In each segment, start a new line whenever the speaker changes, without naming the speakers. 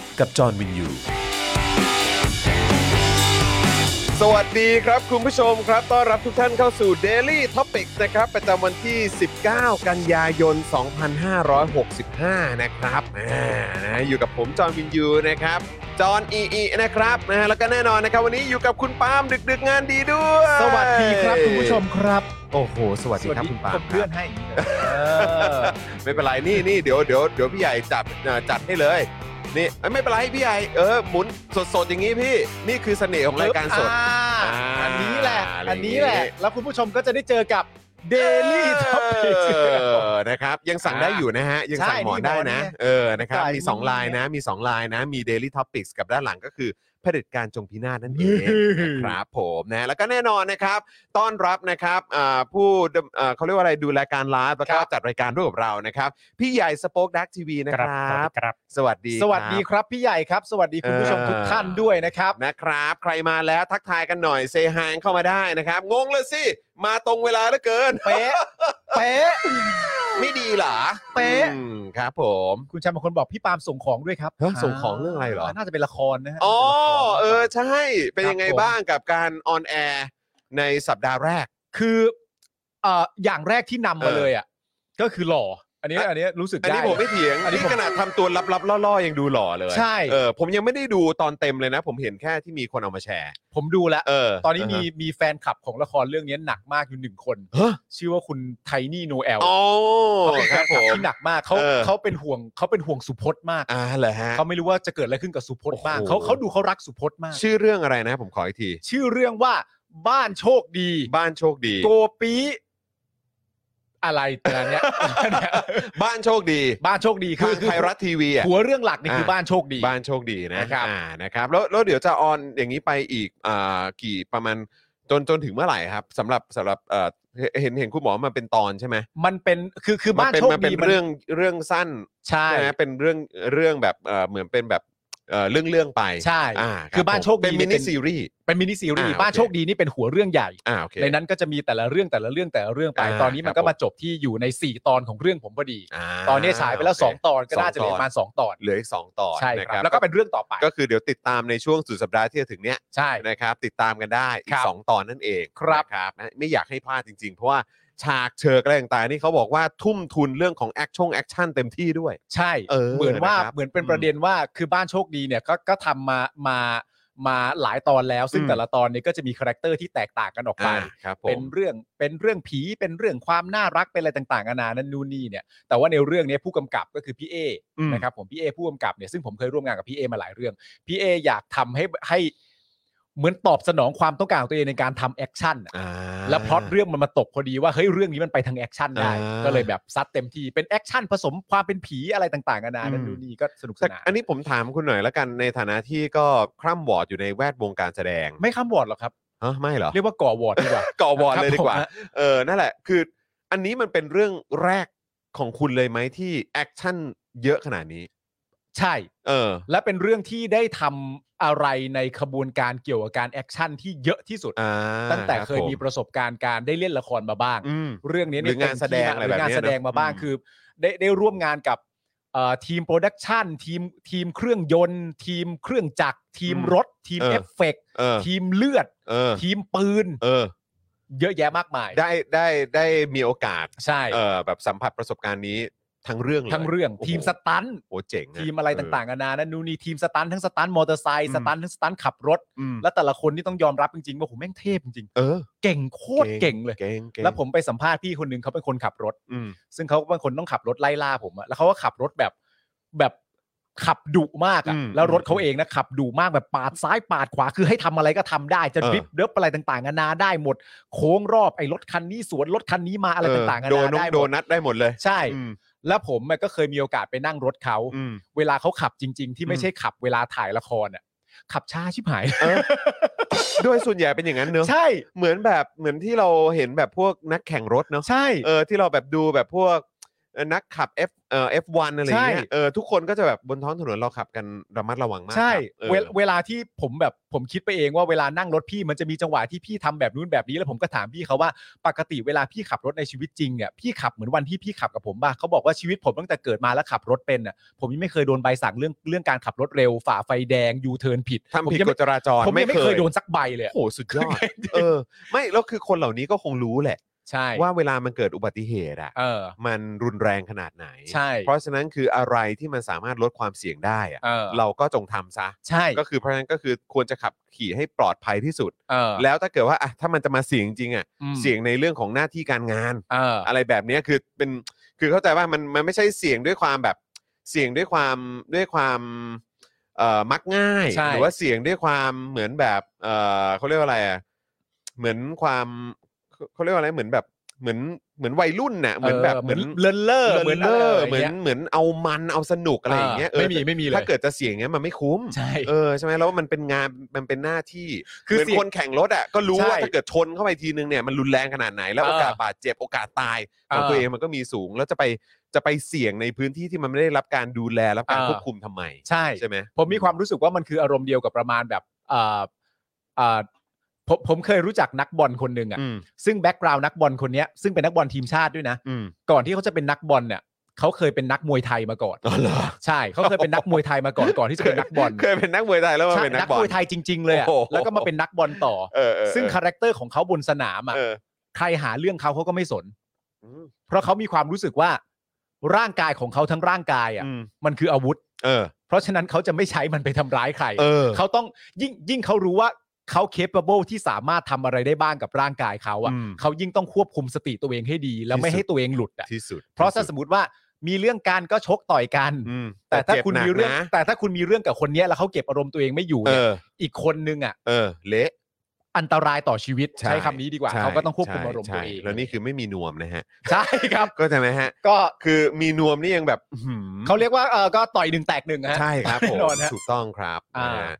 กับจอห์นวินยู
สวัสดีครับคุณผู้ชมครับต้อนรับทุกท่านเข้าสู่ Daily Topics นะครับ ประจำวันที่ 19 กันยายน 2565 นะครับอ่านะอยู่กับผม จอห์นวินยูนะครับ จอห์นอีอีนะครับนะฮะแล้วก็แน่นอนนะครับ วันนี้อยู่กับคุณปาล์มดึกๆ งานดีด้วย
สวัสดีครับคุณผู้ชมครับ
โอ้โห สวัสดีครับคุณปาล์ม
ผมเลื่อนให้
ครับไม่เป็นไรนี่นี่เดี๋ยวเดี๋ยวเดี๋ยวพี่ใหญ่จัดเอ่อจัดให้เลยนี่เอ้ยไม่เป็นไรพี่ใหญ่เออหมุนสดๆอย่างนี้พี่นี่คือเสน่ห์ของรายการสด
อ่า
อ่า
อันนี้แหละ
อะไรอ
อัน
ย่างงี้
นี้แหละ แล้วคุณผู้ชมก็จะได้เจอกับ Daily Topic
เออนะครับ ยังสั่งได้อยู่นะฮะ ยังสั่ง
ใช่
หมอนได้นะ
มีหมอนเนี่ย
เออนะครับ
จ่าย
มี 2 ลายนะ มี 2 ลายนะ มี Daily Topics กับด้านหลังก็คือเผด็จการจงพินาศนั่นเอง
เย้
นะครับผมนะแล้วก็แน่นอนนะครับ ต้อนรับนะครับอ่าผู้ดำเอ่อเขาเรียกว่าอะไรดูรายการไลฟ์แล้วก็จัดรายการร่วมกับเรานะครับ พี่ใหญ่สป็อคดักทีวีนะครับ
ครับ
สวัสดี
สวัสดี
ครับ
ครับพี่ใหญ่ครับ สวัสดีคุณผู้ชม
เออ
ทุกท่านด้วยนะครับ
นะครับ ใครมาแล้วทักทายกันหน่อยเซฮายเข้ามาได้นะครับงงเลยสิมาตรงเวลาเหลือเกิน
เป๊ะ เป๊ะ
ไม่ดีเหรอ
เป๊ะ
อืมครับผม
คุณชายบางคนบอกพี่ปาล์มส่งของด้วยครับ
ฮะส่งของเรื่องอะไรเหรอ
น่าจะเป็นละครนะฮะ
อ๋อ เอ
น่าจะป็นละคร
อ ใช่ เป็นยังไง
ครับผม
บ้างกับการออนแอร์ในสัปดาห์แรก
คือเอ่ออย่างแรกที่นำ
เอ
มา
อ
เลยอ่ะก็คือหล่อ อันนี้อันนี้รู้สึก
อัน
ได้
นี้ผมไม่เถียง
อันนี้
นี่
ผม
ขนาดทำตัวลับๆล่อๆยังดูหล่อเลย
ใช่
เออ ผมยังไม่ได้ดูตอนเต็มเลยนะ ผมเห็นแค่ที่มีคนเอามาแชร์
ผมดูแล้ว
เออ
ตอนนี้มีมีแฟนคลับของละครเรื่องนี้หนักมากอยู่หนึ่งคน
ฮะ
ชื่อว่าคุณไทนี่โนแอล
อ๋อ
เขาเป็น
ค
แฟ
รับ
น
ผ
คลับ
ม
ที่หนักมากเขา
เออ
เขาเป็นห่วงเขาเป็นห่วงสุพจน์มาก
อ่าเหรอฮะ
เขาไม่รู้ว่าจะเกิดอะไรขึ้นกับสุพจน์บ้าง
โอ้โห
เขาเขาดูเขารักสุพจน์มาก
ชื่อเรื่องอะไรนะ ผมขออีกที
ชื่อเรื่องว่าบ้านโชคดี
บ้านโชคดี
โกปีอะไรแต่ละเนี้ย
บ้านโชคดี
บ้านโชคดีคื
ทา
อง
ไทยรัฐทีวีอ่ะ
หัวเรื่องหลักนี่คือ
อ่า
บ้านโชคดี
บ้านโชคดีนะ
นะครับ
อ่านะครับแล้วแล้วเดี๋ยวจะออนอย่างนี้ไปอีกอ่ากี่ประมาณจนจนถึงเมื่อไหร่ครับสำหรับสำหรับเอ่อเห็นเห็นเห็นคุณหมอมาเป็นตอนใช่ไหม
มันเป็นคือคือ
มั
บ้าน
เป็น
โชค
มัเป็
ดี
น
มัน
เรื่องเรื่องสั้น
ใช่
ใช่ไหมเป็นเรื่องเรื่องแบบเอ่อเหมือนเป็นแบบเอ่อเรื่องเรื่องไป
ใช่
อ่า
คื
รั
อบ้าน
ผม
โชคดี
เป็นมิ
เนี่ย
นิ
เป็น
ซีรีส์
เป็นมินิซีรี
อ่า
ส์
โอเค
บ้านโชคดีนี่เป็นหัวเรื่องใหญ่
อ่าโอเค
ในนั้นก็จะมีแต่ละเรื่องแต่ละเรื่องแต่ละเรื่องไป
อ่า
ตอนนี้
ค
มั
รั
น
บ
ก็มาจบที่อยู่ใน 4 ตอนของเรื่องผมพอดี
า
ตอนนี้ฉายไปแล้ว
โเค
2 ตอนก็น่า
ส
จะเห
องตอน
ลือประมาณ2ตอน
เหลืออีกสองตอน
ใช่
นะ
ค
ค
รั
รั
บบ แล้วก็เป็นเรื่องต่อไป
ก็คือเดี๋ยวติดตามในช่วงสุดสัปดาห์ที่จะถึงเนี้ย
ใช่
นะครับติดตามกันได้อี
ครั
ก
บ
สองตอนนั่นเอง
ครับ
นะครับนะไม่อยากให้พลาดจริงๆ เพราะว่าฉากเชิกอะไรต่างๆนี่เขาบอกว่าทุ่มทุนเรื่องของแอคชั่นแอคชั่นเต็มที่ด้วย
ใช่
เออ
เหมือนว่า
นะครับ
เหมือนเป็นประเด็นว่าคือบ้านโชคดีเนี่ยก็ก็ทำมามามาหลายตอนแล้ว ซึ่ง
อืม
แต่ละตอนเนี้ก็จะมีคาแรคเตอร์ที่แตกต่างกันออกไป
อ่าครับผ
เป็น
ม
เรื่องเป็นเรื่องผีเป็นเรื่องความน่ารักเป็นอะไรต่างๆนานานั่นนู่นนี่เนี่ยแต่ว่าในเรื่องเนี้ยผู้กำกับก็คือพี่เอ
อืม
นะครับผมพี่เอผู้กำกับเนี่ยซึ่งผมเคยร่วมงานกับพี่เอมาหลายเรื่องพี่เออยากทำให้ให้เหมือนตอบสนองความต้องการของตัวเองในการทำแอคชั่นน่ะ
อ่า
แล้วพล็อตเรื่องมันมาตกพอดีว่าเฮ้ยเรื่องนี้มันไปทางแอคชั่นได้
อ่า
ก็เลยแบบซัดเต็มที่เป็นแอคชั่นผสมความเป็นผีอะไรต่างๆนานานั่นนู่นนี่ก็สนุกส
แต่
นาน
อันนี้ผมถามคุณหน่อยละกันในฐานะที่ก็คร่ำวอร์ดอยู่ในแวดวงการแสดง
ไม่ข้ามวอร์ดหรอกครับ
ฮะไม่เหรอ
เรียกว่าก่อวอร์ดดีกว่า
ก่อวอร์ดเลยดีกว่า
ครับผม
เออนั่นแหละคือ อันนี้มันเป็นเรื่องแรกของคุณเลยไหมที่แอคชั่นเยอะขนาดนี้
ใช่
เออ
และเป็นเรื่องที่ได้ทำอะไรในขบวนการเกี่ยวกับการแอคชั่นที่เยอะที่สุด
อ่า
ตั้งแต่เคย
รับผ
มีประสบการณ์การได้เล่นละครมาบ้าง
อืม
เรื่องนี้
หรืองานแสดงอะไร
หรื
แบบ
งาน
เนี้ย
แสดงมาบ้าง
เนอะ
คือ ได้ได้ร่วมงานกับเอ่อทีมโปรดักชันทีมทีมเครื่องยนต์ ทีมเครื่องจักรทีม
อืม
รถ ทีม
เออ
เอฟเฟกต์
เออ
ทีมเลือด
เออ
ทีมปืน
เออ
เยอะแยะมากมาย
ได้ได้ได้มีโอกาส
ใช่
เออแบบสัมผัสประสบการณ์นี้ ทั้งเรื่องลย
ทั้งเรื่อง
โโห
ทีมสตันท์
โอ้เจ๋ง
ทีมอะไรต่างๆนานานั่นนู่นนี่ทีมสตันท์ทั้งสตันท์มอเตอร์ไซค์สตันท์ทั้งสตันท์ขับรถ
ๆ
และแต่ละคนนี่ต้องยอมรับจริงๆว่าผมแม่งเทพจริง
เออ
ๆเก่งโคตรเก่งเลย
เก่งเก่ง
แล้วผมไปสัมภาษณ์พี่คนหนึ่งเขาเป็นคนขับรถ
อืม
ซึ่งเขาเป็นคนต้องขับรถไล่ล่าผมอะแล้วเขาก็ขับรถแบบแบบขับดุมากอะแล้วรถเขาเองนะขับดุมากแบบปาดซ้ายปาดขวาคือให้ทำอะไรก็ทำได้จะดริฟเดิฟอะไรต่างๆนานาได้หมด โค้งรอบไอ้รถคันนี้สวนรถคันนี้มาอะไรต่างๆ
เออ
นา
โดน
นา
น้อง
ได้ห
โด
มด
นัทได้หมดเลย
ใช่
อืม
แล้วผมอะก็เคยมีโอกาสไปนั่งรถเขา
อืม
เวลาเขาขับจริง ๆ ที่
อื
ไม่
ม
ใช่ขับเวลาถ่ายละครอ่ะขับช้าชิบหาย
เออโดยส่วนใหญ่เป็นอย่างนั้นเนอะ
ใช่
เหมือนแบบเหมือนที่เราเห็นแบบพวกนักแข่งรถเนอะ
ใช่
เออที่เราแบบดูแบบพวกเอ่อนักขับ F เอ่อ F1 อะไรอย่างเงี้ย
ใช่
เออทุกคนก็จะแบบบนท้องถนนเราขับกันระมัดระวังมาก
ใช่
ครับเออ
เวลเวลาที่ผมแบบผมคิดไปเองว่าเวลานั่งรถพี่มันจะมีจังหวะที่พี่ทำแบบนู้นแบบนี้แล้วผมก็ถามพี่เขาว่าปกติเวลาพี่ขับรถในชีวิตจริงเนี่ยพี่ขับเหมือนวันที่พี่ขับกับผมป่ะเขาบอกว่าชีวิตผมตั้งแต่เกิดมาแล้วขับรถเป็นอ่ะผมยังไม่เคยโดนใบสั่งเรื่องเรื่องการขับรถเร็วฝ่าไฟแดงยูเทิร์นผิด
ทำผิด
ผมยัง
ก
ไม่
ฎจราจร
ผมยังไม่เคยโดนสักใบเลย
โอ้
อะ
โหสุดยอด เออ ไม่แล้วคือคนเหล่านี้ก็คงรู้แหละ
ใช่
ว่าเวลามันเกิดอุบัติเหตุอะ
เออ
มันรุนแรงขนาดไหน
ใช่
เพราะฉะนั้นคืออะไรที่มันสามารถลดความเสี่ยงได้อะ
เออ
เราก็จงทำซะ
ใช่
ก็คือเพราะฉะนั้นก็คือควรจะขับขี่ให้ปลอดภัยที่สุด
เออ
แล้วถ้าเกิดว่าอะถ้ามันจะมาเสี่ยงจริงอะ
อืม
เสี่ยงในเรื่องของหน้าที่การงาน
เออ
อะไรแบบเนี้ยคือเป็นคือเข้าใจว่ามันมันไม่ใช่เสี่ยงด้วยความแบบเสี่ยงด้วยความด้วยความเอ่อมักง่าย
ใช่
หรือว่าเสี่ยงด้วยความเหมือนแบบเอ่อเขาเรียกว่าอะไรอ่ะเหมือนความเขาเขาเรียกว่าอะไรเหมือนแบบเหมือนเหมือนวัยรุ่นน่ะเหมือนแบบ
เหมือนเลินเล่อ
เหมือนเลิศเหมือน
ะไรย่างงี้ย
เหมือนเอามันเอาสนุกอะไรอย่างเงี้ยเออ
ไม่มีไม่มีเลย
ถ้าเกิดจะเสี่ยงเงี้ยมันไม่คุ้ม
ใช่
เออใช่ไหมแล้วมันเป็นงานมันเป็นหน้าที่
คือ
เหมือน
เสี่ยง
คนแข่งรถอ่ะก็รู้ว่า
ใช่
ถ้าเกิดชนเข้าไปทีนึงเนี่ยมันรุนแรงขนาดไหนแล้ว
เออ
โอกาสบาดเจ็บโอกาสตายของ
เออ
ตัวเองมันก็มีสูงแล้วจะไปจะไปเสี่ยงในพื้นที่ที่มันไม่ได้รับการดูแลรับการ
เออ
ควบคุมทำไม
ใช่
ใช่ไหม
ผมมีความรู้สึกว่ามันคืออารมณ์เดียวกับประมาณแบบเอ่อเอ่อผมผมเคยรู้จักนักบอลคนหนึ่งอ่ะ
อืม
ซึ่งแบ็กกราวน์นักบอลคนเนี้ยซึ่งเป็นนักบอลทีมชาติด้วยนะ
อืม
ก่อนที่เขาจะเป็นนักบอลเนี่ยเขาเคยเป็นนักมวยไทยมาก่อน
อ๋อเหรอ
ใช่เขาเคยเป็นนักมวยไทยมาก่อนก่อนที่จะเป็นนักบอล
เคยเป็นนักมวยไทยแล้วมา
ใช่
เป็นนั
นั
กบ
ก
อล
มวยไทยจริง ๆ เลยอะ
โอ้โห
แล้วก็มาเป็นนักบอลต่อ
เออเออ
ซึ่ง
เออ
คาแรคเตอร์ของเขาบนสนามอ่ะ
เออ
ใครหาเรื่องเขาเขาก็ไม่สน
อืม
เพราะเขามีความรู้สึกว่าร่างกายของเขาทั้งร่างกายอ่ะ
อืม
มันคืออาวุธ
เออ
เพราะฉะนั้นเขาจะไม่ใช้มันไปทำร้ายใคร
เออ
เขาต้องยิ่งยิ่งเขารู้ว่าเขาเคป a b l e ที่สามารถทำอะไรได้บ้างกับร่างกายเขา
อื
อะ่ะ
ม
เขายิ่งต้องควบคุมสติตัวเองให้ดี แล้วไม่
ที่สุด
ให้ตัวเองหลุดอะ่ะ
ที่สุด
เพราะถ้าสมมติว่ามีเรื่องการก็ชกต่อยกัน
อืม
แต่ถ้า
เจ็บ
คุณ
หนัก
มีเรื่อง
นะ
แต่ถ้าคุณมีเรื่องกับคนเนี้ยแล้วเขาเก็บอารมณ์ตัวเองไม่อยู่
เอ
เนี่ย
อ
อีกคนนึงอะ่ะ
เออ เละ
อันตรายต่อชีวิต
ใช่
ใช้คำนี้ดีกว่า
ใช่
เขาก็ต้องควบคุม
ใช่
อารมณ์ตัวเอง
ใช่แล้วนี่คือไม่มีนวมนะฮะ
ใช่ครับ
ก็ใช่ไหมฮะ
ก็
คือมีนวมนี่ยังแบบอื้อหือ
เขาเรียกว่าเออก็ต่อยหนึ่งแตกหนึ่งฮะ
ใช่ครับผม
แน่นอนฮะ
ถูกต้องครับ
อ่า
นะฮะ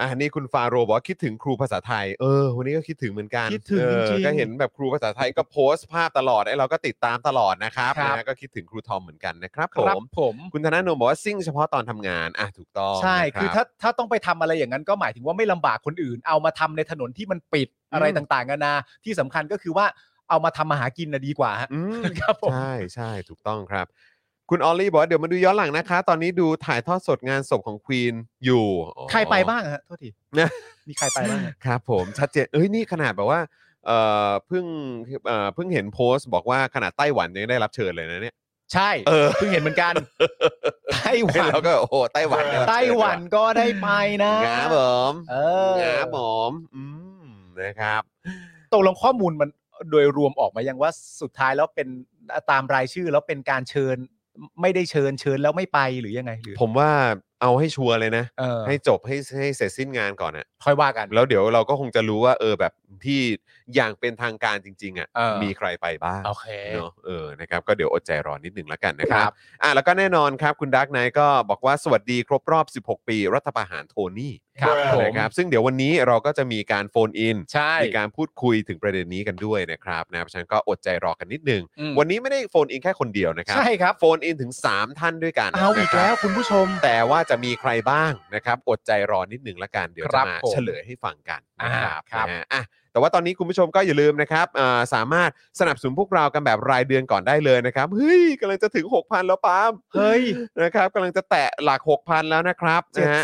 อ่านี่คุณฟาโรบอกว่าคิดถึงครูภาษาไทย เออ วันนี้ก็คิดถึงเหมือนกัน
คิดถึง
เออ
จริงๆ
ก็เห็นแบบครูภาษาไทยก็โพสต์ภาพตลอดไอ้เราก็ติดตามตลอดนะครับ
ครับ
นะฮะก็คิดถึงครูทอมเหมือนกันนะครับ
ค
ผ
รับ
ม
ผม
คุณธนาโนมบอกว่าซิ่งเฉพาะตอนทำงาน อ่ะถูกต้อง
ใช่
นะรับ
คือถ้าถ้าต้องไปทำอะไรอย่างนั้นก็หมายถึงว่าไม่ลำบากคนอื่น เอามาทำในถนนที่มันปิดอะไร
อืม
ต่างๆกันานาที่สำคัญก็คือว่าเอามาทำมาหากินนะดีกว่าฮะ
อืม
ครับผม
ใช่ใช่ถูกต้องครับ คุณออลลี่บอกว่าเดี๋ยวมาดูย้อนหลังนะคะ ตอนนี้ดูถ่ายทอดสดงานศพของควีนอยู่อ๋อ
ใครไปบ้างฮะโทษที
นะ
มีใครไปบ้างฮะ
ครับผมชัดเจนเอ้ยนี่ขนาดแบบว่าเอ่อเพิ่งเอ่อเพิ่งเห็นโพสต์บอกว่าขนาดไต้หวันยังได้รับเชิญเลยนะเนี่ย
ใช่
เออ
เพิ่งเห็นเหมือนกันไต้หวัน
แล้วก็โอ้โหไต้หวันด้รับเชิญ
ไต้หวันก็ได้ไปนะ
ครับผม
เออ
ครับผมอืมนะครับ
ตกลงข้อมูลมันโดยรวมออกมายังว่าสุดท้ายแล้วเป็นตามรายชื่อแล้วเป็นการเชิญไม่ได้เชิญเชิญแล้วไม่ไปหรือยังไงหรือ
ผมว่าเอาให้ชัวร์เลยนะ
เออ
ให้จบให้ให้เสร็จสิ้นงานก่อนนะ
ค่อยว่ากัน
แล้วเดี๋ยวเราก็คงจะรู้ว่าเออแบบที่อย่างเป็นทางการจริง ๆ อ่ะ
เออ
มีใครไปบ้าง
โอเค
เนาะเออนะครับก็เดี๋ยวอดใจรอนิดหนึ่งแล้วกันนะครั
ครับ บ
อ่ะแล้วก็แน่นอนครับคุณด a r k กไนก็บอกว่าสวัสดีครบรอบ 16 ปี รัฐประหารโทนี่
ครับผม
นะครับซึ่งเดี๋ยววันนี้เราก็จะมีการโฟนอิน
ใช่
มีการพูดคุยถึงประเด็นนี้กันด้วยนะครับนะเพราะฉะนั้นก็อดใจรอกันนิดหนึง
อืม
วันนี้ไม่ได้โฟนอินแค่คนเดียวนะครับ
ใช่ครับ
โฟนอินถึง 3 ท่านด้วยกัน
เอาอีก
นะครับ
แล้วคุณผู้ชม
แต่ว่าจะมีใครบ้างนะครับอดใจรอนิดหนึ่งละกันเดี๋ยว
ค
จะ
รับ
มา
ผม
เฉลยให้ฟังกันนะครับ
อ่าครับ
นะฮะอ่ะ แต่ว่าตอนนี้คุณผู้ชมก็อย่าลืมนะครับอ่าสามารถสนับสนุนพวกเรากันแบบรายเดือนก่อนได้เลยนะครับเฮ้ยกำลังจะถึง 6,000 แล้วปาล์ม
เฮ้ย
นะครับกำลังจะแตะหลัก 6,000 แล้วนะครับนะฮะ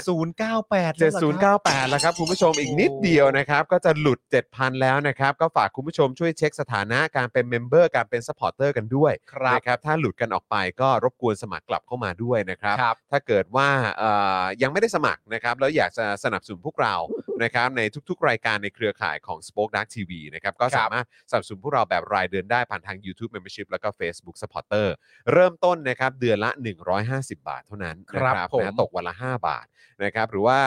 7098
7098 แล้วครับคุณผู้ชมอีกนิดเดียวนะครับก็จะหลุด 7,000 แล้วนะครับก็ฝากคุณผู้ชมช่วยเช็คสถานะการเป็นเมมเบอร์การเป็นสปอร์เตอร์กันด้วย
ครับ
นะครับถ้าหลุดกันออกไปก็รบกวนสมัครกลับเข้ามาด้วยนะครับ
ครับ
ถ้าเกิดว่าเอ่อยังไม่ได้สมัครนะครับแล้วอยากจะสนับสนุนพวกเรานะครับในทุกๆ รายการในเครือข่ายของ Spoke Dark TV นะครับก็
ครับ
สามารถสนับสนุนพวกเราแบบรายเดือนได้ผ่านทาง YouTube Membership แล้วก็ Facebook Supporter เริ่มต้นนะครับเดือนละ 150 บาทเท่านั้นนะครับ
ผม
นะตกวันละ 5 บาท นะครับหรือว่า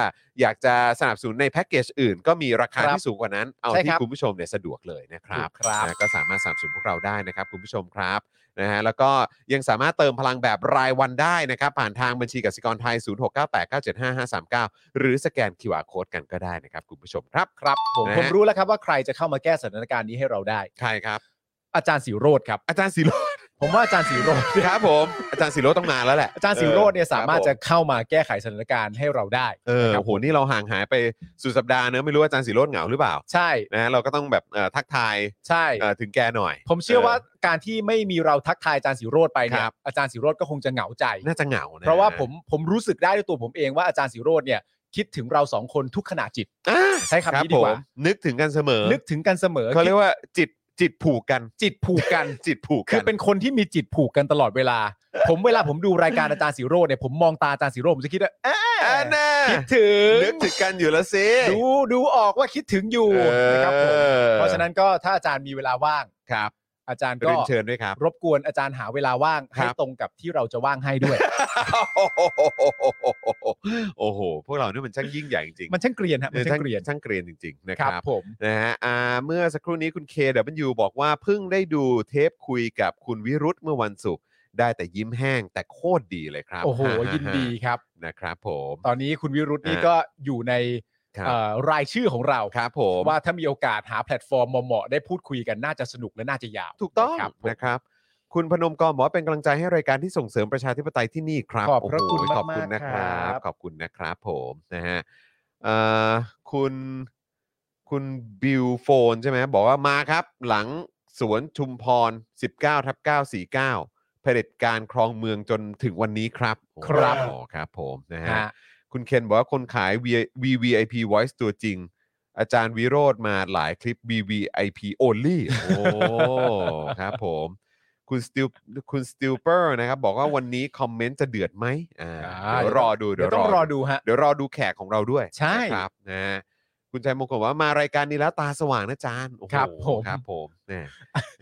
อยากจะสนับสนุนในแพ็กเกจอื่นก็มีราคา
ครับ
ที่สูงกว่านั้น เอา
ใช่
ที่
ครับ
คุณผู้ชมเนี่ยสะดวกเลยนะครับ
ถูกครับ
นะก็สามารถสนับสนุนพวกเราได้นะครับคุณผู้ชมครับนะฮะแล้วก็ยังสามารถเติมพลังแบบรายวันได้นะครับ ผ่านทางบัญชีกสิกรไทย 0698975539 หรือสแกน QR Code กันก็ได้นะครับคุณผู้ชมครับ
ครับผม
นะฮะ
ผมรู้แล้วครับว่าใครจะเข้ามาแก้สถานการณ์นี้ให้เราได้
ใครครับ
อาจารย์สีโรดครับ
อาจารย์ศิโรจน์
ผมว่าอาจารย์สีโรด
ครับผมอาจารย์ศิโรจน์ต้องมาแล้วแหละ
อาจารย์สีโรดเนี่ยสามารถจะ
คบผ
เข้ามาแก้ไขสถานการณ์ให้เราได้
เออโอ้โหนี่เราห่างหายไปสุดสัปดาห์เนอะไม่รู้ว่าอาจารย์ศิโรจน์เหงาหรือเปล่า
ใช่
นะฮะเราก็ต้องแบบเอ่อทักทาย
ใช่
เอ่อถึงแกหน่อย
ผมเชื่อว่าการที่ไม่มีเราทักทายอาจารย์สีโรดไป
ค
เนี่ย
รับ
อาจารย์สีโรดก็คงจะเหงาใจ
น่าจะเหงานะ
เพราะว่าผมผมรู้สึกได้ด้วยตัวผมเองว่าอาจารย์สีโรดเนี่ยคิดถึงเราสองคนทุกขณะจิต
อ่า
ใช้คำนี้ดีก
รั
ว่า
บผมนึกถึงกันเสมอ
นึกถึงกันเสมอ
เขาเรียกว่าจิตจิตผูกกัน
จิตผูกกัน
จิต ผูก
คื
กั
อเป็นคนที่มีจิตผูกกันตลอดเวลา ผมเวลาผมดูรายการอาจารย์สีโรดเนี่ยผมมองตาอาจารย์สีโรดผมจะคิดว่าเอ๊ะ
อ่าน่า
คิดถึง
นึกถึงกันอยู่แล้วสิ
ดูดูออกว่าคิดถึงอยู่
เออ
นะครับผมเพราะฉะนั้นก็ถ้าอาจารย์มีเวลาว่าง
ครับ
อาจารย์ก็
เรียนเชิญด้วยครับ
รบกวนอาจารย์หาเวลาว่าง
ครั
ให้
บ
ตรงกับที่เราจะว่างให้ ด้วย
โอ้โห พวกเราเนี่ยมันช่างยิ่งใหญ่จริงๆ
มันช่างเกลียนฮะมันช่างเกลียน
ช่างเกรียนจริง ๆ นะ
ค
ค
รั
รั
บบ ผม
นะฮะอ่าเมื่อสักครู่นี้คุณ KW บอกว่าเพิ่งได้ดูเทปคุยกับคุณวิรุธเมื่อวันศุกร์ได้แต่ยิ้มแห้งแต่โคตรดีเลยครับ
โอ้โห
าๆ
ยินดีครับ
นะครับผม
ตอนนี้คุณวิรุธนี่ก็อยู่ใน
ครับ
เอ่อรายชื่อของเรา
ครับผม
ว่าถ้ามีโอกาสหาแพลตฟอร์มเหมาะๆได้พูดคุยกันน่าจะสนุกและน่าจะยาว
ถูกต้อง
นะครับผม
นะครับ คุณพนมกรบอกว่าเป็นกำลังใจให้รายการที่ส่งเสริมประชาธิปไตยที่นี่ครับ
ขอบพระ
โโห
คุณมากๆ
ขอบคุณนะครั
ครับ บ
ขอบคุณนะครับผมนะฮะเอ่อคุณคุณบิวโฟนใช่ไหมบอกว่ามาครับ หลังสวนชุมพร 19ทับ949เผด็จการครองเมืองจนถึงวันนี้ครับ
ครับ
โอ้ครับผมนะฮะ
ฮะ
คุณเคนบอกว่าคนขาย VVIP Voice ตัวจริง อาจารย์วิโรธมาหลายคลิป VVIP Only โอ้ ครับผม คุณสติลคุณสติลเปอร์นะครับ บอกว่าวันนี้คอมเมนต์จะเดือดไหมอ่า
อ่า
เดี๋ยวรอดู
เดี๋ยวต้องรอดูฮะ
เดี๋ยวรอดูแขกของเราด้วย
ใช่
นะครับนะฮะคุณชัยมงคลบอกว่ามารายการนี้แล้วตาสว่างนะอาจารย์โอ้โห
ครับผม
ครับผมเนี่ย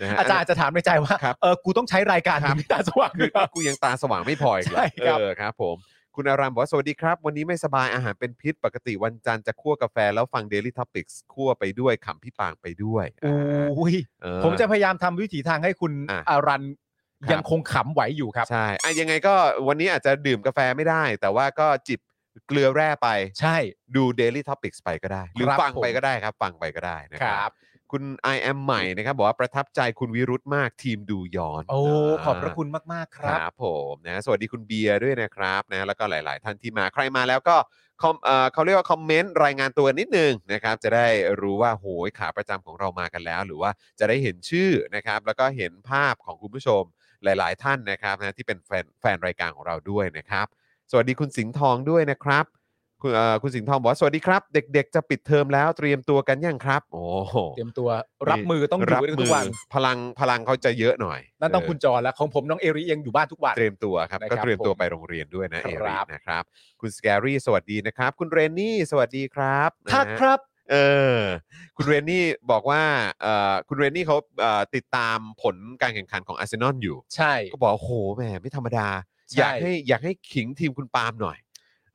นะฮะ
อาจารย์จะถามในใจว่า
ครับ
เออกูต้องใช้รายการ
ครับ
นี้ตาสว่าง
คือ
ด้วยเหรอ
กูยังตาสว่างไม่พออีกเหรอ
ใช่ครับ
เออครับผม คุณอารามบอกว่าสวัสดีครับ วันนี้ไม่สบายอาหารเป็นพิษปกติวันจันทร์จะคั่วกาแฟแล้วฟัง Daily Topics คั่วไปด้วยขำพี่ปางไปด้วยอ่า
อุ้ย
เออ
ผมจะพยายามทำวิถีทางให้คุณ
อ่ะ
อารัน
ครับ
ยังคงขำไหวอยู่ครับ
ใช่อ่ะยังไงก็วันนี้อาจจะดื่มกาแฟไม่ได้ แต่ว่าก็จิบเกลือแร่ไป
ใช่
ดู Daily Topics ไปก็ได้ หรือ
ครับ
ฟัง
ผม
ไปก็ได้ครับ ฟังไปก็ได้นะ
ค
ค
รั
รับ
บ
คุณ I am ใหม่นะครับ บอกว่าประทับใจคุณวิรุธมากทีมดูย้อน
โอ้ ขอบพระคุณมาก ๆ ค
ค
รั
รับ บผมนะสวัสดีคุณเบียร์ด้วยนะครับนะแล้วก็หลาย ๆ ท่านที่มาใครมาแล้วก็คอมเอ่อเขาเรียกว่าคอมเมนต์รายงานตัวนิดนึงนะครับ จะได้รู้ว่าโหยขาประจำของเรามากันแล้ว หรือว่าจะได้เห็นชื่อนะครับ แล้วก็เห็นภาพของคุณผู้ชมหลาย ๆ ท่านนะครับนะที่เป็นแฟนแฟนรายการของเราด้วยนะครับ สวัสดีคุณสิงห์ทองด้วยนะครับ คุณเอ่อคุณสิงห์ทองบอกว่าสวัสดีครับ เด็ก ๆ จะปิดเทอมแล้วเตรียมตัวกันยังครับ โอ้โห
เตรียมตัวรับมือต้องอ
รั
ยู่
บ
ด้วยกัน
มื
ทุ
อก
วัน
พลังพลังเขาจะเยอะหน่อย
นั่นต้อง
เ
คุณจอแล้วของผมน้องเอริยังอยู่บ้านทุกวัน
เตรียมตัวครับ
นะครับ
ก็เตรียมตัว
ผม
ไปโรงเรียนด้วยนะเอ
ครั
ริ
บ
นะครับ คุณสแกรี่สวัสดีนะครับ คุณเรนนี่สวัสดีครับ
ทัก
นะฮะ
ครับ
เออ คุณเรนนี่บอกว่าเอ่อคุณเรนนี่เขาเอ่อติดตามผลการแข่งขันของอาร์เซนอลอยู่
ใช่
ก็บอกโอ้โหแหมไม่ธรรมดา
ใช่
อยากให้อยากให้ขิงทีมคุณปาล์มหน่อย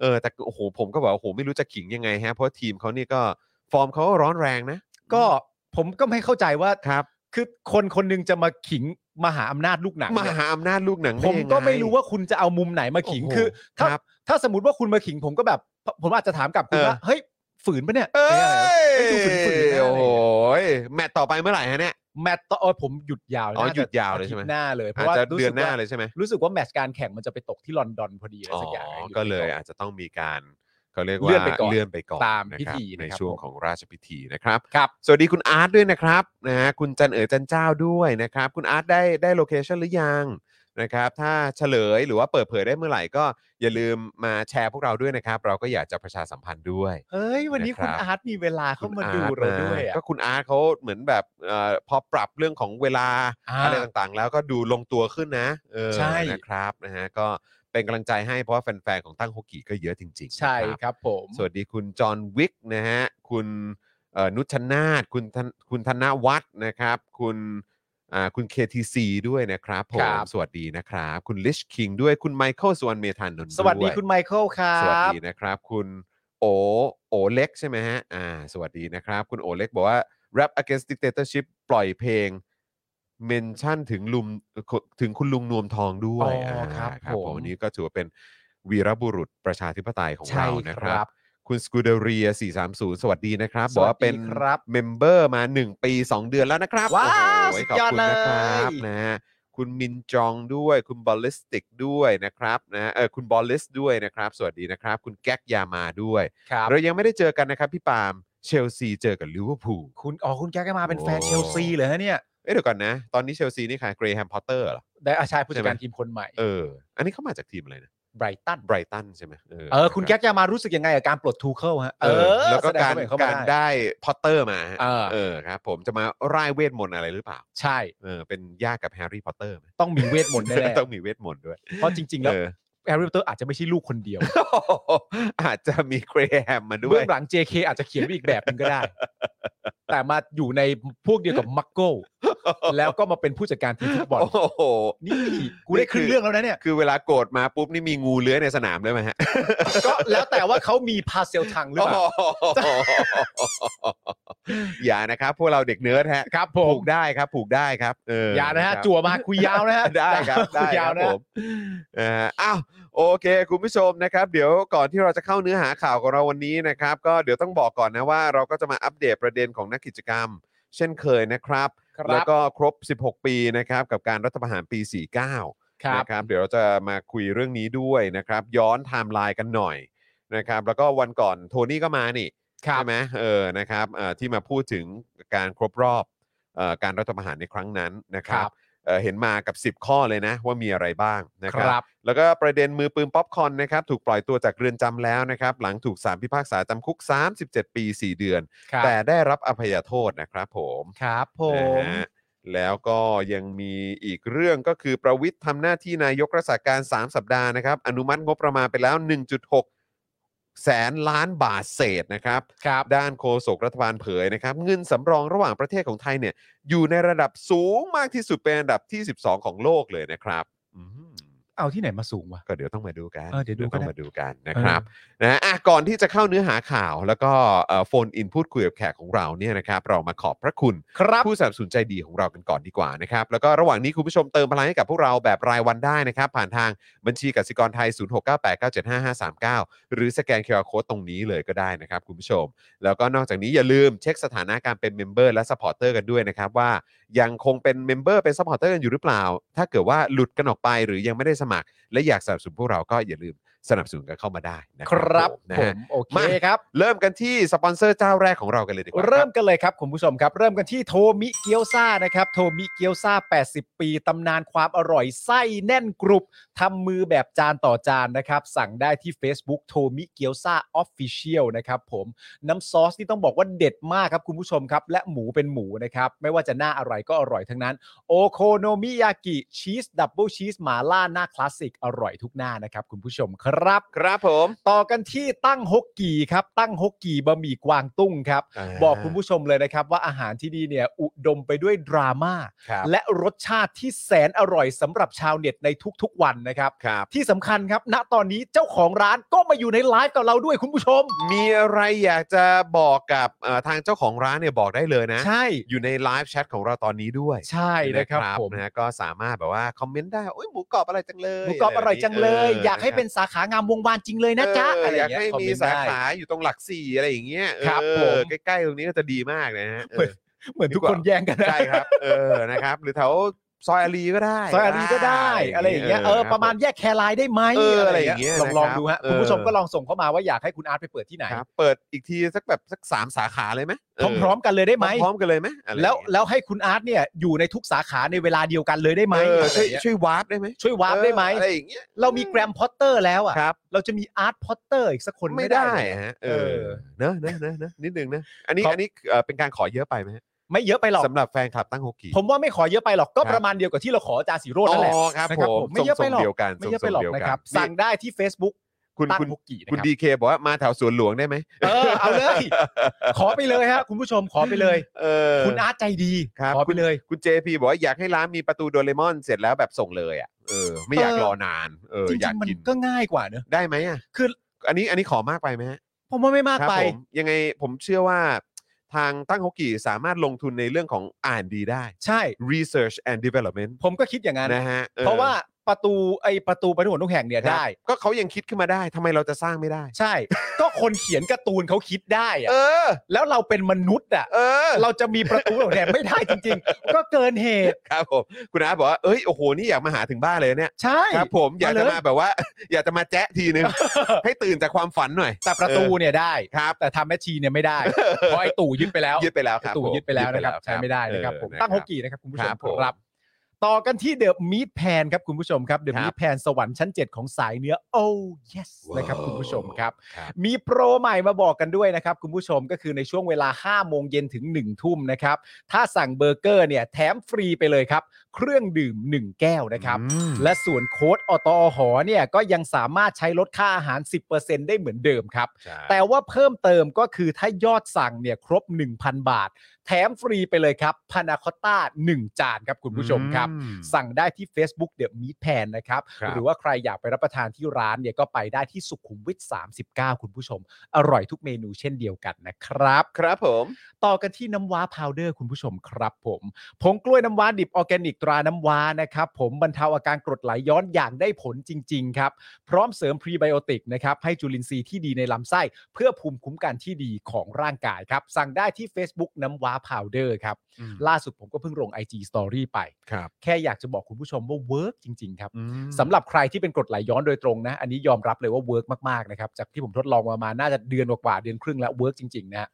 เออ แต่โอ้โหผมก็บอกโอ้โหไม่รู้จะขิงยังไงฮะ เพราะทีมเขานี่ก็ฟอร์มเขาร้อนแรงนะ
ก็ผมก็ไม่เข้าใจว่า
ครับ
คือคนคนหนึงจะมาขิงมหาอำนาจลูกหนัง
ม
เนี่ย
หาอำนาจลูกหนังด้
ผม
ยังง
ก็ไม่รู้ว่าคุณจะเอามุมไหนมาขิง
โอ้โห
คือ ถ้า
ครับ
ถ้าสมมติว่าคุณมาขิงผมก็แบบ ผมอาจจะถามกลับคุณ
เออ
ว่าเฮ้ยฝืนปะเนี่ย
เอ้ย
เฮ้ยดูฝืนฝืนๆนะอะไรอย่างเงี้ย
โอ้โหแมตตช์ต่อไปเมื่อไหร่ฮะเนี่ย
แมตตช์ต่อเออผมหยุดยาว
อ๋อ
น่จะ
หยุดยาวเลยใช่ไหม
อทิตหน้าเลยเพ
อาจ
ราะว่า
จะ
รู้
เดือ
สึ
น
ก
หน้า
ว่า
เลยใช่ไหม
รู้สึกว่าแมตช์การแข่งมันจะไปตกที่ลอนดอนพอดีอะไร
อ๋อ
สักอย่างหนึ่ง
ก็เลยอาจจะต้องมีการ เขาเรียกว่า
เลื่อนไปก่อน
เลื่อนไปก่อน
ตามพิธี
นะครับใน
นะครับ
ช่วง
ผม
ของราชพิธีนะครับ
ครับ
สวัสดีคุณอาร์ตด้วยนะครับนะฮะคุณจันเอ๋อจันเจ้าด้วยนะครับ คุณอาร์ตได้ได้โลเคชันหรือยังนะครับถ้าเฉลยหรือว่าเปิดเผยได้เมื่อไหร่ก็อย่าลืมมาแชร์พวกเราด้วยนะครับ เราก็อยากจะประชาสัมพันธ์ด้วย
เฮ้ยวันนี้คุณ
นะครับ
อาร์ตมีเวลาเข้ามาดู
คุณ
เรา
อร์ต
ด้วย
ม
อะ
ก็คุณอาร์ตเขาเหมือนแบบเอ่อพอปรับเรื่องของเวลา
อ่า
อะไรต่างๆ แล้วก็ดูลงตัวขึ้นนะเออ
ใช่
นะครับนะฮะก็เป็นกำลังใจให้เพราะว่าแฟนๆของตั้งฮกกี้ก็เยอะจริงๆ
ใช่
นะครับ
ครับผม
สวัสดีคุณจอห์นวิกนะฮะคุณเอ่อนุชนาธคุณธนคุณธนวัฒน์นะครับ คุณอ่าคุณ KTC ด้วยนะครับผ
ค
ม
รับ
สวัสดีนะครับ คุณลิชคิงด้วยคุณไมเคิลสวนเมธานนท์
สวัสดี
วย
คุณไมเคิลครั
สวัส
บ
ดีนะครับ คุณโอโอเล็กใช่ไหมฮะอ่าสวัสดีนะครับ คุณโอเล็กบอกว่า rap against dictatorship ปล่อยเพลง เมนชั่นถึงลุมถึงคุณลุงนวมทองด้วย
อ๋ออ่
า
ครับผม
วันนี้ก็ถือว่าเป็นวีรบุรุษประชาธิปไตยของ
ใช่
เรานะ
ค
ครั
รับ บ
คุณสกูเดเรีย430 สวัสดีนะครับ
ส
บอก
วัสดี
ว่าเป็น
ครับ
เมมเบอร์มา 1 ปี 2 เดือนแล้วนะครับ
ว้า
โอ้
ว
โห
สุด
ขอบ
ยอด
คุณ
เล
นะครับ
ย
นะฮะคุณมินจองด้วย คุณบอลลิสติกด้วยนะครับนะฮะเออคุณบอลลิสด้วยนะครับ สวัสดีนะครับ คุณแก๊กยามาด้วย
ครับ
เรายังไม่ได้เจอกันนะครับพี่ปาล์มเชลซีเจอกับลิเวอร์พูล
คุณอ๋อคุณแกก็มาเป็นแฟน
โอ้
เชลซีเหรอฮะเนี่ย
เอ้ยเดี๋ยวก่อนนะ ตอนนี้เชลซีนี่ใครเกรแฮมพอตเตอร์เหรอ
ได้อาชายผู้จั
ใช่
ด
ไหม
การทีมคนใหม่
เออ อันนี้เขามาจากทีมอะไรนะ
ไบรตัน
ไบรตันใช่ไหม
เออคุณแก๊กจะมารู้สึกยังไงกับการปลดทูเคิลฮะ
เออแล้วก็
แสดง
การ
ควมเห็นเข้
การ
ม
ได้พอตเตอร์มาฮะ
เออ
เออครับผมจะมาร่ายเวทมนต์อะไรหรือเปล่า
ใช่
เออเป็นยากกับแฮร์รี่พอตเตอร์ไหม
ต้องมีเวทมนต์แน่ ๆ
ต้องมีเวทมนต์ด้วย
เพราะจริง ๆ แล้ว
เอ อ
แฮร์รี่พอตเตอร์อาจจะไม่ใช่ลูกคนเดียว
อาจจะมีเกรแฮม มาด้ว
เบื้
ย
องหลัง JK อาจจะเขียนไปอีกแบบหนึงก็ ได้ แต่มาอยู่ในพวกเดียวกับมักโก้แล้วก็มาเป็นผู้จัดการทีมฟุตบอล
โอ้โห
นี่กูได้ขึ้
นี่
น
คือ
เรื่องแล้วนะเนี่ย
คือเวลาโกรธมาปุ๊บนี่มีงูเลื้อยในสนามด้วยไหมฮะ
ก็แล้วแต่ว่าเขามีพาเซลทังหรือเปล่า
โอ้โห อย่านะครับ พวกเราเด็กเนิร์ดฮะ
ครับผ
ผู
ม
กได้ครับผูกได้ครับเอออย่
อานะฮะ
ครับ
จั่วมาคุยยาวนะฮะ
ได้ครับ
คุ
ได้
ย
ค
ยาว
รับผม
นะฮะ
อ่าอ้าวโอเค คุณผู้ชมนะครับ เดี๋ยวก่อนที่เราจะเข้าเนื้อหาข่าวของเราวันนี้นะครับ ก็เดี๋ยวต้องบอกก่อนนะว่า เราก็จะมาอัปเดตประเด็นของนักกิจกรรม เช่นเคยนะครับ
ครับ
แล้วก็ครบ 16 ปีนะครับ กับการรัฐประหารปี 49
ครับ
นะครับเดี๋ยวเราจะมาคุยเรื่องนี้ด้วยนะครับ ย้อนไทม์ไลน์กันหน่อยนะครับ แล้วก็วันก่อนโทนี่ก็มานี่
ครับ
ใช่ไหมเออนะครับเอ่อที่มาพูดถึงการครบรอบเอ่อการรัฐประหารในครั้งนั้นนะครับเอ่อเห็นมากับ 10 ข้อเลยนะ ว่ามีอะไรบ้างนะ
ค
ครับ
รับ
แล้วก็ประเด็นมือปืนป๊อปคอร์นนะครับถูกปล่อยตัวจากเรือนจำแล้วนะครับ หลังถูกสารพิพากษาจำคุก 37 ปี 4 เดือน
ครับ
แต่ได้รับอภัยโทษนะครับผม
ครับผ
นะ
ม
ฮะแล้วก็ยังมีอีกเรื่องก็คือประวิทย์ทำหน้าที่นายกรักษาการ 3 สัปดาห์นะครับ อนุมัติงบประมาณไปแล้ว 1.6 แสนล้านบาทเศษนะครับ
ครับ
ด้านโฆษกรัฐบาลเผยนะครับ เงินสำรองระหว่างประเทศของไทยเนี่ย อยู่ในระดับสูงมากที่สุดเป็นอันดับที่ 12 ของโลกเลยนะครับอืม
เอาที่ไหนมาสูงวะ
ก็เดี๋ยวต้องมาดูกัน
เออเดี๋ยวดูก็
ต้อง
ได้
มาดูกันนะครับ นะฮะอ่ะก่อนที่จะเข้าเนื้อหาข่าว แล้วก็โฟนอินพูดคุยกับแขกของเราเนี่ยนะครับ เรามาขอบพระคุณ
ครับ
ผู้สนับสนุนใจดีของเรากันก่อนดีกว่านะครับ แล้วก็ระหว่างนี้คุณผู้ชมเติมพลังให้กับพวกเราแบบรายวันได้นะครับ ผ่านทางบัญชีกสิกรไทย 0698975539 หรือสแกน QR Code ตรงนี้เลยก็ได้นะครับคุณผู้ชม แล้วก็นอกจากนี้อย่าลืมเช็คสถานะการเป็นเมมเบอร์และสปอร์เตอร์กันด้วยนะครับ ว่ายังคงเป็นเมมเบอร์เป็นสปอร์เตอร์กันอยู่หรือเปล่า ถ้าเกิดว่าหลุดกันออกไปหรือยังไม่ได้สมัคร และอยากสนับสนุนพวกเราก็อย่าลืมสนับสนุนกันเข้ามาได้นะ
ค
ครั
รับ
ผมนะ
ผ
ฮะ
มโอเค
มา
ครับ
เริ่มกันที่สปอนเซอร์เจ้าแรกของเรากันเลยดีกว่าคบ
เริ่มกันเลยครับคุณผู้ชมครับ เริ่มกันที่โทมิเกียวซานะครับโทมิเกียวซา80 ปีตำนานความอร่อยไส้แน่นกรุบทำมือแบบจานต่อจานนะครับ สั่งได้ที่ Facebook โทมิเกียวซาออฟฟิเชียลนะครับผมน้ำซอสที่ต้องบอกว่าเด็ดมากครับคุณผู้ชมครับ และหมูเป็นหมูนะครับ ไม่ว่าจะหน้าอะไรก็อร่อยทั้งนั้น โอโคโนมิยากิชีสดับเบิลชีสหมาล่าหน้าคลาสสิกอร่อยทุกหน้านะครับคุณผู้ชมครับ
ครับผม
ต่อกันที่ตั้งฮกกีครับตั้งฮกกีบะหมี่กวางตุ้งครับ บอกคุณผู้ชมเลยนะครับว่าอาหารที่นี่เนี่ยอุดมไปด้วยดราม่า
ครับ
และรสชาติที่แสนอร่อยสำหรับชาวเน็ตในทุกๆวันนะครับ
ครับ
ที่สำคัญครับ ณตอนนี้เจ้าของร้านก็มาอยู่ในไลฟ์กับเราด้วยคุณผู้ชม
มีอะไรอยากจะบอกกับเอ่อทางเจ้าของร้านเนี่ยบอกได้เลยนะ
ใช่
อยู่ในไลฟ์แชทของเราตอนนี้ด้วย
ใช่นะครับผม
นะฮะก็สามารถแบบว่าคอมเมนต์ได้โอ้ยหมูกรอบอะไรจังเลย
หมูกรอบอร่อยจังเลย
ะไแบบ
อยากให้เป็นสาขางามวงวานจริงเลยนะจ๊ะ
เออ
อะไรอย
อา
ย่าก งเงี้
ให้
ยคอม
มี
เมนต์
สา
ได้
ขาอยู่ตรงหลักสี่อะไรอย่างเงี้ย
ครับ
เออ
ผม
ใกล้ๆตรงนี้ก็จะดีมากนะฮะเอ
เหมือน
อ
เหมือนทุกคนแย่งกันนะ
ใช่ครับ เออนะครับ หรือแถว ซอยอารีก็ได้
ซอยอารีก็ได้อะไรอย่างเงี้ยเออประมาณ
คบ
แยกแครไลน์ได้ไหม
เอออะไรอย่างเงี้ย
ลองลอง
นะครับ
ดูฮะ
เออ
คุณผู้ชมก็ลองส่งเข้ามาว่าอยากให้คุณอาร์ตไปเปิดที่ไหน
ครับเปิดอีกทีสักแบบสักสามสาขาเลยไหมเพ
ร้อมๆกันเลยได้ไหม
พร้อมๆกันเลยไหมอะไรอย่าง
แล้ว
เงี้ย
แล้วให้คุณอาร์ตเนี่ยอยู่ในทุกสาขาในเวลาเดียวกันเลยได้ไหม
เออ
อะไร
ช่วย
เงี้ย
ช่วยวาร์ปได้ไหม
ช่วยวาร์ปได้ไหม
เอออะไรอย่างเงี้ย
เรามีแกรมพอตเตอร์แล้วอ่ะ
ครับ
เราจะมีอาร์ตพอตเตอร์อีกสักคน
ไม่
ไม่
ได้
ได้เหรอ
ฮะเอ
เอ
อ
อ
เนอะเนอะเนอะเนอะนิดนึงนะ อันนี้
ครับ
อันนี้เอ่อเป็นการขอเยอะไปไหมฮะ
ไม่เยอะไปหรอก
สำหรับแฟนคลับตั้งฮกกี้
ผมว่าไม่ขอเยอะไปหรอกก็
ครับ
ประมาณเดียวกับที่เราขออาจารย์สีโรจน์นั่นแหละ
อ๋อครับ
นะ
ผ
ครับ
ม
ผมไม่เยอะไปหรอก
ทรงๆเดียวกัน
ไม่เยอะไปหรอก
ทงๆเดียว
นะครับ
นี่
สั่งได้ที่ Facebook
คุณ
ตั้ง
คุณ
ฮกกี้นะ
คุณ
ครับ
ดีเคบอกว่ามาแถวสวนหลวงได้ไหม
เออเอาเลย ขอไปเลยฮะคุณผู้ชมขอไปเลย
เออ
คุณอาร์ตใจดี
ครับ
ขอไปเลย
คุณเจพีบอกว่าอยากให้ร้านมีประตูโดเรมอนเสร็จแล้วแบบส่งเลยอ่ะเออ ไม่อยาก
เออ
รอนานเออ
จริ
อยาก
งๆมัน
กิน
ก็ง่ายกว่าเนอะ
ได้ไหมอ่ะ
คือ
อันนี้อันนี้ขอมากไปไหมฮะ
ผมว่าไม่มาก
ครับ
ไป
ผมยังไงผมเชื่อว่าทางตั้งฮกกี้สามารถลงทุนในเรื่องของอ่านดีได้
ใช่
research and development
ผมก็คิดอย่างนั้น
นะฮะออ
เพราะว่าประตูไอประตูประตูหนทุกแห่งเนี่ย
ครับ
ได้
ก็เขายังคิดขึ้นมาได้ทำไมเราจะสร้างไม่ได้
ใช่ ก็คนเขียนการ์ตูนเขาคิดได้อะ
เออ
แล้วเราเป็นมนุษย์อ่ะ
เออ
เราจะมีประตูหนทุกแห่งไม่ได้จริง ๆ ก็เกินเหตุ
ครับผมคุณอาบอกว่าเอ้ยโอ้โหนี่อยากมาหาถึงบ้านเลยเนี่ย
ใช่
ครับ ผมอยากจะ
มาเลย
มาแบบว่า อยากจะมาแจ๊ะที นึง ให้ตื่นจากความฝันหน่อย
แต่ประตูเนี่ยได้
ครับ
แต่ทำแมชชีนเนี่ยไม่ได้ เพราะไอ้ตู่ยึดไปแล้ว
ยึดไปแล้วครับ
ตู่
ผม
ยึดไปแล้วนะครับใช้ไม่ได้
เออ
นะครับผม
นะ
ตั้ง
ค
ฮ
รับ
กกี้นะครับคุณผู้ช
ครั
ม
บผม
ครับ ต่อกันที่เด e m มีดแพนครับคุณผู้ชมครับเด e
ครับ
มีดแพนสวรรค์ชั้น 7 ของสายเนื้อ โอ้ yes นะครับ
ว้าว
คุณผู้ชมครับ
ครับ
มีโปรใหม่มาบอกกันด้วยนะครับ คุณผู้ชมก็คือในช่วงเวลา 5 โมงเย็นถึง 1 ทุ่มนะครับ ถ้าสั่งเบอร์เกอร์เนี่ยแถมฟรีไปเลยครับ เครื่องดื่ม 1 แก้วนะครับ
อืม
และส่วนโค้ดอตอหอเนี่ยก็ยังสามารถใช้ลดค่าอาหาร 10%ได้เหมือนเดิมครับ
ใช่
แต่ว่าเพิ่มเติมก็คือถ้ายอดสั่งเนี่ยครบ 1,000 บาท แถมฟรีไปเลยครับพานาคอต้า 1 จานครับคุณผู้ชมครับ
อืม
สั่งได้ที่ Facebook The Meat Pan นะครับ
ครับ
หรือว่าใครอยากไปรับประทานที่ร้านเนี่ยก็ไปได้ที่สุขุมวิท 39 คุณผู้ชม อร่อยทุกเมนูเช่นเดียวกันนะครับ
ครับผม
ต่อกันที่น้ำว้าพาวเดอร์คุณผู้ชมครับผมผงกล้วยน้ำว้าดิบออร์แกนิกตราน้ำว้านะครับผมบรรเทาอาการกรดไหลย้อนอย่างได้ผลจริง ๆ ครับ พร้อมเสริมพรีไบโอติกนะครับให้จุลินทรีย์ที่ดีในลำไส้ เพื่อภูมิคุ้มกันที่ดีของร่างกายครับ สั่งได้ที่ Facebook น้ำว้าพาวเดอร์ครับ
อืม
ล่าสุดผมก็เพิ่งลง IG Story ไป
ครับ
แค่อยากจะบอกคุณผู้ชมว่าเวิร์กจริง ๆ ครับ
อืม
สำหรับใครที่เป็นกรดไหลย้อนโดยตรงนะ อันนี้ยอมรับเลยว่าเวิร์กมาก ๆ นะครับ จากที่ผมทดลองมามาน่าจะเดือนกว่าๆเดือนครึ่งแล้วเวิร์กจริง ๆ นะฮะ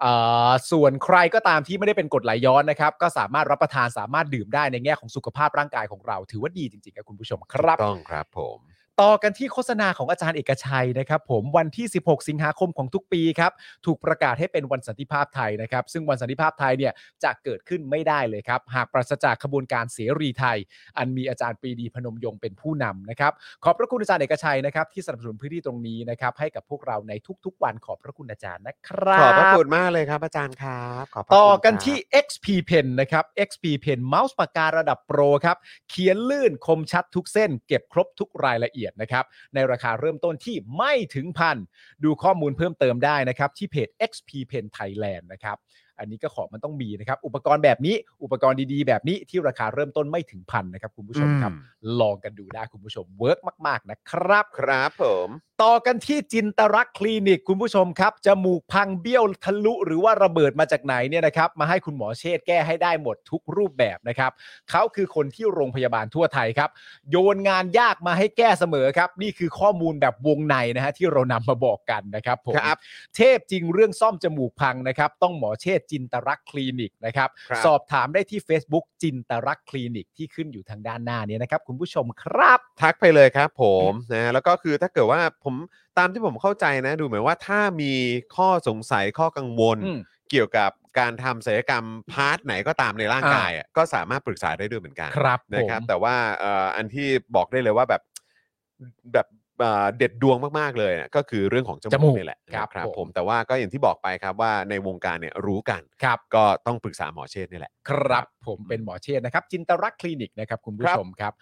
เอ่อส่วนใครก็ตามที่ไม่ได้เป็นกรดไหลย้อนนะครับ ก็สามารถรับประทานสามารถดื่มได้ในแง่ของสุขภาพร่างกายของเรา ถือว่าดีจริงๆครับคุณผู้ชมครับ
ต้องครับผม
ต่อกันที่โฆษณาของอาจารย์เอกชัยนะครับ ผมวันที่ 16 สิงหาคมของทุกปีครับถูกประกาศให้เป็นวันสันติภาพไทยนะครับ ซึ่งวันสันติภาพไทยเนี่ยจะเกิดขึ้นไม่ได้เลยครับ หากปราศจากขบวนการเสรีไทย อันมีอาจารย์ปรีดีพนมยงค์เป็นผู้นำนะครับ ขอบพระคุณอาจารย์เอกชัยนะครับ ที่สนับสนุนพื้นที่ตรงนี้นะครับให้กับพวกเราในทุกๆ วันขอบพระคุณอาจารย์นะครับ
ขอบพระคุณมากเลยครับอาจารย์ครับขอบพระคุณ
ต่อกันที่
ครับ
XP Pen นะครับ XP Pen เมาส์ปากการะดับโปรครับ เขียนลื่นคมชัดทุกเส้น เก็บครบทุกรายละเอียดนะครับ ในราคาเริ่มต้นที่ไม่ถึงพัน ดูข้อมูลเพิ่มเติมได้นะครับ ที่เพจ XP Pen Thailand นะครับ อันนี้ก็ของมันต้องมีนะครับ อุปกรณ์แบบนี้อุปกรณ์ดีๆ แบบนี้ที่ราคาเริ่มต้นไม่ถึงพันนะครับคุณผู้ชมครับ
อืม
ลองกันดูได้คุณผู้ชมเวิร์กมาก ๆ นะครับ
ครับผม
ต่อกันที่จินตรักษณ์คลินิกคุณผู้ชมครับจมูกพังเบี้ยวทะลุหรือว่าระเบิดมาจากไหนเนี่ยนะครับ มาให้คุณหมอเชษฐ์แก้ให้ได้หมดทุกรูปแบบนะครับเขาคือคนที่โรงพยาบาลทั่วไทยครับ โยนงานยากมาให้แก้เสมอครับ นี่คือข้อมูลแบบวงในนะฮะที่เรานำมาบอกกันนะครับผม
ครับ
เทพจริงเรื่องซ่อมจมูกพังนะครับ ต้องหมอเชษจินตรักษณ์คลินิกนะครับ
ครับ
สอบถามได้ที่ Facebook จินตรักษณ์คลินิกที่ขึ้นอยู่ทางด้านหน้านี้นะครับ คุณผู้ชมครับ
ทักไปเลยครับผมนะแล้วก็คือถ้าเกิดว่าผมตามที่ผมเข้าใจนะ ดูเหมือนว่าถ้ามีข้อสงสัยข้อกังวล
อืม
เกี่ยวกับการทำศัลยกรรมพาร์ทไหนก็ตามในร่างกายอะก็สามารถปรึกษาได้ด้วยเหมือนกัน
ครับผม
นะครับ แต่ว่าเอ่ออันที่บอกได้เลยว่าแบบแบบเอ่อเด็ดดวงมากๆเลยอะก็คือเรื่องของจ
จมู
มูก
ก
นี่แหละ
ครับ
นะ
ผม
ผมแต่ว่าก็อย่างที่บอกไปครับว่าในวงการเนี่ยรู้กัน
ครับ
ก็ต้องปรึกษาหมอเชษฐ์นี่แหละ
ครับผมเป็นหมอเชษฐ์นะครับ จินตรักษณ์คลินิกนะครับ คุณผู้ชมครับ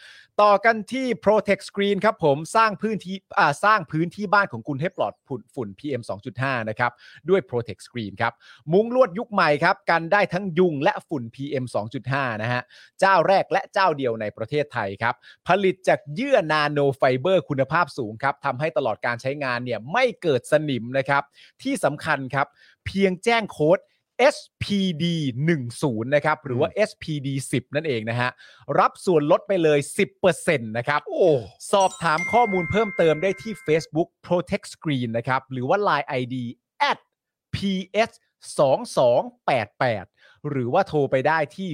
ต่อกันที่ Protect Screen ครับผมสร้างพื้นที่อ่าสร้างพื้นที่บ้านของคุณให้ปลอดฝุ่นฝุ่น PM 2.5 นะครับ ด้วย Protect Screen ครับ มุ้งลวดยุคใหม่ครับ กันได้ทั้งยุงและฝุ่น PM 2.5 นะฮะ เจ้าแรกและเจ้าเดียวในประเทศไทยครับ ผลิตจากเยื่อนาโนไฟเบอร์คุณภาพสูงครับทำให้ตลอดการใช้งานเนี่ยไม่เกิดสนิมนะครับ ที่สำคัญครับ เพียงแจ้งโค้ด SPD 10นะครับหรือว่า SPD 10นั่นเองนะฮะ รับส่วนลดไปเลย 10%นะครับ โอ้ สอบถามข้อมูลเพิ่มเติมได้ที่ Facebook Protect Screen นะครับ หรือว่า Line ID at ps 2 2 8 8หรือว่าโทรไปได้ที่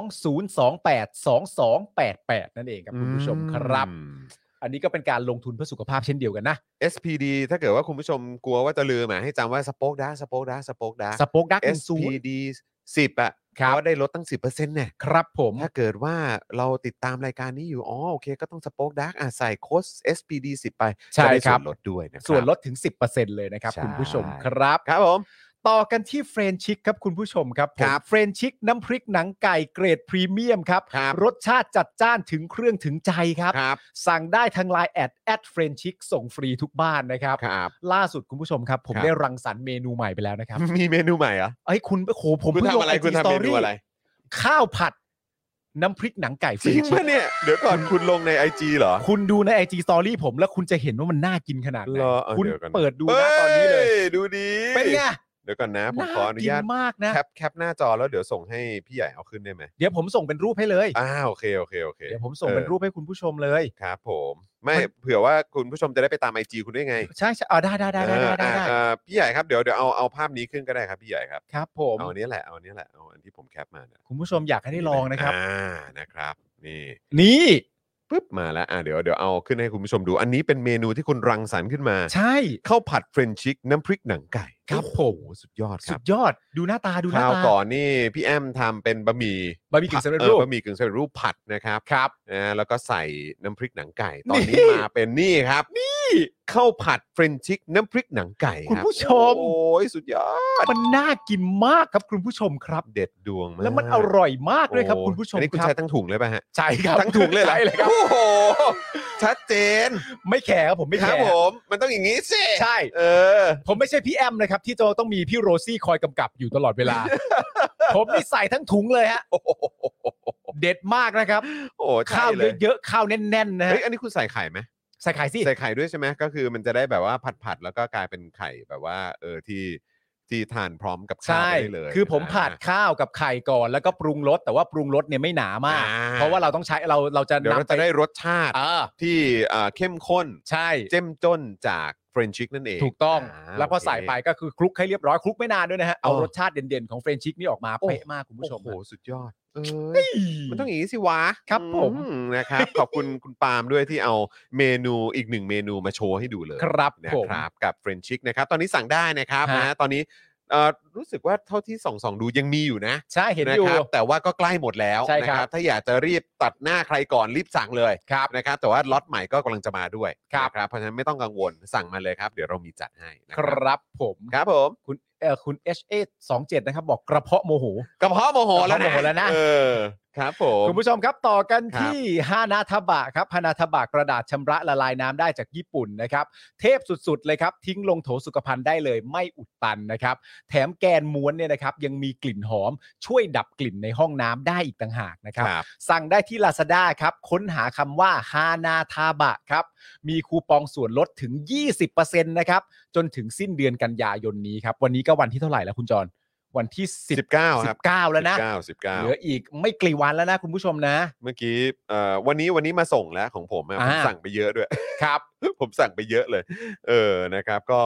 02028 2288 นั่นเองครับคุณผู้ชมครับ
อืม
อันนี้ก็เป็นการลงทุนเพื่อสุขภาพเช่นเดียวกันนะ
SPD ถ้าเกิดว่าคุณผู้ชมกลัวว่าจะลืมอ่ะให้จำว่าสป o อ e ดาสป o อ e ดาสป o อ e ดา
สปอคดักเป็นศูนย์
SPD 10อ่ะ
ครับ
เพาะว่าได้ลดตั้ง 10%เนี่ย
ครับผม
ถ้าเกิดว่าเราติดตามรายการนี้อยู่ อ๋อ โอเค ก็ต้องสป o อ e ดาอ่ะใส่โค้ด SPD 10 ไป
ใช่
จะได้
ครั
ส่
บ
วนลดด้วยนะครับ
ส่วนลดถึง 10%เลยนะครับ
ใช่
คุณผู้ชมครับ
ครับผม
ต่อกันที่เฟรนชิกครับคุณผู้ชมครับผม
ครับ
เฟรนชิกน้ำพริกหนังไก่เกรดพรีเมียมครับ
ครับ
รสชาติจัดจ้านถึงเครื่องถึงใจครับ
ครับ
สั่งได้ทางไลน์แอดแอดเฟรนชิกส่งฟรีทุกบ้านนะครับ
ครับ
ล่าสุดคุณผู้ชมครับ ผม
ครับ
ได้รังสรรค์เมนูใหม่ไปแล้วนะครับ
มีเมนูใหม่เหรอ
ไอ้ยคุณโอ้โหผม
คุณ
เพิ่ง
ทำ
ลง
อะไร
ไอ
คุ
จี
ณ
ส
ทำ
ต
เม
อ
นู
รี่
อะไร
ข้าวผัด น้ำพริกหนังไก่เฟ
จ
ร
ริ
น
ง
ชิ
ปะ
ก
เนี่ย เดี๋ยวก่อนคุณลงในไอจเหรอ
คุณดูในไอจีสตอรี่ผมแล้วคุณจะเห็นว่ามันน่ากินขนาดไหน
เหรอเอา
คุณ
เดี๋ยวก่อนนะ
เปิดดูนะตอนนี้เลย
ฮ้ดูดี
เป็นไง
เดี๋ยวก่อนนะ ผมขออนุญาต
กิมากนะ
แคปแคปหน้าจอแล้วเดี๋ยวส่งให้พี่ใหญ่เอาขึ้นได้ไหม
เดี๋ยวผมส่งเป็นรูปให้เลย
อ้าวโอเค โอเค โอเค
เดี๋ยวผมส่งเป็นรูปให้คุณผู้ชมเลย
ครับผม ไม่เผื่อว่าคุณผู้ชมจะได้ไปตามไอจคุณด้วยไง
ใช่ใช่อ่าได้ได้ได้ได้ได้ได้
อ่าอ่าพี่ใหญ่ครับ เดี๋ยวเดี๋ยวเอาเอาภาพนี้ขึ้นก็ได้ครับ พี่ใหญ่ครับ
ครับผม
เอาอันนี้แหละ เอาอันนี้แหละ เอาอันที่ผมแคปมาเนี่ย
คุณผู้ชมอยากให้ได้ลองนะครับ
อ่า นะครับ นี่
นี่
ปึ๊บมาแล้ว อ่ะเดี๋ยวเดี๋ยวเอาขึ้นให้คุณผู้ชมดู อันนี้เป็นเมนูที่คุณรังสรรค์ขึ้นมา
ใช่
ข้าวผัดเฟรนชิกน้ำพริกหนังไก่
ครับผม
โอ้โหสุดยอดค
สุ
รับ
ดยอดดูหน้าตาดูหน้าร
คาว
ตา
ก่อนนี่พี่แอมทำเป็นบะหมี่
บาร์บีคิวสำเร็จ
เออ
รูป
บะหมี่กึ่งสำเร็จรูปผัดนะครับ
ครับ
นะฮะแล้วก็ใส่น้ำพริกหนังไก่ ตอน
นี่
นี้มาเป็นนี่ครับ นี่ข้าวผัดเฟรนชิกน้ำพริกหนังไก่
คุณ
รับ
ผู้ชม
โอ้ยสุดยอด
มันน่ากินมากครับคุณผู้ชมครับ
เด็ดดวงมาก
แล้วมันอร่อยมากด้วยครับ
โอ้
คุณผู้ชม
อันนี้คุณ
ครับ
ใช้ทั้งถุงเลยป่ะฮะ
ใช่ครับ
ทั้งถุงเลยเหรอ
ใช่เลยครับ
โอ้โหชัดเจน
ไม่แคร์ครับผมไม่
ค
แครับ ร์
ผมมันต้องอย่างนี้สิ
ใช่
เออ
ผมไม่ใช่พี่แอมนะครับ ที่จะต้องมีพี่โรซี่คอยกำกับอยู่ตลอด เวลา ผมนี่ใส่ทั้งถุงเลยฮะเด็ดมากนะครับ
โอ้ใช่
ข้าว
เลย
เยอะๆข้าวแน่นๆนะฮะ
เฮ้ยอันนี้คุณใส่ไข่ไหม
ใส่ไข่สิ
ใส่ไข่ด้วยใช่ไหมก็คือมันจะได้แบบว่าผัดผัดๆแล้วก็กลายเป็นไข่แบบว่า เออที่ที่ทานพร้อมกับข้าว
ใช่
ไปได้เลย
คือผม
นะ
ผัดข้าวกับไข่ก่อน แล้วก็ปรุงรส แต่ว่าปรุงรสเนี่ยไม่หนามาก
อ่
เพราะว่าเราต้องใช้เราเราจะ
เดี๋ยวเรา
นำไป
จะได้รสชาติ
เออ
ที่เอ่อเข้มข้น
ใช่
เจ้มจ้นจากเฟรนชิกนั่นเอง
ถูกต้อง
า
แล้วพอใส่ไป
โ
ก็คือคลุกให้เรียบร้อย คลุกไม่นานด้วยนะฮะ เอา
อ๋อ
รสชาติเด่นๆ ของเฟรนชิกนี่ออกมา
โอ้
เป๊ะมากคุณ
เค
ผู้ชม
โอ้โห
ฮะ
สุดยอดเอ้ยมันต้องอย่างนี้สิวะ
ครับผม
อื นะครับ ขอบคุณคุณปาล์มด้วยที่เอาเมนูอีกหนึ่งเมนูมาโชว์ให้ดูเลย
ครับ
นะ
ผม
ครับกับเฟรนชิกนะครับ ตอนนี้สั่งได้นะครับ
ฮะ
นะตอนนี้เอ่อรู้สึกว่าเท่าที่ส่องสองๆดูยังมีอยู่นะ
ใช่เห็น
นะ
อยู่
ครับแต่ว่าก็ใกล้หมดแล้ว
ใช่
นะครับ ถ้าอยากจะรีบตัดหน้าใครก่อนรีบสั่งเลย
ครับ
นะครับ แต่ว่าล็อตใหม่ก็กำลังจะมาด้วย
ครับ
นะครับเพราะฉะนั้นไม่ต้องกังวลสั่งมาเลยครับ เดี๋ยวเรามีจัดให้นะค
ค
รับ
รับผม
ครับผม
คุณเออคุณ h อ27นะครับ บอกกระเพาะโมโห
กระเพาะโมโหแล้ว
กระเพาะโมโหแล้ว
นะ
นะ
เออครับผม
คุณผู้ชมครับต่อกัน
ครับ
ที่ฮานาทบะครับฮานาทบะกระดาษชำระละลายน้ำได้จากญี่ปุ่นนะครับ เทพสุดๆเลยครับ ทิ้งลงโถสุขภัณฑ์ได้เลยไม่อุดตันนะครับ แถมแกนม้วนเนี่ยนะครับ ยังมีกลิ่นหอมช่วยดับกลิ่นในห้องน้ำได้อีกต่างหากนะค
ครับ รับ
สั่งได้ที่ Lazada ครับ ค้นหาคำว่าฮานาทาบะครับ มีคูปองส่วนลดถึง 20%นะครับ จนถึงสิ้นเดือนกันยายนนี้ครับ วันนี้ก็วันที่เท่าไหร่แล้วคุณจร วันที่10
19ครับ
19 แล้วนะ
เก้าสิบเก้า
เหลืออีกไม่กี่วันแล้วนะคุณผู้ชมนะ
เมื่อกี้เอ่อวันนี้วันนี้มาส่งแล้วของผมอะผม
อ่า
สั่งไปเยอะด้วย
ครับ
ผมสั่งไปเยอะเลย เออ นะครับ ก็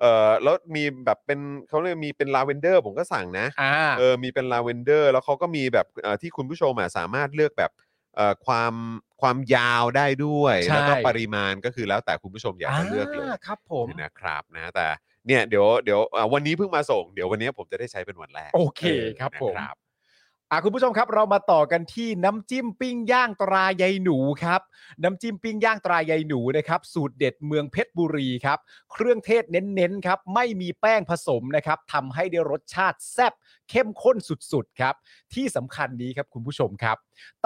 เออแล้วมีแบบเป็นเขาเรียกมีเป็นลาเวนเดอร์ผมก็สั่งนะ
อ่า
เออ มีเป็นลาเวนเดอร์ แล้วเขาก็มีแบบเอ่อที่คุณผู้ชมอะสามารถเลือกแบบเอ่อความความยาวได้ด้วย
ใช่
แล้วก็ปริมาณก็คือแล้วแต่คุณผู้ชมอยากจะเลือกเลย
าครับผม
นะครับนะ แต่เนี่ยเดี๋ยวเดี๋ยวอ่ะวันนี้เพิ่งมาส่ง เดี๋ยววันนี้ผมจะได้ใช้เป็นวันแรก
โอเค
ออ
ครับ
นะ
ผมอ่ะคุณผู้ชมครับเรามาต่อกันที่น้ำจิ้มปิ้งย่างตรายายหนูครับ น้ำจิ้มปิ้งย่างตรายายหนูนะครับสูตรเด็ดเมืองเพชรบุรีครับ เครื่องเทศเน้นๆครับไม่มีแป้งผสมนะครับทำให้ได้รสชาติแซ่บเข้มข้นสุดๆครับ ที่สำคัญนี้ครับคุณผู้ชมครับ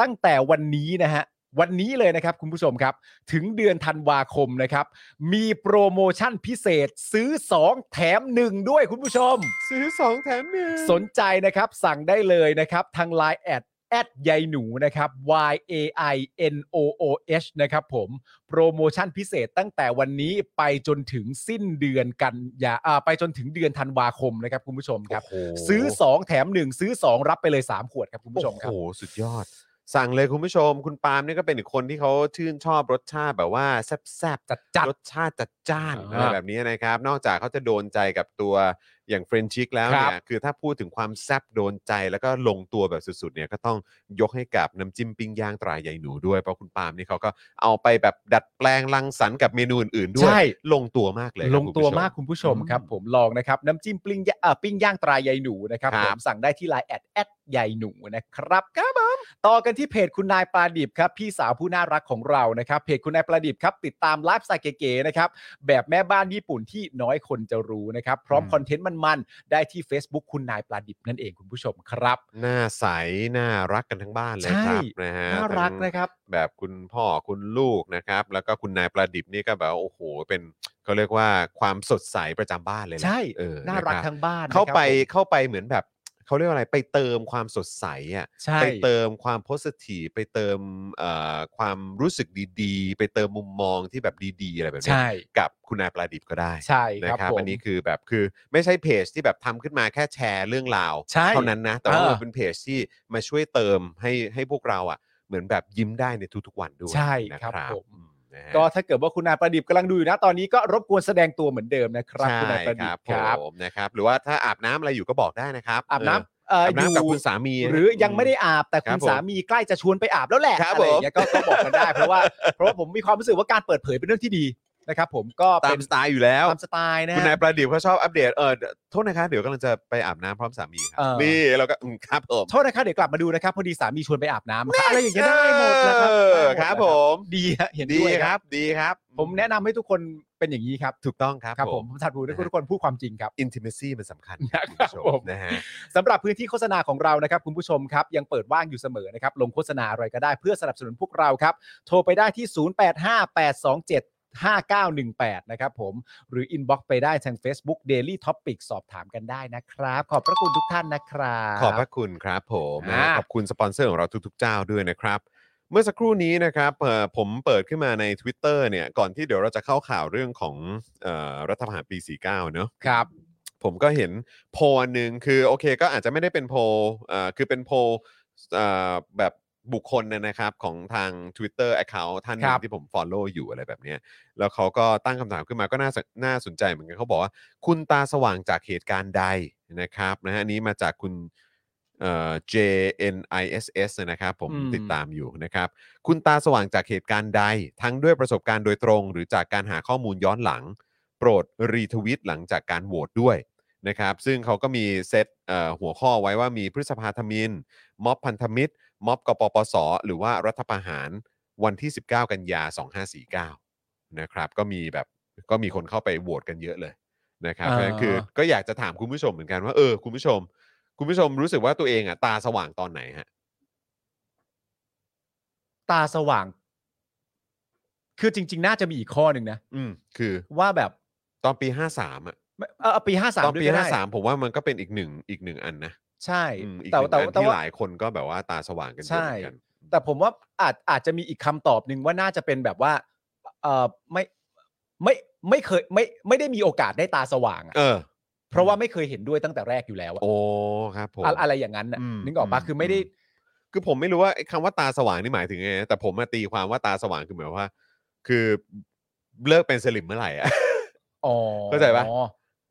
ตั้งแต่วันนี้นะฮะวันนี้เลยนะครับคุณผู้ชมครับ ถึงเดือนธันวาคมนะครับ มีโปรโมชั่นพิเศษซื้อ 2 แถม 1 ด้วยคุณผู้ชม
ซื้อสองแถมหนึ่ง
สนใจนะครับสั่งได้เลยนะครับ ทาง Line แอด แอดยายหนูนะครับ y a i n o o h นะครับผม โปรโมชั่นพิเศษตั้งแต่วันนี้ไปจนถึงสิ้นเดือนกันยาอ่าไปจนถึงเดือนธันวาคมนะครับคุณผู้ชมครับ ซื้อ 2 แถม 1 ซื้อ 2 รับไปเลย 3 ขวดครับคุณผู้ชมครับ
โอ้โหสุดยอด สั่งเลยคุณผู้ชม คุณปาล์มนี่ก็เป็นอีกคนที่เขาชื่นชอบรสชาติแบบว่าแซ่บๆ
จัดจัด
รสชาติจัดจ้านอะ
อ่า
ไรแบบนี้นะครับ นอกจากเขาจะโดนใจกับตัวอย่างเฟรนชิกแล้ว
ครับ
เนี่ยคือถ้าพูดถึงความแซ่บโดนใจแล้วก็ลงตัวแบบสุดๆเนี่ยก็ต้องยกให้กับน้ำจิ้มปิ้งย่างตรายายหนูด้วยเพราะคุณปาล์มนี่เขาก็เอาไปแบบดัดแปลงรังสรรค์กับเมนูอื่นๆด้วย
ใช่
ลงตัวมากเลยครับ
ลงตั
คุณผู้
ว
ช
มากคุณผู้ชมครับ ผมลองนะครับ น้ำจิ้มปิ้งย่างอ่าปิ้งย่างตรายายหนูนะครับ
ครั
ผ
บ
มสั่งได้ที่ไลน์แอดแอดยายหนูนะครับครับผมต่อกันที่เพจคุณนายปลาดิบครับ พี่สาวผู้น่ารักของเรานะครับ เพจคุณนายปลาดิบครับ ติดตามไลฟ์สไตล์เก๋ๆนะครับ แบบแม่บ้านญี่ปุ่นที่น้อยคนจะรู้นะครับ พร้อมคอนเทนต์มันๆได้ที่ Facebook คุณนายปลาดิบนั่นเองคุณผู้ชมครับ
หน้าใสน่ารักกันทั้งบ้านเลย
ใช่
ครับนะฮะ
น่ารัก
ทั้ง
นะครับ
แบบคุณพ่อคุณลูกนะครับ แล้วก็คุณนายประดิษฐ์นี่ก็แบบว่าโอ้โห เป็นเขาเรียกว่าความสดใสประจำบ้านเลยนะ
ใช่
เออ
น่ารัก
ะคบ
ทั้งบ้านนะครับ
เข้าไป
ผม
เข้าไปเหมือนแบบเขาเรียกว่าอะไรไปเติมความสดใสอ่ะ
ใช่
ไปเติมความโพสิทีฟไปเติมเอ่อความรู้สึกดีๆ ไปเติมมุมมองที่แบบดีๆ อะไรแบบเนี้ย
ใช่
กับคุณนายประดิษฐ์ก็ได้
ใช่
นะครับ
ผม
อันนี้คือแบบคือไม่ใช่เพจที่แบบทำขึ้นมาแค่แชร์เรื่องราว
ใช่
เท่านั้นนะแต่ว่า
เอ
มั
อ
นเป็นเพจที่มาช่วยเติมให้ให้พวกเราอ่ะ เหมือนแบบยิ้มได้ในทุกๆวันด้วย
ใช่
นะครับ
ผม
อืนะฮะ
ก็ถ้าเกิดว่าคุณนายประดิบกำลังดูอยู่นะตอนนี้ก็รบกวนแสดงตัวเหมือนเดิมนะครับ คุณ
ใช่
นายประดิบค
ค
รั
รั
บบ
ผมนะครับ หรือว่าถ้าอาบน้ำอะไรอยู่ก็บอกได้นะครับ
อาบน้ำเอ
เออ
อ
อาบ
อ
น้ำกับ
ยู่
คุณสามี
หรือยังไม่ได้
ม
อาบแต่
ครับ
คุณ
ผม
สามีใกล้จะชวนไปอาบแล้วแหละ
ครับ
อะไรอย่างเงี้ยก็ก็บอกกันได้ เพราะว่าเพราะว่าผมมีความรู้สึกว่าการเปิดเผยเป็นเรื่องที่ดีนะครับ ผมก็
ตา
เป็
ม
น
สไตล์อยู่แล้ว
ตามสไตล์นะ
คุณนาย
ฮะ
ประดิษฐ์เขาชอบอัปเดตเออโทษนะครับเดี๋ยวกำลังจะไปอาบน้ำพร้อมสามีครับ
เออ
นี่เราก็อืมครับผม
โทษนะครับเดี๋ยวกลับมาดูนะครับพอดีสามีชวนไปอาบน้ำอะไรอย่างเงี้ยได้หมดนะครั
เออ
ได้หดนะครับ
ผม
ดีฮะเห็น
ดี
ด้วย
ค
ค
รั
รั
บบ ดีครับ
ผมแนะนำให้ทุกคนเป็นอย่างนี้ครับ
ถูกต้องครับ
ครับผมผมสัตว์ผูให้ทุกคนพูดความจริงครับ
อิมันสำคัญ
นะครับ
คุณผู้ช
ผม ม
นะฮะ
สำหรับพื้นที่โฆษณาของเรานะครับคุณผู้ชมครับยังเปิดว่างอยู่เสมอนะครับลงโฆษณาอะไรก็ได้เพื่อสนับสนุนพวกเราครับ โทรไปได้ที่ 085827 5918 นะครับผม หรือ inbox ไปได้ทาง Facebook Daily Topic สอบถามกันได้นะครับ ขอบพระคุณทุกท่านนะครับ
ขอบพระคุณครับผมนะฮะ
อ่า
ขอบคุณสปอนเซอร์ของเราทุกๆเจ้าด้วยนะครับ เมื่อสักครู่นี้นะครับเอ่อผมเปิดขึ้นมาใน Twitter เนี่ยก่อนที่เดี๋ยวเราจะเข้าข่าวเรื่องของเอ่อรัฐประหารปี 49 เนอะ
ครับ
ผมก็เห็นโพลอันหนึ่งคือโอเคก็อาจจะไม่ได้เป็นโพลเอ่อคือเป็นโพลเอ่อแบบบุคคลนะนะครับของทาง Twitter Account ท่านหนึ
ครั
ง
บ
ที่ผม Follow อยู่อะไรแบบเนี้ยแล้วเขาก็ตั้งคำถามขึ้นมาก็น่าสนน่าสนใจเหมือนกันเขาบอกว่า คุณตาสว่างจากเหตุการณ์ใดนะครับนะฮะอันนี้มาจากคุณเอ่อ JNISS นะครับ ผม
อืม
ติดตามอยู่นะครับ คุณตาสว่างจากเหตุการณ์ใด ทั้งด้วยประสบการณ์โดยตรง หรือจากการหาข้อมูลย้อนหลัง โปรดรีทวิตหลังจากการโหวตด้วยนะครับ ซึ่งเขาก็มีเซตเอ่อหัวข้อไว้ว่ามีพฤษภาธมิน ม็อบพันธมิตร ม็อบกปปส หรือว่ารัฐประหารวันที่ 19 กันยา 2549 นะครับ ก็มีแบบก็มีคนเข้าไปโหวตกันเยอะเลยนะครับเพราะฉะนั้นคือ
อ่า
ก็อยากจะถามคุณผู้ชมเหมือนกันว่าเออคุณผู้ชม คุณผู้ชมรู้สึกว่าตัวเองอ่ะตาสว่างตอนไหนฮะ
ตาสว่าง คือจริง ๆ น่าจะมีอีกข้อหนึ่งนะ
อืมคือ
ว่าแบบ
ตอนปี 53อ่ะ
ไม่เออปีห้าสาม
ตอนปี
ด้วยก็ได้
53 ผมว่ามันก็เป็นอีกหนึ่งอีกหนึ่งอันนะ
ใช่
อืมอีกห
แต่
นึ่งอั
แต่
น
แต่
ที่
ว่า
หลายคนก็แบบว่าตาสว่างกันเยอะเหมือนกัน
แต่ผมว่าอาจอาจจะมีอีกคำตอบหนึ่งว่าน่าจะเป็นแบบว่าเออไม่ไม่ไม่เคยไม่ไม่ได้มีโอกาสได้ตาสว่างอะ
เออ
เพราะว่าไม่เคยเห็นด้วยตั้งแต่แรกอยู่แล้วอะ
โอ้ครับผม
อะอะไรอย่างนั้นน่ะ
อืม
นึกออกปะ
ม
คือไม่ได้
คือผมไม่รู้ว่าไอ้คำว่าตาสว่างนี่หมายถึงไงนะแต่ผมมาตีความว่าตาสว่างคือหมายความว่า คือเลิกเป็นสลิมเมื่อไหร่อะ
อ๋อ
เข้าใจปะ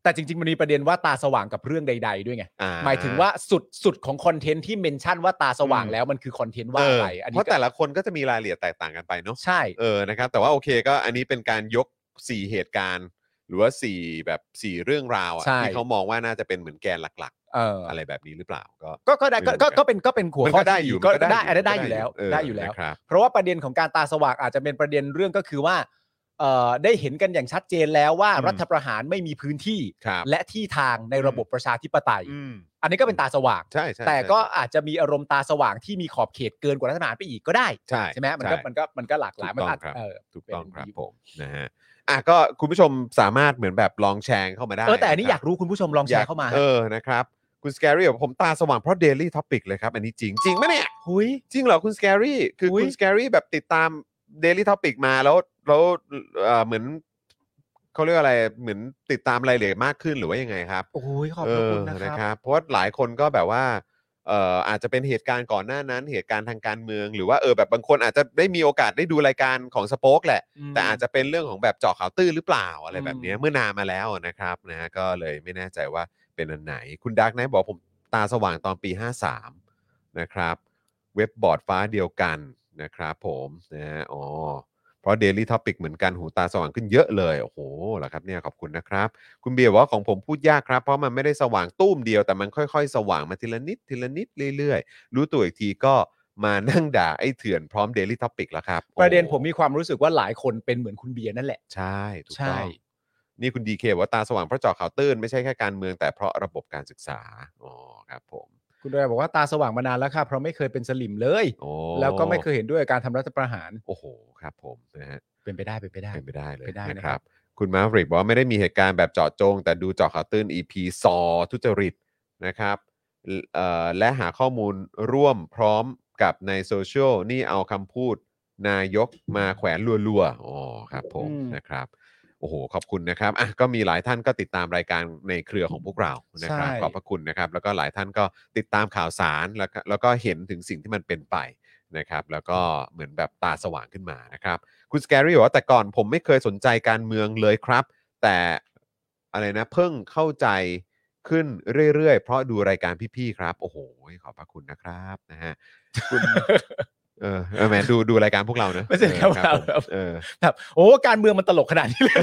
แต่จริง ๆ มันมีประเด็นว่าตาสว่างกับเรื่องใด ๆ ด้วยไง
อ่
หมายถึงว่าสุดสุดของคอนเทนต์ที่เมนชั่นว่าตาสว่างแล้วมันคือคอนเทนต์ว่า
เออ
อะไร อัน
เพ
นี้
ราะ
ก็
แต่ละคนก็จะมีรายละเอียดแตกต่างกันไปเนาะ
ใช่
เออนะครับ แต่ว่าโอเคก็อันนี้เป็นการยก 4 เหตุการณ์ หรือว่า 4 แบบ 4 เรื่องราวอะ
ใช่
ที่เขามองว่าน่าจะเป็นเหมือนแกนหลัก
เออ
ๆ
อ
อะไรแบบนี้หรือเปล่าก็
ก็ก็ได้ก็ก็ก็เป็นก็เป็นหัว
มัน
ข้อ
ก็ได้
ที่
อยู่
ก็
มันก็
ได้อันนี้
ได้อ
ได้อยู่ยู่แล้ว
เออ
ได้อยู่แล้ว
นะครับ
เพราะว่าประเด็นของการตาสว่างอาจจะเป็นประเด็นเรื่องก็คือว่าเอ่อได้เห็นกันอย่างชัดเจนแล้วว่า
อืม
รัฐประหารไม่มีพื้นที่
ครับ
และที่ทางในระบบประชาธิปไตย
อืม
อันนี้ก็เป็นตาสว่าง
ใช่ใช่
แต่
ใช่
ก็อาจจะมีอารมณ์ตาสว่างที่มีขอบเขตเกินกว่ารัฐประหารไปอีกก็ได้
ใช่
ใช่ไหมมันก็มันก็มันก็หลากหลาย
ถู
มั
กต้
น
อง
อาจ
ครับ
เออ
ถูกต้องครับ
เป็น
ผมนะฮะอ่ะก็คุณผู้ชมสามารถเหมือนแบบลองแชร์เข้ามาได้
เออแต่อันนี้
ะ
อ
ครับ
ยากรู้คุณผู้ชมลองแชร์เข้ามา
เออนะครับ คุณสแกรี่บอกผมตาสว่างเพราะ Daily Topic เลยครับอันนี้จริงจริงไหมเนี่ย
หุย
จริงเหรอคุณสแกรี่คือ
อุ๊ย
คุณสแกรี่แบบติดตาม Daily Topic มาแล้วแล้วเอ่อเหมือนเขาเรียกอะไรเหมือนติดตามรายละเอียดมากขึ้นหรือว่ายังไงครับ
โอ้ยขอบพระคุณนะ
เออ
ครับ
เพราะว่าหลายคนก็แบบว่าเอ่ออาจจะเป็นเหตุการณ์ก่อนหน้านั้น เหตุการณ์ทางการเมือง หรือว่าเออแบบบางคนอาจจะได้มีโอกาสได้ดูรายการของสป็อคแหละ แต่อาจจะเป็นเรื่องของแบบเจาะข่าวตื้นหรือเปล่าอะไรแบบเนี้ย
อืม
เมื่อนานมาแล้วนะครับนะฮะก็เลยไม่แน่ใจว่าเป็นอันไหน คุณดักไนท์บอกผมตาสว่างตอนปี 53 นะครับ เว็บบอร์ดฟ้าเดียวกันนะครับผมนะฮะอ๋อเพราะ Daily Topic เหมือนกันหูตาสว่างขึ้นเยอะเลย โอ้โหเหรอครับเนี่ยขอบคุณนะครับ คุณเบียร์บอกว่าของผมพูดยากครับ เพราะมันไม่ได้สว่างตุ้มเดียวแต่มันค่อยๆ สว่างมาทีละนิดทีละนิดเรื่อยๆ รู้ตัวอีกทีก็มานั่งด่าไอ้เถื่อนพร้อม Daily Topic แล้วครับ
ประเด็น
โอ้
ผมมีความรู้สึกว่าหลายคนเป็นเหมือนคุณเบียร์นั่นแหละ
ใช่ถูก
ใช่
ต้องนี่คุณดีเคว่าตาสว่างเพราะเจอข่าวตื้น ไม่ใช่แค่การเมืองแต่เพราะระบบการศึกษาอ๋อครับผม
คุณดอยบอกว่าตาสว่างมานานแล้วค่ะเพราะไม่เคยเป็นสลิมเลย
โอ้
แล้วก็ไม่เคยเห็นด้วยกับการทำรัฐประหาร
โอ้โหครับผมนะฮะ
เป็นไปได้เป็นไปได้
เป็นไปได้เลย
เป็นไปได้
นะ
นะ
ค
ครั
รับ
บ
คุณมาฟริกบอกว่าไม่ได้มีเหตุการณ์แบบเจาะจง แต่ดูเจาะข่าวตื้น EP ซอทุจริตนะครับเอ่อและหาข้อมูลร่วมพร้อมกับในโซเชียลนี่เอาคำพูดนายกมาแขวนรัวๆอ๋อครับผม
อืม
นะครับ โอ้โห ขอบคุณนะครับอ่ะก็มีหลายท่านก็ติดตามรายการในเครือของพวกเรานะครับ
ใช่
ขอบพระคุณนะครับ แล้วก็หลายท่านก็ติดตามข่าวสารแล้วก็แล้วก็เห็นถึงสิ่งที่มันเป็นไปนะครับ แล้วก็เหมือนแบบตาสว่างขึ้นมานะครับ คุณสแกรี่บอกว่าแต่ก่อนผมไม่เคยสนใจการเมืองเลยครับ แต่อะไรนะเพิ่งเข้าใจขึ้นเรื่อยๆ เพราะดูรายการพี่ๆครับ โอ้โห ขอบพระคุณนะครับนะฮะ คุณ เออเออแหมดูดูรายการพวกเราเนอะ
ไม่ใช่ครับ
เออผม
ครับ
เออ
ครับโอ้การเมืองมันตลกขนาดนี้เลย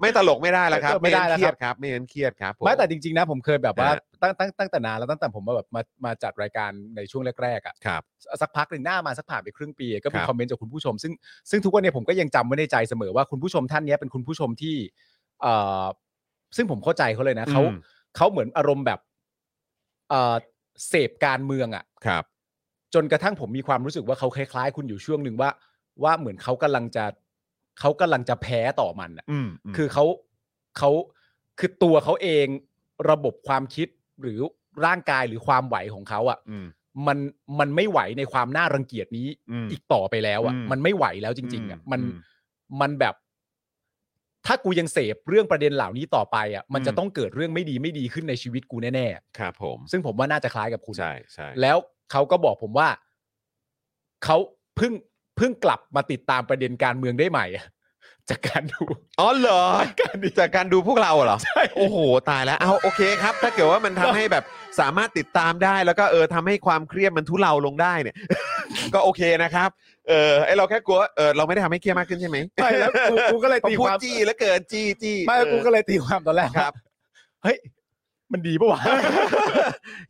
ไม่ตลกไม่ได้แล้วครับ
ไม่ได้แล้ว
เครี
ครั
ย
บ
ดครับไม่งั้นเครียด ครับผ
ไม่แต่จริงๆนะผมเคยแบบว่า
ฮะ
ตั้งตั้งตั้งแต่นานแล้วตั้งแต่ผมมาแบบมามาจัดรายการในช่วงแรกๆอ่ะ
ครับ
สักพักหนึ่งหน้ามาสักผ่านไปครึ่งปี ก็
ค
มี
รับ
คอมเมนต์จากคุณผู้ชม ซึ่งซึ่งทุกวันเนี้ผมก็ยังจำไว้ในใจเสมอว่าคุณผู้ชมท่านเนี้ยเป็นคุณผู้ชมที่เอ่อซึ่งผมเข้าใจเขาเลยนะเขา
อืม
เขาเหมือนอารมณ์แบบเอ่อเสพการเมืองอ่ะ
ครับ
จนกระทั่งผมมีความรู้สึกว่าเขาคล้ายๆ คุณอยู่ช่วงหนึ่งว่า ว่าเหมือนเขากำลังจะเขากำลังจะแพ้ต่อมันอ่ะ
อืมม
คือเขาเขาคือตัวเขาเองระบบความคิดหรือร่างกายหรือความไหวของเขาอะ่ะ
อืม
มันมันไม่ไหวในความน่ารังเกียจนี้
อืม
อีกต่อไปแล้วอะ่ะ
อืม
มันไม่ไหวแล้วจริง ๆอะ่ะ
อืม
มัน
อืม
มันแบบ ถ้ากูยังเสพเรื่องประเด็นเหล่านี้ต่อไปอะ่ะมันจะ
อืม
ต้องเกิดเรื่องไม่ดีไม่ดีขึ้นในชีวิตกูแน่
ครับผม
ๆซึ่งผมว่าน่าจะคล้ายกับคุณ
ใช่ใช่
แล้วเขาก็บอกผมว่าเขาเพิ่งเพิ่งกลับมาติดตามประเด็นการเมืองได้ใหม่อะ จากการดู
อ๋อเหรอจากการดูพวกเราเหรอโอ้โหตายแล้วเอาโอเคครับ ถ้าเกิดว่ามันทำให้แบบสามารถติดตามได้แล้วก็เออทำให้ความเครียดมันทุเลาลงได้เนี่ย ก็โอเคนะครับเออไอเราแค่กลัวเออเราไม่ได้ทำให้เครียดมากขึ้นใช่ไหม
ไม่แล้วกูกูก็เลย
พอ
ตี
พู
ค
ด
วาม
จี้แล้วเกินจี้จี้
ไม่แล้วกูก็เลยตีความตอนแรก
ค
ว่า
รับ
เฮ้ย มันดีปะวะ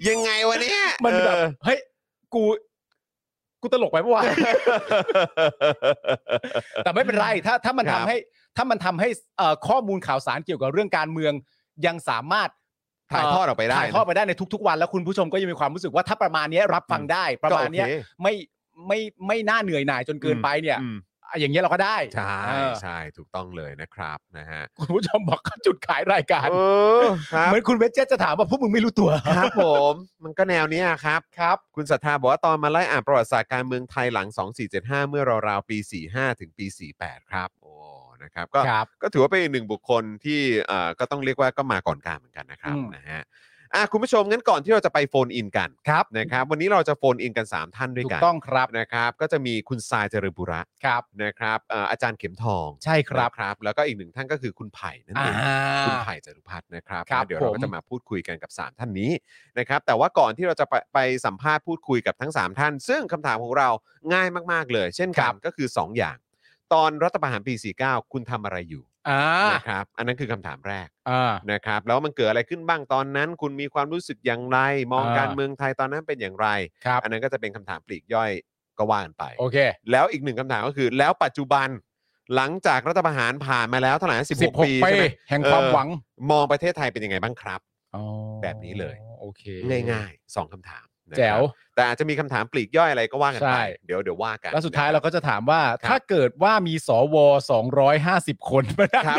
ยังไงวะเนี่ย
มันแบบ
เออ
เฮ้ยกู กูตลกไปปะวะ แต่ไม่เป็นไร ถ้าถ้ามัน
ครั
ทำ
บ
ให้ ถ้ามันทำให้เอ่อข้อมูลข่าวสารเกี่ยวกับเรื่องการเมืองยังสามารถ
ถ่ายทอดออกไปได้
ถ่ายทอดไปได้ในทุก ๆ วันแล้วคุณผู้ชมก็ยังมีความรู้สึกว่าถ้าประมาณเนี้ยรับฟังได้ประมาณเนี้ย
ก็โอเค
ไม่ไม่ไม่น่าเหนื่อยหน่ายจนเกินไปเนี่ย
อืม
อ่ะอย่างเงี้ยเราก็ได้
ใช่
เออ
ใช่ถูกต้องเลยนะครับนะฮะ
คุณผู้ชมบอกเขาจุดขายรายการ
เออครับ
เหมือนคุณเวจเจตจะถามว่าพวกมึงไม่รู้ตัว
ครับผมมันก็แนวเนี้ยครับครับ คุณศรัทธาบอกว่าตอนมาไล่อ่านประวัติศาสตร์การเมืองไทยหลัง 2475 เมื่อราวๆปี 45 ถึงปี 48 ครับ โอ้นะครับก็
ครับ
ก็ถือว่าเป็นอีกหนึ่งบุคคลที่เอ่อก็ต้องเรียกว่าก็มาก่อนการเหมือนกันนะครับ
อืม
นะฮะอ่ะคุณผู้ชมงั้นก่อนที่เราจะไปโฟนอินกัน
ครับ
นะครับวันนี้เราจะโฟนอินกัน 3 ท่านด้วย
ถู
กั
ก
น
ต้องครับ
นะครับ ก็จะมีคุณทรายเจริญบุระ
ครับ
นะครับเอ่ออาจารย์เข็มทอง
ใช่ครับ
นะครับ แล้วก็อีกหนึ่งท่านก็คือคุณไผ่นั่นเอ
อ่า
ง คุณไผ่จารุพัฒน์นะครับ
ครับ
นะเดี๋ยวเราก็
ผม
จะมาพูดคุยกันกับ 3 ท่านนี้นะครับ แต่ว่าก่อนที่เราจะไปไปสัมภาษณ์พูดคุยกับทั้ง 3 ท่าน ซึ่งคำถามของเราง่ายมากๆเลย เช่นกั
ครั
น
บ
ก็คือ 2 อย่าง ตอนรัฐประหารปี 49 คุณทำอะไรอยู่
อ่า
นะครับ อันนั้นคือคำถามแรก
อ่า
นะครับ แล้วมันเกิดอะไรขึ้นบ้างตอนนั้น คุณมีความรู้สึกอย่างไร มอง
อ่า
การเมืองไทยตอนนั้นเป็นอย่างไร
ครับ
อันนั้นก็จะเป็นคำถามปลีกย่อยก็ว่ากันไป
โอเค
แล้วอีกหนึ่งคำถามก็คือ แล้วปัจจุบันหลังจากรัฐประหารผ่านมาแล้วเท่าไหร่นะ16
16
ปีใช่ไหม
แห่งความหวัง
มองประเทศไทยเป็นยังไงบ้างครับ
อ๋อ
แบบนี้เลย
โอเค
ง่ายๆสองคำถามนะครับ
แจ๋ว
แต่อาจจะมีคำถามปลีกย่อยอะไรก็ว่ากัน
ใช่
ไปเดี๋ยวเดี๋ยวว่ากัน
แล้วสุดท้ายเราก็จะถามว่า
ครับ
ถ้าเกิดว่ามีสว250 คนมานั่ง
ครับ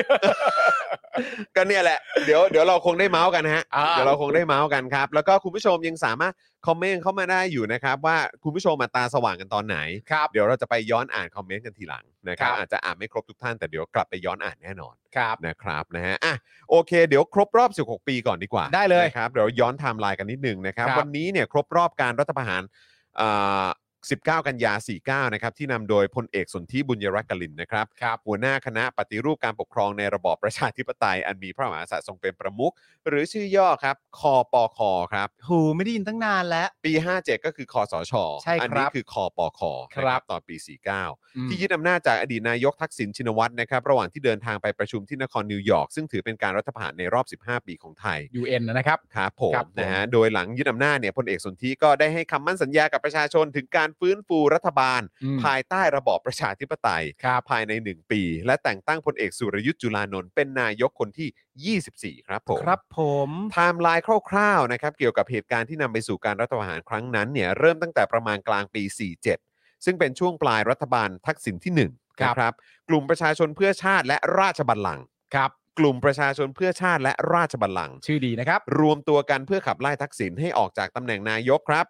ก็เนี่ยแหละ เดี๋ยวเดี๋ยวเราคงได้เมาส์กันฮะ
อ่า
เดี๋ยวเราคงได้เมาส์กันครับ แล้วก็คุณผู้ชมยังสามารถคอมเมนต์เข้ามาได้อยู่นะครับ ว่าคุณผู้ชมมาตาสว่างกันตอนไหน
ครับ
เดี๋ยวเราจะไปย้อนอ่านคอมเมนต์กันทีหลังนะครับ
ครับ
อาจจะอ่านไม่ครบทุกท่านแต่เดี๋ยวกลับไปย้อนอ่านแน่นอน
ครับ
นะครับนะฮะอ่ะโอเค เดี๋ยวครบรอบ 16 ปีก่อนดีกว่า
ได้เลย
นะครับเดี๋ยวย้อนไทม์ไลน์กันนิดนึงนะครับ
ครับ
วันนี้เนี่ยครบรอบการรัฐประหารอ่า19 กันยา 49 นะครับที่นำโดยพลเอกสนธิบุญยรักกลินนะครับ
ครับ
หัวหน้าคณะปฏิรูปการปกครองในระบอบประชาธิปไตย อันมีพระมหากษัตริย์ทรงเป็นประมุขหรือชื่อย่อครับคอปคครับ
หูไม่ได้ยินตั้งนานแล้ว
ปี 57 ก็คือคอสช
ใช่ครับ
อันี้คือคอปคนะครับ ตอนปี 49 ที่
ที่
ยึดอำนาจจากอดีตนายกทักษิณชินวัตรนะครับระหว่างที่เดินทางไปประชุมที่นครนิวยอร์กซึ่งถือเป็นการรัฐประหารในรอบ 15 ปีของไทย
UN นะครับ
ครับผม
ครับผม
นะฮะโดยหลังยึดอำนาจเนี่ยพลเอกสนธิก็ได้ให้คำมั่นสัญญากับประชาชนถึงการฟื้นฟูรัฐบาล ภายใต้ระบอบประชาธิปไตย
ครับ
ภายใน 1 ปี และแต่งตั้งพลเอกสุรยุทธ์จุลานนท์เป็นนายกคนที่ 24 ครับผม
ครับผม
ไทม์ไลน์คร่าวๆนะครับเกี่ยวกับเหตุการณ์ที่นำไปสู่การรัฐประหารครั้งนั้นเนี่ยเริ่มตั้งแต่ประมาณกลางปี 47 ซึ่งเป็นช่วงปลายรัฐบาลทักษิณที่1นง
ครับ
นะครับกลุ่มประชาชนเพื่อชาติและราชบัลลังก์
ครับ
กลุ่มประชาชนเพื่อชาติและราชบัลลังก์
ชื่อดีนะครับ
รวมตัวกันเพื่อขับไล่ทักษิณให้ออกจากตำแหน่งนายกครับ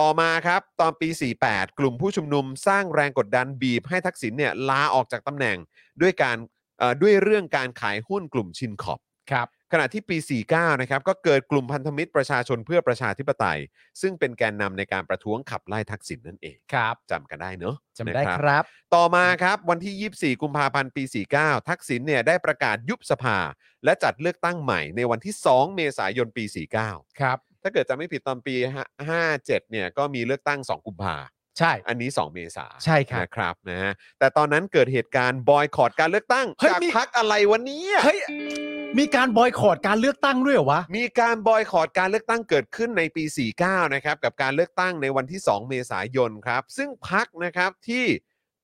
ต่อมาครับตอนปี 48 กลุ่มผู้ชุมนุมสร้างแรงกดดันบีบให้ทักษิณเนี่ยลาออกจากตำแหน่งด้วยการเอ่อด้วยเรื่องการขายหุ้นกลุ่มชินขอบ
ครับ
ขณะที่ปี 49 นะครับก็เกิดกลุ่มพันธมิตรประชาชนเพื่อประชาธิปไตย ซึ่งเป็นแกนนำในการประท้วงขับไล่ทักษิณนั่นเอง
ครับ
จำกันได้เนอะ
จำได้
นะ
ครับ
ต่อมาครับวันที่ 24 กุมภาพันธ์ปี 49 ทักษิณเนี่ยได้ประกาศยุบสภา และจัดเลือกตั้งใหม่ในวันที่ 2 เมษายนปี 49
ครับ
ถ้าเกิดจำไม่ผิดตอนปี57เนี่ยก็มีเลือกตั้ง 2 กุมภา
ใช่
อันนี้ 2 เมษา
ใช่ครับ
นะครับนะฮะแต่ตอนนั้นเกิดเหตุการณ์บอยคอตการเลือกตั้ง
เฮ้ย
จาก
มี
พักอะไรวะเนี่ย
เฮ้ย มีการบอยคอรดการเลือกตั้งด้วยเหรอวะ
มีการบอยคอตการเลือกตั้งเกิดขึ้นในปี 49 นะครับ กับการเลือกตั้งในวันที่ 2 เมษายนครับ ซึ่งพักนะครับที่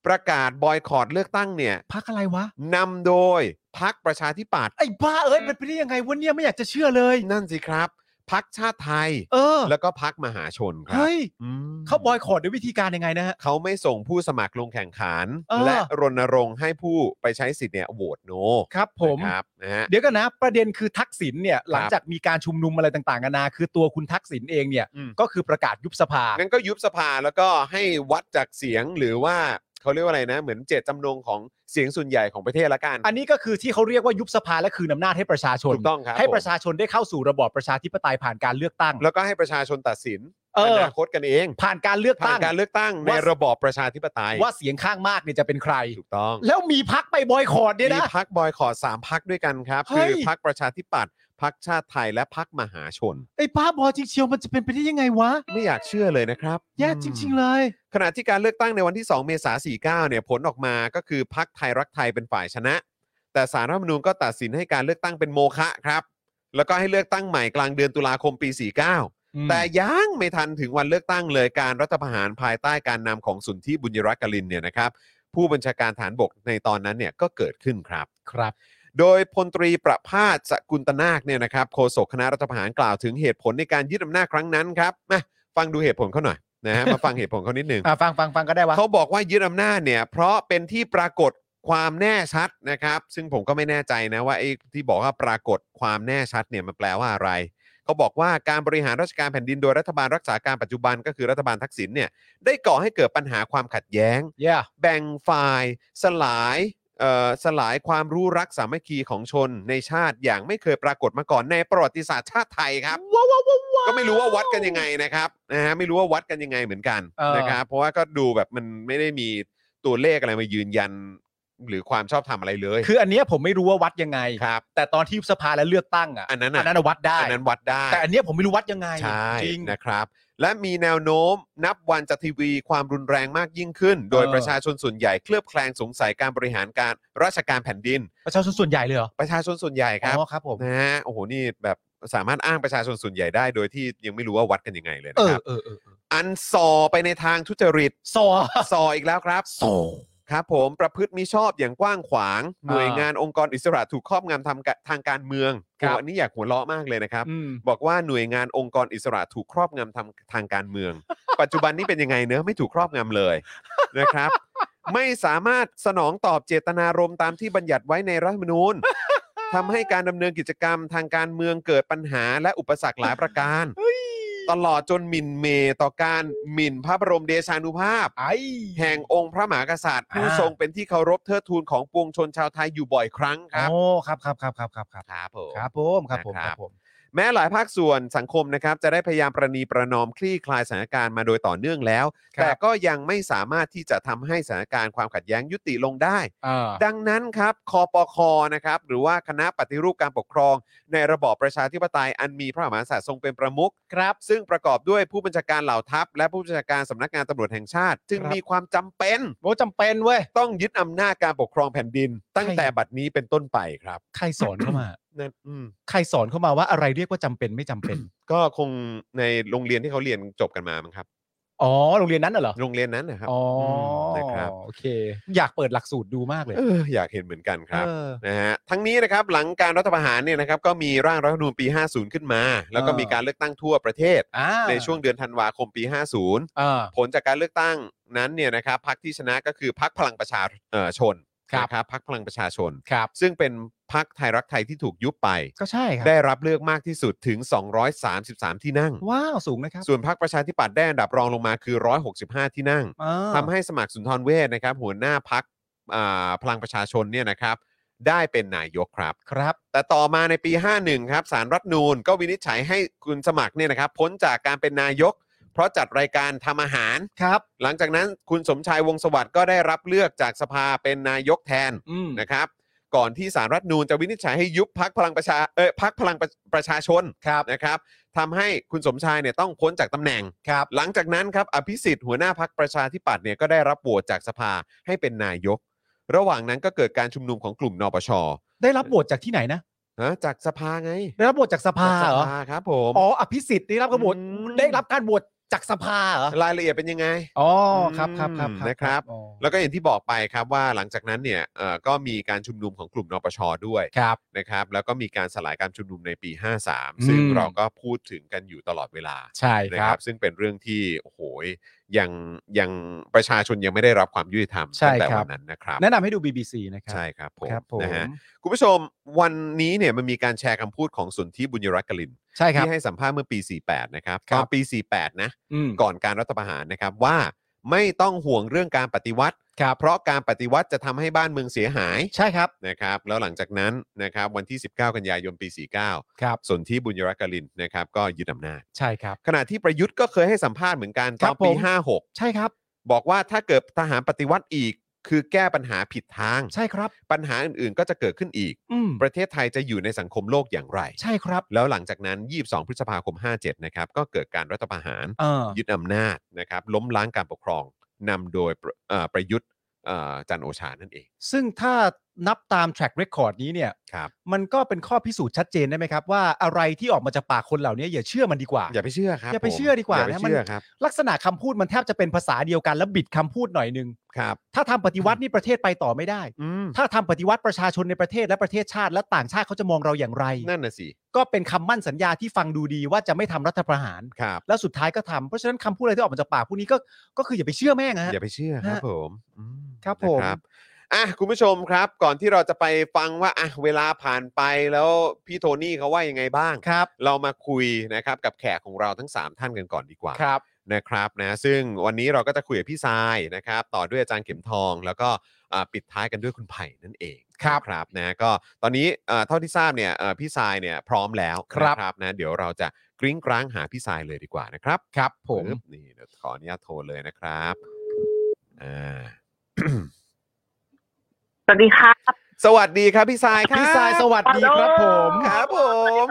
ประกาศบอยคอตเลือกตั้งเนี่ย
พักอะไรวะ
นำโดยพักประชาธิปัตย์
ไอ้บ้าเอ้ยมันเป็นได้ยังไงวะเนี่ยไม่อยากจะเชื่อเลย
นั่นสิครับพักชาติไทย
เออ
แล้วก็พักมหาชนครั
เฮ้ย
อืม
เขาบอยคอรดด้วยวิธีการยังไงนะฮะ
เขาไม่ส่งผู้สมัครลงแข่งขัน
เออ
และรณรงค์ให้ผู้ไปใช้สิทธิ์เนี่ยโหวตโน
ครับผม
นะครับนะฮะ
เดี๋ยวกันนะ ประเด็นคือทักษิณเนี่ยหลังจากมีการชุมนุมอะไรต่างๆนานาคือตัวคุณทักษิณเองเนี่ย
อืม
ก็คือประกาศยุบสภา
งั้นก็ยุบสภาแล้วก็ให้วัดจากเสียงหรือว่าเขาเรียกว่าอะไรนะ เหมือนเจตจำนงของเสียงส่วนใหญ่ของประเทศละกัน
อันนี้ก็คือที่เขาเรียกว่ายุบสภาและคืนอำนาจให้ประชาชน
ถูกต้องครับ
ให้
ผม
ประชาชนได้เข้าสู่ระบอบประชาธิปไตยผ่านการเลือกตั้ง
แล้วก็ให้ประชาชนตัดสิน
เอออ
นาคตกันเอง
ผ่านการเลือก
ผ่า
ตั้
น
ง
การเลือกตั้งใน
ว่า
ระบอบประชาธิปไตย
ว่าเสียงข้างมากเนี่ยจะเป็นใคร
ถูกต้อง
แล้วมีพักไปบอยคอรดเนี่ย
มี
นะ
พักบอยคอรสามพักด้วยกันครับ
เฮ้
คื
ย
อพักประชาธิปัตย์พักชาติไทยและพักมหาชน
ไอ้ป้าบอจริงเชียวมันจะเป็นไปได้ยังไงวะ
ไม่อยากเชื่อเลยนะครับ
แย่จริง ๆ เลย
ขณะที่การเลือกตั้งในวันที่ 2 เมษายน49 เนี่ยผลออกมาก็คือพักไทยรักไทยเป็นฝ่ายชนะ แต่สารรัฐธรรมนูญก็ตัดสินให้การเลือกตั้งเป็นโมฆะครับ แล้วก็ให้เลือกตั้งใหม่กลางเดือนตุลาคมปี 49 แต่ยังไม่ทันถึงวันเลือกตั้งเลยการรัฐประหารภายใต้การนำของสุนทรีบุญยรักกลินเนี่ยนะครับ ผู้บัญชาการฐานบกในตอนนั้นเนี่ยก็เกิดขึ้นครับ
ครับ
โดยพลตรีประภาสสกุลตนาคเนี่ยนะครับโฆษกคณะรัฐประหารกล่าวถึงเหตุผลในการยึดอำนาจครั้งนั้นครับมาฟังดูเหตุผลเขาหน่อยนะฮะ มาฟังเหตุผลเขานิดนึง
อ่ะฟังฟังฟังก็ได้วะ
เขาบอกว่ายึดอำนาจเนี่ย เพราะเป็นที่ปรากฏความแน่ชัดนะครับ ซึ่งผมก็ไม่แน่ใจนะว่าไอ้ที่บอกว่าปรากฏความแน่ชัดเนี่ยมันแปลว่าอะไรเขาบอกว่าการบริหารราชการแผ่นดินโดยรัฐบาลรักษาการปัจจุบันก็คือรัฐบาลทักษิณเนี่ยได้ก่อให้เกิดปัญหาความขัดแย้ง
yeah
แบ่งฝ่ายสลายเอ่อสลายความรู้รักสามัคคีของชนในชาติอย่างไม่เคยปรากฏมาก่อนในประวัติศาสตร์ชาติไทยครับ
ว้าวว้าวว้าว
ก็ไม่รู้ว่าวัดกันยังไงนะครับนะฮะไม่รู้ว่าวัดกันยังไงเหมือนกัน
เออ
นะครับ เพราะว่าก็ดูแบบมันไม่ได้มีตัวเลขอะไรมายืนยัน หรือความชอบธรรมอะไรเลย
คืออันเนี้ยผมไม่รู้ว่าวัดยังไง
ครับ
แต่ตอนที่ยุบสภาและเลือกตั้งอ่ะ
อันนั้นน่ะ
นะวัดได้
อันนั้นวัดได้
แต่อันเนี้ยผมไม่รู้วัดยังไง
ใช่
จริง
นะครับ และมีแนวโน้มนับวันจะทีวีความรุนแรงมากยิ่งขึ้น โดย
เออ
ประชาชนส่วนใหญ่เคลือบแคลงสงสัยการบริหารการราชการแผ่นดิน
ประชาชนส่วนใหญ่เลยเหรอ
ประชาชนส่วนใหญ่ครับ
อ๋อครับผม
นะฮะโอ้โหนี่แบบสามารถอ้างประชาชนส่วนใหญ่ได้โดยที่ยังไม่รู้ว่าวัดกันยังไงเลย
เอ
นะค
อ
รับ
เออเออเออ
อันซอไปในทางทุจริต
ซอ
ซออีกแล้วครับ
ซอ
ครับผมประพฤติมิชอบอย่างกว้างขวาง หน่วยงานองค์กรอิสระถูกครอบงำทำกะทางการเมือง
ครับ
โอ้อันนี้อยากหัวเราะมากเลยนะครับ
อืม
บอกว่าหน่วยงานองค์กรอิสระถูกครอบงำทำทางการเมือง ปัจจุบันนี้เป็นยังไงเนื้อะไม่ถูกครอบงำเลย นะครับ ไม่สามารถสนองตอบเจตนารมณ์ตามที่บัญญัติไว้ในรัฐธรรมนูญ ทำให้การดำเนินกิจกรรมทางการเมืองเกิดปัญหาและอุปสรรคหลายประการ ตลอดจนหมิ่นเหมต่อการหมิ่นพระบรมเดชานุภาพ
ไอ้
แห่งองค์พระมหากษัตริย์ ผู้
อ่า
ทรงเป็นที่เคารพเทิดทูนของปวงชนชาวไทยอยู่บ่อยครั้งครับ
โอ้ครับครับครับครับครับครับ
ครับผม
ครับผมครับผม
นะครั
ครับ บผม
แม้หลายภาคส่วนสังคมนะครับ จะได้พยายามประนีประนอมคลี่คลายสถานการณ์มาโดยต่อเนื่องแล้ว แต่ก็ยังไม่สามารถที่จะทำให้สถานการณ์ความขัดแย้งยุติลงได้
เอ่า
ดังนั้นครับคอปคนะครับหรือว่าคณะปฏิรูปการปกครอง ในระบอบประชาธิปไตยอันมีพระมหากษัตริย์ทรงเป็นประมุข
ครับ
ซึ่งประกอบด้วยผู้บัญชาการเหล่าทัพ และผู้บัญชาการสำนักงานตำรวจแห่งชาติ จึง
ครับ
มีความจำเป็น
โอ้จำเป็นเว้ย
ต้องยึดอำนาจการปกครองแผ่นดิน ตั้ง
ใช่
แต่บัดนี้เป็นต้นไปครับ
ใครสอนเข้ามา
นั่นอืม
ใครสอนเข้ามาว่าอะไรเรียกว่าจำเป็นไม่จำเป็น
ก็คงในโรงเรียนที่เขาเรียนจบกันมามั้งครับ
อ๋อโรงเรียนนั้นน่ะเหรอ
โรงเรียนนั้นนะครับ
อ๋อ
มนะครับ
โอเค อยากเปิดหลักสูตรดูมากเลย
เอออยากเห็นเหมือนกันครับ
เออ
นะฮะทั้งนี้นะครับหลังการรัฐประหารเนี่ยนะครับก็มีร่างรัฐธรรมนูญปี 50 ขึ้นมา แล้วก็
เออ
มีการเลือกตั้งทั่วประเทศ
อ่า
ในช่วงเดือนธันวาคมปี 50
เออ
ผลจากการเลือกตั้งนั้นเนี่ยนะครับพรรคที่ชนะก็คือพรรคพลังประชาเอ่อชน
ครับ
นะครับพรรคพลังประชาชน
ครับ
ซึ่งเป็นพรรคไทยรักไทยที่ถูกยุบไป
ก็ใช่ครั
ได้รับเลือกมากที่สุดถึง 233 ที่นั่ง
ว้าวสูงนะครับ
ส่วนพรรคประชาธิปัตย์ได้อันดับรองลงมาคือ 165 ที่นั่ง
อ่า
ทำให้สมัครสุนทรเวชนะครับ หัวหน้าพักพลังประชาชนเนี่ยนะครับ ได้เป็นนายกครับ
ครับ
แต่ต่อมาในปี 51 ครับสารรัฐธรรมนูนก็วินิจฉัยให้คุณสมัครเนี่ยนะครับ พ้นจากการเป็นนายก เพราะจัดรายการทำอาหาร
ครับ
หลังจากนั้นคุณสมชายวงศ์สวัสดิ์ก็ได้รับเลือกจากสภาเป็นนายกแทน
อืม
นะครับ ก่อนที่สารรัฐธรรมนูนจะวินิจฉัยให้ยุบพักพลังประชาเออพักพลังประประชาชน
ครับ
นะครับทำให้คุณสมชายเนี่ยต้องพ้นจากตำแหน่ง
ครับ
หลังจากนั้นครับอภิสิทธิ์หัวหน้าพักประชาธิปัตย์เนี่ยก็ได้รับโหวตจากสภาให้เป็นนายก ระหว่างนั้นก็เกิดการชุมนุมของกลุ่มนปช
ได้รับบทจากที่ไหนนะ
ฮะจากสภาไง
ได้รับบทจากสภา
จาก
เหร
ส
อ
ภาครับผม
อ๋ออภิสิทธิ์ได้รับการโหวต
อืม
ได้รับการโหวตจากสภาเหรอ
รายละเอียดเป็นยังไง
อ๋อครับครับครับ
นะครับ
อ๋อ
แล้วก็อย่างที่บอกไปครับว่าหลังจากนั้นเนี่ยเอ่อก็มีการชุมนุมของกลุ่มนปชด้วย
ครับ
นะครับ แล้วก็มีการสลายการชุมนุมในปี
อืม
53 ซึ่งเราก็พูดถึงกันอยู่ตลอดเวลา
ใช่
นะครับ ซึ่งเป็นเรื่องที่โอ้โหยังยังประชาชนยังไม่ได้รับความยุติธรรม
ใช่
ตั้งแต่
ครั
วั
บ
นนั้นนะครับ
แนะนำให้ดู BBC นะครั
ใช่ครับผม
ครับผม
นะฮะคุณผู้ชมวันนี้เนี่ยมันมีการแชร์คำพูดของสนธิบุญยรัตน์กลิน
ใช่ครับ
ที่ให้สัมภาษณ์เมื่อปี 48 นะครับ
ครั
ต
บ
อนปี 48 นะ
อืม
ก่อนการรัฐประหารนะครับว่าไม่ต้องห่วงเรื่องการปฏิวัติ
ครับ
เพราะการปฏิวัติจะทำให้บ้านเมืองเสียหาย
ใช่ครับ
นะครับ แล้วหลังจากนั้นนะครับวันที่ 19 กันยายนปี 49
ครับ
สนธิบุญยรัตน์กลินนะครับก็ยึดอำนาจ
ใช่ครับ
ขณะที่ประยุทธ์ก็เคยให้สัมภาษณ์เหมือนกัน
ค
ต
รั
อบ นปี
ผม ใช่ครับ
56 บอกว่าถ้าเกิดทหารปฏิวัติอีก คือแก้ปัญหาผิดทาง
ใช่ครับ
ปัญหาอื่นๆ ก็จะเกิดขึ้นอีก
อืม
ประเทศไทยจะอยู่ในสังคมโลกอย่างไร
ใช่ครับ
แล้วหลังจากนั้น 22 พฤษภาคม 57 นะครับ ก็เกิดการรัฐประหาร
เออ
ยึดอำนาจนะครับ ล้มล้างการปกครองนำโดยประเอ่อประยุทธ์เอ่อจันทร์โอชานั่นเอง
ซึ่งถ้านับตาม track record นี้เนี่ย
ครับ
มันก็เป็นข้อพิสูจน์ชัดเจนได้ไหมครับ ว่าอะไรที่ออกมาจากปากคนเหล่านี้อย่าเชื่อมันดีกว่า
อย่าไปเชื่อครับ
อย่าไป
ผม
เชื่อดีกว่า
อย่าไป
นะมัน
เชื่อครับ
ลักษณะคำพูดมันแทบจะเป็นภาษาเดียวกันแล้วบิดคำพูดหน่อยหนึง
ครับ
ถ้าทำปฏิวัตินี่ประเทศไปต่อไม่ได้
อืม
ถ้าทำปฏิวัติประชาชนในประเทศและประเทศชาติ และต่างชาติเขาจะมองเราอย่างไร
นั่นน่ะสิ
ก็เป็นคำมั่นสัญญาที่ฟังดูดีว่าจะไม่ทำรัฐประหาร
ครับ
แล้วสุดท้ายก็ทำเพราะฉะนั้นคำพูดอะไรที่ออกมาจากปากพวกนี้ก็ก็คืออย่าไปเชื่อแม่งนะฮะ
อย่าไปเชื่อครับ
ฮะ
ผมอืม
ครับ
นะ
ผม
อ่ะคุณผู้ชมครับ ก่อนที่เราจะไปฟังว่าอ่ะเวลาผ่านไปแล้วพี่โทนี่เขาว่ายังไงบ้าง
ครับ
เรามาคุยนะครับกับแขกของเราทั้ง 3 ท่านกันก่อนดีกว่า
ครับ
นะครับนะซึ่งวันนี้เราก็จะคุยกับพี่ทรายนะครับ ต่อด้วยอาจารย์เข็มทอง แล้วก็อ่าปิดท้ายกันด้วยคุณไผ่นั่นเอง
ครับ
ครับนะก็ตอนนี้เอ่อเท่าที่ทราบเนี่ยเอ่อพี่ทรายเนี่ยพร้อมแล้ว
ครับ
นะนะเดี๋ยวเราจะกริ้งกร้างหาพี่ทรายเลยดีกว่านะครับ
ครับผม
ปึ๊บนี่เดี๋ยวขออนุญาตโทรเลยนะครับอ่า
สวัสดีครับ
สวัสดีครับพี่ทรายครับ
พี่สายสวัสดีครับผม
ฮัลโหล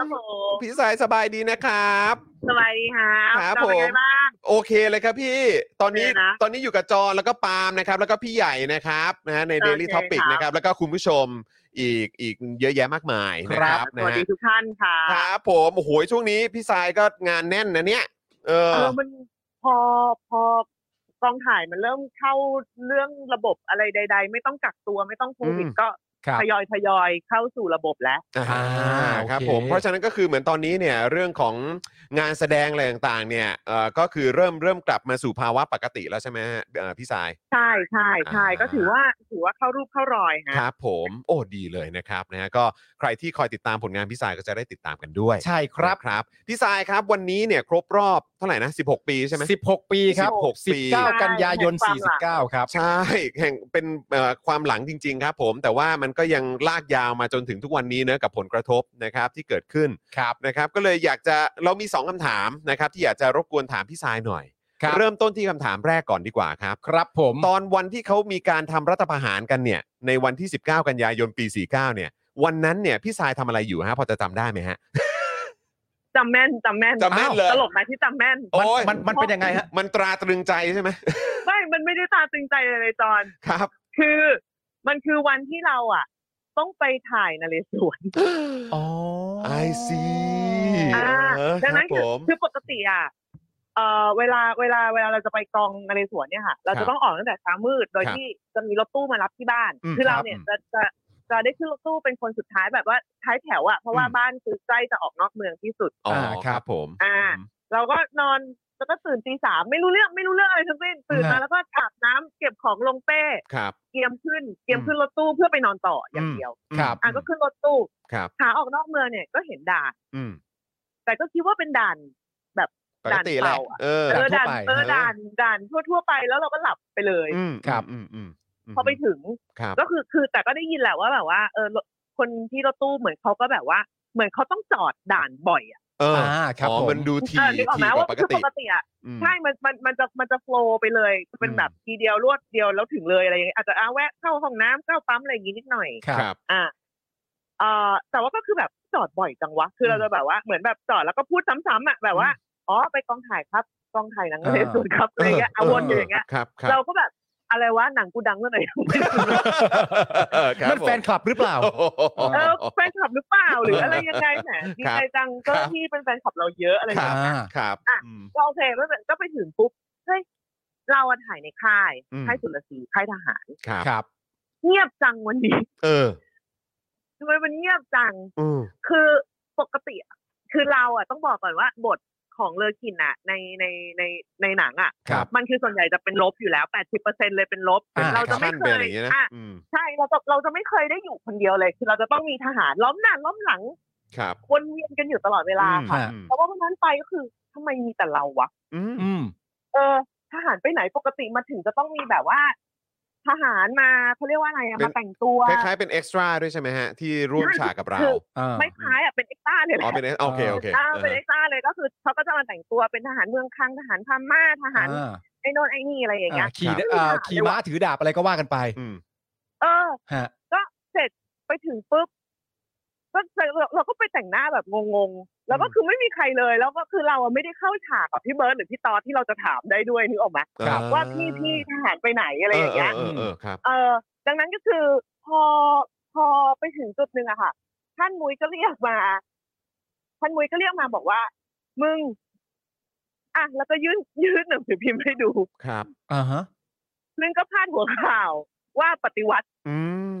ครับผม
สวัสดีครับผม
พี่ทรายสบายดีนะครับ
สวัสดีครับ
ครับ
จอ
ผ
เป็น
ม
ไงบ้าง
โอเคเลยครับพี่ ตอนนี้
โอเคนะ
ตอนนี้อยู่กับจอแล้วก็ปาล์มนะครับ แล้วก็พี่ใหญ่นะครับนะฮะใน
โอเค
Daily Topic
ครับ
นะครับ แล้วก็คุณผู้ชมอีกอีกเยอะแยะมากมายนะค
ครั
รับบ
ส
นะ
วัส
ฮะ
ดีทุกท่านค่ะ
ครับผมโอ้โหช่วงนี้พี่สายก็งานแน่นนะเนี่ย เอ
เอ
อ
อมันพอพอ ส องถ่ายมันเริ่มเข้าเรื่องระบบอะไรใด ๆ ไม่ต้องกักตัวไม่ต้องโควิด
อืม
ก็
ครับ
ทยอยทยอยเข้าสู่ระบบแล้ว
อ่า
อ่าโอเค
ครับผมเพราะฉะนั้นก็คือเหมือนตอนนี้เนี่ยเรื่องของงานแสดงอะไรต่างๆเนี่ยเอ่อก็คือเริ่มเริ่มกลับมาสู่ภาวะปกติแล้วใช่ไหมฮะเอ่อพี่สาย
ใช่ใช่ใช่
อ่า
ก็ถือว่าถือว่าเข้ารูปเข้ารอยฮะ
ครับผมโอ้ดีเลยนะครับนะฮะก็ใครที่คอยติดตามผลงานพี่สายก็จะได้ติดตามกันด้วย
ใช่ครับ
นะครับพี่สายครับวันนี้เนี่ยครบรอบเท่าไหร่นะ 16 ปีใช่ไหม
16 ปีครับ
สิบหกปี
19 กันยายน
ใช่
49 ครับ
ใช่ แห่งเป็นเอ่อความหลังจริง ๆ ครับ ผมแต่ว่ามันก็ยังลากยาวมาจนถึงทุกวันนี้เนอะกับผลกระทบนะครับที่เกิดขึ้น
ครับ
นะครับก็เลยอยากจะเรามี 2คำถามนะครับที่อยากจะรบกวนถามพี่สายหน่อย
ครับ
เริ่มต้นที่คำถามแรกก่อนดีกว่าครับ
ครับผม
ตอนวันที่เขามีการทำรัฐประหารกันเนี่ย ในวันที่ 19 กันยายนปี 49 เนี่ย วันนั้นเนี่ยพี่สายทำอะไรอยู่ฮะพอจะจำได้ไหมฮะ
จำแม่นจำแม่น
จำแม่นเลย
ตลกไหมที่จำแม่น
โอ้ย
มันมันเป็นยังไงฮะ
มันตราตรึงใจใช่ไหม
ไม่มันไม่ได้ตาตึงใจอะไรเลยจอน
ครับ
คือมันคือวันที่เราอ่ะ ต้องไปถ่ายนเรศวร
อ๋อ
I see
อ่า
เออ
ดังนั้น
ครับ
คือ
ผม
คือปกติอ่ะเอ่อเวลาเวลาเวลาเราจะไปกองนเรสวนเนี่ยค่ะ เรา
ครั
จะ
บ
ต้องออกตั้งแต่เช้ามืด โดย
ครับ
ที่จะมีรถตู้มารับที่บ้าน
อืม
คือเรา
ครับ
เนี่ยจะจะจะได้ขึ้นรถตู้เป็นคนสุดท้ายแบบว่าท้ายแถวอ่ะเพราะว่า
อืม
บ้านคือใกล้จะออกนอกเมืองที่สุด
อ๋ออา ค
ครั
รับบ ผม
อ่า
ม
เราก็นอนแล้วก็ตื่นตีสามไม่รู้เรื่องไม่รู้เรื่องอะไรทั้งสิ้นตื่นมา
ฮะ
แล้วก็อาบน้ำเก็บของลงเป้
ครับ
เตรียมขึ้นเตรียมขึ้นรถตู้เพื่อไปนอนต่ออย่าง
อืม
เดียว
ครับ
อ่ะก็ขึ้นรถตู้
ครับ
ขาออกนอกเมืองเนี่ยก็เห็นด่าน
อืม
แต่ก็คิดว่าเป็นด่าน
ปกติแหละ
ด่านเปล่าอะ
เออ
เออด่าน
ทั่วไป
เออ
เออ
ด่านด่านทั่วๆไปแล้วเราก็หลับไปเลย
อืม
ครับ
อืมอืมม
พอไปถึง
ครับ
ก็คือคือแต่ก็ได้ยินแหละว่าแบบว่า เออรถคนที่รถตู้เหมือนเขาก็แบบว่า เหมือนเขาต้องจอดด่านบ่อยอ่ะ
เออ
อ่า
อ
ครับ
อ๋อ
ผม
มันดูที
เออนึกออก
ที
ไหม
ก
ว่า
ว่าปก
คือ
ติ
ปกติอ่ะ
อืม
ใช่มันมันมันจะมันจะโฟล์ไปเลยเป็น
อืม
แบบทีเดียวรวดเดียวแล้วถึงเลยอะไรอย่างเงี้ยอาจจะอ่ะแวะเข้าห้องน้ำเข้าปั๊มอะไรอย่างงี้นิดหน่อย
ครับ
อ่ะเออแต่ว่าก็คือแบบจอดบ่อยจังวะ คือเราจะแบบว่าเหมือนแบบจอดแล้วก็พูดซ้ำๆอ่ะแบบว่าอ๋อไปกองถ่ายครับกองถ่ายหนัง
อ่า
เลสุดครับอะไรเงี้ยเอาวนอยู่อย่างเงี้ย
ครับครับ
เราก็แบบอะไรวะหนังกูดังเรื่องไหน
เออครับ
นั่นแฟนคลับหรือเปล่า
โอ้โห
เออแฟนคลับหรือเปล่าหรืออะไรยังไงแหมดีใจจัง
ครั
เจ้า
บ
หน้าที่เป็นแฟนคลับเราเยอะอะไรอย่าง
อ่า
เงี้ย
ครับอืม
ก็โอเคไม่เป็นก็ไปถึงปุ๊บเฮ้ยเราอะถ่ายในค่าย
อืม
ค่ายสุรศรีค่ายทหาร
ครับ
ครับ
เงียบจังวันนี้
เออ
ทำไมมันเงียบจัง
อืม
คือปกติอะคือเราอ่ะต้องบอกก่อนว่าบทของเลอคินอ่ะ ในในในในหนังอ่ะ
ครับ
มันคือส่วนใหญ่จะเป็นลบอยู่แล้วแปดสิบเปอร์เซ็นเลยเป็นลบ
อ่า
เราจะไม่
ขั้น
เค
เป็น
ย
อย่างนี้นะ
อ่ะ
อืม
ใช่เราจะเราจะไม่เคยได้อยู่คนเดียวเลย คือเราจะต้องมีทหารล้อมหน้าล้อมหลัง
ครับ
วนเวียนกันอยู่ตลอดเวลาค่ะ
ค่ะ
อืม
แต่ว่าวันนั้นไปก็คือทำไมมีแต่เราวะ
อืม
อืม
เออ ทหารไปไหนปกติมาถึงจะต้องมีแบบว่า ทหารมาเขาเรียกว่าอะไรอะมาแต่งตัว
คล้ายๆเป็นเอ็กซ์ตร้าด้วยใช่ไหมฮะ ที่ร่วมฉากกับเรา
คือ
อ่า
ไม่คล้ายอะเป็นเอ็กซ์ต้าเลยแห
อ๋อ
ละ
เป็น ex- โอเคโอเค
อ่าเป็นเอ็กซ์ต้าเลยก็คือเขาก็จะมาแต่งตัวเป็นทหารเมืองคังทหารพม่าทหาร
อ่า
ไอ้โนนไอ้นี่อะไรอย่างเงี้ย
อ่าขี่
ครับ
อ่า
ไม่ได้
ขี่ม้าถือดาบอะไรก็ว่ากันไป
อืม
เออ
ฮะ
ก็เสร็จไปถึงปุ๊บก็เราเราก็ไปแต่งหน้าแบบงงๆแล้วก็คือไม่มีใครเลย แล้วก็คือเราอะไม่ได้เข้าฉากกับพี่เบิร์ดหรือพี่ตอสที่เราจะถามได้ด้วยนึกออกไหม
ครับ
ว่าพี่พี่ทหารไปไหนอะไรอย่างเงี้ย
เออเออเออครับ
เออดังนั้นก็คือพอพอไปถึงจุดหนึ่งอะค่ะ ท่านมุ้ยก็เรียกมา ท่านมุ้ยก็เรียกมาบอกว่า มึง อ่ะแล้วก็ยื่นยื่นหนังสือพิมพ์ให้ดู
ครับ
อ่าฮะ
ซึ่งก็พาดหัวข่าวว่าปฏิวัติ
อื ม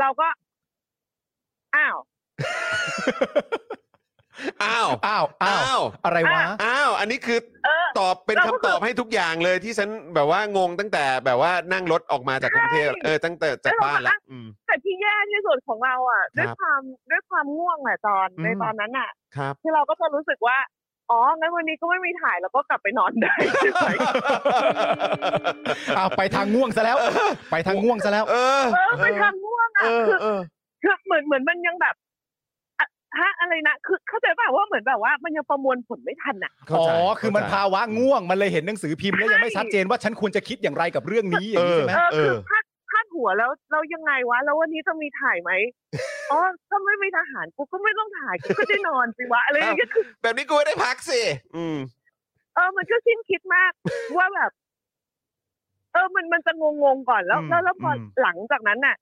เราก็ อ้าว
อ้าว
อ้าวอ้า
อ้าวว
อะไรวะ
อ้าว อันนี้คือ
เออ
ตอบเป็นคำตอบให้ทุกอย่างเลยที่ฉันแบบว่างงตั้งแต่แบบว่านั่งรถออกมาจากกรุงเทพ
ใช่
เออตั้งแต่จากบ้านละอืม
แต่ที่แย่ที่สุดของเราอ่ะ ด้วย
ครับ
ความด้วยความง่วงแหละจอน
อืม
ในตอนนั้นอ่ะ
ครับ
ที่เราก็จะรู้สึกว่า อ๋องั้นวันนี้ก็ไม่มีถ่ายแล้วก็กลับไปนอนได้
อ้าวไปทางง่วงซะแล้ว ไปทางง่วงซะแล้ว
เออ
เออไปทำง่วงอ่ะ
เออ
คือ
เออ
คือเหมือนเหมือนมันยังแบบอะฮะอะไรนะคือเข้าใจป่าว่าเหมือนแบบว่ามันยังประมวลผลไม่ทันอ่ะ
เข้า
อ๋อ
ใจ
คือมัน
เข้าใจ
ภาวะง่วง มันเลยเห็นหนังสือพิมพ์แล้วยังไม่ชัดเจนว่าฉันควรจะคิดอย่างไรกับเรื่องนี้อย่างนี้ใช่ไหม
เออ
เออ
คือพลาดพลาดหัวแล้วเรายังไงวะ แล้ววันนี้จะมีถ่ายไหมอ๋อถ้าไม่มีทหารกูก็ไม่ต้องถ่ายกูก็ได้นอนสิวะอะไรอย่างเงี้ยคือ
แบบนี้กูไม่ได้พักสิ อืม
เออมันก็สิ้นคิดมากว่าแบบ เออมันมันจะงงๆก่อนแล้ว แล้วแล้วพออ
ม
หลังจากนั้นน่ะ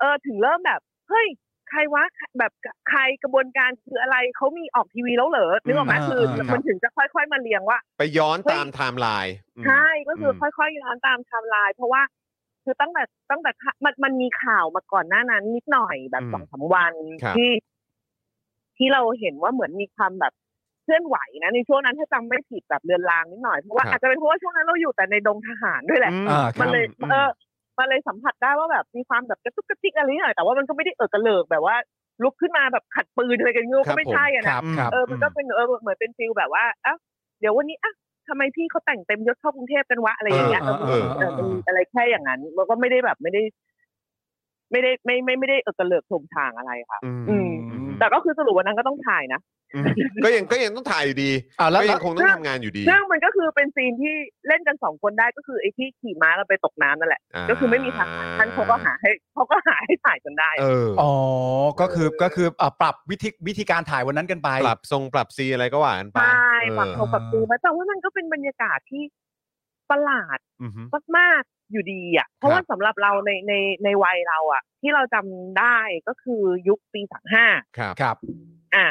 เออถึงเริ่มแบบ เฮ้ย ใครวะแบบใครกระบวนการคืออะไรเขามีออกทีวีแล้วเหรอนึกออกไหม
อ่า
คือ
อ่าครับ
มันถึงจะค่อย ๆ มาเรียงว่า
ไปย้อนตามไทม์ไลน์อืม
ใช่ก็คืออ
ม
ค่อยๆย้อนตามไทม์ไลน์เพราะว่า คือตั้งแต่ตั้งแต่ข่ามันมันมีข่าวมาก่อนหน้านั้น นิดหน่อยแบบ
อืม
สองสามวัน
ครับ
ที่ ที่เราเห็นว่าเหมือนมีความแบบเคลื่อนไหวนะในช่วงนั้นถ้าจำไม่ผิดแบบเรือนรางนิดหน่อยเพราะว่าอาจจะเป็นเพราะว่าช่วงนั้นเราอยู่แต่ในดงทหารด้วยแหละ
อืม
อ่าครั
มัน
บ
เลย
อืม
เออมันเลยสัมผัสได้ว่าแบบมีความแบบกระตุกกระติกอะไรนิดหน่อยแต่ว่ามันก็ไม่ได้เออกระเลิกแบบว่า ลุกขึ้นมาแบบขัดปืนอะไรกันงี้ก็ไม่ใช่
ค
อะนะ
รับครับ
เออ มันก็เป็นเออ เหมือนเป็นฟิลแบบว่าเอ้าเดี๋ยววันนี้อ่ะทำไมพี่เขาแต่งเต็มยศเข้ากรุงเทพกันวะอะไรอย่างเงี้ย
เออเออเออ
เออมีอะไรแค่อย่างนั้นแล้วก็ไม่ได้แบบไม่ได้ ไม่ได้ไม่ไม่ไม่ได้เออกระเลิกโถงทางอะไรค่ะ
อืม
อืม แต่ก็คือสรุปวันนั้นก็ต้องถ่ายนะ
อืมก็ยังก็ยังต้องถ่ายอยู่ดี
อ่าแล้ว
ก็
แล้
ยั
ว
งคงต้องทำงานอยู่ดี
ซึ่งมันก็คือเป็นซีนที่เล่นกันสองคนได้ก็คือไอ้ที่ขี่ม้าเราไปตกน้ำนั่นแหละ
า
ก็คือไม่มีทางท่านเขาก็หาให้เขาก็หาให้ถ่ ายจนได้
เออ
อ๋อก็คือก็คืออ่ะปรับวิธีวิธีการถ่ายวันนั้นกันไป
ปรับทรงปรับซีอะไรก็ว่ากันไป
ใช่ปรับ
เออ
โทรปรับตูมาแต่ว่ามันก็เป็นบรรยากาศที่ประหลาด
อือฮึ
มากๆอยู่ดีอ่ะ เพราะว่าสำหรับเราในในในวัยเราอ่ะ ที่เราจำได้ก็คือยุคปีสามห้า
ครับ
ครับ
อ่ะ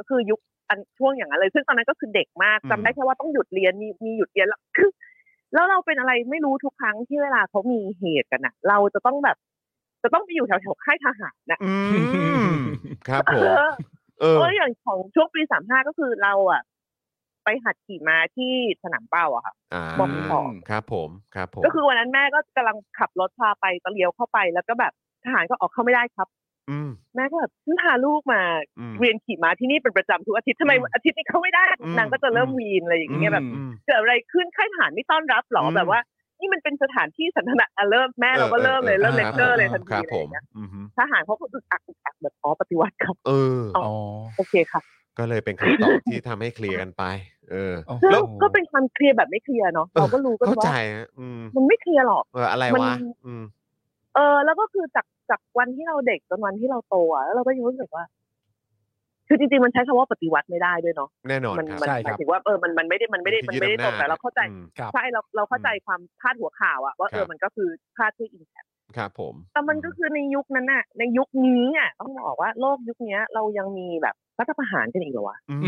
ก็คือยุคอันช่วงอย่างนั้นเลย ซึ่งตอนนั้นก็คือเด็กมาก
อืม
จำได้แค่ว่าต้องหยุดเรียนมีมีหยุดเรียนแล้วคือแล้วเราเป็นอะไรไม่รู้ทุกครั้งที่เวลาเขามีเหตุกันอ่ะ เราจะต้องแบบ จะต้องไปอยู่แถวแถวๆค่ายทหารนะ
อืมครับผ
เอ
ม
อ
เออ
เอออย่างของช่วงปีสามห้าก็คือเราอ่ะ ไปหัดขี่ม้าที่สนามเป้าอะค่ะ
อ่า
บกต่อ
ครับผมครับผม
ก็คือวันนั้นแม่ก็กำลังขับรถพาไปตะเลียวเข้าไปแล้วก็แบบทหารก็ออกเข้าไม่ได้ครับ
ม
แม่ก็แบบฉันพาลูกมา
อืม
เรียนขี่ม้าที่นี่เป็นประจำทุกอาทิตย์ทำไม
อืม
อาทิตย์นี้เข้าไม่ได้
อืม
นางก็จะเริ่มวีนอะไรอย่างเงี้ยแบบ
อืม
เกิดอะไรขึ้นค่ายทหารไม่ต้อนรับหรอ
อืม
แบบว่า นี่มันเป็นสถานที่สันทนาอ่ะเริ่มแม่เราก็เริ่มเล
อ
ย
อ
เริ่มเลคเตอร์เลย
ค
ทั
บ
น
ค
ที
รับ
อะไร
ผ
อ
ม
ย่างเงี้ย
อือฮึ
ทหารเขาก็อึกอักอึกอักแบบอ๋อปฏิวัติครับ
เออ
เอา
อ๋อ
โอเคค่ะ
ก็เลยเป็นคำตอบที่ทำให้เคลียร์กันไป เออ
โอ้โห
แล้วก็เป็นความเคลียร์แบบไม่เคลียร์เนาะเราก็รู้กัน
เข้าใจ
ว่า
ฮะอืม
มันไม่เคลียร์หรอก
เอออะไร
มัน
วะอืม
เออ แล้วก็คือจากจากวันที่เราเด็กจนวันที่เราโตอ่ะแล้วเราก็ยังรู้สึกว่า คือจริงๆมันใช้คำว่าปฏิวัติไม่ได้ด้วยเนาะ
แน่นอน
มัน
ครับ
มั
ใช่
ห
ครั
มาย
บ
ถึงว่าเออมันมันไม่ได้มันไม่ได้มันไม่ได้ตรงแต่เราเข้าใจ
อืม
ครับ
ใช่เราเราเข้าใจความพาดหัวข่าวอะว่า
ครับ
เออมันก็คือพาดที่อินแพค
ครับผม
แต่มันก็คือในยุคนั้นน่ะ ในยุคนี้อะต้องบอกว่าโลกยุคเนี้ย เรายังมีแบบรัฐประหารกันอีกเหรอวะ
อืม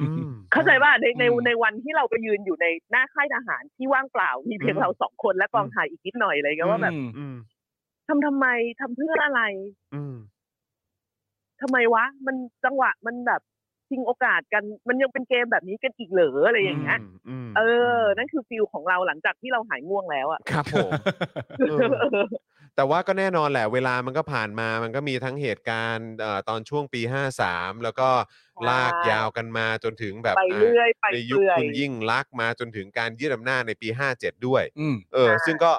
อืม
เข้าใจว่าในใน
อืม
ในวันที่เราไปยืนอยู่ในหน้าค่ายทหารที่ว่างเปล่ามีเพียง
อืม
เราสองคนและกองถ่ายอีกนิดหน่อยอะไรเลยก็ว่าแบบ
อืม
อืม
ทำทำไมทำเพื่ออะไร
อืม
ทำไมวะ มันจังหวะมันแบบชิงโอกาสกัน มันยังเป็นเกมแบบนี้กันอีกเหรออะไรอย่างเงี้ย
ม
เออ นั่นคือฟิลของเราหลังจากที่เราหายง่วงแล้วอะ
ครับผม เออ แต่ว่าก็แน่นอนแหละเวลามันก็ผ่านมามันก็มีทั้งเหตุการณ์เอ่อตอนช่วงปี 53 แล้วก็ลากยาวกันมาจนถึงแบบ
ไปเรื่อยไป
ในยุค
เรื่อย
คุณยิ่งลักษณ์มาจนถึงการยึดอำนาจในปี 57 ด้วย
อืม
เออ
ใช่
ซึ่งก็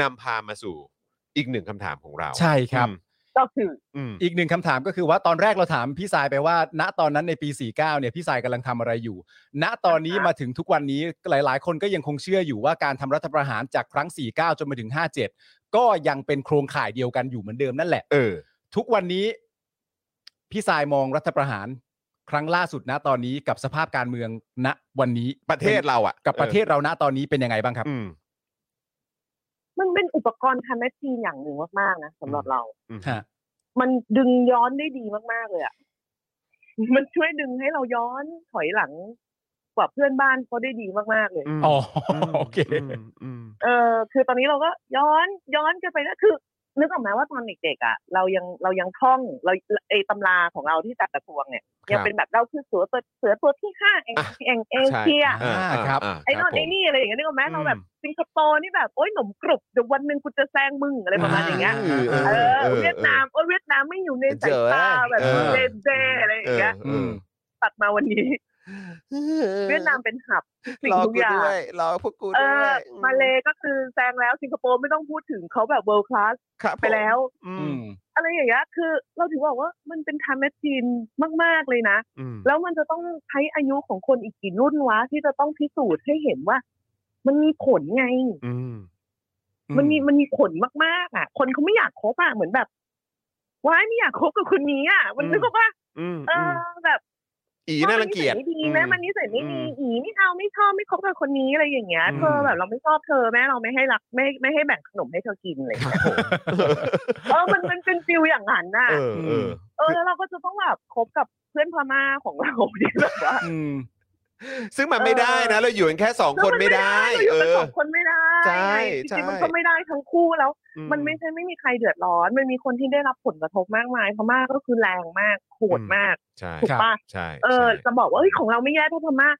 นำพามาสู่อีกหนึ่งคำถามของเรา
ใช่ครับ
ก็คือ
อืม
อีกหนึ่งคำถามก็คือว่าตอนแรกเราถามพี่สายไปว่า ณตอนนั้นในปี 49เนี่ยพี่สายกำลังทำอะไรอยู่ ณตอนนี้มาถึงทุกวันนี้หลาย ๆ คนก็ยังคงเชื่ออยู่ว่าการทำรัฐประหารจากครั้ง 49 จนมาถึง 57 ก็ยังเป็นโครงข่ายเดียวกันอยู่เหมือนเดิมนั่นแหละ
เออ
ทุกวันนี้ พี่สายมองรัฐประหาร ครั้งล่าสุดณตอนนี้กับสภาพการเมืองณวันนี้
ประเทศเราอ่ะ
กับประเทศเราณตอนนี้เป็นยังไงบ้างครับ
อืม
มันเป็นอุปกรณ์ทำแมชชีนอย่างหนึ่งมากๆนะสำหรับเรา
อืม
ฮะ
มันดึงย้อนได้ดีมากๆเลยอะ มันช่วยดึงให้เราย้อนถอยหลังกว่าเพื่อนบ้านเขาได้ดีมากๆเลย
ม
อ๋อ
ม
โอเค
มอืม
เออคือตอนนี้เราก็ย้อนย้อนกันไปนะคือนึกออกไหมว่าตอนเด็กๆอ่ะเรายังเรายังท่องเราไอตำราของเราที่จัดกระทรวงเนี่ยยังเป็นแบบเราคือเสือตัวเสือตัวที่ห้าเอง
อ่ะ
เองเอ
ใช่
เชีย
อ่า
อ่าครับ
า
ไอ้นอน
ครับผม
ไอ้นี่อะไรอย่างเงี้ยนึกออกไหม
อืม
เราแบบสิงคโปร์นี่แบบโอ๊ยหนมกรุบเดี๋ยววันหนึ่งกูจะแซงมึงอะไรประมาณอย่างเงี้ย
เออ
เออ
ออ
เวียดนามโอ๊ยเวียดนามไม่อยู่ในสายตาแบบ
เออ
เจเจอะไรอย่างเงี้ย
เออ
ตัดมาวันนี้
เออ
เวียดนามเป็นหับสิ่ง
รอ
ทุก
กู
อย่าง
ด้วยรอพวกกู
เอ
ด้ว
อย มาเลก็คือแซงแล้วสิงคโปร์ไม่ต้องพูดถึงเขาแบบ world class
ครับผม
ไปแล้ว
อื
อื
ม
ม
อะไรอย่างเงี้ยคือเราถือบอกว่ามันเป็นไทม์แมชชีนมาก ๆ เลยนะ
อืม
แล้วมันจะต้องใช้อายุของคนอีกกี่รุ่นวะ ที่จะต้องพิสูจน์ให้เห็นว่า มันมีผลไง
อืม
มันมีมันมีผลมากๆอ่ะ คนเขาไม่อยากคบอ่ะเหมือนแบบว้ายไม่อยากคบกับคนนี้อ่ะ มัน
อืม
นึกว่า
อืม
เออแบบ
อีน่ารังเกียจ
แม่มันนิสัยไม่ดีแม่มันนิสัยไม่ดีอีไม่เอาไม่ชอบไม่คบกับคนนี้อะไรอย่างเงี้ย
อืม
เธอแบบเราไม่ชอบเธอแม่เราไม่ให้รักไม่ไม่ให้แบ่งขนมให้เธอกินอะไรอย่างเลยเออมันมันเป็นฟิลอย่างนั้นน่ะ
เออเออ
เออแล้วเราก็จะต้องแบบคบกับเพื่อนพม่าของเราที่แบบว่า
อืม
ซึ่งมันไม่ได้นะ เราอยู่กันแค่สองคนไม่ได้
เราอยู่
เอ
กัน
อ
สองคนไม่ได้
ใช่
ไงจริงๆมัน
ใช่
ก็ไม่ได้ทั้งคู่แล้ว
อื
มันไม่ใช่ไม่มีใครเดือดร้อนมันมีคนที่ได้รับผลกระทบมากมายพม่าก็คือแรงมากโหดมาก
ใช่
ถูกปะ
ใช่
เออ
ใช่
จะบอกว่าเอ้ยของเราไม่แย่เท่าพม่า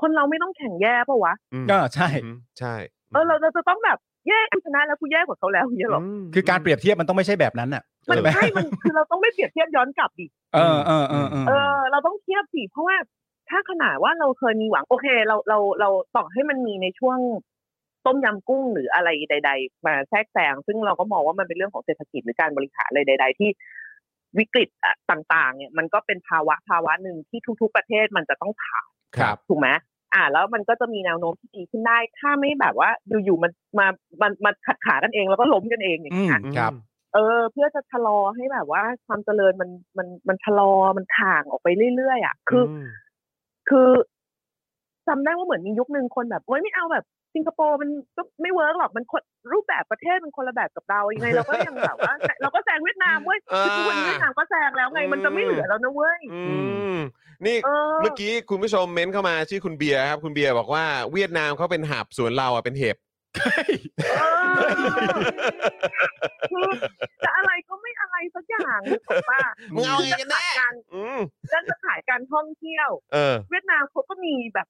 คนเราไม่ต้องแข่งแย่ปะวะ
ม
ก็ใช่
อืมใช่
เออเราเราจะต้องแบบแย่กูชนะแล้วกูแย่กว่าเขาแล้วอย่างเงี้ยหรอ
ม
คือการเปรียบเทียบมันต้องไม่ใช่แบบนั้นอ่ะ
มัน
ใช่ไหม
ใช่มันคือเราต้องไม่เปรียบเทียบย้อนกลับดิ
เออเออเออเออ
เออ เราต้องเทียบสิเพราะว่าถ้าขนาดว่าเราเคยมีหวังโอเค เราเราเราต่อให้มันมีในช่วงต้มยำกุ้งหรืออะไรใด ๆ มาแทรกแซงซึ่งเราก็มองว่ามันเป็นเรื่องของเศรษฐกิจหรือการบริหารอะไรใด ๆ ที่วิกฤตอะต่าง ๆ เนี่ยมันก็เป็นภาวะภาวะหนึ่งที่ทุก ๆ ประเทศมันจะต้องผ่าน
ครับ
ถูกไหมอ่า แล้วมันก็จะมีแนวโน้มที่ดีขึ้นได้ ถ้าไม่แบบว่าอยู่ๆมันมามันมาขัดขากันเองแล้วก็ล้มกันเองอย่าง
อืม
เงี้ย
ครับ
เออ เพื่อจะชะลอให้แบบว่า ความเจริญมันมันมันชะลอมันถ่างออกไปเรื่อยๆอ่ะคืออคือจำได้ว่าเหมือนมียุคหนึ่งคนแบบโอ๊ยไม่เอาแบบ สิงคโปร์มันก็ไม่เวิร์กหรอกมันคนรูปแบบประเทศมันคนละแบบกับเรายังไงเราก็ยังแบบว่า เราก็แซงเวียดนามเว้ยคือทุกวันนี้เวียดนามก็แซงแล้วไง มันจะไม่เหลือแล้วนะเว้ย
อืมนี่
เออ
เมื่อกี้คุณผู้ชมเม้นเข้ามาชื่อคุณเบียร์ครับ คุณเบียร์บอกว่าเวียดนามเขาเป็นหับส่วนเราอ่ะเป็นเห็บ
เออคือจะอะไรก็ไม่อะไรสักอย่างถูกป่ะ
มึงเอาไงกันแน่
จะขายการ
อืม
จะจะขายการท่องเที่ยว
เออ
เวียดนามเขาก็มีแบบ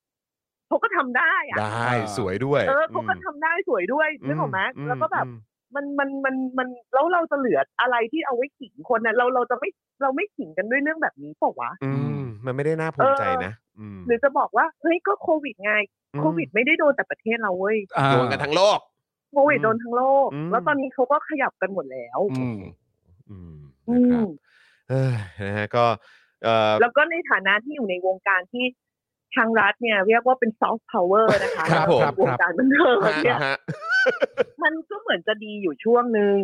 เขาก็ทำได้อะ
ได้สวยด้วย
เออเขาก็ทำได้สวยด้วยนึกออกไหมแล้วก็แบบมันมันมันมันแล้วเราจะเหลืออะไรที่เอาไว้ขิงคนนะเราเราจะไม่เราไม่ขิงกันด้วยเรื่องแบบนี้เปล่าวะ
อืมมันไม่ได้น่าภูมิใจนะม
หรือจะบอกว่าเฮ้ยก็โควิดไงโควิดไม่ได้โดนแต่ประเทศเราเว้ย
อ่า
โดนกันทั้งโลก
โควิดโดนทั้งโลก
อืม
แล้วตอนนี้เขาก็ขยับกันหมดแล้ว
อืม
อืม
อื
นะครับเอ้ย
ม
นะฮะก็เอ่อ
แล้วก็ในฐานะที่อยู่ในวงการที่ทางรัฐเนี่ย เรียกว่าเป็นซอฟต์พาวเวอร์นะคะ
ครับผม
วงการบันเทิง
ฮะ
เนี่ย
ฮะ
มันก็เหมือนจะดีอยู่ช่วงหนึ่ง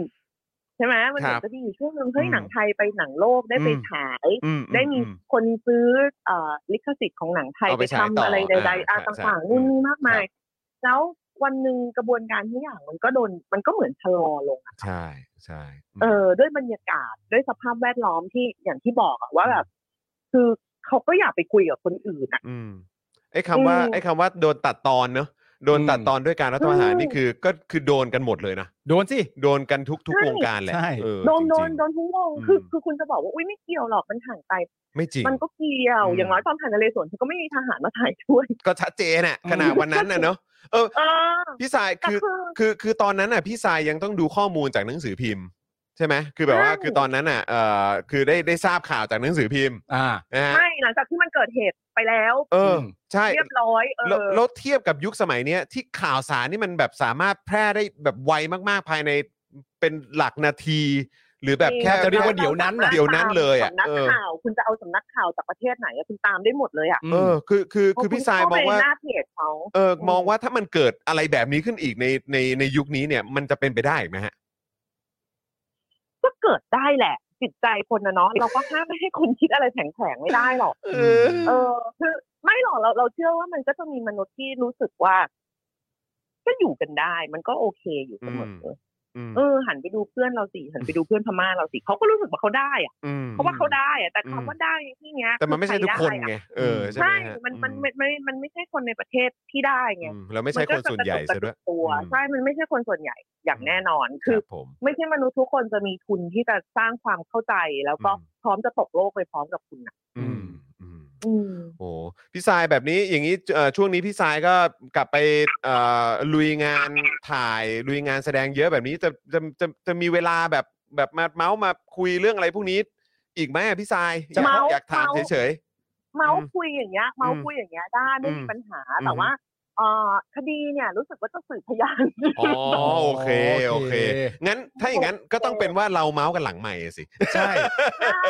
ใช่ไหมมันเหมือนจะดีอยู่ช่วงหนึ่งเฮ้ย
อืม
หนังไทยไปหนังโลกได้ไป
อืม
ฉาย
อือื
ได้มี
อื
คนซื้อเอ่อลิขสิทธิ์ของหนังไทย
เอาไป
ไป
ฉายต่อ
ทำอะไรใดๆ
อ่า
อา
ใช่
ต่าง
ใช่
ๆนู่นนี่มากมาย
ครับ
แล้ววันหนึ่งกระบวนการทุกอย่างมันก็โดนมันก็เหมือนชะลอลงอะ
ใช่ใช่ม
เออด้วยบรรยากาศด้วยสภาพแวดล้อมที่อย่างที่บอกอะว่าแบบ คือเขาก็อยากไปคุยกับคนอื่นอะ
อืมไอ้คำว่า
อืม
ไอ้คำว่าโดนตัดตอนเนอะโดนตัด
อืม
ตอนด้วยการรัฐประหาร
อืม
นี่คือก็คือโดนกันหมดเลยนะ
โดนสิ
โดนกันทุกทุกวงการแหละ
ใช่
เออ
โดนโด
จริ
น
งๆ
โดนทุกวง
อืม
คือคือคุณจะบอกว่าอุ้ยไม่เกี่ยวหรอกมันห่างไกล
ไม่จริง
มันก็เกี่ยว
อืม
อย่างน้อยตอนถ่ายนเรศวรเธอก็ไม่มีทหารมาถ่ายด้วย
ก็ชัดเจนน่ะขนาดวันนั้นน่ะเนอะ
เออ
พี่สาย
แต่
คือ
คือ
คือคือตอนนั้นน่ะพี่สายยังต้องดูข้อมูลจากหนังสือพิมพ์ ใช่ไหมคือแบบว่า
ใช่
คือตอนนั้นน่ะเอ่อคือได้ได้ทราบข่าวจากหนังสือพิมพ์
อ่า
นะฮะ
ไม่หลังจากที่มันเกิดเหตุไปแล้ว
เอออ
ม
ใช่
เรียบร้อยเอ
แล้ว
อ
แล้วเทียบกับยุคสมัยเนี้ยที่ข่าวสารนี่มันแบบสามารถแพร่ได้แบบไวมากๆภายในเป็นหลักนาที หรือแบบแค่
จริง จะเรียกว่าเดี๋ยวนั้นน่ะ
เดี๋ยวนั้นเลยอะ
สำนัก
เออ
ข่าวคุณจะเอาสำนักข่าวจากประเทศไหนอะคุณตามได้หมดเลยอ่ะ
เออคือคือ
เพระ
คือพี่
ณ
ทราย
เข้
มอง
ไป
ว่า
หน้าเพจเขา
เออ
อืม
มองว่าถ้ามันเกิดอะไรแบบนี้ขึ้นอีกในในในยุคนี้เนี่ย มันจะเป็นไปได้อีกไหมฮะ
ก็เกิดได้แหละ จิตใจคนนะเนาะเราก็ห้ามไม่ให้คนคิดอะไรแผลงๆไม่ได้หรอก
เออ
เออคือไม่หรอกเราเราเชื่อว่ามันก็จะมีมนุษย์ที่รู้สึกว่า ก็อยู่กันได้ มันก็โอเคอยู่เสมออ
อืม
เออ หันไปดูเพื่อนเราสิหันไปดูเพื่อนพม่าเราสิเขาก็รู้สึกว่าเขาได้อะ
อืม
เขาว่าเขาได้อะแต่
อืม
คำว่าได้ในที่เนี้ย
แต่มันไม่ใช่ทุกคน
อ
ไงเออ
ใคร
ใช่ไห
ได้
มฮะ
อะใช่มันมัน
อื
มันมันมันไม่ใช่คนในประเทศที่ได้ไง
อืมแล้วไม่ใช่คนส่วนใหญ่
มัก็
ซะ
จะกระตุกกระ
ด้
ตุ
วย
กตัว
อืม
ใช่มันไม่ใช่คนส่วนใหญ่อย่างแน่นอน
คื
คือ
ผม
ไม่ใช่มนุษย์ทุกคนจะมีทุนที่จะสร้างความเข้าใจแล้วก็
อืม
พร้อมจะตกโลกไปพร้อมกับคุณนะ
อืมอืม
อืม
โอ้พี่ทรายแบบนี้อย่างนี้เอ่อช่วงนี้พี่ทรายก็กลับไปเอ่อลุยงานถ่ายลุยงานแสดงเยอะแบบนี้จะจะจะจะมีเวลาแบบแบบมาเมาส์มาคุยเรื่องอะไรพวกนี้ อีกไหมอะพี่ทรายอยาก
เมาส์
อยากถาม
เมาส์
เฉย
เมา
อื
ส์
ม
คุยอย่างเงี้ยเมาส์คุยอย่างเงี้ยได้ไม่
อื
มี
ม
ปัญหา
อืม
แต่ว่าเอ่อคดีเนี่ยรู้สึกว่าจะสืบพยาน
อ๋อโอเคโอเค งั้นถ้าอย่างนั้นก็ต้องเป็นว่าเราเมาส์กันหลังใหม่สิ
ใช่
ใช่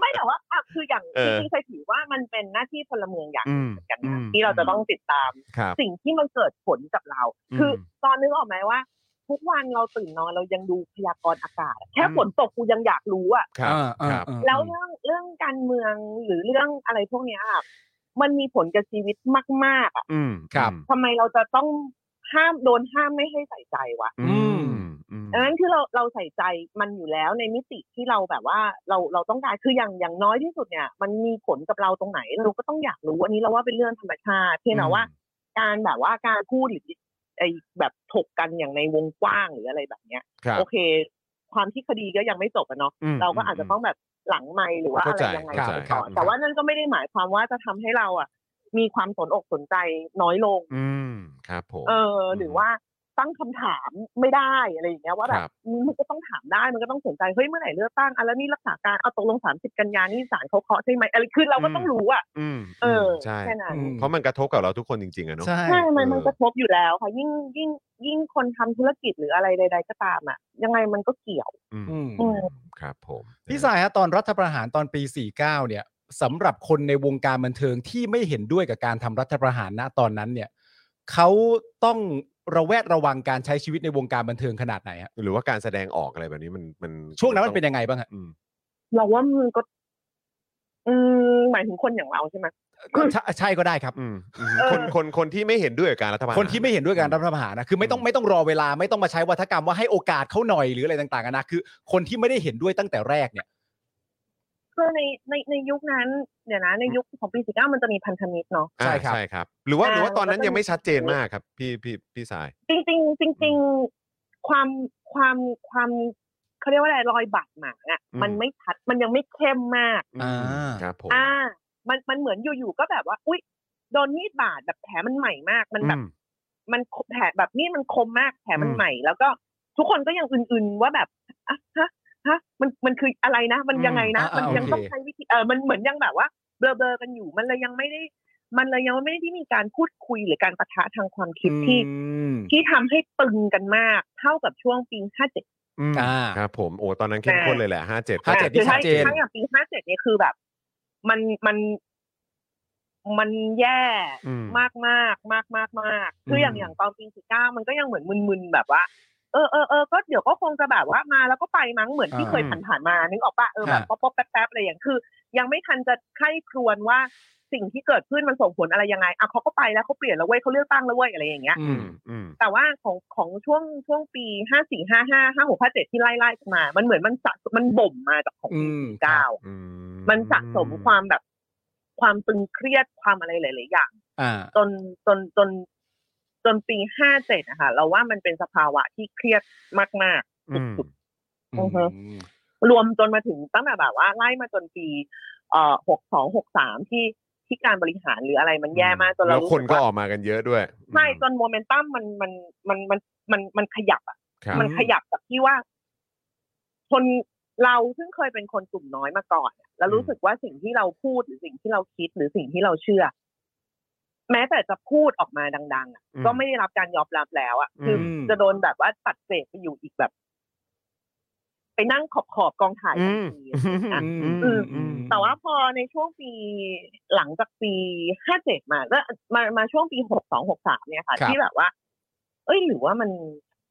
ไม่แต่ว่าอ่ะคืออย่าง
เอ
จ
อ
ริงๆเคยถือว่ามันเป็นหน้าที่พลเมืองอย่าง
อื
ห
ม
นึ่งเหมือนกันนะ
อืม
ที่เราจะต้องติดตาม
ครับ
สิ่งที่มันเกิดผลกับเรา
อืม
คือตอนนึกออกไหมว่าโห ทุกวันเราตื่นนอนเรายังดูพยากรณ์อากาศอะแค่
อืม
ฝนตกกูยังอยากรู้อ่ะ
ครับ
อ่าอ่า
ครับ
อ่า
แล้วเรื่องเรื่องการเมืองหรือเรื่องอะไรพวกเนี้ยอะมันมีผลกับชีวิตมากๆอ่ะ
อืม
ครับ
ทำไมเราจะต้องห้ามโดนห้ามไม่ให้ใส่ใจวะ
อืมอืม
ดังนั้นคือเราเราใส่ใจมันอยู่แล้วในมิติที่เราแบบว่าเราเราต้องการคืออย่างอย่างน้อยที่สุดเนี่ย มันมีผลกับเราตรงไหนเราก็ต้องอยากรู้อันนี้เราว่าเป็นเรื่องธรรมชาติเพียงแต่ว่า การแบบว่าการพูดหรือไอแบบถกกันอย่างในวงกว้างหรืออะไรแบบเนี้ย
ครับ
โอเค ความที่คดีก็ยังไม่จบอะเนาะ
ม
เราก็อาจจะต้องแบบหลังไม่หรือว่า
เข้า
อะไร
ใจ
ยังไง
เข้าใจ
ต่อ
ครับ
แต่ว่านั่นก็ไม่ได้หมายความว่าจะทำให้เราอ่ะ มีความสนอกสนใจน้อยลง
อืมครับผม
เออหรือว่าตั้งคำถามไม่ได้อะไรอย่างเงี้ยว่าแบ
ครับ
บมันก็ต้องถามได้มันก็ต้องสนใจเฮ้ยเมื่อไหร่เลือกตั้งอ่ะแล้วนี่รักษาการเอาตกลงสามสิบกันยานี่ศาลเขาเคาะใช่ไหมอะไรคือเราก็
อืม
ต้องรู้อ่ะ
อืม
เออ
ใช่
แค่นั้น
อืม
เพราะมันกระทบกับเราทุกคนจริงๆอะเนาะ
ใช่
ใช่มันมัน
เออ
กระทบอยู่แล้วค่ะยิ่งยิ่งยิ่งคนทำธุรกิจหรืออะไรใด ๆ ก็ตามอ่ะ ยังไงมันก็เกี่ยว
อืม
อืม
อืม
ครับผม
พี่สายฮะตอนรัฐประหารตอนปี 49 เนี่ยสำหรับคนในวงการบันเทิงที่ไม่เห็นด้วยกับการทำรัฐประหารณตอนนั้นเนี่ยเขาต้องระแวดระวังการใช้ชีวิตในวงการบันเทิงขนาดไหนฮะ
หรือว่าการแสดงออกอะไรแบบนี้มันมัน
ช่วงนั้นมันเป็นยังไงบ้างฮะ
อืม
เราว่ามันก็ อืมหมายถึงคนอย่างเราใช่ไหม
ใช่ใช่ก็ได้ครับ
อืมอืม
เออ
คนคนคนที่ไม่เห็นด้วยกับการรัฐบาล
คนที่ไม่เห็นด้วยกับการรัฐประหารนะคือไม่ต้อง
อืม
ไม่ต้องรอเวลาไม่ต้องมาใช้วัฒกรรมว่าให้โอกาสเขาหน่อยหรืออะไรต่างๆนะคือ คนที่ไม่ได้เห็นด้วยตั้งแต่แรกเนี่ย
คือในในในยุคนั้นเดี๋ยวนะ ในยุคของปีสี่เก้ามันจะมีพันธมิตรเนาะ
อ่า
ใช่ครับ
ใช่ครับ หรือว่าห
อ่า
รือว่าตอนนั้น
แล้วก็
ยังไม่ชัดเจนมากครับ พี่พี่พี่สาย
จริงจริงๆจริง ๆ ความความความเขาเรียกว่าอะไรรอยบาดหมางอ่ะ
อืม
มันไม่ชัดมันยังไม่เข้มมาก
อืม
อ่า
ครับผม
อ่า มันมันเหมือนอยู่ๆก็แบบว่า อุ๊ยโดนมีดบาดแบบแผลมันใหม่มาก มันแบบ
อืม
มันแผลแบบมีดมันคมมากแผลมัน
อืม
ใหม่ แล้วก็ทุกคนก็ยังอื่นๆว่าแบบอ่ะฮะฮะมันมันคืออะไรนะ มันยังไงนะ
อืมอ่าอ่ายั
มันยัง
โอเค
ต้องใช้วิธีเออมันเหมือนยังแบบว่าเบลอๆกันอยู่ มันเลยยังไม่ได้ มันเลยยังไม่ได้มีการพูดคุยหรือการปะทะทางความคิดที่ ที่ทำให้ตึงกันมากเท่ากับช่วงปี 57
ม
อ่า
ครับผมโอ้ตอนนั้นเข้มข้นเลยแหละห้าเจ็ด
57นี่
คือ
ชั
ถ้า
ดเจน
ถ้าอย่างปี 57 เนี่ยคือแบบ มันมันมันแย่
อืม
มากมากมากมากมากคืออย่างอย่างตอนปี 49 มันก็ยังเหมือนมึนๆแบบว่า เออเออเออก็เดี๋ยวก็คงจะแบบว่ามาแล้วก็ไปมั้งเหมือนที่
อ่า
เคยผ่านๆมา นึกออกปะเออแบบ
ฮะ
ป๊อปๆแป๊บๆอะไรอย่างคือ ยังไม่ทันจะไข้ครวนว่าสิ่งที่เกิดขึ้นมันส่งผลอะไรยังไงอ่ะเขาก็ไปแล้วเขาเปลี่ยนแล้วเว้ยเขาเลือกตั้งแล้วเว้ยอะไรอย่างเงี้ย
อื
อื
ม
มอืม
แต่ว่าของของช่วงช่วงปีห้าสี่ห้าห้าห้าหกห้าเจ็ดที่ไล่ไล่ๆมา มันเหมือนมันสะมันบ่มมาจากของ
อื
ปี
ม
เก้า
อื
มันสะสมความแบบ ความตึงเครียดความอะไรหลาย ๆ อย่าง
อ่า
จนจนจนจนปีห้าเจ็ดนะคะเราว่ามันเป็นสภาวะที่เครียดมาก
อืม
อือฮึ ๆ รวมจนมาถึงตั้งแต่แบบว่าไล่มาจนปี เอ่อหกสองหกสามที่ที่การบริหารหรืออะไรมันแย่มากจน
แล้
เรา
ว
รู้
ค
สึ
น
ก
ก็
ว่า
ออกมากันเยอะด้วย
ใช่จนโมเมนตัมมันมันมันมันมันมันขยับอะ
ครับ
มันขยับจากที่ว่า คนเราซึ่งเคยเป็นคนกลุ่มน้อยมาก่อนอะแล้วรู้สึกว่าสิ่งที่เราพูดหรือสิ่งที่เราคิดหรือสิ่งที่เราเชื่อ แม้แต่จะพูดออกมาดัง ๆอะ
อืม
ก็ไม่ได้รับการยอมรับแล้วอ่ะคืออ
ม
จะโดนแบบว่าตัดเศษไปอยู่อีกแบบ ไปนั่งขอบขอบๆกองถ่ายทันทีอะไรอย่างเงี้ย อืม แต่ว่าพอในช่วงปีหลังจากปีห้าเจ็ดมาแล้วมามาช่วงปีหกสองหกสามเนี่ยค่ะ
ครับ
ที่แบบว่า เอ้ยหรือว่ามัน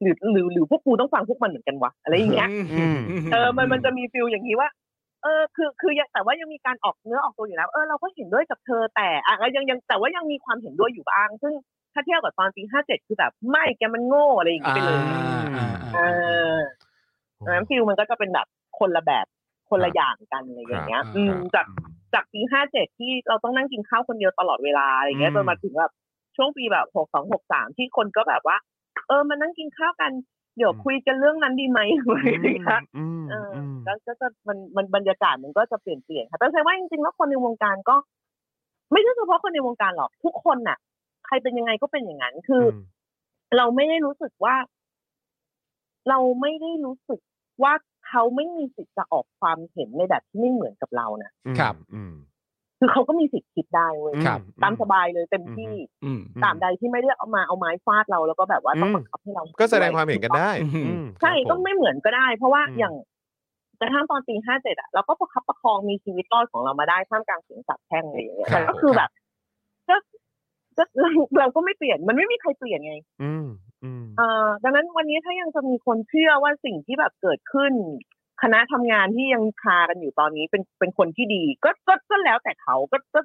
หรือหรือหรือพวกกูต้องฟังพวกมันเหมือนกันวะอะไรอย่างเงี้ยเออมันมันจะมีฟิลอย่างนี้ว่า เออ คือคือยังแต่ว่ายังมีการออกเนื้อออกตัวอยู่แล้ว เออเราก็เห็นด้วยกับเธอแต่อ่ะก็ยังยังแต่ว่ายังมีความเห็นด้วยอยู่บ้าง ซึ่งถ้าเทียบกับตอนปีห้าเจ็ดคือแบบไม่แกมันโง่อะไรอย่างงี้ไปเลย
อ่า
เออ ดังนั้นฟิลมันก็จะเป็นแบบคนละแบบคนละอย่างกันอะไรอย่างเงี้
ค
ย
รับ
อืม
ครับ
จากจากปีห้าเจ็ดที่เราต้องนั่งกินข้าวคนเดียวตลอดเวลาอะไรเงี้ย
อืม
จนมาถึงแบบช่วงปีแบบหกสองหกสามที่คนก็แบบว่า เออมานั่งกินข้าวกันเดี๋ยวคุยกันเรื่องนั้นดีไหม อะไรอย่างเงี้ย
อืม
เอออ
อืม
แล้วก็จะมันมันบรรยากาศมันก็จะเปลี่ยนเปลี่ยนค่ะแต่ใช่ว่าจริงๆแล้วคนในวงการก็ ไม่ใช่เฉพาะคนในวงการหรอกทุกคนน่ะ ใครเป็นยังไงก็เป็นอย่างนั้นคืออ
ม
เราไม่ได้รู้สึกว่า เราไม่ได้รู้สึกว่าเขาไม่มีสิทธิ์จะออกความเห็นในแบบที่ไม่เหมือนกับเรานะ
อืม
ครับ
อืม
คือเขาก็มีสิทธิ์คิดได้เว้ย
ครับ
ตามสบายเลยเต็มที่
อืม
ตามใดที่ไม่ได้เอามาเอาไม้ฟาดเราแล้วก็แบบว่าต้อง
อืม
บังคับให้เรา
ก็แสดงความเห็นกันได้
อืม
อืม
ใช่
ครับผ
ต้องไม่เหมือนก็ได้ เพราะว่า
อืม
อย่างกระทั่งตอนปีห้าเจ็ดอะเราก็ประคับประคองมีชีวิตรอดของเรามาได้ท่ามกลางเสียงสาปแช่งอะไรอย่างเงี้ย
ครั
แต่
บ
ก็คือแบบก็ก็เราเราก็ไม่เปลี่ยน มันไม่มีใครเปลี่ยนไง
อืม อืม
เอ่อดังนั้นวันนี้ถ้ายังจะมีคนเชื่อว่าสิ่งที่แบบเกิดขึ้น คณะทำงานที่ยังคากันอยู่ตอนนี้เป็นเป็นคนที่ดี ก็ก็ก็แล้วแต่เขาก็ก็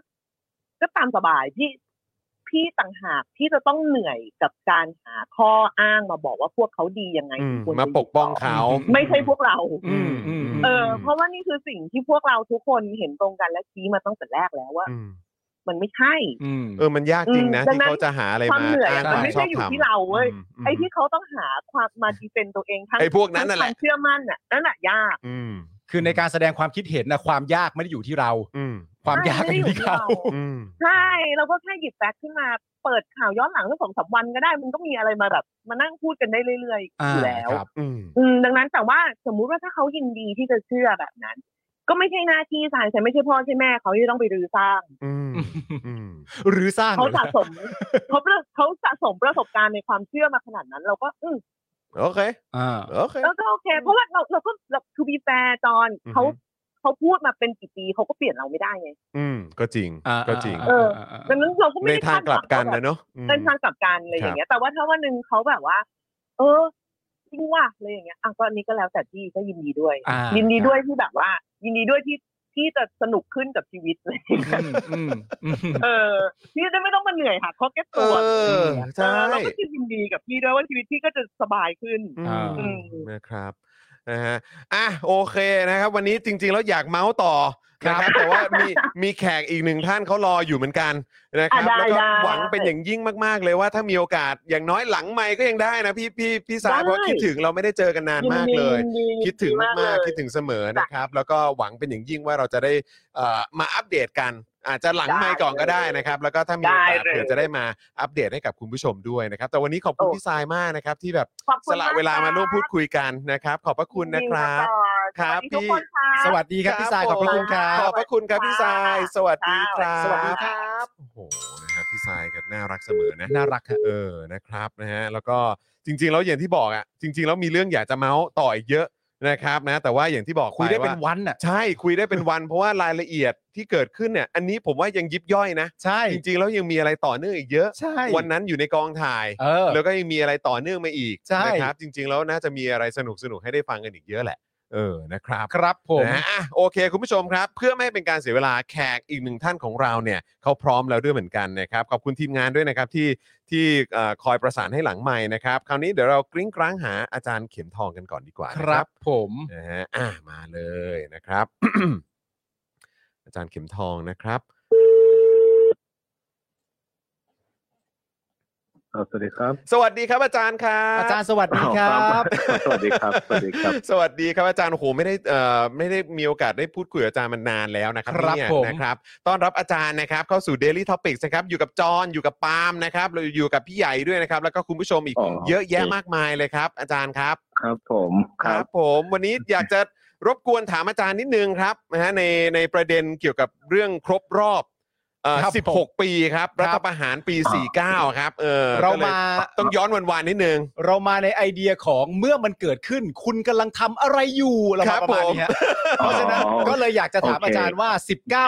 ก็ตามสบายพี่พี่ต่างหากที่จะต้องเหนื่อยกับการหาข้ออ้างมาบอกว่าพวกเขาดียังไง
อืม
ควรจะ
มาปกป้องเขา
ไม่ใช่พวกเรา
อืมอืม
เออเพราะว่านี่คือสิ่งที่พวกเราทุกคนเห็นตรงกันและชี้มาตั้งแต่แรกแล้วว่า
อืม
มันไม่ใช่
อืม
เออมันยากจริงนะ
อืมดั
ที่
งนั้น
เขาจะหาอะไร
ความ
มา
เหนื่อย
อ้า
อะ
ง
มัน
ว่า
ไม่
ช
ใช่
อบ
อยู่
ทำ
ที่เราเว้ย
มม
ไอ้ที่เขาต้องหาความมาดีเป็นตัวเองทั้ง
ไอ้พวกนั้นน่ะแหละ
ทั้งความเชื่อมั่นน่ะนั่นแหละยาก
อืม
คือในการแสดงความคิดเห็นนะความยากไม่ได้อยู่ที่เรา
อืม
ความยากมันอยู่ที่เขา
อืม
ใช่เราก็แค่หยิบแฟกต์ขึ้นมาเปิดข่าวย้อนหลังสักสองสามวันก็ได้ มันก็มีอะไรมาแบบมานั่งพูดกันได้เรื่อยๆอยู่แล้ว
ครับ
อืม
อืมดังนั้นแต่ว่าสมมุติว่าถ้าเขายินดีที่จะเชื่อแบบนั้น ก็ไม่ใช่หน้าที่สายฉันไม่ใช่พ่อใช่แม่เขาที่ต้องไปรื้อสร้าง
อืมอืม
หรือสร้าง
เขาสะสมเขาประเขาสะสมประสบการณ์ในความเชื่อมาขนาดนั้น เราก็อืม
โอเค
อ่า
โอเค
เราก็โอเค เพราะว่าเราเราก็เราทูบีแฟร์จอน
อือฮึ
เขาเขาพูดมาเป็นกี่ปีเขาก็เปลี่ยนเราไม่ได้ไง
อืมก็จริง
อ่า
ก็จริง
าาา
ดังนั้นเราก็ไม่
ใน
ได้
ทางกลับกัน
คาดหวั
นะเนาะอืม
เป็นทางกลับกันอะไรอย่างเงี้ยแต่ว่าถ้าวันหนึ่งเขาแบบว่า เออจริงว่ะอะไรอย่างเงี้ยอ่ะก็อันนี้ก็แล้วแต่ที่ก็ยินดีด้วย
อ่า
ยินดีด้วยที่แบบว่า ยินดีด้วยที่ที่จะสนุกขึ้นกับชีวิตเลย
อืมอืมอืม
เออพี่จะได้ไม่ต้องมาเหนื่อยหาข้อแก้ตัว
เออใช่
เออเราก็จะยินดีกับพี่ด้วยว่าชีวิตพี่ก็จะสบายขึ้น
อื
อ่า
มนะครับนะฮะอ่ะโอเคนะครับ วันนี้จริง ๆ แล้วอยากเมาส์ต่อนะครับ แต่ว่ามี มีแขกอีกหนึ่งท่านเขารออยู่เหมือนกันนะครับ
อ่ะ
แล้
ได้
วก็
ได้
หวังเป็นอย่างยิ่งมากๆเลยว่าถ้ามีโอกาสอย่างน้อยหลังไมค์ก็ยังได้นะพี่พี่พี่สาย
ได้
เพราะคิดถึงเราไม่ได้เจอกันนานมากเลย
นดีน
คิดถึง
เล
มาก
ย
ๆคิดถึงเสมอนะครับ แล้วก็หวังเป็นอย่างยิ่งว่าเราจะได้เอ่อมาอัปเดตกัน อาจจะหลังไมค์ก่อนก็ได้นะครับ แล้วก็ถ้ามีโอกาส
ได้เลย
เผื่อจะได้มาอัปเดตให้กับคุณผู้ชมด้วยนะครับ แต่วันนี้ขอบคุณ
โอ้
พี่ทรายมากนะครับ ที่แบบ
ขอบคุ
ส
ณ
ละ
ก
เวลามาร่วมพูด
ค
คุยกันนะครับ ขอบพระ
รับ
คุณนะค
ยิดี
รับค
ครั
รับ บ
ทุก
พี่
คนค่ะ
สวัสดีครับพี่สายขอบพระคุณครับ
ขอบพระคุณครับพี่ทรายสวัสดีครับ
สวัสดีครับ
โอ้โหนะครับพี่ทรายกันน่ารักเสมอนะ
น่ารักฮะ
เออ นะครับนะฮะ แล้วก็จริง ๆ แล้วอย่างที่บอกอ่ะ จริง ๆ แล้วมีเรื่องอยากจะเมาส์ต่ออีกเยอะนะครับนะ แต่ว่าอย่างที่บอก
คุยได้เป็น
ไา
วันอ่ะ
ใช่ คุยได้เป็นวัน เพราะว่ารายละเอียดที่เกิดขึ้นเนี่ย อันนี้ผมว่ายังยิบย่อยนะ
ใช่
จริง ๆ แล้วยังมีอะไรต่อเนื่องอีกเยอะ
ใช่
วันนั้นอยู่ในกองถ่าย
เออ
แล้วก็ยังมีอะไรต่อเนื่องมาอีก
ใช่
นะครับ จริง ๆ แล้วน่าจะมีอะไรสนุกๆ ให้ได้ฟังกันอีกเยอะแหละ เออ นะครับ
ครับผม
นะฮะอ่ะโอเค คุณผู้ชมครับ เพื่อไม่ให้เป็นการเสียเวลาแขกอีกหนึ่งท่านของเราเนี่ยเขาพร้อมแล้วด้วยเหมือนกันนะครับ ขอบคุณทีมงานด้วยนะครับที่ที่เอ่อคอยประสานให้หลังใหม่นะครับ คราวนี้เดี๋ยวเรากริ้งกร้างหาอาจารย์เข็มทองกันก่อนดีกว่า
ค
นะ
รับผม
นะฮะอ่ะมาเลยนะครับ อาจารย์เข็มทองนะครับ
อ่าสวัสดีครับ
สวัสดีครับอาจารย์ครับ
อาจารย์สวัสดีครั
อ้าวครับ บ สวัสดีครับ สวัสดีครับ
สวัสดีครับอาจารย์โอ้โหไม่ได้เอ่อไม่ได้มีโอกาสได้พูดคุยกับอาจารย์มานานแล้วนะครับ
ครับ
เนี่ย
ผม
นะครับต้อนรับอาจารย์นะครับเข้าสู่ Daily Topics นะครับอยู่กับจอห์นอยู่กับปาล์มนะครับเราอยู่กับพี่ใหญ่ด้วยนะครับ แล้วก็คุณผู้ชมอีก
อ๋อ
เยอะแยะ
โอเค
มากมายเลยครับอาจารย์ครับ
ครับผมครับ
ผมวันนี้อยากจะรบกวนถามอาจารย์นิดนึงครับนะฮะในในประเด็นเกี่ยวกับเรื่องครบรอบเอ่อ
ครับผม
16 ปีครับรั
ค
ฐ
รับ
ประหารปี 49 ครับเออ
เรา
ก็ลย
มา
ต้องย้อนวันวานๆนิดนึง
เรามาในไอเดียของเมื่อมันเกิดขึ้น คุณกำลังทำอะไรอยู่เรา
ครั
มา
บ
ประมาณ
ผม
นี้ฮะเพราะฉะนั้น
อ๋อ
ก็เลยอยากจะถาม
โอเค
อาจารย์ว่า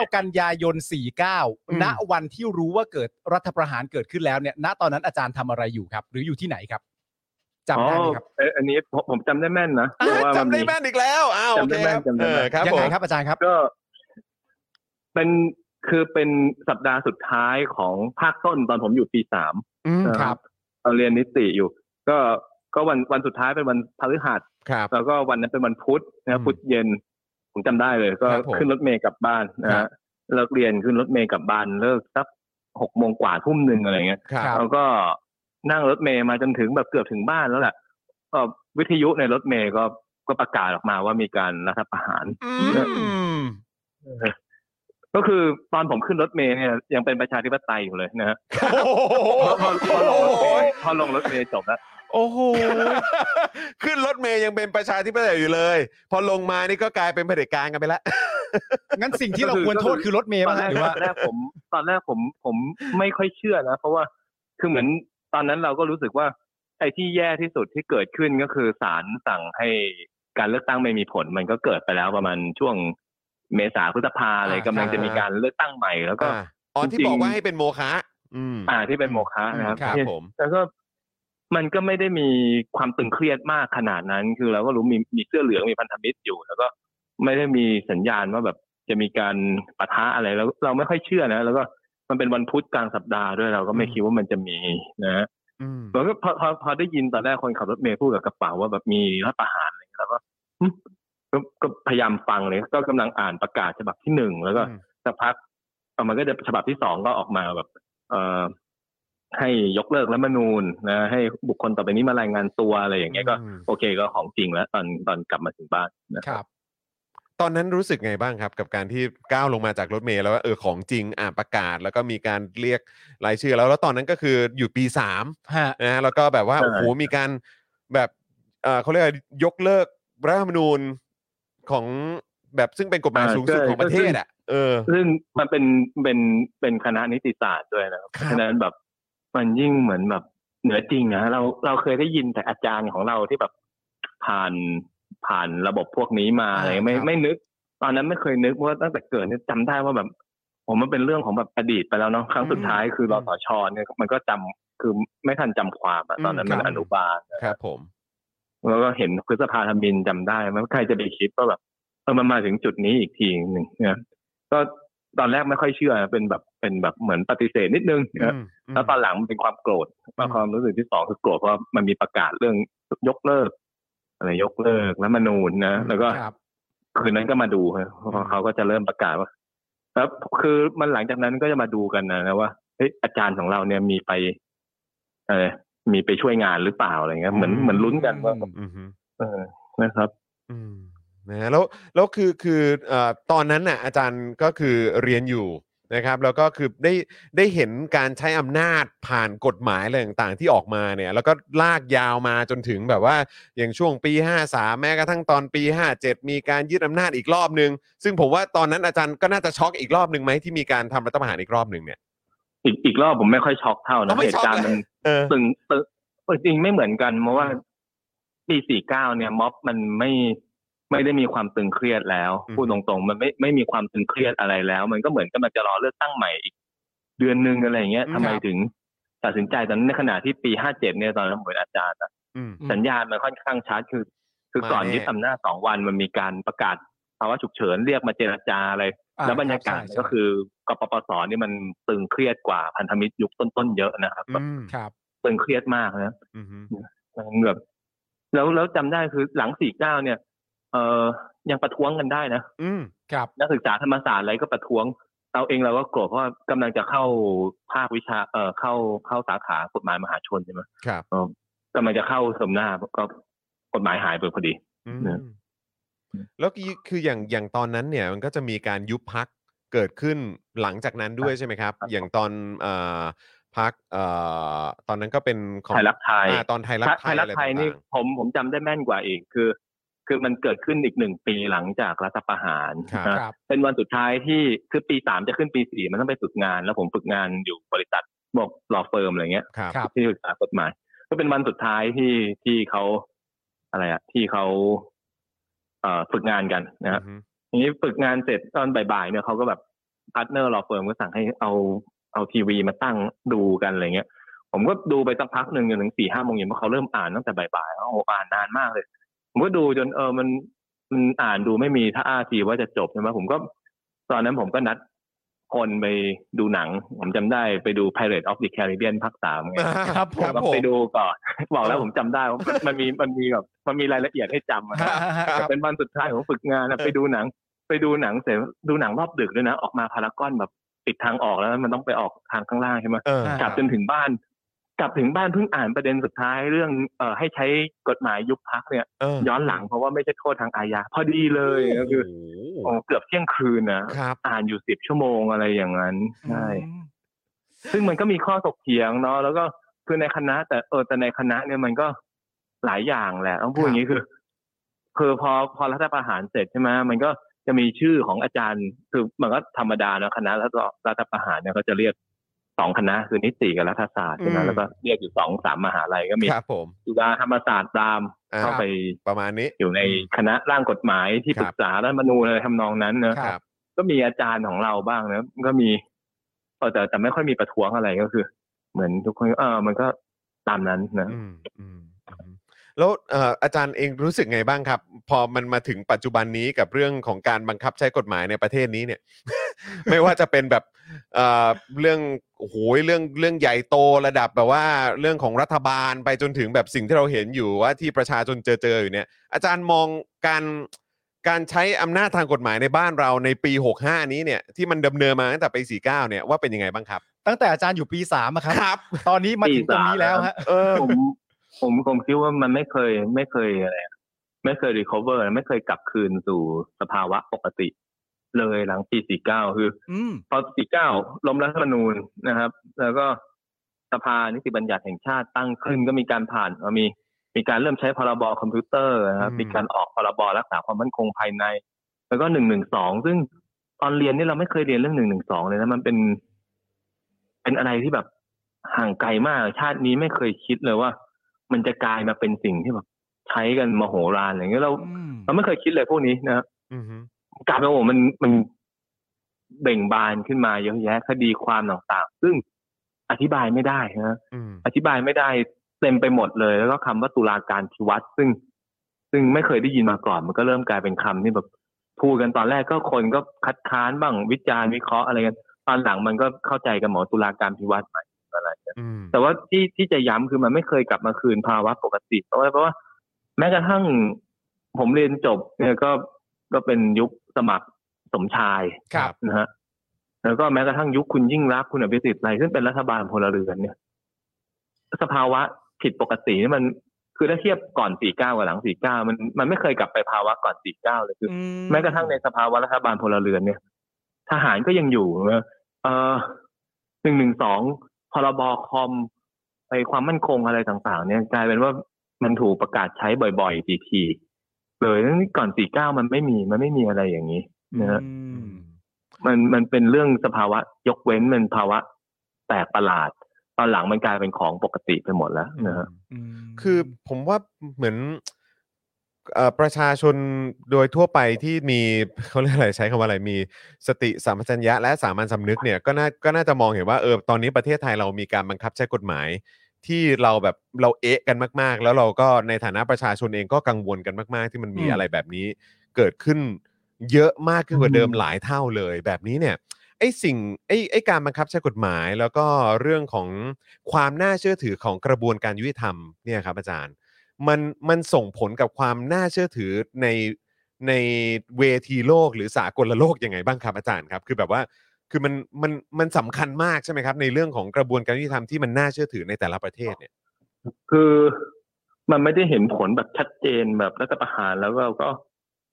19 กันยายน
อืม
49 ณวันที่รู้ว่าเกิดรัฐประหารเกิดขึ้นแล้วเนี่ย ณตอนนั้นอาจารย์ทำอะไรอยู่ครับ หรืออยู่ที่ไหนครับจำได้ไหมครับ
อ๋อเอ้ยอันนี้ผมผมจำได้แม่นนะเพราะว่ามัน
จำได้
มี
แม่นอีกแล้วอ้าวโอเคครับ
จำได้
เอ
แม่น
อค
จำได้แม่น
รับ
ยัง
ผ
ไง
ม
ครับอาจารย์ครับ
ก็เป็นคือเป็นสัปดาห์สุดท้ายของภาคต้นตอนผมอยู่ปีสาม
อืม
นะครับตอนเรียนนิติอยู่ ก็ก็วันวันสุดท้ายเป็นวันพฤหัส
ครับ
แล้วก็วันนั้นเป็นวันพุธนะครั
อื
บ
ม
พุธเย็น ผมจำได้เลย ก็
ครับผม
ขึ้นรถเมย์กลับบ้านนะ
ครั
ฮะ
บ
เลิกเรียนขึ้นรถเมย์กลับบ้านเลิกสักหกโมงกว่าทุ่มหนึ่งอะไรเงี้ย
ครับ
ครับ
แล้วก็นั่งรถเมย์มาจนถึงแบบเกือบถึงบ้านแล้วแหละก็วิทยุในรถเมย์ก็ก็ประกาศออกมาว่ามีการรัฐประหาร
อืม
ก็คือตอนผมขึ้นรถเมย์เนี่ยยังเป็นประชาธิปไตยอยู่เลยนะฮะ
โอ้
พอพอพอลงรถ
โห
เมย์พอลงรถเมย์จบแล้ว
โอ้โห ขึ้นรถเมย์ยังเป็นประชาธิปไตยอยู่เลย พอลงมานี่ก็กลายเป็นเผด็จการกันไปแล้ว
งั้นสิ่งที่เราควรโทษคือรถเมย์
ตอ
ป่ะ
นแร
ฮะ
ก
หรือ
ต
ว่า
อนแรกผมตอนแรกผมผมไม่ค่อยเชื่อนะ เพราะว่าคือเหมือนตอนนั้นเราก็รู้สึกว่าไอ้ที่แย่ที่สุดที่เกิดขึ้นก็คือศาลสั่งให้การเลือกตั้งไม่มีผล มันก็เกิดไปแล้วประมาณช่วงเมษาพฤษภาอะไร
อ่า
กำลังจะมีการเลือกตั้งใหม่แล้วก็
อ่ะอ๋อที่
จริงๆ
บอกว่าให้เป็นโมฆะอืม
อ่าที่เป็นโมฆะนะครับ
ครับ
ที่
ผม
แล้วก็ มันก็ไม่ได้มีความตึงเครียดมากขนาดนั้น คือเราก็รู้มีมีเสื้อเหลืองมีพันธมิตรอยู่ แล้วก็ไม่ได้มีสัญญาณว่าแบบจะมีการปะทะอะไรแล้วเราไม่ค่อยเชื่อนะ แล้วก็มันเป็นวันพุธกลางสัปดาห์ด้วยเราก็ไม่คิดว่ามันจะมีนะฮะ
อืม
แล้วก็พอพอพอได้ยินตอนแรกคนขับรถเมย์พูดกับกระเป๋าว่าแบบมีรัฐประหารอะไรเงี้ยแล้วก็หึก็ก็พยายามฟังเลยก็กำลังอ่านประกาศฉบับที่หนึ่งแล้วก็
อืม
สักพักเอามันก็จะฉบับที่สองก็ออกมาแบบ เอ่อให้ยกเลิกรัฐธรรมนูญนะ ให้บุคคลต่อไปนี้มารายงานตัวอะไรอย่างเงี้ยก็
อืม
โอเคก็ของจริงแล้ว ตอนตอนกลับมาถึงบ้านนะครับ
ตอนนั้นรู้สึกไงบ้างครับ กับการที่ก้าวลงมาจากรถเมล์แล้วว่าเออของจริงอ่านประกาศ แล้วก็มีการเรียกรายชื่อแล้วแล้วตอนนั้นก็คืออยู่ปีสาม
ฮะ
นะฮะแล้วก็แบบว่าโอ้โหมีการแบบเอ่อเขาเรียกว่ายกเลิกรัฐธรรมนูญของแบบซึ่งเป็นกฎหมายสูงสุดของประเทศอ่ะเออ
ซึ่งมันเป็นเป็นเป็นคณะนิติศาสตร์ด้วยนะครับเพราะฉะนั้นแบบมันยิ่งเหมือนแบบเหนือจริงนะเราเราเคยได้ยินแต่อาจารย์ของเราที่แบบผ่านผ่านระบบพวกนี้มาอะไรเงี้ยไม่
ครับ
ไม่นึก ตอนนั้นไม่เคยนึกเพราะว่าตั้งแต่เกิดเนี่ยจำได้ว่าแบบผมมันเป็นเรื่องของแบบอดีตไปแล้วเนาะครั้งสุดท้ายคือรสชเนี่ยมันก็จำคือไม่ทันจำความอะตอนนั้นมัน
ครับ
อนุบาล
ครับผม
แล้วก็เห็นพฤษภาธมินจำได้ไหมใครจะไปคิดว่าแบบเออมันมาถึงจุดนี้อีกทีหนึ่งนะก็ตอนแรกไม่ค่อยเชื่อเป็นแบบเป็นแบบเหมือนปฏิเสธนิดนึงนะแล้วตอนหลังมันเป็นความโกรธมาความรู้สึกที่สองคือโกรธเพราะมันมีประกาศเรื่องยกเลิกอะไรยกเลิกแล้วมนูญนะแล้วก็
ครับ
คืนนั้นก็มาดูฮะเพราะเขาก็จะเริ่มประกาศว่าแล้วคือมันหลังจากนั้นก็จะมาดูกันนะนะว่าเฮ้ยอาจารย์ของเราเนี่ยมีไป เออมีไปช่วยงานหรือเปล่าอะไรเงี้ยเหมือน
อืม
เหมือนลุ้นกันว่า
อืมฮึ
เออนะครับ
อืมนะฮะแล้วแล้วคือคือเอ่อตอนนั้นน่ะอาจารย์ก็คือเรียนอยู่นะครับ แล้วก็คือได้ได้เห็นการใช้อำนาจผ่านกฎหมายอะไรต่างๆที่ออกมาเนี่ย แล้วก็ลากยาวมาจนถึงแบบว่า อย่างช่วงปี 53 แม้กระทั่งตอนปี 57 มีการยึดอำนาจอีกรอบหนึ่งซึ่งผมว่าตอนนั้นอาจารย์ก็น่าจะช็อกอีกรอบหนึ่งไหมที่มีการทำรัฐประหารอีกรอบหนึ่งเนี่ย
อีกอีกรอบผมไม่ค่อยช็อกเท่านะ
อ๋อไม่
เห
ช็อก
ตุการณ์มัน
เออ
ตึงตึงจริงไม่เหมือนกันเพราะว่าปีสี่เก้าเนี่ยม็อบมันไม่ไม่ได้มีความตึงเครียดแล้ว
อืม
พูดตรงๆ มันไม่ไม่มีความตึงเครียดอะไรแล้ว มันก็เหมือนกำลังจะรอเลือกตั้งใหม่อีก เดือนหนึ่งอะไรอย่างเงี้ยทำไม
ครับ
ถึงตัดสินใจตอนนั้นในขณะที่ปีห้าเจ็ดเนี่ยตอนนั้นผมเป็นอาจารย์นะ
อืม
อืม
สัญญาณมันค่อนข้างชัดคือ คือ
มา
ก่อน
แน่
ยึดอำนาจสองวันมันมีการประกาศภาวะฉุกเฉินเรียกมาเจรจาอะไร
อ่
แล้วบรรยากาศ
คบใช่
ก็คือกปปสนี่มันตึงเครียดกว่าพันธมิตรยุคต้นๆเยอะนะครับแบบ
อืม
ครับ
ตึงเครียดมากนะ
อืมฮึ
มันแบบแล้วแล้วจำได้คือหลังสี่เก้าเนี่ย เออยังประท้วงกันได้นะ
อืม
ครับ
นักศึกษาธรรมศาสตร์อะไรก็ประท้วงเราเองเราก็โกรธเพราะว่ากำลังจะเข้าภาควิชา เออเข้าเข้าสาขากฎหมายมหาชนใช่ไหม
ครับ
เออกำลังจะเข้าสมนาก็กฎหมายหายไปพอดี
อืม
นะ
แล้วคือคืออย่างอย่างตอนนั้นเนี่ยมันก็จะมีการยุบพักเกิดขึ้นหลังจากนั้นด้วยใช่ไหมครับ อย่างตอนเอ่อพักเอ่อตอนนั้นก็เป็นของ
ไทยรักไทย
อ่าตอนไทยรักไทย
รั
อะ
ก
ไร
ไทยนี่
ต่าง
ผมผมจำได้แม่นกว่าอีกคือ คือมันเกิดขึ้นอีกหนึ่งปีหลังจากรัฐประหาร
ครับ
นะครับ เป็นวันสุดท้ายที่คือปีสามจะขึ้นปีสี่มันต้องไปฝึกงาน แล้วผมฝึกงานอยู่บริษัทบอกรอเฟิร์มอะไรเงี้ย
ๆครับ
ครับ
ที่ปรึกษากฎหมาย ก็เป็นวันสุดท้ายที่ที่เขาอะไรอะที่เขาเอ่อฝึกงานกันนะฮะ
อือฮึ
ทีนี้ฝึกงานเสร็จตอนบ่ายๆเนี่ยเขาก็แบบพาร์ทเนอร์เราเฟิร์มก็สั่งให้เอาเอาทีวีมาตั้งดูกันอะไรเงี้ย ผมก็ดูไปสักพักหนึ่งจนถึงสี่ห้าโมงเย็นเพราะเขาเริ่มอ่านตั้งแต่บ่ายๆโอ้โหอ่านนานมากเลย ผมก็ดูจนเออมันมันอ่านดูไม่มีท่าทีว่าจะจบใช่ไหมผมก็ ตอนนั้นผมก็นัดคนไปดูหนัง ผมจำได้ไปดู Pirate of the Caribbean ภาคสามไง
ครับผ
ผม
ม
ก็ไปดูก่อน บอกแล้วผมจำได้ว่ามันมันมีมันมีแบบมันมีรายละเอียดให้จำอะ
ครับ
เป็นวันสุดท้ายของฝึกงานนะ
เออ
ไปดูหนัง ไปดูหนังเสร็จดูหนังรอบดึกด้วยนะ ออกมาพารากอนแบบปิดทางออกแล้วมันต้องไปออกทางข้างล่างใช่ไหม
เออก
ลับจนถึงบ้าน กลับถึงบ้านเพิ่งอ่านประเด็นสุดท้ายเรื่องเอ่อให้ใช้กฎหมายยุบพักเนี่ย
เออ
ย้อนหลังเพราะว่าไม่ใช่โทษทางอาญาพอดีเลยก็คือ
โอ้โห
โอ้เกือบเที่ยงคืนนะครับ อ่านอยู่สิบชั่วโมงอะไรอย่างนั้นใช่
อืม
ซึ่งมันก็มีข้อถกเถียงเนาะแล้วก็คือในคณะ แต่เออแต่ในคณะเนี่ยมันก็หลายอย่างแหละต้องพูดอย่างนี้คือคือพอพอรัฐประหารเสร็จใช่ไหมมันก็จะมีชื่อของอาจารย์ คือมันก็ธรรมดาเนอะคณะรัฐรัฐประหารเนี่ยก็จะเรียกสองคณะคือนิติกับรัฐศาสตร์ใช่ไหม
อืม
แล้วก็เรียกอยู่สองสามมหาลัยก็มี
ครับผม
จุฬาธรรมศาสตร์ราม
อ่า
เข้าไป
ประมาณนี้
อยู่ในคณะร่างกฎหมายที่
ครั
ป
บ
รึกษารัฐธรรมนูญอะไรทำนองนั้นเนอะ
ครับ
ก็มีอาจารย์ของเราบ้างนะก็มีเออแต่แต่ไม่ค่อยมีประท้วงอะไรก็คือ เหมือนทุกคนเออมันก็ ตามนั้นนะ
อืมอืมอืมแล้วเอ่ออาจารย์เองรู้สึกไงบ้างครับ พอมันมาถึงปัจจุบันนี้กับเรื่องของการบังคับใช้กฎหมายในประเทศนี้เนี่ย ไม่ว่าจะเป็นแบบเอ่อเรื่องโอ้โหเรื่องเรื่องใหญ่โตระดับแบบว่าเรื่องของรัฐบาลไปจนถึงแบบสิ่งที่เราเห็นอยู่ว่าที่ประชาชนเจอเจออยู่เนี่ย อาจารย์มองการการใช้อำนาจทางกฎหมายในบ้านเราในปี 65 นี้เนี่ยที่มันดำเนินมาตั้งแต่ปี49เนี่ยว่าเป็นยังไงบ้างครับ
ตั้งแต่อาจารย์อยู่ปีสามอะครับ
ครับ
ตอนนี้มาถึงตรงนี้แล้วฮะ
เออ
ผมผมผมคิดว่ามันไม่เคยไม่เคยอะไรอะไม่เคยรีคอเวอร์ไม่เคยกลับคืนสู่สภาวะปกติ เลยหลังปี 49 คือ
อืม
พอ 49 ล้มรัฐธรรมนูญนะครับ แล้วก็สภานิติบัญญัติแห่งชาติตั้งขึ้นก็มีการผ่านเอ่อมีมีการเริ่มใช้พรบคอมพิวเตอร์นะครับ
อืม
มีการออกพรบรักษาความมั่นคงภายใน แล้วก็ 112 ซึ่งตอนเรียนนี่เราไม่เคยเรียนเรื่อง 112 เลยนะมันเป็น เป็นอะไรที่แบบห่างไกลมาก ชาตินี้ไม่เคยคิดเลยว่า มันจะกลายมาเป็นสิ่งที่แบบใช้กันมโหฬารอย่างเงี้ยเรา
อืม
เราไม่เคยคิดเลยพวกนี้นะครับ
อือฮึ
กลารเป็นโอ้มันมันเบ่งบานขึ้นมาเยอะแยะคดีความต่างๆ ซึ่งอธิบายไม่ได้นะ
อืม
อธิบายไม่ได้เต็มไปหมดเลย แล้วก็คำว่าตุลาการทิวัตรซึ่ง ซึ่งไม่เคยได้ยินมาก่อน มันก็เริ่มกลายเป็นคำที่แบบพูดกันตอนแรกก็คนก็คัดค้านบ้างวิจารณ์วิเคราะห์อะไรกันตอนหลังมันก็เข้าใจกันหมอตุลาการทิวัตรหมายถึงอะไร
อืม
แต่ว่าที่ที่จะย้ำคือมันไม่เคยกลับมาคืนภาวะปกติ เพราะว่าเพราะว่าแม้กระทั่งผมเรียนจบเนี่ยก็ก็เป็นยุคสมัครสมชาย
ครับ
นะฮะแล้วก็แม้กระทั่งยุคคุณยิ่งรักษณ์คุณอภิสิทธิ์อะไรซึ่งเป็นรัฐบาลพลเรือนเนี่ย สภาวะผิดปกตินี่มันคือถ้าเทียบก่อน 49 กับหลัง 49 มันมันไม่เคยกลับไปภาวะก่อน 49 เลยคือ แม้กระทั่งในสภาวะรัฐบาลพลเรือนเนี่ย ทหารก็ยังอยู่นะเออหนึ่งหนึ่งสองพรบคอมไปความมั่นคงอะไรต่างๆ เนี่ยกลายเป็นว่ามันถูกประกาศใช้บ่อยๆทีๆเลยทั้งที่ก่อนสี่เก้ามันไม่มีมันไม่มีอะไรอย่างนี้นะฮะมันมันเป็นเรื่องสภาวะยกเว้นมันภาวะแปลกประหลาด ตอนหลังมันกลายเป็นของปกติไปหมดแล้วนะฮะ
คือผมว่าเหมือนเอ่อประชาชนโดยทั่วไปที่มี เขาเรียกอะไรใช้คำว่าอะไรมีสติสัมปชัญญะและสามัญสำนึกเนี่ยก็น่าก็น่าจะมองเห็นว่าเออตอนนี้ประเทศไทยเรามีการบังคับใช้กฎหมาย ที่เราแบบเราเอะกันมาก ๆ แล้วเราก็ในฐานะประชาชนเองก็กังวลกันมาก ๆ ที่มันมี
อืม
อะไรแบบนี้ เกิดขึ้นเยอะมากขึ้นกว่าเดิม
อืม
หลายเท่าเลย แบบนี้เนี่ย ไอ้สิ่งไอ้ไอ้การบังคับใช้กฎหมาย แล้วก็เรื่องของความน่าเชื่อถือของกระบวนการยุติธรรมเนี่ยครับอาจารย์ มันมันส่งผลกับความน่าเชื่อถือในในเวทีโลกหรือสากลโลกยังไงบ้างครับอาจารย์ครับ คือแบบว่าคือมันมันมันสำคัญมากใช่ไหมครับ ในเรื่องของกระบวนการยุติธรรมที่มันน่าเชื่อถือในแต่ละประเทศเนี่ย
คือมันไม่ได้เห็นผลแบบชัดเจนแบบรัฐประหารแล้วก็ก็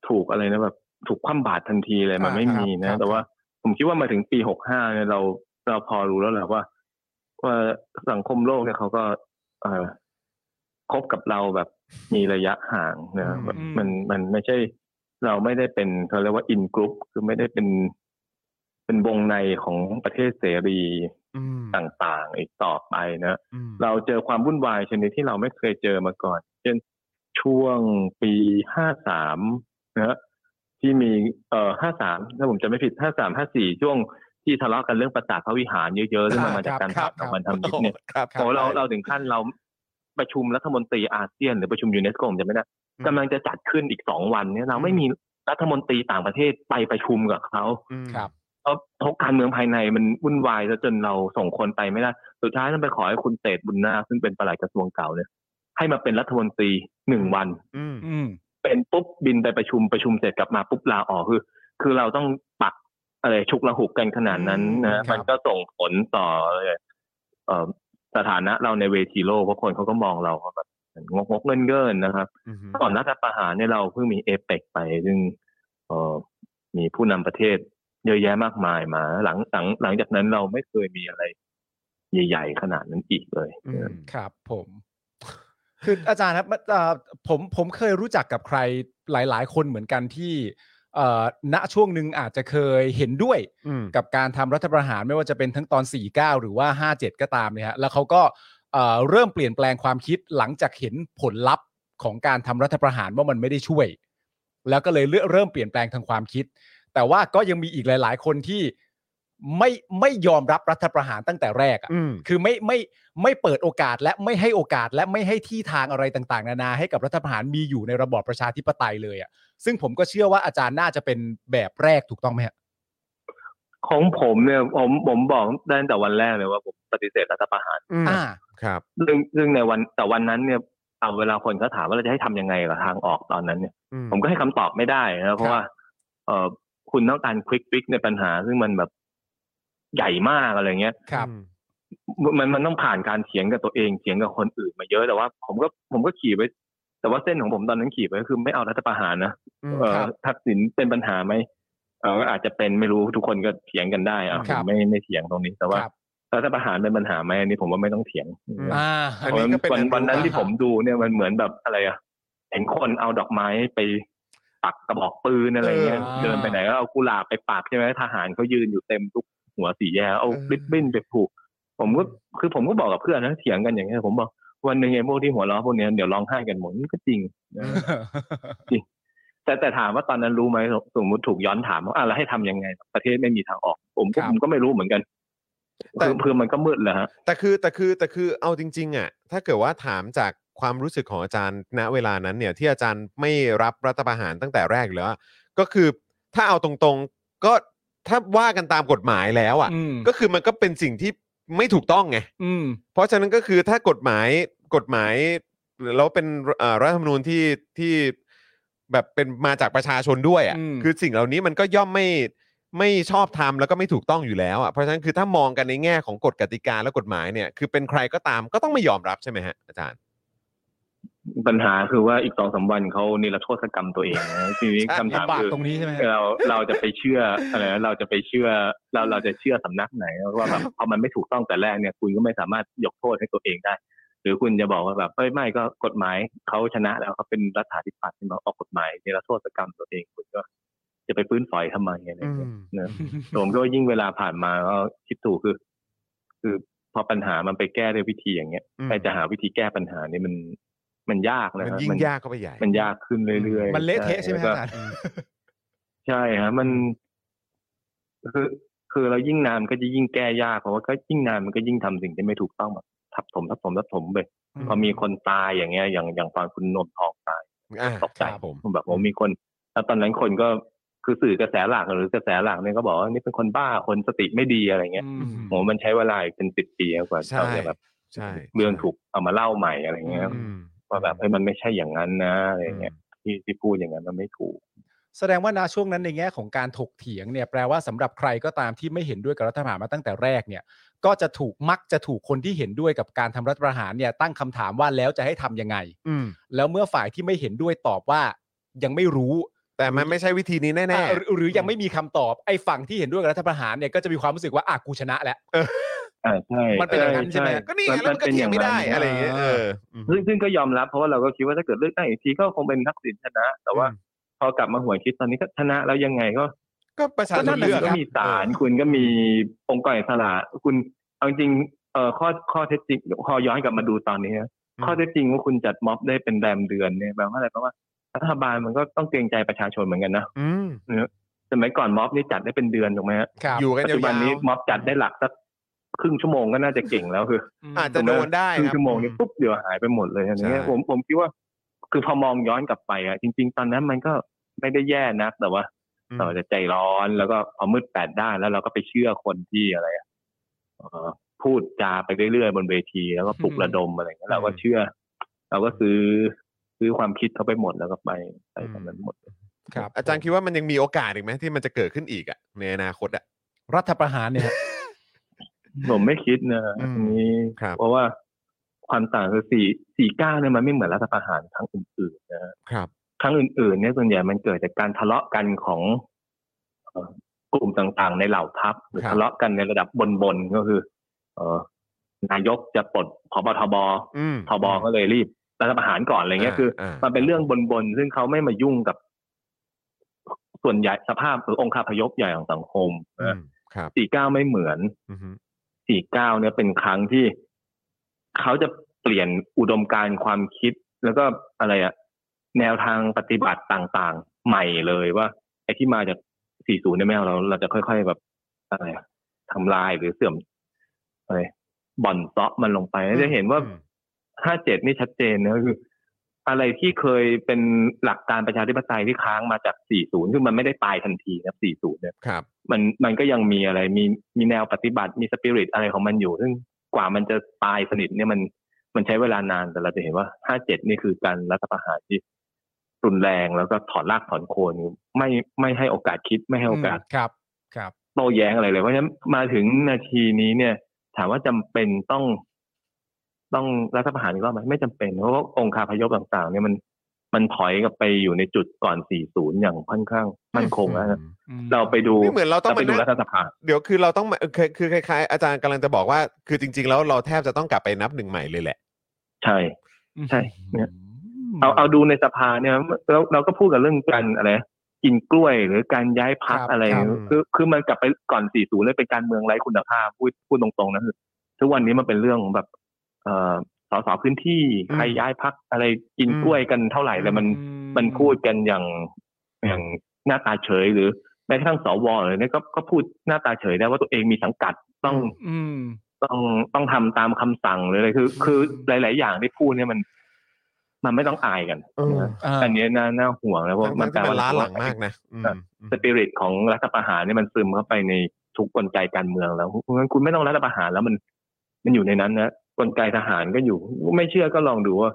ถูกอะไรนะแบบถูกคว่ำบาตรทันทีเลยมัน
อ่า
ไม่
ครับ
มี
ครั
นะ
บ
แต่ว่าผมคิดว่ามาถึงปีหกห้าเนี่ยเราเราพอรู้แล้วแหละว่า ว่าสังคมโลกเนี่ยเขาก็ เออคบกับเราแบบมีระยะห่างนะแบบ
อืม
มันมันไม่ใช่ เราไม่ได้เป็นเขาเรียกว่าอินกรุ๊ปคือไม่ได้เป็นเป็นวงในของประเทศเสรี
อืม
ต่างๆ อีกต่อไปนะ
อืม
เราเจอความวุ่นวายชนิดที่เราไม่เคยเจอมาก่อน เช่นช่วงปี 53 นะฮะที่มีเอ่อ 53 ถ้าผมจำไม่ผิด 53 54 ช่วงที่ทะเลาะกันเรื่องประสาทพระวิหารเยอะๆซึ่งมันมาจากการ
ครั
ปรา
บบ ครับ
ทำมันทำนิดเนี่ย
ครับ
โอ้เราเราถึงขั้นเราประชุมรัฐมนตรีอาเซียน หรือประชุมยูเนสโกผมจำไม่ได้กำลังจะจัดขึ้นอีกสองวันเนี่ยเราไม่มีรัฐมนตรีต่างประเทศไปประชุมกับเขา
อืม
ครับ
เพราะเพราะการเมืองภายในมันวุ่นวายซะจนเราส่งคนไปไม่ได้ สุดท้ายต้องไปขอให้คุณเตดบุญนาคซึ่งเป็นปลัดกระทรวงเก่าเนี่ยให้มาเป็นรัฐมนตรีหนึ่งวัน
อืม
อืม
เป็นปุ๊บบินไปประชุมประชุมเสร็จกลับมาปุ๊บลาออกคือคือเราต้องปักอะไรฉุกระหุกกันขนาดนั้น
อืมครับ
นะมันก็ส่งผลต่อเอ่อสถานะเราในเวทีโลกเพราะคนเขาก็มองเราว่าแบบงกงกเงินเกินๆนะครับ ก่อนรัฐประหารเนี่ยเราเพิ่งมีเอเปกไป ซึ่งเอ่อมีผู้นำประเทศเยอะแยะมากมายมา หลังหลังหลังจากนั้นเราไม่เคยมีอะไร ใหญ่ ๆ ขนาดนั้นอีกเลย
ครับผม คืออาจารย์ครับมันเอ่อผมผมเคยรู้จักกับใครหลาย ๆ คนเหมือนกันที่เอ่อณช่วงหนึ่งอาจจะเคยเห็นด้วย
อืม
กับการทำรัฐประหารไม่ว่าจะเป็นทั้งตอน 49 หรือว่า 57 ก็ตามเนี่ยฮะแล้วเขาก็เอ่อเริ่มเปลี่ยนแปลงความคิดหลังจากเห็นผลลัพธ์ของการทำรัฐประหารว่ามันไม่ได้ช่วย แล้วก็เลยเลือกเริ่มเปลี่ยนแปลงทางความคิด แต่ว่าก็ยังมีอีกหลาย ๆ คนที่ ไม่ไม่ยอมรับรัฐประหารตั้งแต่แรกอะ
อืม
คือไม่ไม่ไม่เปิดโอกาสและไม่ให้โอกาสและไม่ให้ที่ทางอะไรต่าง ๆ นานาให้กับรัฐประหารมีอยู่ในระบอบประชาธิปไตยเลยอะ่ะซึ่งผมก็เชื่อว่าอาจารย์น่าจะเป็นแบบแรกถูกต้องไหมฮะ
ของผมเนี่ยผมผมบอกได้ตั้งแต่วันแรกเลยว่าผมปฏิเสธรัฐประหาร
อืม
อ่า
ครับ
ซึ่งซึ่งในวันแต่วันนั้นเนี่ยเอาเวลาคนเขาถามว่าเราจะให้ทำยังไงกับทางออกตอนนั้นเนี่ย
อืม
ผมก็ให้คำตอบไม่ได้นะเพราะว่า เออคุณต้องการควิกฟิกในปัญหา ซึ่งมันแบบใหญ่มากอะไรเงี้ย
ครับ
อืม
มันมันต้องผ่านการเถียงกับตัวเองเถียงกับคนอื่นมาเยอะแต่ว่า ผมก็ผมก็ขี่ไว้ แต่ว่าเส้นของผมตอนนั้นขี่ไว้คือไม่เอารัฐประหารนะ
อืม
เอ
ค
อ
รับ
ทักษิณเป็นปัญหาไหมเอออาจจะเป็นไม่รู้ทุกคนก็เถียงกันได้อ่ะ
ครับ
ผมไม่ไม่เถียงตรงนี้ แต่ว่า
ครับ
รัฐประหารเป็นปัญหาไหมอันนี้ผมว่าไม่ต้องเถียง
อ่า
อันนี้ก็เป็นอั
วันวันนั้น
รู้
ที่ผมดูเนี่ยมันเหมือนแบบอะไรอะเห็นคนเอาดอกไม้ไปปักกระบอกปืนอะไรเงี้ย
เออ
เดินไปไหนก็เอากุหลาบไปปักใช่ไหมทหารเขายืนอยู่เต็มทุกหัวสีแยกเอาริบบิ้นไปผูก ผมก็คือผมก็บอกกับเพื่อนนะเถียงกันอย่างเงี้ยผมบอกวันหนึ่งไอ้พวกที่หัวเราะพวกเนี้ยเดี๋ยวร้องไห้กันหมดนี่ก็จริงนะแต่แต่ถามว่าตอนนั้นรู้ไหมสมมติถูกย้อนถามว่าอ่ะแล้วให้ทำยังไง ประเทศไม่มีทางออก ผมก็
ครับ
ผมก็ไม่รู้เหมือนกันคือคือมันก็มืดแหละฮะ
แต่คือแต่คือแต่คือเอาจริง ๆอ่ะถ้าเกิดว่าถามจากความรู้สึกของอาจารย์ณเวลานั้นเนี่ย ที่อาจารย์ไม่รับรัฐประหารตั้งแต่แรกอยู่แล้วอะก็คือถ้าเอาตรงๆก็ถ้าว่ากันตามกฎหมายแล้วอ่ะ
อืม
ก็คือมันก็เป็นสิ่งที่ไม่ถูกต้องไง
อืม
เพราะฉะนั้นก็คือถ้ากฎหมายกฎหมายแล้วเป็นเอ่อรัฐธรรมนูญที่ที่แบบเป็นมาจากประชาชนด้วย
อืม
อะ่ะคือสิ่งเหล่านี้มันก็ย่อมไม่ไม่ชอบทำแล้วก็ไม่ถูกต้องอยู่แล้วอะ่ะเพราะฉะนั้นคือถ้ามองกันในแง่ของกฎกติกาและกฎหมายเนี่ยคือเป็นใครก็ตามก็ต้องไม่ยอมรับใช่ไหมฮะอาจารย์
ปัญหาคือว่าอีกสองสามวันเขานิรโทษกรรมตัวเอง นะทีนี้
ใช่
คำถาม
ลำบาก
คือ
ตรงนี้ใช่ไหมฮะ
เราเราจะไปเชื่ออะไรนะเราจะไปเชื่อเราเราจะเชื่อสำนักไหนว่าแบบ พอมันไม่ถูกต้องแต่แรกเนี่ย คุณก็ไม่สามารถยกโทษให้ตัวเองได้ หรือคุณจะบอกว่าแบบเอ้ยไม่ก็กฎหมายเขาชนะแล้วเขาเป็นรัฐาธิปัตย์ที่มาออกกฎหมายนิรโทษกรรมตัวเองคุณก็จะไปปื้นฝอยทำไมอะไรอย่างเงี้ยนะผมก็ยิ่งเวลาผ่านมาก็คิดถูกคือ คือพอปัญหามันไปแก้ด้วยวิธีอย่างเงี้ย
อืม
ไปจะหาวิธีแก้ปัญหานี่มันมันยากนะ
มัน
ฮะ
ยิ่งยากเข้าไปใหญ่
มันยากขึ้นเรื่อยๆ
มันเละเทะใช่ไหมฮะ
แล้ว
อาจาร
ก็
ย์
ใช่ฮะมันคือคือเรายิ่งนานก็จะยิ่งแก้ยากเพราะว่าก็ยิ่งนานมันก็ยิ่งทำสิ่งที่ไม่ถูกต้องแบบทับถมทับถมทับถมไป
อืม
พอมีคนตายอย่างเงี้ย อย่างอย่างตอนคุณนนท์ทองตาย
อ่ะ
ตกใจ
ครับผม
ผมแบบผมมีคนแล้วตอนนั้นคนก็คือสื่อกระแสหลักหรือกระแสหลักเนี่ยก็บอกว่านี่เป็นคนบ้าคนสติไม่ดีอะไรเงี้ย
อืม
โหมันใช้เวลาอีกเป็นสิบปีกว่า
ใช่
เราจะแบบ
ใช่
เรื่องถูกเอามาเล่าใหม่อะไรเงี้ย
อื
อืม
ว่าแบบเฮ้ยมันไม่ใช่อย่างนั้นนะอะไรเงี้ยที่ที่พูดอย่างนั้นมันไม่ถูก
แสดงว่าณช่วงนั้นในแง่ของการถกเถียงเนี่ยแปลว่าสำหรับใครก็ตามที่ไม่เห็นด้วยกับรัฐประหารมาตั้งแต่แรกเนี่ย ก็จะถูกมักจะถูกคนที่เห็นด้วยกับการทำรัฐประหารเนี่ย ตั้งคำถามว่าแล้วจะให้ทำยังไง
อืม
แล้วเมื่อฝ่ายที่ไม่เห็นด้วยตอบว่ายังไม่รู้
แต่มันไม่ใช่วิธีนี้แน่
อ่ะหรือหรือยังไม่มีคำตอบไอ้ฝั่งที่เห็นด้วยกับรัฐประหารเนี่ยก็จะมีความรู้สึกว่าอ่ะกูชนะแล้ว
อ่าใช่
มันเป็นอย่างนั้นใช่ไหม
ๆก็นี่ไงแล้วมันก็
ป็
เถียงไม่ได้
า
อะไรอย่างเงี้ยเอออืม
ซึ่งซึ่งก็ยอมรับเพราะว่าเราก็คิดว่าถ้าเกิดเลือกตั้งอีกทีก็คงเป็นทักษิณชนะ แต่ว่า
อืม
พอกลับมาหวนคิดตอนนี้ก็ชนะแล้วยังไงก็
ก็ประชาช
ก็นั่
น
นน่ะ
เลือก
สิ
ก็
ครับ
มีศาลคุณก็มีองค์กรอิสระคุณเอาจริงเอ่อข้อข้อเท็จจริงพอย้อนกลับมาดูตอนนี้นะข้อเท็จจริงว่าคุณจัดม็อบได้เป็นแรมเดือนเนี่ยแปลว่าอะไรแปลว่ารัฐบาลมันก็ต้องเกรงใจประชาชนเหมือนกันนะ
อืม
สมัยก่อนม็อบนี่จัดได้เป็นเดือนถูกไหมฮะ
ครับ
อยู่กัน
ปัจ
ยา
จุบัน
ว
นี้ม็อบจัดได้หลักสักครึ่งชั่วโมงก็น่าจะเก่งแล้วคือ
ม
ๆอาจจะโดนได้
ครึ่
ค
ง
รับ
ชั่วโมงนี้ปุ๊บเดี๋ยวหายไปหมดเลยอะไรเงี้ย
ใช่
ผมผมคิดว่า คือพอมองย้อนกลับไปอ่ะจริง ๆ ตอนนั้นมันก็ไม่ได้แย่นักแต่ว่า
อืม
เราจะใจร้อนแล้วก็พอมืดแปดด้านแล้วเราก็ไปเชื่อคนที่อะไรอ่ะเอ่อพูดจาไปเรื่อยๆบนเวทีแล้วก็ปลุก
อืม
ระดมอะไรเงี้ยเราก็เชื่อ เราก็ซื้อซื้อความคิดเขาไปหมดแล้วก็ไปไปทำนั้นหมด
ครับ
อาจารย์คิดว่ามันยังมีโอกาสอีกไหมที่มันจะเกิดขึ้นอีกอะในอนาคตอะ
รัฐประหารเนี่ยฮะ
ผมไม่คิดนะ
อืม
อันนี้
ครับ
เพราะว่าความต่างคือสี่สี่เก้าเนี่ยมันไม่เหมือนรัฐประหารครั้งอื่นๆนะ
ครับ
ครั้งอื่นๆเนี่ยส่วนใหญ่มันเกิดจากการทะเลาะกันของเอ่อกลุ่มต่างๆ ในเหล่าทัพหรือ
ครับ
ทะเลาะกันในระดับบนๆก็คือ เออนายกจะปลดพบทบ
อืม
ทบก็เลยรีบรัฐประหารก่อนอะไรเงี้ย
อ่า
คืออา
มั
มันเป็นเรื่องบนๆซึ่งเขาไม่มายุ่งกับ ส่วนใหญ่สภาพหรือองค์คาพยพใหญ่ของสังคม
อืมครับ
สี่เก้าไม่เหมือน
อือฮึ
สี่เก้าเนี่ยเป็นครั้งที่เขาจะเปลี่ยนอุดมการณ์ความคิด แล้วก็อะไรอะแนวทางปฏิบัติต่างๆ ใหม่เลยว่าไอ้ที่มาจากสี่ศูนย์เนี่ยไม่เอาเราเราจะค่อย ๆ แบบอะไรอะ ทำลายหรือเสื่อมอะไรบ่อนเซาะมันลงไปแล้วจะเห็นว่า
อืม
ห้าเจ็ดนี่ชัดเจนนะคือ อะไรที่เคยเป็นหลักการประชาธิปไตยที่ค้างมาจาก 40 คือมันไม่ได้ตายทันทีนะครับ 40 เนี่ย
ครับ
มันมันก็ยังมีอะไร มีมีแนวปฏิบัติ มีสปิริตอะไรของมันอยู่ ซึ่งกว่ามันจะตายสนิทเนี่ยมันมันใช้เวลานาน แต่เราจะเห็นว่า 57 นี่คือการรัฐประหารที่รุนแรงแล้วก็ถอนรากถอนโคนคือไม่ไม่ให้โอกาสคิดไม่ให้โอกาส
ครับครับ
โต้แย้งอะไรเลย เพราะฉะนั้นมาถึงนาทีนี้เนี่ย ถามว่าจำเป็นต้อง ต้องรัฐประหารอีกรอบไหมไม่จำเป็นเพราะว่าองค์คาพยพต่างๆ เนี่ยมันมันถอยกลับไปอยู่ในจุดก่อน 40 อย่างค่อนข้างมั่นคงแล้วนะเราไปดู
นี่เหมือนเราต้อง
ไปดู
มานั่ง
รัฐสภา
เดี๋ยวคือเราต้องมาเออคือคือคล้ายๆ อาจารย์กำลังจะบอกว่า คือจริง ๆ แล้วเราแทบจะต้องกลับไปนับหนึ่งใหม่เลยแหละ
ใช่ ใช่เนี่ย เอาเอาดูในสภาเนี่ยเราเราก็พูดกันเรื่องการอะไรกินกล้วยหรือการย้ายพัก
ครับ
อะไร
ครับ
คือคือมันกลับไปก่อน 40 เลยเป็นการเมืองไร้คุณภาพพูดพูดตรงๆนะคือทุกวันนี้มันเป็นเรื่องของแบบ เอ่อสสพื้นที่
อืม
ใครย้ายพักอะไรกิน
อืม
กล้วยกันเท่าไหร่แต่มัน
อื
มันพูดกันอย่างอย่างหน้าตาเฉย หรือแม้กระทั่งสวอะไรเนี่ยก็ก็พูดหน้าตาเฉยได้ว่าตัวเองมีสังกัดต้อง
อืม
ต้องต้องทำตามคำสั่งหรืออะไรคือ คือหลาย ๆ อย่างที่พูดเนี่ยมัน มันไม่ต้องอายกัน
เออ
นะ
อ่า
อันนี้น่าน่าห่วงนะเพราะ
ทั้งๆ
มันแปล
ที่มั
ว่าน
ล้าหลังมากนะอืม
สปิริตของรัฐประหารเนี่ยมันซึมเข้าไปในทุกกลไกการเมืองแล้วเพราะฉะนั้นคุณไม่ต้องรัฐประหารแล้วมัน มันอยู่ในนั้นนะกลไกทหารก็อยู่ ไม่เชื่อก็ลองดูว่า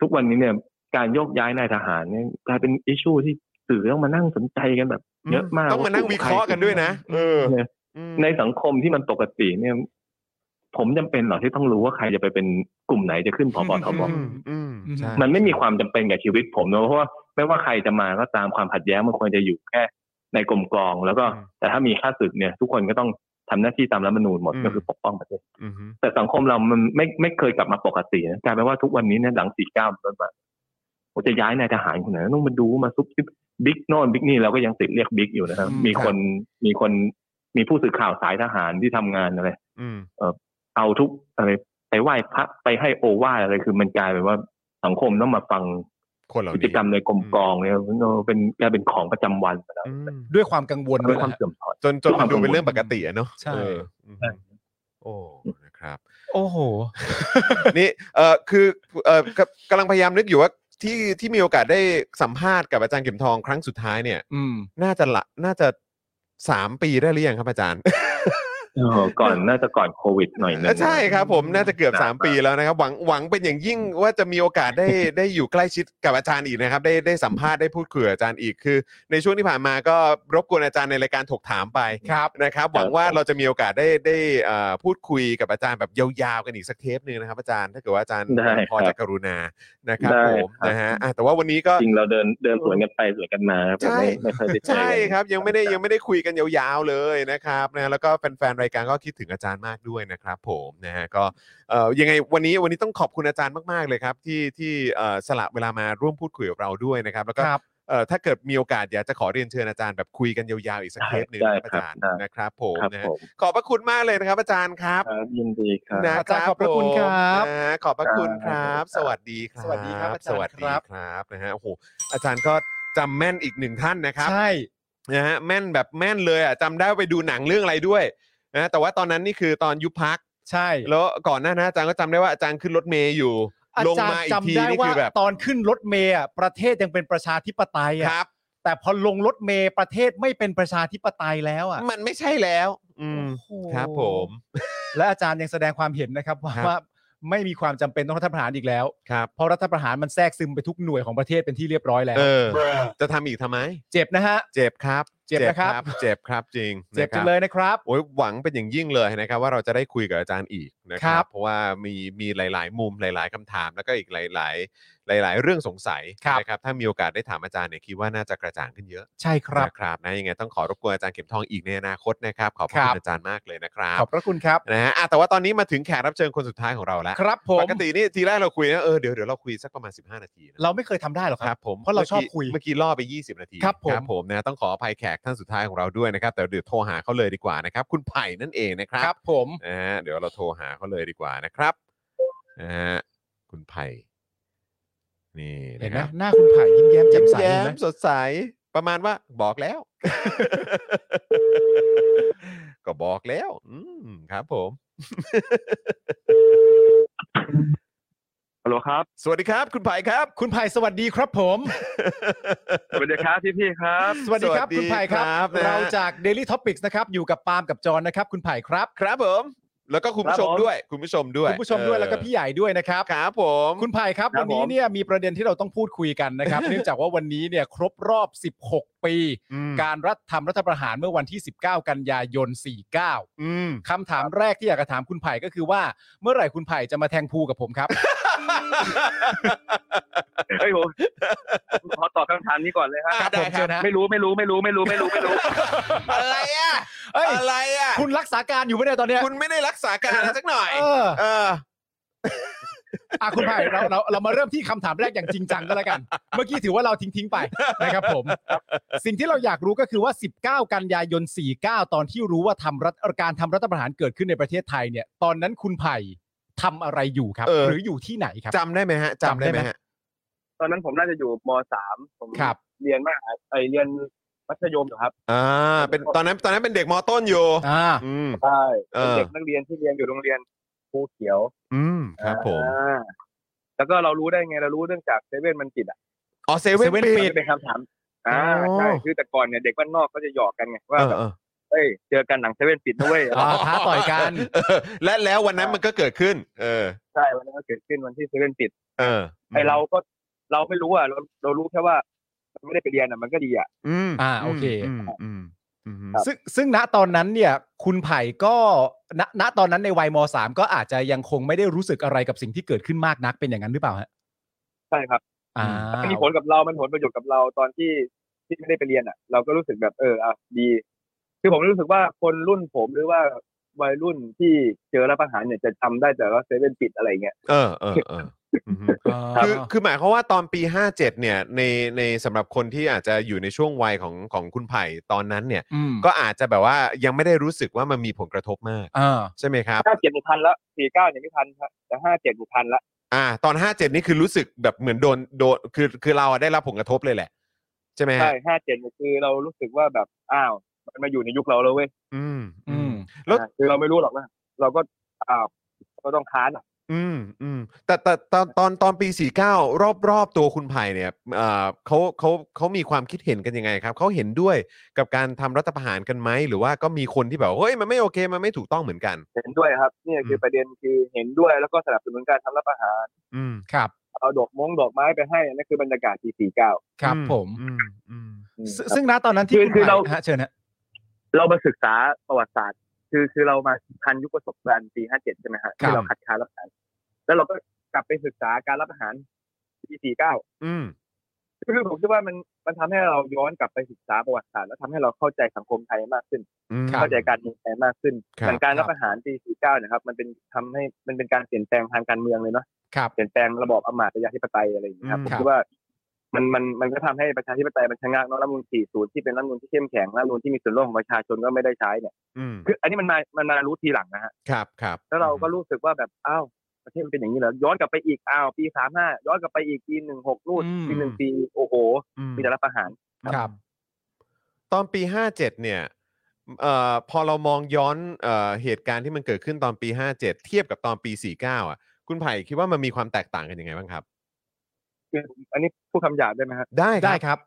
ทุกวันนี้เนี่ยการโยกย้ายนายทหารเนี่ยกลายเป็นอิชชูที่สื่อต้องมานั่งสนใจกันแบบ เยอะมาก
ต้องมานั่งวิเคราะห์กันด้วยนะเออ
เนี่ย
อืม
ในสังคมที่มันปกติเนี่ย ผมจำเป็นเหรอที่ต้องรู้ว่าใครจะไปเป็นกลุ่มไหนจะขึ้นผบทบ
อืมอืมใช่
มันไม่มีความจำเป็นกับชีวิตผมนะเพราะว่าไม่ว่าใครจะมาก็ตามความขัดแย้งมันควรจะอยู่แค่ในกลมกลอง แล้วก็แต่ถ้ามีค่าศึกเนี่ย ทุกคนก็ต้องทำหน้าที่ตามรัฐธรรมนูญหมดก็คือปกป้องประเทศ
อืมฮึ
แต่สังคมเรามันไม่ไม่เคยกลับมาปกตินะกลายเป็นว่าทุกวันนี้เนี่ยหลังสี่เก้าต้นมาผมจะย้ายนายทหารคนไหนต้องมาดูมาซุบซิบบิ๊กโน่นบิ๊กนี่เราก็ยังติดเรียกบิ๊กอยู่นะครับ
อืม
มีคนมีคนมีผู้สื่อข่าวสายทหารที่ทำงานอะไร
อืม
เอาทุกอะไรไปไหว้พระไปให้โอวาทอะไรคือมันกลายเป็นว่าสังคมต้องมาฟัง
คนเหล่า
กิ
นี้
จกรรมในกรม
อืม
กองเนี่ยเออเป็นกลายเป็นของประจำวันไปแล้ว
อืม
ด้วยความกังวล
เป็
ด้วน ย
ความ
แหละ
เสื่อมถอย
จนจนมันดูเป็นเรื่องปกติอะเนาะ
ใช่
เอออืมโอ้นะครับ
โอ้โห
นี่เออคือเออกำกำลังพยายามนึกอยู่ว่าที่ที่มีโอกาสได้สัมภาษณ์กับอาจารย์เข็มทองครั้งสุดท้ายเนี่ย
อืม
น่าจะละน่าจะสามปีได้หรือยังครับอาจารย์
เออก่อนน่าจะก่อนโควิดหน่อยหนึง
ใช่ครับผมน่าจะเกือบ
ครับ
3 ปีแล้วนะครับ หวังหวังเป็นอย่างยิ่งว่าจะมีโอกาสได้ ได้อยู่ใกล้ชิดกับอาจารย์อีกนะครับ ได้ได้สัมภาษณ์ได้พูดคุยกับอาจารย์อีกคือ ในช่วงที่ผ่านมาก็รบกวนอาจารย์ในรายการถกถามไป
ครับ
นะครับ หวังว่าเราจะมีโอกาสได้ได้เอ่อพูดคุยกับอาจารย์แบบยาวๆกันอีกสักเทปหนึ่งนะครับ อาจารย์ถ้าเกิดว่าอาจารย์
ได้ครับ
พอจะกรุณานะครับ
ได้
ผม
ครับ
นะฮะอ่ะแต่ว่าวันนี้ก็
จริงเราเดินเดินสวนกันไปสวนกันมาครับ
ใช่
ไม่ไม่เคอยได้เจอกัน
ใช่ครับยังไม่ได้ยังไม่ได้คุยกันยาวๆเลยนะครับนะแล้วก็แฟนๆรายการก็คิดถึงอาจารย์มากด้วยนะครับ ผมนะฮะก็เอ่อยังไงวันนี้วันนี้ต้องขอบคุณอาจารย์มากๆเลยครับที่ที่เอ่อสละเวลามาร่วมพูดคุยกับเราด้วยนะครับแล้วก็
ครับ
เอ่อถ้าเกิดมีโอกาสอยากจะขอเรียนเชิญอาจารย์แบบคุยกันยาวๆอีกสักเทปหนึ่งนะครับอาจารย์นะครับผม
ครับ
นะ
ผ
ฮะ
ม
ขอบพระคุณมากเลยนะครับ อาจารย์ครับ
ครับยินดีครับ
นะ
อาจารย์ขอบพระคุณครั
ผ
บ
มนะฮะขอบพระคุณครับ
ครับ
สวัสดีครับ
สวัสดีครับอาจารย์
สวัสดี
ครับ
ครับนะฮะโอ้โหอาจารย์ก็จำแม่นอีกหนึ่งท่านนะครับ
ใช่
นะฮะแม่นแบบแม่นเลยอ่ะจำได้ว่าไปดูหนังเรื่องอะไรด้วยนะแต่ว่าตอนนั้นนี่คือตอนยุบพัก
ใช่
แล้วก่อนหน้านั้นอาจารย์ก็จำได้ว่าอาจารย์ขึ้นรถเมย์อยู่
อา
ลง
จาร
มา
ย์
อีกที
จำได้
นี่
ว่า
คือแบบ
ตอนขึ้นรถเมย์อะประเทศยังเป็นประชาธิปไตย
ค
อะ
รับ
แต่พอลงรถเมย์ประเทศไม่เป็นประชาธิปไตยแล้วอะ
มันไม่ใช่แล้ว อืม
โอ้โห
ครับผม
และอาจารย์ยังแสดงความเห็นนะครับว่า
ครับ
ว่าไม่มีความจำเป็นต้องรัฐประหารอีกแล้ว
ครับ
เพราะรัฐประหารมันแทรกซึมไปทุกหน่วยของประเทศเป็นที่เรียบร้อยแล้ว
เออ จะทำอีกทำไม
เจ็บนะฮะ
เจ็บครับ
เจ็บนะครับ
เจ็บครับจริง
เจ็บ
นะค
จั
รั
งเลยนะครับ
โอ้ยหวังเป็นอย่างยิ่งเลยนะครับ ว่าเราจะได้คุยกับอาจารย์อีกนะค
ครั
รับบ เพราะว่ามีมีหลาย ๆ มุมหลาย ๆคำถามแล้วก็อีกหลาย ๆ หลาย ๆ เรื่องสงสัย
ครับ
นะครับถ้ามีโอกาสได้ถามอาจารย์เนี่ยคิดว่าน่าจะกระจ่างขึ้นเยอะ
ใช่ครับ
นะครับนะยังไงต้องขอรบกวนอาจารย์เข็มทองอีกในอนาคตนะครับขอบพ
ค
ระ
รับ
คุณอาจารย์มากเลยนะครับ
ขอบพระคุณครับ
นะฮะอ่ะแต่ว่าตอนนี้มาถึงแขกรับเชิญคนสุดท้ายของเราแล้ว
ครับผม
ปกตินี่ทีแรกเราคุยนะเออเดี๋ยวเดี๋ยวเราคุยสักประมาณ 15 นาทีนะ
เราไม่เคยทำได้หรอก
ค
ค
รั
รั
บบ ผม
เพราะเราชอบ
มื่กี้
คุย
เมื่อกี้ล่อไป 20 นาที
ครับผม
ผมนะต้องขออภัยแขกท่านสุดท้ายของเราด้วยนะครับแต่เดี๋ยวโทรหาเขาเลยดีกว่านะครับคุณไผ่นั่นเองนะครับ
ครับผม
นะฮะเดี๋ยวเราโทรหาเขาเลยดีกว่านะครับนะฮะคุณไผ่นี่
เห็น
ไห
ไหมหน้าคุณผ่ายยิ้มแย้มแจ่
ยิ้ม
มใส
แย้
เห็
ม
นไหม
สดใส ประมาณว่าบอกแล้ว ก็บอกแล้ว อืมครับผม
ฮัลโหลครับ
สวัสดีครับ คุณไผ่ครับ
คุณไผ่สวัสดีครับผม
สวัสดีครับพี่พี่ๆครับ
สวัสดีครับ
สวัสดี
คุณไผ่ครับ
ครับนะฮะ
เราจาก Daily Topics นะครับ อยู่กับปาล์มกับจอห์นนะครับ คุณไผ่ครับ
ครับผม แล้วก็คุณผู้ชม
ครับผม
ด้วย คุณผู้ชมด้วย
คุณผู้ชมด้วย
เออ
แล้วก็พี่ใหญ่ด้วยนะครับ
ครับผม
คุณไผ่ครับ
ครั
วั
บ
น
ผม
นี้เนี่ยมีประเด็นที่เราต้องพูดคุยกันนะครับ เนื่องจากว่าวันนี้เนี่ยครบรอบ 16 ปี
อืม
การรัฐทำรัฐประหารเมื่อวันที่ 19 กันยายน 49
อืม
คำถามแรกที่อยากจะถามคุณไผ่ก็คือว่าเมื่อไหร่คุณไผ่จะมาแทงพูกับผมครับ
เฮ้ยผมผมขอตอบคำถามนี้ก่อนเลยฮะ
อ่ะได้
ผ
ค
ม
รั
เชิ
บ
ญนะ
ไม่รู้ไม่รู้ไม่รู้ไม่รู้ไม่รู้ไม่รู้
อะไรอ่ะ
เอ้ย
อะไรอ่ะ
คุณรักษาการอยู่ไหมเนี่ยตอนเนี้ย
คุณไม่ได้รักษาการอะไรสักหน่อย
เออ
เออ
อ่ะคุณไผ่เราเราเรามาเริ่มที่คำถามแรกอย่างจริงจังก็แล้วกัน เมื่อกี้ถือว่าเราทิ้งทิ้งๆไปนะครับ ผม สิ่งที่เราอยากรู้ก็คือว่า 19 กันยายน 49 ตอนที่รู้ว่าทำรัฐการทำรัฐประหารเกิดขึ้นในประเทศไทยเนี่ย ตอนนั้นคุณไผ่ทำอะไรอยู่ครับ
เออ
หรืออยู่ที่ไหนครับ
จำได้ไหมฮะจำได้ไหมฮะ
ตอนนั้นผมน่าจะอยู่มสามผม
ครับ
เรียนมหาไอยเรียนมัธยมอยู่ครับ
อ่า เป็นตอนนั้นตอนนั้นเป็นเด็กมอต้นอยู่
อ่า
อืม
ใช่
เออ
เป็นเด็กนักเรียนที่เรียนอยู่โรงเรียนภูเขียว
อืม ครับผม
อ่าแล้วก็เรารู้ได้ไงเรารู้เนื่องจากเซเว่นมันปิดอ่ะ
อ๋อเซเว่น
เซเว่น
ปิด
มันเป็นคำถามอ่า
อ๋อ
ใช่คือแต่ก่อนเนี่ยเด็กบ้านนอกก็จะหยอกกันไงว่า
เออ
แบบ
เออ
เฮ้ยเจอกันหนังเซเว่นปิดนะเว้ย
อ่าท้าต่อยกัน
เออ และแล้ววันนั้นมันก็เกิดขึ้น เออ
ใช่วันนั้นก็เกิดขึ้นวันที่เซเว่นปิด
เออ
ไอเราก็เราไม่รู้อ่ะเราเรารู้แค่ว่ามันไม่ได้ไปเรียนอ่ะมันก็ดีอ่ะ
อืม
อ่าโอเค
อืมอืมอืมอืม
ซึ่งซึ่งณตอนนั้นเนี่ยคุณไผ่ก็ณณตอนนั้นในวัยมสามก็อาจจะยังคงไม่ได้รู้สึกอะไรกับสิ่งที่เกิดขึ้นมากนักเป็นอย่างนั้นหรือเปล่าฮะ
ใช่ครับ
อ่า
มันมีผลกับเรา มันผลประโยชน์กับเราตอนที่ที่ไม่ได้ไปเรียนอ่ะ เราก็รู้สึกแบบเอออ่ะดี คือผมรู้สึกว่าคนรุ่นผมหรือว่าวัยรุ่นที่เจอรับประหารเนี่ยจะจำได้แต่ว่าเซเว่นปิดอะไรเงี้ย
เออเออเอออือฮึ
า
คือคือหมายความว่าตอนปี 57 เนี่ยในในสำหรับคนที่อาจจะอยู่ในช่วงวัยของของคุณไผ่ตอนนั้นเนี่ย
อืม
ก็อาจจะแบบว่ายังไม่ได้รู้สึกว่ามันมีผลกระทบมาก
อ่า
ใช่ไหมครับ
ห้าเจ็ดหนึ่งพันละสี่เก้าเนี่ยไม่ทันครับแต่ห้าเจ็ดหนึ่งพันละ
อ่า ตอน 57 นี่คือรู้สึกแบบเหมือนโดนโดนคือคือเราอะได้รับผลกระทบเลยแหละ ใช่ไหมฮะ
ใช่ห้าเจ็ดเนี่ยคือเรารู้สึกว่าแบบอ้าว มันมาอยู่ในยุคเราแล้วเว้ย
อืม
อืม
แล้ว
อ่าคือเราไม่รู้หรอกว่าเราก็อ้าวก็ต้องค้านอ่ะ
อืมอืมแต่แต่ตอนตอนตอนปี 49 รอบรอบตัวคุณไผ่เนี่ยเอ่อเขาเขาเขามีความคิดเห็นกันยังไงครับเขาเห็นด้วยกับการทำรัฐประหารกันไหมหรือว่าก็มีคนที่แบบว่าเฮ้ยมันไม่โอเคมันไม่ถูกต้องเหมือนกัน
เห็นด้วยครับเนี่ยคือ
ม
ประเด็นคือเห็นด้วยแล้วก็สนับสนุนการทำรับประหาร
อืม
ครับ
เอาดอกมงดอกไม้ไปให้นั่นคือบรรยากาศปีสี่เก้า
ครับผม
อืมอืม
อืม
ซึ่ง
ครับ
ซึ่งณตอนนั้นที่
คือ
คุณ
คือ
ไผ่
เรา
ฮะเชิญฮะ
เรามาศึกษาประวัติศาสตร์ คือคือเรามาทันยุคประสบการณ์ปีห้าเจ็ดใช่ไหมฮะที่เราคัดค้านรับประหารแล้วเราก็กลับไปศึกษาการรับประหารปีสี่เก้า
อืม
คือผมคิดว่ามันมันทำให้เราย้อนกลับไปศึกษาประวัติศาสตร์แล้วทำให้เราเข้าใจสังคมไทยมากขึ้น
อืม
เข้าใจการเมืองไทยมากขึ้น
ครับ
อย่างการรับประหารปีสี่เก้านะครับ มันเป็นทำให้มันเป็นการเปลี่ยนแปลงทางการเมืองเลยเนาะ
ครับ
เปลี่ยนแปลงระบอบอำมาตย์ประชาธิปไตยอะไรอย่างเงี้ยครับ
อื
ผม
ค
ม
รับ
คิดว่ามันมันมันก็ทำให้ประชาธิปไตยมันชะงักเนอะรัฐธรรมนูล40 ที่เป็นรัฐธรรมนูลที่เข้มแข็งรัฐธรรมนูลที่มีส่วนร่วมของประชาชนก็ไม่ได้ใช้เนี่ย
อืม
คืออันนี้มันมามันมารู้ทีหลังนะฮะ
ครับครับ
แล้วเราก็รู้สึกว่าแบบอ้าวประเทศมันเป็นอย่างนี้เหรอย้อนกลับไปอีกอ้าวปี35ย้อนกลับไปอีกปี16นู่น
อืม
ปีหนึ่งปีโอ้โห
อืม
มีแต่รัฐประหาร
ครับ
ตอนปี 57 เนี่ยเอ่อพอเรามองย้อนเอ่อเหตุการณ์ที่มันเกิดขึ้นตอนปี 57 เทียบกับตอนปี 49 อ่ะ คุณไผ่คิดว่ามันมีความแตกต่างกันยังไงบ้างครับ
คืออันนี้พูดคำหยาบได้ไหมฮะ
ได้
ได้ครับ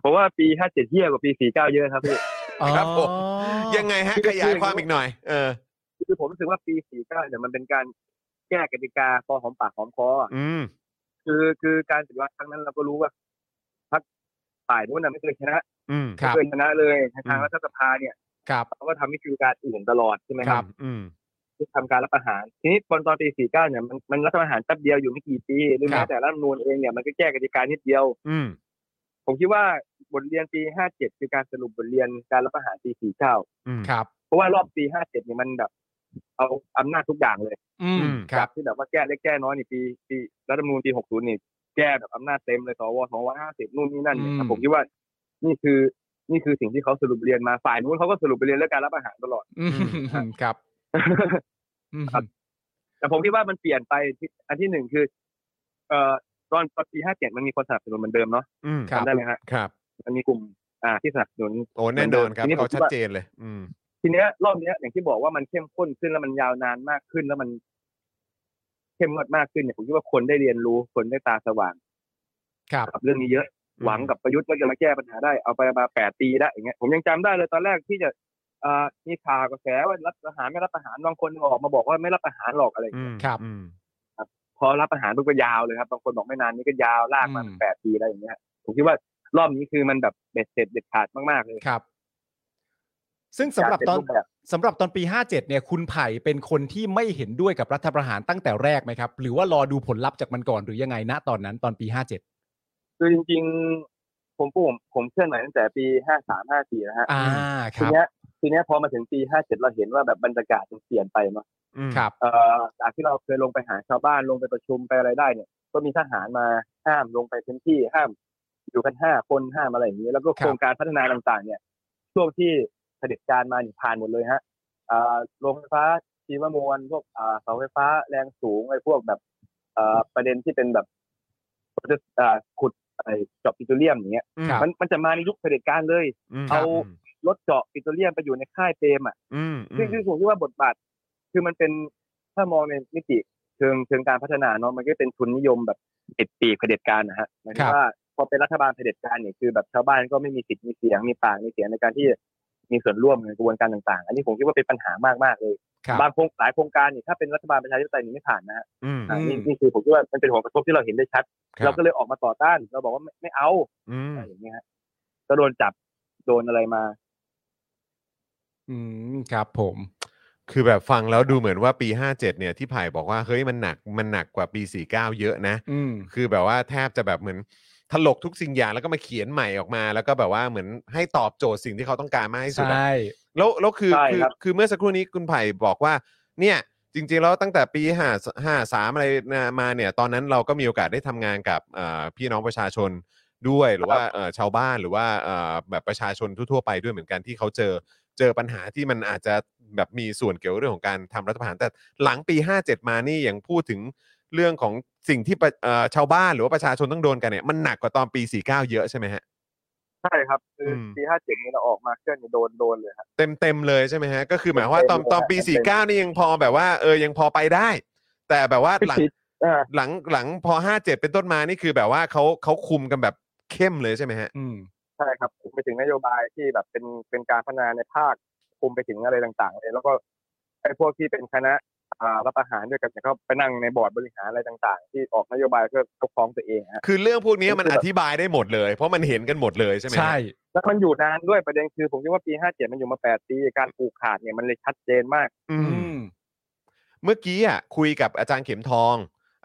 เพราะว่าปี57เฮี้ยกว่าปี49เยอะครับพี่
ครับผม
อ๋อ
ยังไงฮะขยายความอีกหน่อย เออ
คือผมรู้สึกว่าปี49เนี่ยมันเป็นการแก้กติกาพอหอมปากหอมคออะ
อืม
คือคือการปฏิวัติครั้งนั้นเราก็รู้ว่าพรรคฝ่ายนู้นน่ะไม่เคยชนะ
อืม
ครับ
ไม่เคยชนะเลยทาง
อืม
รัฐสภาเนี่ย
ครับ
เขาก็ทำวิธีการอื่นตลอดใช่ไหม
ค
ค
รั
รั
บบ
อืม
ที่ทำการรัฐประหารทีนี้ตอนตอนปี49เนี่ยมันมันรัฐประหารแป๊บเดียวอยู่ไม่กี่ปีหรือแม้แต่รัฐธรรมนูญเองเนี่ยมันก็แก้กติกานิดเดียว
อืม
ผมคิดว่าบทเรียนปี 57 คือการสรุปบทเรียนการรัฐประหารปี49
อืม
ครับ
เพราะว่ารอบปี57เนี่ยมันแบบเอาอำนาจทุกอย่างเลย
อืม
อืม
ครับ
ที่แบบว่าแก้เล็กแก้น้อยนี่ปีปีรัฐธรรมนูญปี60นี่ แก้แบบอำนาจเต็มเลยสวสองร้อยห้าสิบนู่นนี่นั่นเนี่ย
อืม
ผมคิดว่า นี่คือ นี่คือสิ่งที่เขาสรุปเรียนมาฝ่ายนู้นเขาก็สรุปเรียนเรื่องการรับอาหารตลอ ด
อืมครับอืม
ครับ แต่ผมคิดว่ามันเปลี่ยนไปที่อันที่หนึ่งคือ เอ่อตอนตอนปีห้าเจ็ดมันมีคนสนับสนุนเหมือนเดิมเนาะ
อืม
ครับ
จำได้ไหมฮะ
ครับ
มันมีกลุ่ม อ่าที่สนับสนุน
โอ้แน่นอนครับ
ทีนี้ผม
เขาชัดเจนเลย อืม
ทีเนี้ยรอบเนี้ยอย่างที่บอกว่ามันเข้มข้นขึ้นแล้วมันยาวนานมากขึ้นแล้วมัน เข้มงวดมากขึ้นเนี่ยผมคิดว่าคนได้เรียนรู้คนได้ตาสว่าง
ครับ
กับเรื่องนี้เยอะ หวังกับประยุทธ์ว่าจะมาแก้ปัญหาได้เอาไปมาแปดปีได้อย่างเงี้ยผมยังจำได้เลยตอนแรกที่จะเอ่อมีข่าวกระแสว่ารับประหารไม่รับประหารบางคนออกมาบอกว่าไม่รับประหารหรอกอะไรอย่างเงี้ย
ครับ
อืม
พอรับอาหารปุ๊บก็ยาวเลยครับบางคนบอกไม่นานนี้ก็ยาวลากมา
อืม
แปดปีอะไรอย่างเงี้ยผมคิดว่ารอบนี้คือมันแบบเบ็ดเสร็จเด็ดขาดมากๆเลย
ครับ ซึ่งสำหรับตอน
จากเจ็ดปแบบ
สำหรับตอนปี 57 เนี่ย คุณไผ่เป็นคนที่ไม่เห็นด้วยกับรัฐประหารตั้งแต่แรกไหมครับ หรือว่ารอดูผลลัพธ์จากมันก่อนหรือยังไงณตอนนั้นตอนปี 57
คือจริงๆ ผมผมผมเคลื่อนไหวตั้งแต่ปีห้าสามห้าสี่นะฮะ
อ่าค
ที
รับ
เนี้ยทีเนี้ยพอมาถึงปีห้าเจ็ดเราเห็นว่าแบบบรรยากาศมันเปลี่ยนไปเนาะ
ครับ
เอ่อจากที่เราเคยลงไปหาชาวบ้านลงไปประชุมไปอะไรได้เนี่ย ก็มีทหารมาห้ามลงไปพื้นที่ห้าม อยู่กันห้าคนห้ามอะไรอย่างนี้ แล้วก็
ครับ
โครงการพัฒนาต่างๆ เนี่ย ช่วงที่เผด็จการมานี่ผ่านหมดเลยฮะอ่าโรงไฟฟ้าชีวมวลพวกอ่าเสาไฟฟ้าแรงสูงไอ้พวกแบบอ่าประเด็นที่เป็นแบบอ่าขุดไอ้เจาะปิโตรเลียมอย่างเงี้ย
ครับ
มันมันจะมาในยุคเผด็จการเลย เอารถเจาะปิโตรเลียมไปอยู่ในค่ายเปรมอ่ะซึ่งคือผมคิดว่าบทบาท คือมันเป็นถ้ามองในมิติเชิงเชิงการพัฒนาเนาะมันก็เป็นทุนนิยมแบบติดปีกเผด็จการนะฮะหมายถึ
ครั
ง
บ
ว่าพอเป็นรัฐบาลเผด็จการเนี่ยคือแบบชาวบ้านก็ไม่มีสิทธิ์มีเสียงมีปากมีเสียงในการที่มีส่วนร่วมในกระบวนการต่างๆ อันนี้ผมคิดว่าเป็นปัญหามากๆเลย
ครับ
บางโครงหลายโครงการเนี่ยถ้าเป็นรัฐบาลประชาธิปไตยนี่ไม่ผ่านนะฮะ
อืม
อ่านี่
อืม
นี่คือผมคิดว่ามันเป็นผลกระทบที่เราเห็นได้ชัด
ครับ
เราก็เลยออกมาต่อต้านเราบอกว่าไม่ไม่เอา
อืม
อะไรอย่างเงี้ยฮะก็โดนจับโดนอะไรมา
อืมครับผม
คือแบบฟังแล้วดูเหมือนว่าปี 57 เนี่ยที่ไผ่บอกว่าเฮ้ยมันหนักมันหนักกว่าปี 49 เยอะนะ
อืม
คือแบบว่าแทบจะแบบเหมือนถลกทุกสิ่งอย่างแล้วก็มาเขียนใหม่ออกมา แล้วก็แบบว่าเหมือนให้ตอบโจทย์สิ่งที่เขาต้องการมากที่สุดอะ
ใช่
แล้วแล้วคือ
ใช่
คือ
ครับ
คือเมื่อสักครู่นี้คุณไผ่บอกว่า เนี่ยจริงๆแล้วตั้งแต่ปี5 5 3อะไรนะมาเนี่ย ตอนนั้นเราก็มีโอกาสได้ทำงานกับเอ่อพี่น้องประชาชนด้วยหรือว่าเอ่อชาวบ้านหรือว่าเอ่อแบบประชาชนทั่วๆไปด้วยเหมือนกันที่เขาเจอเจอปัญหาที่มันอาจจะแบบมีส่วนเกี่ยวเรื่องของการทำรัฐประหารแต่หลังปี 57 มานี่อย่างพูดถึงเรื่องของสิ่งที่ประเอ่อชาวบ้านหรือว่าประชาชนต้องโดนกันเนี่ยมันหนักกว่าตอนปี 49 เยอะใช่ไหมฮะ
ใช่ครับคืออ
ม
ปีห้าเจ็ดนี้เราออกมาเคลื่อนเนี่ยโดนโดนเลยฮะ
เต็มเต็มๆเลยใช่ไหมฮะ ก็คือหมายว่าตอน
เต็มๆเลย
ตอนปี
ครับ
49 นี่ยังพอแบบว่าเออยังพอไปได้ แต่แบบว่าหลัง
อ่า
หลังหลังพอ 57 เป็นต้นมานี่คือแบบว่าเขาเขาคุมกันแบบเข้มเลยใช่ไหมฮะ
อืม
ใช่ครับผมไปถึงนโยบายที่แบบเป็นเป็นการพัฒนาในภาคคุมไปถึงอะไรต่างๆเลยแล้วก็ไอ้พวกที่เป็นคณะอ่ารับอาหารด้วยกันเนี่ยก็ไปนั่งในบอร์ดบริหารอะไรต่าง ๆ ที่ออกนโยบายเพื่อยกฟ้องตัวเองฮะ
คือเรื่องพวกนี้มัน
คือ
อ
แบบ
ธิบายได้หมดเลย เพราะมันเห็นกันหมดเลยใช่ไหมฮะ
ใช่
แล้วมันอยู่นานด้วยประเด็นคือ ผมคิดว่าปีห้าเจ็ดมันอยู่มาแปดปีการผูกขาดเนี่ยมันเลยชัดเจนมาก
อื
อื
ม
ม
เมื่อกี้อ่ะคุยกับอาจารย์เข็มทอง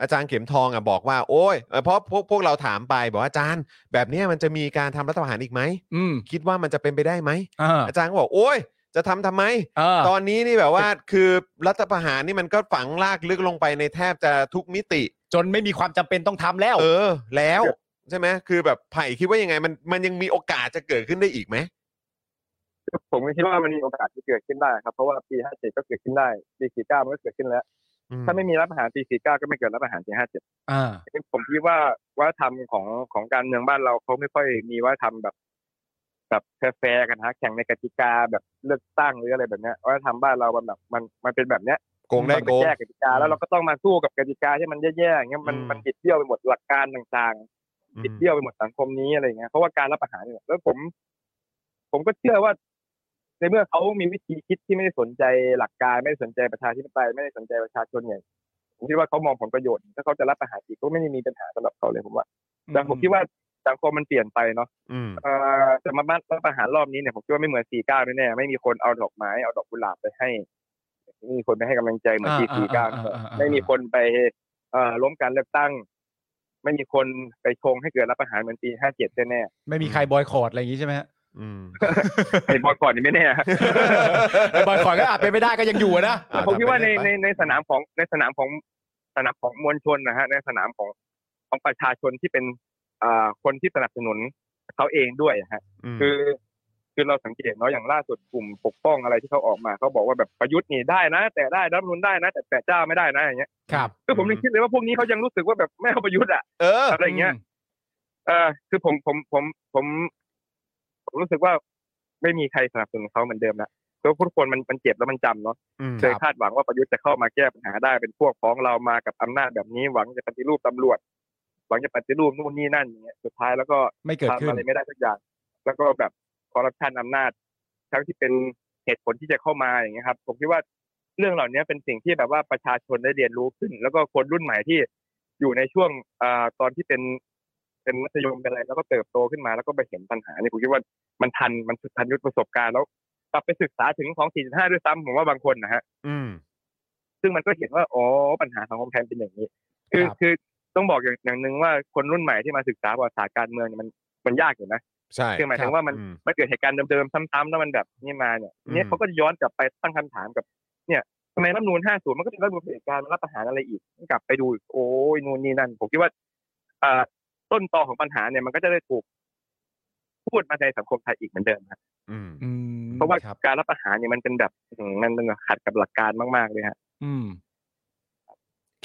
อาจารย์เข็มทองอ่ะบอกว่าโอ้ยเอ่อเพราะพวกพวกเราถามไปบอกว่าอาจารย์ แบบเนี้ยมันจะมีการทำรัฐประหารอีกไหม
อืม
คิดว่ามันจะเป็นไปได้ไหม
อ่า
อาจารย์ก็บอกโอ้ยจะทำทำไม
อ่า
ตอนนี้นี่แบบว่าคือรัฐประหารนี่มันก็ฝังลากลึกลงไปในแทบจะทุกมิติ
จนไม่มีความจำเป็นต้องทำแล้ว
เออ แล้วใช่ไหมคือแบบไผ่คิดว่ายังไงมันมันยังมีโอกาสจะเกิดขึ้นได้อีกไหม
ผมก็คิดว่ามันมีโอกาสที่เกิดขึ้นได้ครับเพราะว่าปีห้าเจ็ดก็เกิดขึ้นได้ปีสี่เก้ามันก็เกิดขึ้นแล้ว
อื
ถ้าไม่มีรับอาหารปีสี่เก้าก็ไม่เกิดรับอาหารปีห้าเจ็ด
อ่า
ผมคิดว่าวัฒนธรรมของของการเมืองบ้านเราเขาไม่ค่อยมีวัฒนธรรมแบบ แบบแฟร์ๆกันฮะแข่งในกติกาแบบเลือกตั้งหรืออะไรแบบเนี้ยวัฒนธรรมบ้านเรามันแบบมันมันเป็นแบบเนี้ย
โกงได้
มัน
โก
ป
ง
แก้กติกาแล้วเราก็ต้องมาสู้กับกติกาที่มันแย่ๆอย่างเงี้ยมัน
อืม
มันบิดเบี้ยวไปหมดหลักการต่างๆบิดเบี้ยวไปหมดสังคมนี้อะไรเงี้ยเพราะว่าการรับประหารเนี่ยแล้วผม ผมก็เชื่อว่า ในเมื่อเขามีวิธีคิดที่ไม่ได้สนใจหลักการไม่ได้สนใจประชาธิปไตยไม่ได้สนใจประชาชนเนี่ยผมคิดว่าเขามองผลประโยชน์ ถ้าเขาจะรับประหารอีกก็ไม่ได้มีปัญหาสำหรับเขาเลยผมว่าแต่ผมคิดว่าสังคมมันเปลี่ยนไปเนาะ
อืม
เอ่อจะมารับประหารรอบนี้เนี่ยผมคิดว่าไม่เหมือน 49แน่ๆไม่มีคนเอาดอกไม้เอาดอกกุหลาบไปให้ไม่มีคนไปให้กำลังใจเหมือนปี
อ่า
49
อ่าอ่าอ่า
ไม่มีคนไปเอ่อล้มการเลือกตั้ง ไม่มีคนไปชงให้เกิดรับประหารเหมือนปี57แน่
ไม่มีใครบอยคอรดอะไรอย่างนี้ใช่ไหมฮะ
อื ม
ๆไอ้บอยก่อน นี่ไม่แน่
ไอ้บอยคอรดก็อาจเป็นไม่ได้ก็ยังอยู่อะนะ
อ่า
ผมคิดว่า
ทำไป
ใน
เรื่อยไป
ในในสนามของในสนามของสนามของมวลชนนะฮะในสนามของของประชาชนที่เป็นอ่าคนที่สนับสนุนเขาเองด้วยอะฮะ
อืม
คือ คือเราสังเกตเนาะอย่างล่าสุดกลุ่มปกป้องอะไรที่เขาออกมาเขาบอกว่าแบบประยุทธ์นี่ได้นะ แต่ได้รัฐธรรมนุนได้นะ แต่แต่เจ้าไม่ได้นะอย่างเงี้ย
ครับ
คือผมยังคิดเลยว่าพวกนี้เขายังรู้สึกว่าแบบไม่เอาประยุทธ์อะ
เออ
อะไรอย่างเงี้ย เออคือผมผมผมผม ผมรู้สึกว่าไม่มีใครสนับสนุนเขาเหมือนเดิมละ แล้วทุกคนมันมันเจ็บแล้วมันจำเนาะ
อืม
เคยคาดหวังว่าประยุทธ์จะเข้ามาแก้ปัญหาได้เป็นพวกพ้องเรามากับอำนาจแบบนี้หวังจะปฏิรูปตำรวจ หวังจะปฏิรูปนู่นนี่นั่นอย่างเงี้ยสุดท้ายแล้วก็
ไม่เกิดขึ้
ทำ
น
อะไรไม่ได้สักอย่าง แล้วก็แบบคอร์รัปชันอำนาจ ทั้งที่เป็นเหตุผลที่จะเข้ามาอย่างเงี้ยครับ ผมคิดว่าเรื่องเหล่านี้เป็นสิ่งที่แบบว่าประชาชนได้เรียนรู้ขึ้น แล้วก็คนรุ่นใหม่ที่อยู่ในช่วงอาตอนที่เป็นเป็นมัธยมเป็นอะไรแล้วก็เติบโตขึ้นมาแล้วก็ไปเห็นปัญหานี่ผมคิดว่ามันทันมันทันยุทธประสบการณ์แล้วกลับไปศึกษาถึงของ 4.5 ด้วยซ้ำผมว่าบางคนนะฮะ
อืม
ซึ่งมันก็เห็นว่าอ๋อปัญหาสังคมไทยเป็นอย่างนี้ คือ
ครับ
คือต้องบอกอย่างอย่างหนึ่งว่าคนรุ่นใหม่ที่มาศึกษาประวัติศาสตร์การเมืองเนี่ยมันมันยากอยู่นะ
ใช่
คือหมายถึงว่ามัน
อืม
มันเกิดเหตุการณ์เดิมๆซ้ำๆแล้วมันแบบนี่มาเนี่ย
อืม
เนี่ยเขาก็ย้อนกลับไปตั้งคำถามกับ เนี่ยทำไมรัฐธรรมนูน50 มันก็เป็นรัฐธรรมนูนเผด็จการรัฐประหารอะไรอีกกลับไปดูอีกโอ้ยนู่นนี่นั่น ผมคิดว่าอ่าต้นตอของปัญหาเนี่ยมันก็จะได้ถูก พูดมาในสังคมไทยอีกเหมือนเดิมครับ
อืม
อืม
เพราะว่า
ครับ
การรัฐประหารเนี่ยมันเป็นแบบอืมมันมันขัดกับหลักการมากๆเลยฮะ
อืม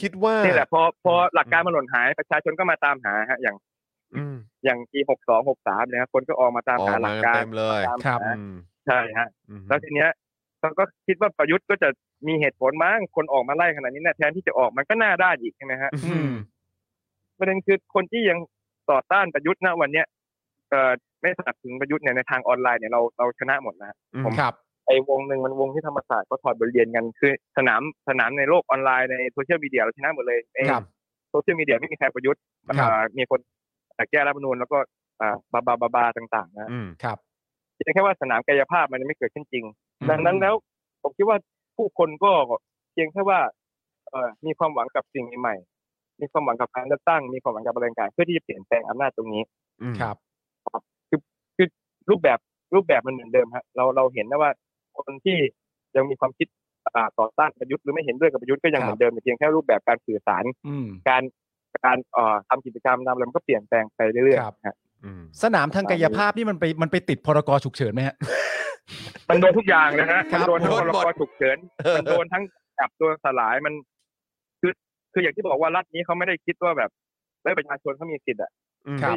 คิดว่า
นี่แหละพอพอ
อืม
หลักการมันหล่นหายประชาชนก็มาตามหาฮะ อย่าง
อืม
อย่างปีหกสองหกสามเนี่ยครับคนก็ออกมาตาม
ออ
หาก ห
มา
ลัก
กั
การ
นเต็มเลย
ตาม
ครั
หา
บ
อืม
ใช่ฮะ
อืม
แล้วทีเนี้ยเราก็คิดว่าประยุทธ์ก็จะมีเหตุผลบ้างคนออกมาไล่ขนาดนี้เนี่ยแทนที่จะออกมันก็น่าได้านอีกใช่ไหมฮะ
อืม
ประเด็นคือคนที่ยังต่อต้านประยุทธ์ณวันเนี้ยเอ่อไม่สนับสนุนประยุทธ์เนี่ยในทางออนไลน์เนี่ยเราเราชนะหมดนะฮะ
อืม
ครับ
ไอ้วงหนึ่งมันวงที่ธรรมศาสตร์ก็ถอดบทเรียนกันคือสนามสนามในโลกออนไลน์ในโซเชียลมีเดียเราชนะหมดเลยไอ้
ครับ
โซเชียลมีเดียไม่มีใครประยุทธ์
ครับ
อ่ามีคนแต่แก้รัฐธรรมนูญแล้วก็อ่าบาบาบาบาต่างๆนะฮะ
อืม
ครับ
เพียงแค่ว่าสนามกายภาพมันยังไม่เกิดขึ้นจริง
อืม
ดังนั้นแล้วผมคิดว่าผู้คนก็เพียงแค่ว่าเออมีความหวังกับสิ่งใหม่ๆมีความหวังกับการเลือกตั้ง มีความหวังกับอะไรต่างๆเพื่อที่จะเปลี่ยนแปลงอำนาจตรงนี้
อืม
ครับ
รูปแบบรูปแบบมันเหมือนเดิมฮะเราเราเห็นนะว่าคนที่ยังมีความคิดอ่าต่อต้านประยุทธ์หรือไม่เห็นด้วยกับประยุทธ์ก็ยัง
ครับ
เหมือนเดิมแต่เพียงแค่รูปแบบการสื่อสาร
อืม
การการเอ่อทำกิจกรรมนำอะไรมันก็เปลี่ยนแปลงไปเรื่อย
ครับ
ๆฮะ
อืม
สนามทางกายภาพนี่มันไปมันไปติดพรกฉุกเฉินไหมฮะ
มันโดนทุกอย่างเลยฮะ
ครั
มัน
บ
โดนทั้ง
โด
พ
น
ร
หมด
กฉุกเฉิน มันโดนทั้งจับตัวสลายมัน คือคืออย่างที่บอกว่ารัฐนี้เขาไม่ได้คิดว่าแบบเอ้ยประชาชนเขามีสิทธิ์อ่ะ
อืม
ครับ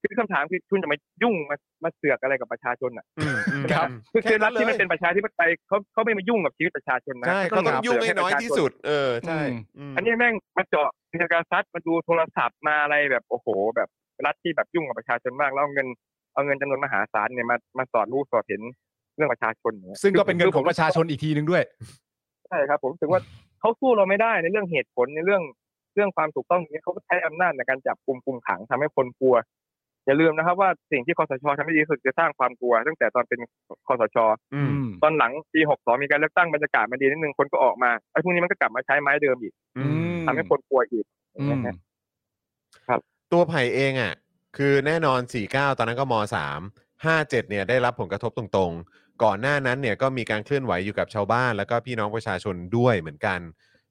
คือคำถามคือคุณจะมายุ่งมามาเสือกอะไรกับประชาชนอ่ะ
อืมอืม
ครับ
คือ
แ
คือรัฐ
ลย
ที่มันเป็นประชาธิปไตยเขาเขาไม่มายุ่งกับชีวิตประชาชนนะ
ใช่เขาต้อง
ม
ยุ่ง
เสื
ให้น้อ
ป
ย
ระชาช
ที่สุด เออ ใช่
อืม
ม
อันนี้แม่งมาเจาะกิจการซัดมาดูโทรศัพท์มาอะไรแบบโอ้โห แบบรัฐที่แบบยุ่งกับประชาชนมากแล้วเอาเงินเอาเงินจำนวนมหาศาลเนี่ยมามาสอดรู้สอดเห็นเรื่องประชาชนเนี่ย
ซึ่งก็เป็นเงินของประชาชนอีกทีนึงด้วย
ใช่ครับผมรู้สึกว่าเขาสู้เราไม่ได้ในเรื่องเหตุผลในเรื่องเรื่องความถูกต้องนี้เขาก็ใช้อำนาจในการจับกลุ่มคุมขังทำให้คนกลัว อย่าลืมนะครับว่าสิ่งที่คอสชทำได้ดีที่สุดคือสร้างความกลัว ตั้งแต่ตอนเป็นคอสช
อื
อื
ม
ม
ตอนหลังปี62มีการเลือกตั้งบรรยากาศมันดีนิดนึงคนก็ออกมาไอ้พวกนี้มันก็กลับมาใช้ไม้เดิมอีก
อืม
ทำให้คนกลัวอีก
อืม
นะฮะ
ตัวไผ่เองอ่ะ คือแน่นอน 49 ตอนนั้นก็ม 3 57 เนี่ยได้รับผลกระทบตรงๆ ก่อนหน้านั้นเนี่ยก็มีการเคลื่อนไหวอยู่กับชาวบ้าน แล้วก็พี่น้องประชาชนด้วยเหมือนกัน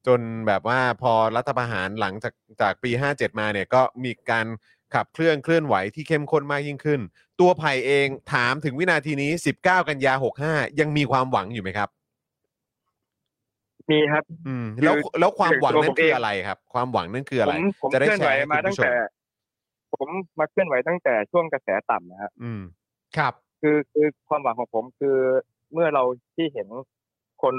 จนแบบว่าพอรัฐประหารหลังจากจากปี 57 มาเนี่ยก็มีการขับเคลื่อนเคลื่อนไหวที่เข้มข้นมากยิ่งขึ้น ตัวไผ่เองถามถึงวินาทีนี้ 19 กันยา 65 ยังมีความหวังอยู่ไหมครับ
มีครับ
อืมแล้ว
คือ
แล้วความหวัง
ตัว
นั้น
ผม
คือ
เอง
อะไรครับ ความหวังนั่นคืออะ
ผ
ไร
มผม
จะได้
เคลื่อน
แช
ไหว
ร์ให้
มา
คุณ
ตั้ง
ผู้ชม
แต่ ผมมาเคลื่อนไหวตั้งแต่ช่วงกระแสต่ำนะฮะ
อืม
ครับ
คือคือความหวังของผมคือเมื่อเราที่เห็นคน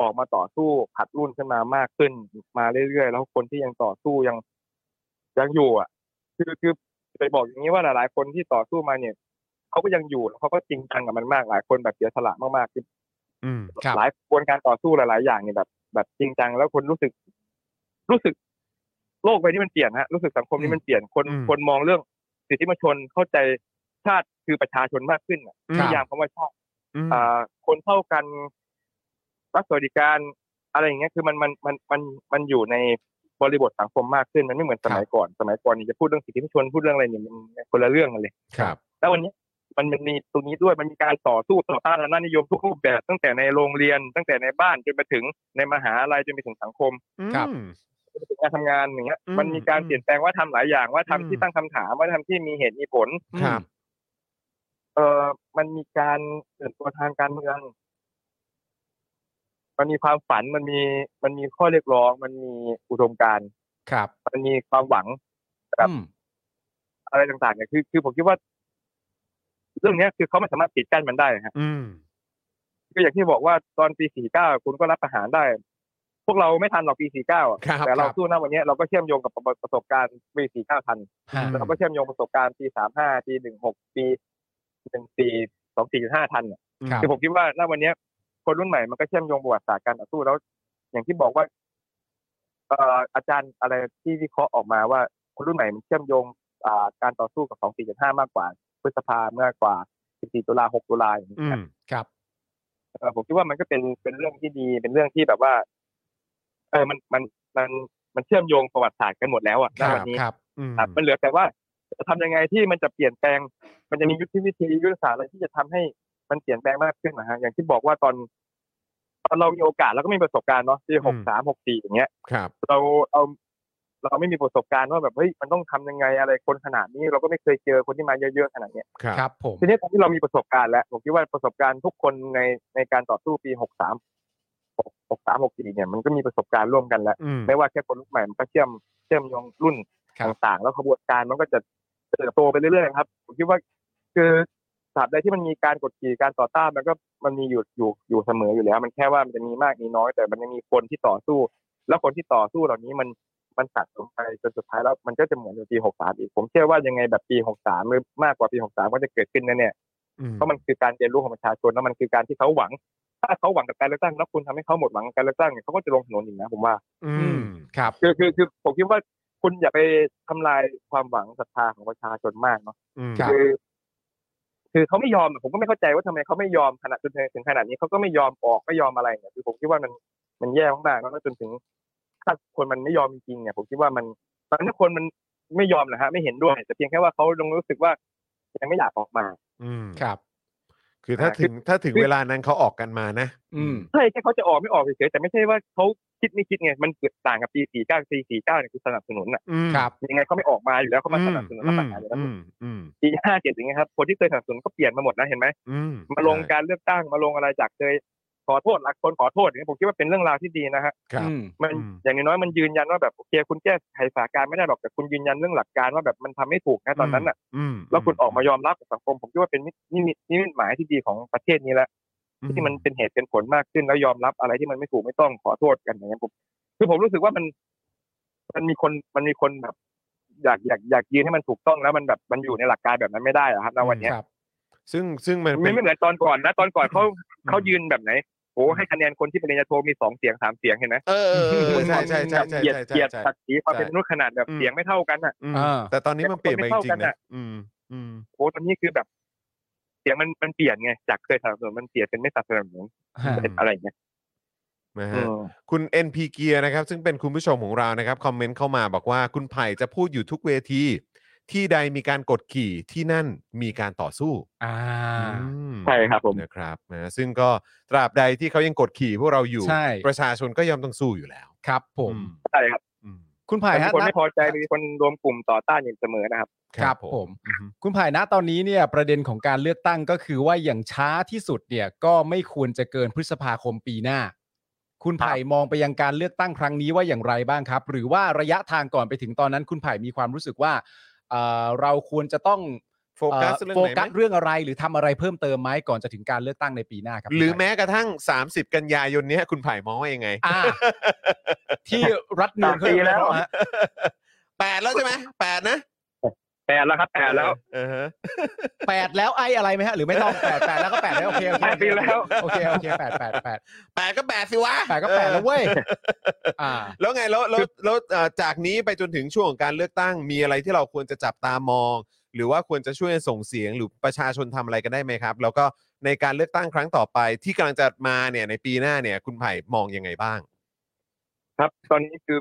ออกมาต่อสู้ผัดรุ่นขึ้นมามากขึ้นมาเรื่อยๆ แล้วคนที่ยังต่อสู้ยังยังอยู่อ่ะ คือคือไปบอกอย่างนี้ว่าหลายๆ คนที่ต่อสู้มาเนี่ยเขาก็ยังอยู่แล้วเขาก็จริงจังกับมันมากหลายคนแบบเสียสละมากๆคือ
อืม
ครับ
หลายกระบวนการต่อสู้หลาย ๆ อย่างเนี่ยแบบ แบบจริงจังแล้วคนรู้สึก รู้สึก โลกใบนี้มันเปลี่ยนฮะรู้สึกสังคมนี้มันเปลี่ยนคน
อืม
คนมองเรื่องสิทธิมนวชนเข้าใจชาติคือประชาชนมากขึ้นอะ
อืม
นิยามคำว่าชาติ
อืม
อ่าคนเท่ากันรัฐสวัสดิการ อะไรอย่างเงี้ยคือมันมันมันมันมันอยู่ในบริบทสังคมมากขึ้นมันไม่เหมือนสมัยก่อน สมัยก่อนนี่จะพูดเรื่องสิทธิมนุษยชนพูดเรื่องอะไรเนี่ยมันคนละเรื่องกันเลย
ครับ
แล้ววันเนี้ยมันมันมีตรงนี้ด้วยมันมีการต่อสู้ต่อต้านอำนาจนิยมทุกรูปแบบตั้งแต่ในโรงเรียน ตั้งแต่ในบ้านจนไปถึงในมหาลัยจนไปถึงสังคม
ครับ
อืม
จนไปถึงการทำงานอย่างเงี้ย
อืม
มันมีการเปลี่ยนแปลงว่าทำหลายอย่างว่าทำ
อื
ที่
ม
ตั้งคำถามว่าทำที่มีเหตุมีผล
ครับ
เออมันมีการเติบโตทางการเมือง มันมีความฝัน มันมี มันมีข้อเรียกร้อง มันมีอุดมการณ์
ครับ
มันมีความหวัง ครับ
อืม
อะไรต่างๆเนี่ย คือ คือผมคิดว่า เรื่องเนี้ยคือเขาไม่สามารถปิดกั้นมันได้ฮะ
อืม
คืออย่างที่บอกว่าตอนปี 49 คุณก็รับประหารได้ พวกเราไม่ทันหรอกปี 49อะ
ครับ
แต่เรา
ครับ
สู้หน้าวันเนี้ยเราก็เชื่อมโยงกับประสบการณ์ปี 49 ทัน
ฮะ
แล้วเราก็เชื่อมโยงประสบการณ์ปี 35 ปี 16 ปี 14 24.5 ทันเนี่ย
ครับ
คือผมคิดว่าณวันเนี้ย คนรุ่นใหม่มันก็เชื่อมโยงประวัติศาสตร์การต่อสู้แล้ว อย่างที่บอกว่าเอ่ออาจารย์อะไรที่วิเคราะห์ออกมาว่า คนรุ่นใหม่มันเชื่อมโยงอ่าการต่อสู้กับ 24.5 มากกว่า พฤษภามากกว่า 14 ตุลา 6 ตุลาอย่างนี้ย
อืม
ครับ
เอ่อผมคิดว่ามันก็เป็นเป็นเรื่องที่ดีเป็นเรื่องที่แบบว่า เออมันมันมันมันเชื่อมโยงประวัติศาสตร์กันหมดแล้วอ่ะณ
ครับ
วันนี้
ครับ
อืม
ครับมันเหลือแต่ว่าจะทำยังไงที่มันจะเปลี่ยนแปลง มันจะมียุทธวิธียุทธศาสตร์อะไรที่จะทำให้มันเปลี่ยนแปลงมากขึ้นนะฮะอย่างที่บอกว่าตอน ตอนเรามีโอกาสเราก็ไม่มีประสบการณ์เนาะปีหกสามหกสี่อย่างเงี้ย
ครับ
เราเอาเราไม่มีประสบการณ์ว่าแบบเฮ้ยมันต้องทำยังไงอะไรคนขนาดนี้เราก็ไม่เคยเจอคนที่มาเยอะๆขนาดเนี้ย
ครับ
ครับผม
ทีนี้ตอนที่เรามีประสบการณ์แล้วผมคิดว่าประสบการณ์ทุกคนในในการต่อสู้ปีหกสามหกสามหกสี่เนี่ยมันก็มีประสบการณ์ร่วมกันแล้ว
อืม
ไม่ว่าแค่คนรุ่นใหม่มันก็เชื่อมเชื่อมโยงรุ่นต่างๆ แล้วขบวนการมันก็จะเติบโตไปเรื่อยๆครับ ผมคิดว่า คือสาบใดที่มันมีการกดขี่การต่อต้านมันก็มันมีอยู่อยู่อยู่เสมออยู่แล้ว มันแค่ว่ามันจะมีมากมีน้อย แต่มันยังมีคนที่ต่อสู้ แล้วคนที่ต่อสู้เหล่านี้มันมันสะสมไปจนสุดท้ายแล้วมันก็จะเหมือนในปีหกสามอีก ผมเชื่อว่ายังไงแบบปีหกสามหรือมากกว่าปีหกสามก็จะเกิดขึ้นแน่ๆ
อืม
เพราะมันคือการเรียนรู้ของประชาชนแล้วมันคือการที่เขาหวัง ถ้าเขาหวังกับการเลือกตั้งแล้วคุณทำให้เขาหมดหวังกับการเลือกตั้งเนี่ยเขาก็จะลงถนนอีกนะผมว่า
อืม
ครับ
คือคือคือผมคิดว่าคุณอย่าไปทำลายความหวังศรัทธาของประชาชนมากเนาะ
อืม
ครับ
คือ คือเขาไม่ยอมอะผมก็ไม่เข้าใจว่าทำไมเขาไม่ยอมขนาดจนถึงขนาดนี้เขาก็ไม่ยอมออกไม่ยอมอะไรเนี่ยคือผมคิดว่ามันมันแย่มากๆแล้วจนถึงถ้าคนมันไม่ยอมจริงๆเนี่ยผมคิดว่ามันตอนนี้คนมันไม่ยอมนะฮะไม่เห็นด้วยแต่เพียงแค่ว่าเขาลงรู้สึกว่ายังไม่อยากออกมา
อืม
ครับ
คือถ้าถึงถ้าถึงเวลานั้นเขาออกกันมานะ
อืม
ใช่แค่เขาจะออกไม่ออกเฉยๆแต่ไม่ใช่ว่าเขาคิดไม่คิดไงมันเกิดต่างกับปี 49 ปี 49 เนี่ยคือสนับสนุนอ่ะ
อืม
ครับ
ยังไงเขาไม่ออกมาอยู่แล้วเขามาสนับสนุนรัฐประหารอยู่แล้ว
อืมอืม
ปี 57 อย่างเงี้ยครับคนที่เคยสนับสนุนก็เปลี่ยนมาหมดนะเห็นไหม
อืม
มาลงการเลือกตั้งมาลงอะไรจากเคยขอโทษรักคนขอโทษอย่างเงี้ยผมคิดว่าเป็นเรื่องราวที่ดีนะฮะ
ครับ
อืม
มัน
อืม
อย่างน้อยๆมันยืนยันว่าแบบโอเคคุณแก้ไขสถานการณ์ไม่ได้หรอกแต่คุณยืนยันเรื่องหลักการว่าแบบมันทำไม่ถูกนะตอนนั้นอ่ะ
อืม
แล้วคุณออกมายอมรับกับสังคมผมคิดว่าเป็นนินิมิตนิมิตหมายที่ดีของประเทศนี้แล้ว
อื
ที่มันเป็นเหตุเป็นผลมากขึ้นแล้วยอมรับอะไรที่มันไม่ถูกไม่ต้องขอโทษกันอย่างเงี้ยผมคือผมรู้สึกว่ามัน มันมีคนมันมีคนแบบ อยากอยากอยากยืนให้มันถูกต้องแล้วมันแบบมันอยู่ในหลักการแบบนั้นไม่ได้อะครับณวันเนี้ย
ครับ
ซึ่งซึ่งมันเป็
ไม่
น
ไม่เหมือนตอนก่อนนะ ตอนก่อนเขา
ม
เขายืนแบบไหนโอ้ให้คะแนนคนที่ปริญญาโทมีสองเสียงสามเสียงเห็นไหม
เออเออเออใช่ใช่ใช่ใช่
เหยียด
ใช่ใช่
เหยียด
ใช่
ศักดิ์ศรีความเป็นมนุษย์ขนาดแบบ
อืม
เสียงไม่เท่ากันอ่ะ
อืม
อ่า
แต่ตอนนี้มันเปลี่ยนไปจริงๆนะอืมอืม
โอ้ตอนนี้คือแบบ เสียงมันมันเปลี่ยนไงจากเคยสนับสนุนมันเปลี่ยนเป็นไม่สนับสนุน
ฮะ
เป็นอะไรอย่างเงี้ย
นะ
อื
ฮะ
ม
คุณ NP เกียร์นะครับซึ่งเป็นคุณผู้ชมของเรานะครับ คอมเมนต์เข้ามาบอกว่าคุณไผ่จะพูดอยู่ทุกเวที ที่ใดมีการกดขี่ที่นั่นมีการต่อสู้
อ่า
อืม
ใช่ครับผม
นะครับนะซึ่งก็ตราบใดที่เขายังกดขี่พวกเราอยู่
ใช่
ประชาชนก็ยอมต้องสู้อยู่แล้ว
ครับ ผม
อื
ใช่ครับ
อืม
คุณไผ่
มี
ฮะ
คน
ณ
ไม่พอใจมีคนรวมกลุ่มต่อต้านอยู่เสมอนะครับ
ครับผม
อืม
คุณไผ่นะตอนนี้เนี่ยประเด็นของการเลือกตั้งก็คือว่าอย่างช้าที่สุดเนี่ยก็ไม่ควรจะเกินพฤษภาคมปีหน้า คุณไผ่มองไปยังการเลือกตั้งครั้งนี้ว่าอย่างไรบ้างครับ หรือว่าระยะทางก่อนไปถึงตอนนั้น คุณไผ่มีความรู้สึกว่าเอ่อเราควรจะต้อง
โฟกัส
เอ่อ
เรื่องไหนไหม
โฟกัสเรื่องอะไรหรือทำอะไรเพิ่มเติมไหมก่อนจะถึงการเลือกตั้งในปีหน้าครับ
หรือ
คุณไผ่
แม้กระทั่ง 30 กันยายนเนี้ยคุณไผ่มองว่ายังไง
อ่า ที่รัฐนูนเคย
สามปีแล้ว
ฮะ
แปดแล้วใช่ไหมแปดนะ
แปดแล้วครับแปดแล้ว
เออฮะ
แปดแล้วไอ้อะไรไหมฮะหรือไม่ต้องแปดแปดแล้วก็แปดแล้วโอเคโอเค
แปดปีแล้ว
โอเคโอเคแปดแปดแปด
แปดก็แปดสิวะ
แปดก็แปดแล้วเว้ย
ออ
อ่า
แล้วไงแล้วแล้วแล้วเอ่อจากนี้ไปจนถึงช่วงของการเลือกตั้งมีอะไรที่เราควรจะจับตามอง หรือว่าควรจะช่วยส่งเสียงหรือประชาชนทำอะไรกันได้ไหมครับ แล้วก็ในการเลือกตั้งครั้งต่อไปที่กำลังจะมาเนี่ยในปีหน้าเนี่ยคุณไผ่มองยังไงบ้าง
ครับ ตอนนี้คือ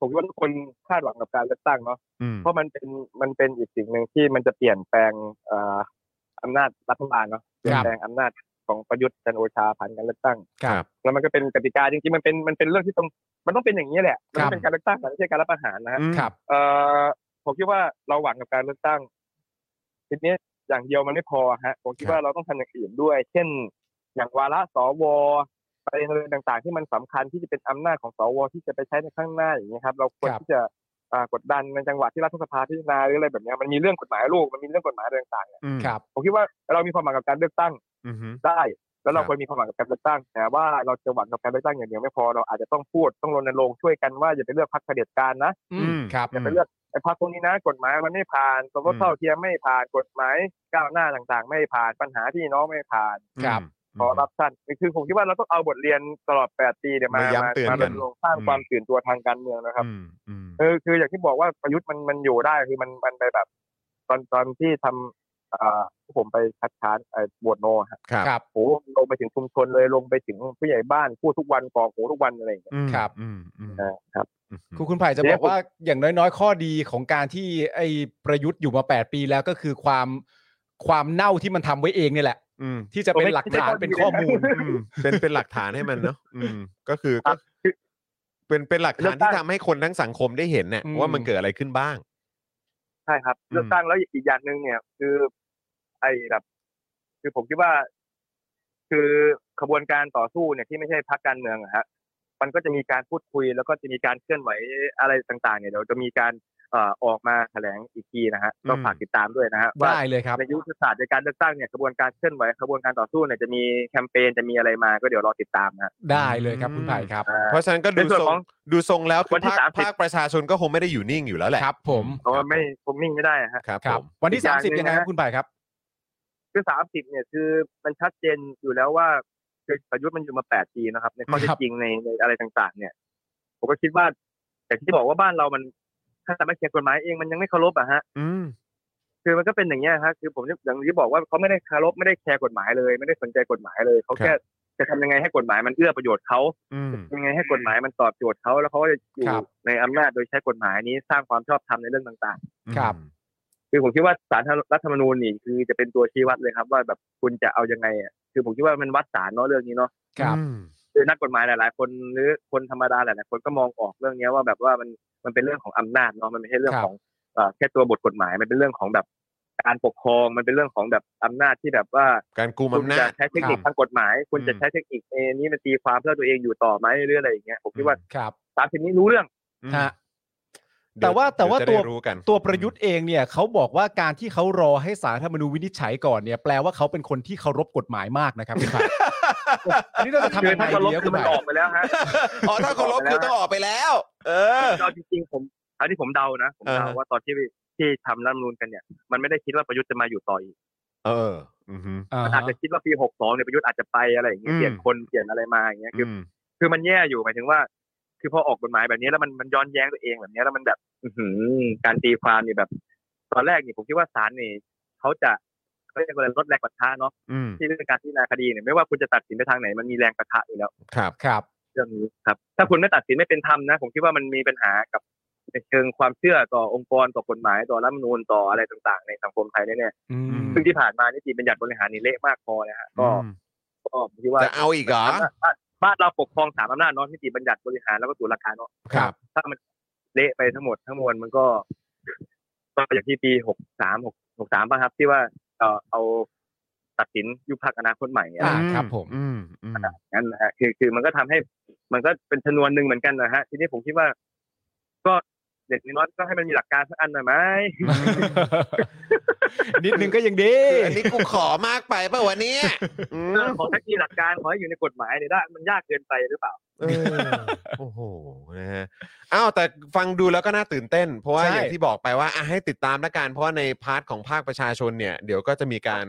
ผมคิดว่าทุกคนคาดหวังกับการเลือกตั้งเนาะ
อืม
เพราะมันเป็นมันเป็นอีกสิ่งหนึ่งที่มันจะเปลี่ยนแปลงเอ่ออำนาจรัฐบาลเนาะเปลี่ยนแปลงอำนาจของประยุทธ์จันทร์โอชาผ่านการเลือกตั้ง
ครับ
แล้วมันก็เป็นกติกาจริงๆมันเป็นมันเป็นเรื่องที่ต้องมันต้องเป็นอย่างนี้แหละมัน
ครับ
ต้องเป็นการเลือกตั้งแต่ไม่ใช่การรับประหารนะฮะ
ครับ
เอ่อผมคิดว่าเราหวังกับการเลือกตั้งทีนี้อย่างเดียวมันไม่พอฮะผมคิด
ครับ
ว่าเราต้องทำอย่างอื่นด้วย เช่น อย่างวาระสวประเด็นอะไรต่างๆ ที่มันสำคัญที่จะเป็นอำนาจของสวที่จะไปใช้ในข้างหน้าอย่างนี้ยครับ เราควร
ครับ
ที่จะอ่ากดดันในจังหวะที่รัฐสภาพิจารณาหรืออะไรแบบเนี้ยมันมีเรื่องกฎหมายลูกมันมีเรื่องกฎหมายอะไรต่างๆเนี่ย
อืม
ครับ
ผมคิดว่าเรามีความหวังกับการเลือกตั้ง
อืม
ได้ แล้ว
ค
เรา
รับ
ควรมีความหวังกับการเลือกตั้งแต่ว่าเราจะหวังกับการเลือกตั้งอย่างเดียวไม่พอเราอาจจะต้องพูดต้องรณรงค์ช่วยกันว่าอย่าไปเลือกพรรคเผด็จการนะ
อืมครับ
อย่าไปเลือกไอ้พรรคพวกนี้นะกฎหมายมันไม่ผ่านสมรสเท่าเทียมไม่ผ่านกฎหมายก้าวหน้าต่างๆ ไม่ผ่านปัญหาพี่น้องไม่ผ่าน
ครับ
ขอรับท่านคือผมคิดว่าเราต้องเอาบทเรียนตลอด 8 ปีเนี่ยมา
มาย้ำเตือน
มา
กั
ร
น
ณรงค์สร้าง
อืม
ความตื่นตัวทางการเมืองนะครับ
อืมอืม
เออคืออย่างที่บอกว่าประยุทธ์มันมันอยู่ได้คือมันมันไปแบบ ตอนตอนที่ทำเอ่อผมไปคัดค้านไอ้บวชโนฮะ
ครับ
ครับ
โอ้ลงไปถึงชุมชนเลยลงไปถึงผู้ใหญ่บ้านพูดทุกวันก่อโหทุกวันอะไรอย่างเงี้ย
อืม
ครับ
อืมอืม
นะครับ
อืม
คุณคุณไผ่จะ
เดี๋
บ
ย
อก
วผม
ว่าอย่างน้อยๆ ข้อดีของการที่ไอ้ประยุทธ์อยู่มา 8 ปีแล้วก็คือความความเน่าที่มันทำไว้เองเนี่ยแหละ
อืม
ที่จะเป็นหลักฐานเป็นข้อมูล
อืมเป็นเป็นหลักฐานให้มันเนาะอืมก็คือก็
คือ
เป็นเป็นหลัก
เลื
ฐาน
อกตั้
ที่
ง
ทำให้คนทั้งสังคมได้เห็นเนี่ย
อืม
ว่ามันเกิดอะไรขึ้นบ้าง
ใช่ครับเลือกตั้งแล้วอีกอย่างหนึ่งเนี่ยคือ ไอ้แบบ คือผมคิดว่า คือขบวนการต่อสู้เนี่ยที่ไม่ใช่พรรคการเมืองอะฮะมันก็จะมีการพูดคุย แล้วก็จะมีการเคลื่อนไหวอะไรต่างๆ เนี่ยเดี๋ยวจะมีการเอ่อออกมาแถลงอีกทีนะฮะก็
อืม
ฝากติดตามด้วยนะฮะว่า
ได้เลยครับ
ในยุทธศาสตร์ในการเลือกตั้งเนี่ยกระบวนการเคลื่อนไหวกระบวนการต่อสู้เนี่ยจะมีแคมเปญจะมีอะไรมาก็เดี๋ยวรอติดตามนะ
ได้เลยครับคุณไผ่ครับ
เพราะฉะนั้นก็
ใน
ดู
ส่ว
ท
น
ร
ข
ง
อง
ดูทรงแล้วคื
วั
อน
ที่
ภาคภา
สามสิบ
คประชาชนก็คงไม่ได้อยู่นิ่งอยู่แล้วแหละ
ครับผม
เพราะว่าไม่ผมนิ่งไม่ได้อะฮะ
ครับ
ครับ
ผม
วันที่
อีกอย่างหนึ่
30
ง
ยังไงครั
นะ
บคุณไผ่ครับ
คือสามสิบเนี่ยคือมันชัดเจนอยู่แล้วว่าคือประยุทธ์มันอยู่มาแปดปีนะครับ ในข้อเท็
ค
จ
รับ
จริงในในอะไรต่าง ๆ เนี่ย ผมก็คิดว่าแต่ที่บอกว่าบ้านเรามันถ้าสามารถเขียนกฎหมายเองมันยังไม่เคารพอะฮะ
อืม
คือมันก็เป็นอย่างเงี้ยฮะคือผมอย่างที่บอกว่าเขาไม่ได้เคารพไม่ได้แคร์กฎหมายเลย ไม่ได้สนใจกฎหมายเลยเขาแค่จะทำยังไงให้กฎหมายมันเอื้อประโยชน์เขา
อืม
ยังไงให้กฎหมายมันตอบโจทย์เขาแล้วเขาก็จะอยู่
ครับ
ในอำนาจโดยใช้กฎหมายนี้สร้างความชอบธรรมในเรื่องต่าง
ครับ
ๆ คือผมคิดว่าสารรัฐธรรมนูญนี่คือจะเป็นตัวชี้วัดเลยครับว่าแบบคุณจะเอายังไงอะคือผมคิดว่ามันวัดสารเนาะเรื่องนี้เนาะ
ครับ
อืม
คือนักกฎหมายหลาย ๆ คนหรือคนธรรมดาหลายๆคนก็มองออกเรื่องเนี้ยว่าแบบว่ามันมันเป็นเรื่องของอำนาจเนาะมันไม่ใช่เรื่อง
ครับ
ของเอ่อแค่ตัวบทกฎหมายมันเป็นเรื่องของแบบการปกครองมันเป็นเรื่องของแบบอำนาจที่แบบว่า
การกุม
คุณ
อำนา
จะ
จ
ใช้เทคนิ
ค
ค
รับ
ทางกฎหมาย คุณจะ
อืม
ใช้เทคนิคเอนี้มันตีความเพื่อตัวเองอยู่ต่อไหมหรืออะไรอย่างเงี้ยผมคิดว่า
ครับ
สามสิบนี้รู้เรื่อง
อืม
ฮะ
เดี๋ย
แต่ว่าแต่ว่า
เดี๋ยจะ
ตัว
ได้รู้กัน
ตัวประยุทธ์เองเนี่ยเขาบอกว่าการที่เขารอให้สารรัฐธรรมนูญวินิจฉัยก่อนเนี่ยแปลว่าเขาเป็นคนที่เคารพกฎหมายมากนะครับคุณไผ่ อันนี้เราจะทำ
คือ
ยังไง
ถ้าเคาร
ดีค
พ
รับ
คื
คุ
อ
ณ
มัน
ไผ่
ออกไปแล้วฮะ
อ๋อถ้าเคารพคือต้องออกไปแล้ว เออ
เราจริงๆผมอันที่ผมเดานะผมเดา
อ่า
ว่าตอนที่ที่ทำรัฐธรรมนูญกันเนี่ย มันไม่ได้คิดว่าประยุทธ์จะมาอยู่ต่ออีก
เออ อืมฮึ
อ่า
มัน
ฮะ
อาจจะคิดว่าปีหกสองเนี่ยประยุทธ์อาจจะไปอะไรอย่างเงี้ย
อืม
เปลี่ยนคนเปลี่ยนอะไรมาอย่างเงี้ยคือ
อื
อ
ม
คือมันแย่อยู่หมายถึงว่า คือพอออกกฎหมายแบบนี้แล้วมันมันย้อนแย้งตัวเองแบบเนี้ยแล้วมันแบบอื้อหือการตีความนี่แบบ ตอนแรกนี่ผมคิดว่าศาลนี่เขาจะเขาเรียกว่าอะไรลดแรงปะทะเนาะ
อืม
ที่เรื่องการพิจารณาคดีเนี่ยไม่ว่าคุณจะตัดสินไปทางไหนมันมีแรงปะทะอยู่แล้ว
ครับ
ครับ
เรื่องนี้ครับถ้าคุณไม่ตัดสินไม่เป็นธรรมนะ ผมคิดว่ามันมีปัญหากับในเชิงความเชื่อต่อองค์กรต่อกฎหมายต่อรัฐธรรมนูญต่ออะไรต่างๆ ในสังคมไทยแน่
อืม
ๆซึ่งที่ผ่านมานิติบัญญัติบริหารนี่เละมากพอนะฮะก็ก็ผมคิดว่า
จะเอาอีกเหรอ
บ้านบ้านเราปกครองสามอำนาจเนอะนิติบัญญัติบริหารแล้วก็ตุลาการเนาะ
ครับ
ถ้ามันเละไปทั้งหมดทั้งมวลมันก็ก็อย่างที่ปีหกสามหกหกสามป่ะครับ ที่ว่าเอ่อเอาตัดสินยุบพักอนาคตใหม่อะไร
อ่า ครับผม
อืมอืม
นั่นนะฮะคือคือมันก็ทำให้มันก็เป็นชนวนหนึ่งเหมือนกันนะฮะ ทีนี้ผมคิดว่า ก็เด็กน้อยก็ให้มันมีหลักการสักอันหน่อยไหม
นิดนึงก็ยังดี
คืออันนี้กูขอมากไปป่ะวันนี้อืม
ขอแค่มีหลักการขอให้อยู่ในกฎหมายเนี่ยได้ มันยากเกินไปหรือเปล่า
เออโอ้โหนะฮะอ้าวแต่ฟังดูแล้วก็น่าตื่นเต้น เพราะว่า
ใช่
อย่างที่บอกไปว่าอ่ะให้ติดตามละกันเพราะว่าในพาร์ทของภาคประชาชนเนี่ย เดี๋ยวก็จะมีการ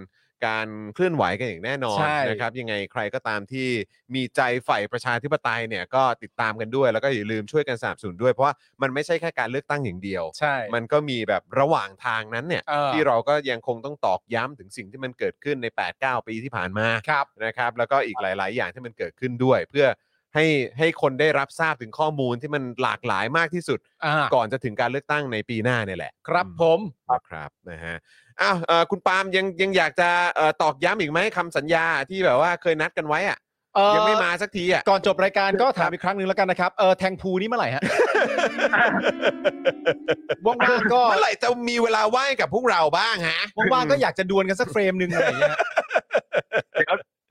การเคลื่อนไหวกันอย่างแน่นอน
ใช่
นะครับ ยังไงใครก็ตามที่มีใจใฝ่ประชาธิปไตยเนี่ยก็ติดตามกันด้วย แล้วก็อย่าลืมช่วยกันสนับสนุนด้วยเพราะว่ามันไม่ใช่แค่การเลือกตั้งอย่างเดียว
ใช่
มันก็มีแบบระหว่างทางนั้นเนี่ย
เออ
ที่เราก็ยังคงต้องตอกย้ำถึงสิ่งที่มันเกิดขึ้นใน 8-9 ปีที่ผ่านมา
ครับ
นะครับ แล้วก็อีกหลาย ๆ อย่างที่มันเกิดขึ้นด้วย เพื่อให้ให้คนได้รับทราบถึงข้อมูลที่มันหลากหลายมากที่สุด
อ่า
ก่อนจะถึงการเลือกตั้งในปีหน้าเนี่ยแหละ
ครับ
อืม
ผม
นะครับนะฮะอ้าวเอ่อคุณปาล์มยังยังอยากจะเอ่อตอกย้ำอีกไหมคำสัญญาที่แบบว่าเคยนัดกันไว้อะ
เอ่อ
ยังไม่มาสักทีอ่ะ
ก่อนจบรายการก็ถามอีกครั้งหนึ่งแล้วกันนะครับ เออแทงพูนี่เมื่อไห ร่ฮะ ว่างๆก็
เมื่อไหร่จะมีเวลาว่างกับพวกเราบ้างฮะ
ว่างๆก็อยากจะดวลกันสักเฟรมหนึ่งอะไรอย่างเงี้ยฮะ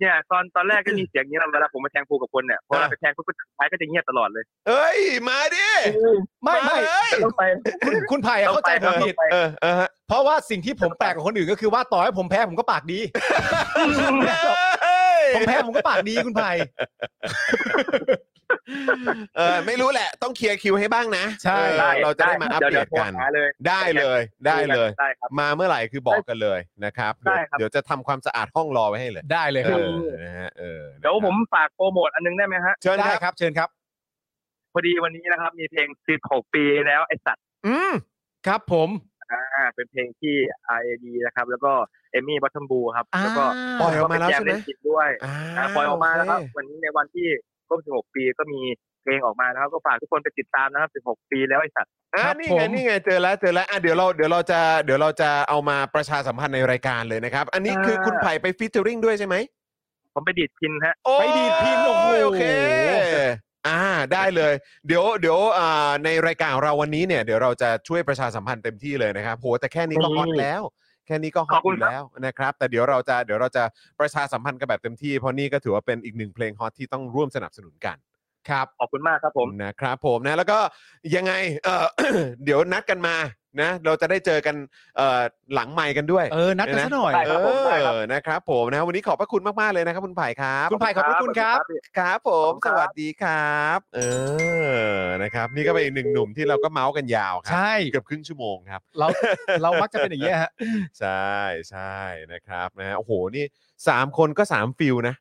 เนี่ย ตอนตอนแรกก็มีเสียงนี้นะเวลาผมมาแทงครูกับคนเนี่ยพอเราไปแทงครูก็ท้ายก็จะเงียบตลอดเลย
เอ้ยมาดิ
ไม่
า
ไม่
เลย
ต้องไป
คุณคุณไผ่อะเข้าใจผมผิด
เออเออฮะ
เพราะ ว่าสิ่งที่ผมแปลกกว่าคนอื่นก็คือว่าต่อให้ผมแพ้ผมก็ปากดี
เฮ้ย
ผมแพ้ผมก็ปากดีคุณไผ่
เออไม่รู้แหละ ต้องเคลียร์คิวให้บ้างนะ
ใช่
เออเราจะได้มาอัปเดตกัน
เดี๋ยวๆโทรหาเลย
ได้เลยได้เลย
ได้ครับ
มาเมื่อไหร่คือบอกกันเลยนะครับ
ได้ครับ
เดี๋ยวจะทำความสะอาดห้องรอไว้ให้เลย
ได้เลยครับ
เออนะฮะเออ
เดี๋ยวผมฝากโปรโมทอันนึงได้ไหมฮะ
เชิญ
ได้
ครับ
ครับ เชิญครับ
พอดีวันนี้นะครับ มีเพลง 16 ปีแล้วไอสัตว์
อืมครับผม
อ่าเป็นเพลงที่ R.A.D นะครับ แล้วก็เอมี่บัตเทมบูครับ แล้วก็
ปล่อยออกมาแล้ว
ป
ใช่ไหม
นคลิปด้วย
อ่า
อ่าปล่อยออกมาแล้วครับ
โเ
วันนี้ในวันที่ครบ16 ปีก็มีเพลงออกมานะครับ ก็ฝากทุกคนไปติดตามนะครับ 16 ปีแล้วไอสัตว์
อ่า
ครับ
นี่
ผ
ไง
ม
นี่ไงเจอแล้วเจอแล้วอ่ะเดี๋ยวเราเดี๋ยวเราจะเดี๋ยวเราจะเอามาประชาสัมพันธ์ในรายการเลยนะครับ อันนี้คือ
อ่า
คุณไผ่ไปฟิชเจอริงด้วยใช่ไหม
ผมไปดีดพินฮะ
โอ้ย
ไปดีดพินโอ้โห
โอเคอ่าได้เลย เดี๋ยวเดี๋ยวอ่าในรายการของเราวันนี้เนี่ยเดี๋ยวเราจะช่วยประชาสัมพันธ์เต็มที่เลยนะครับโหแต่แค่นี้ก็ฮอตแล้ว แค่นี้ก็ฮอ
ข
ต
อบ
อ
คุณ
ยู่แล้วนะครับ แต่เดี๋ยวเราจะเดี๋ยวเราจะประชาสัมพันธ์กันแบบเต็มที่เพราะนี่ก็ถือว่าเป็นอีกหนึ่งเพลงฮอตที่ต้องร่วมสนับสนุนกันครับ
ขอบคุณมากครับผม
นะครับผมนะแล้วก็ยังไงเอ่ อ เดี๋ยวนัดกันมานะเราจะได้เจอกันเอ่อหลังไมค์กันด้วย
เออนัดกันซะหน่อย
ได้
เอ
ครับผมได้ครับ
อนะครับผมนะวันนี้ขอบพระคุณมากๆเลยนะครับคุณไผ่ครับ
คุณไผ่ขอบพระคุณครับ
ครับผม
ขอบคุ
ส
ณครับ
วัสดีครับ เออนะครับนี่ก็เป็นอีกหนึ่งหนุ่มที่เราก็เมาส์กันยาวครั
ใช่
เกือบครึ่งชั่วโมงครับ
เราเรามักจะเป็นอย่างเงี้ยฮะ
ใช่ใช่นะครับนะโอ้โหนี่สามคนก็สามฟิลนะ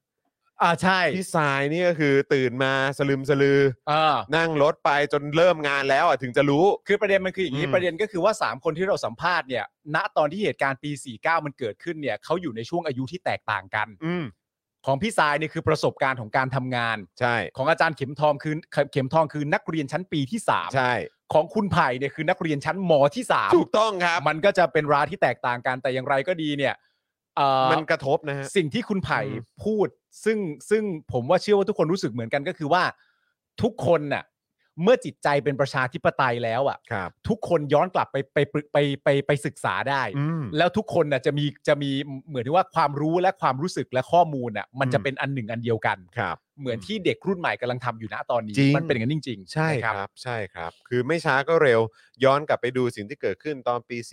อ่าใช่
พี่สายนี่ก็คือตื่นมาสลึมสลือ
เออ
นั่งรถไปจนเริ่มงานแล้วอ่ะถึงจะรู้
คือประเด็นมันคืออย่างนี้
อืม
ประเด็นก็คือว่า 3 คนที่เราสัมภาษณ์เนี่ยณตอนที่เหตุการณ์ปี 49 มันเกิดขึ้นเนี่ยเขาอยู่ในช่วงอายุที่แตกต่างกัน
อืม
ของพี่สายเนี่ยคือประสบการณ์ของการทำงาน
ใช่
ของอาจารย์เข็มทองคือเข็มทองคือนักเรียนชั้นปีที่สาม
ใช่
ของคุณไผ่เนี่ยคือนักเรียนชั้นมที่สาม
ถูกต้องครับ
มันก็จะเป็นราที่แตกต่างกันแต่อย่างไรก็ดีเนี่ยเอ่อ
มันกระทบนะฮะ
สิ่งที่คุณไผ่
อืม
พูด ซึ่งซึ่งผมว่าเชื่อว่าทุกคนรู้สึกเหมือนกันก็คือว่า ทุกคนน่ะเมื่อจิตใจเป็นประชาธิปไตยแล้วอ่ะ
ครับ
ทุกคนย้อนกลับไปไปปรึกไปไปไปศึกษาได้
อืม
แล้วทุกคนน่ะจะมีจะมีเหมือนที่ว่าความรู้และความรู้สึกและข้อมูลน่ะมันจะเป็นอันหนึ่งอันเดียวกัน
ครับ
เหมือนที่เด็กรุ่นใหม่กำลังทำอยู่นะตอนนี้
จริง
มันเป็นอย่างนั้นจริงๆ
ใช่
นะครับ
ใช่ครับ คือไม่ช้าก็เร็ว ย้อนกลับไปดูสิ่งที่เกิดขึ้นตอนปี 49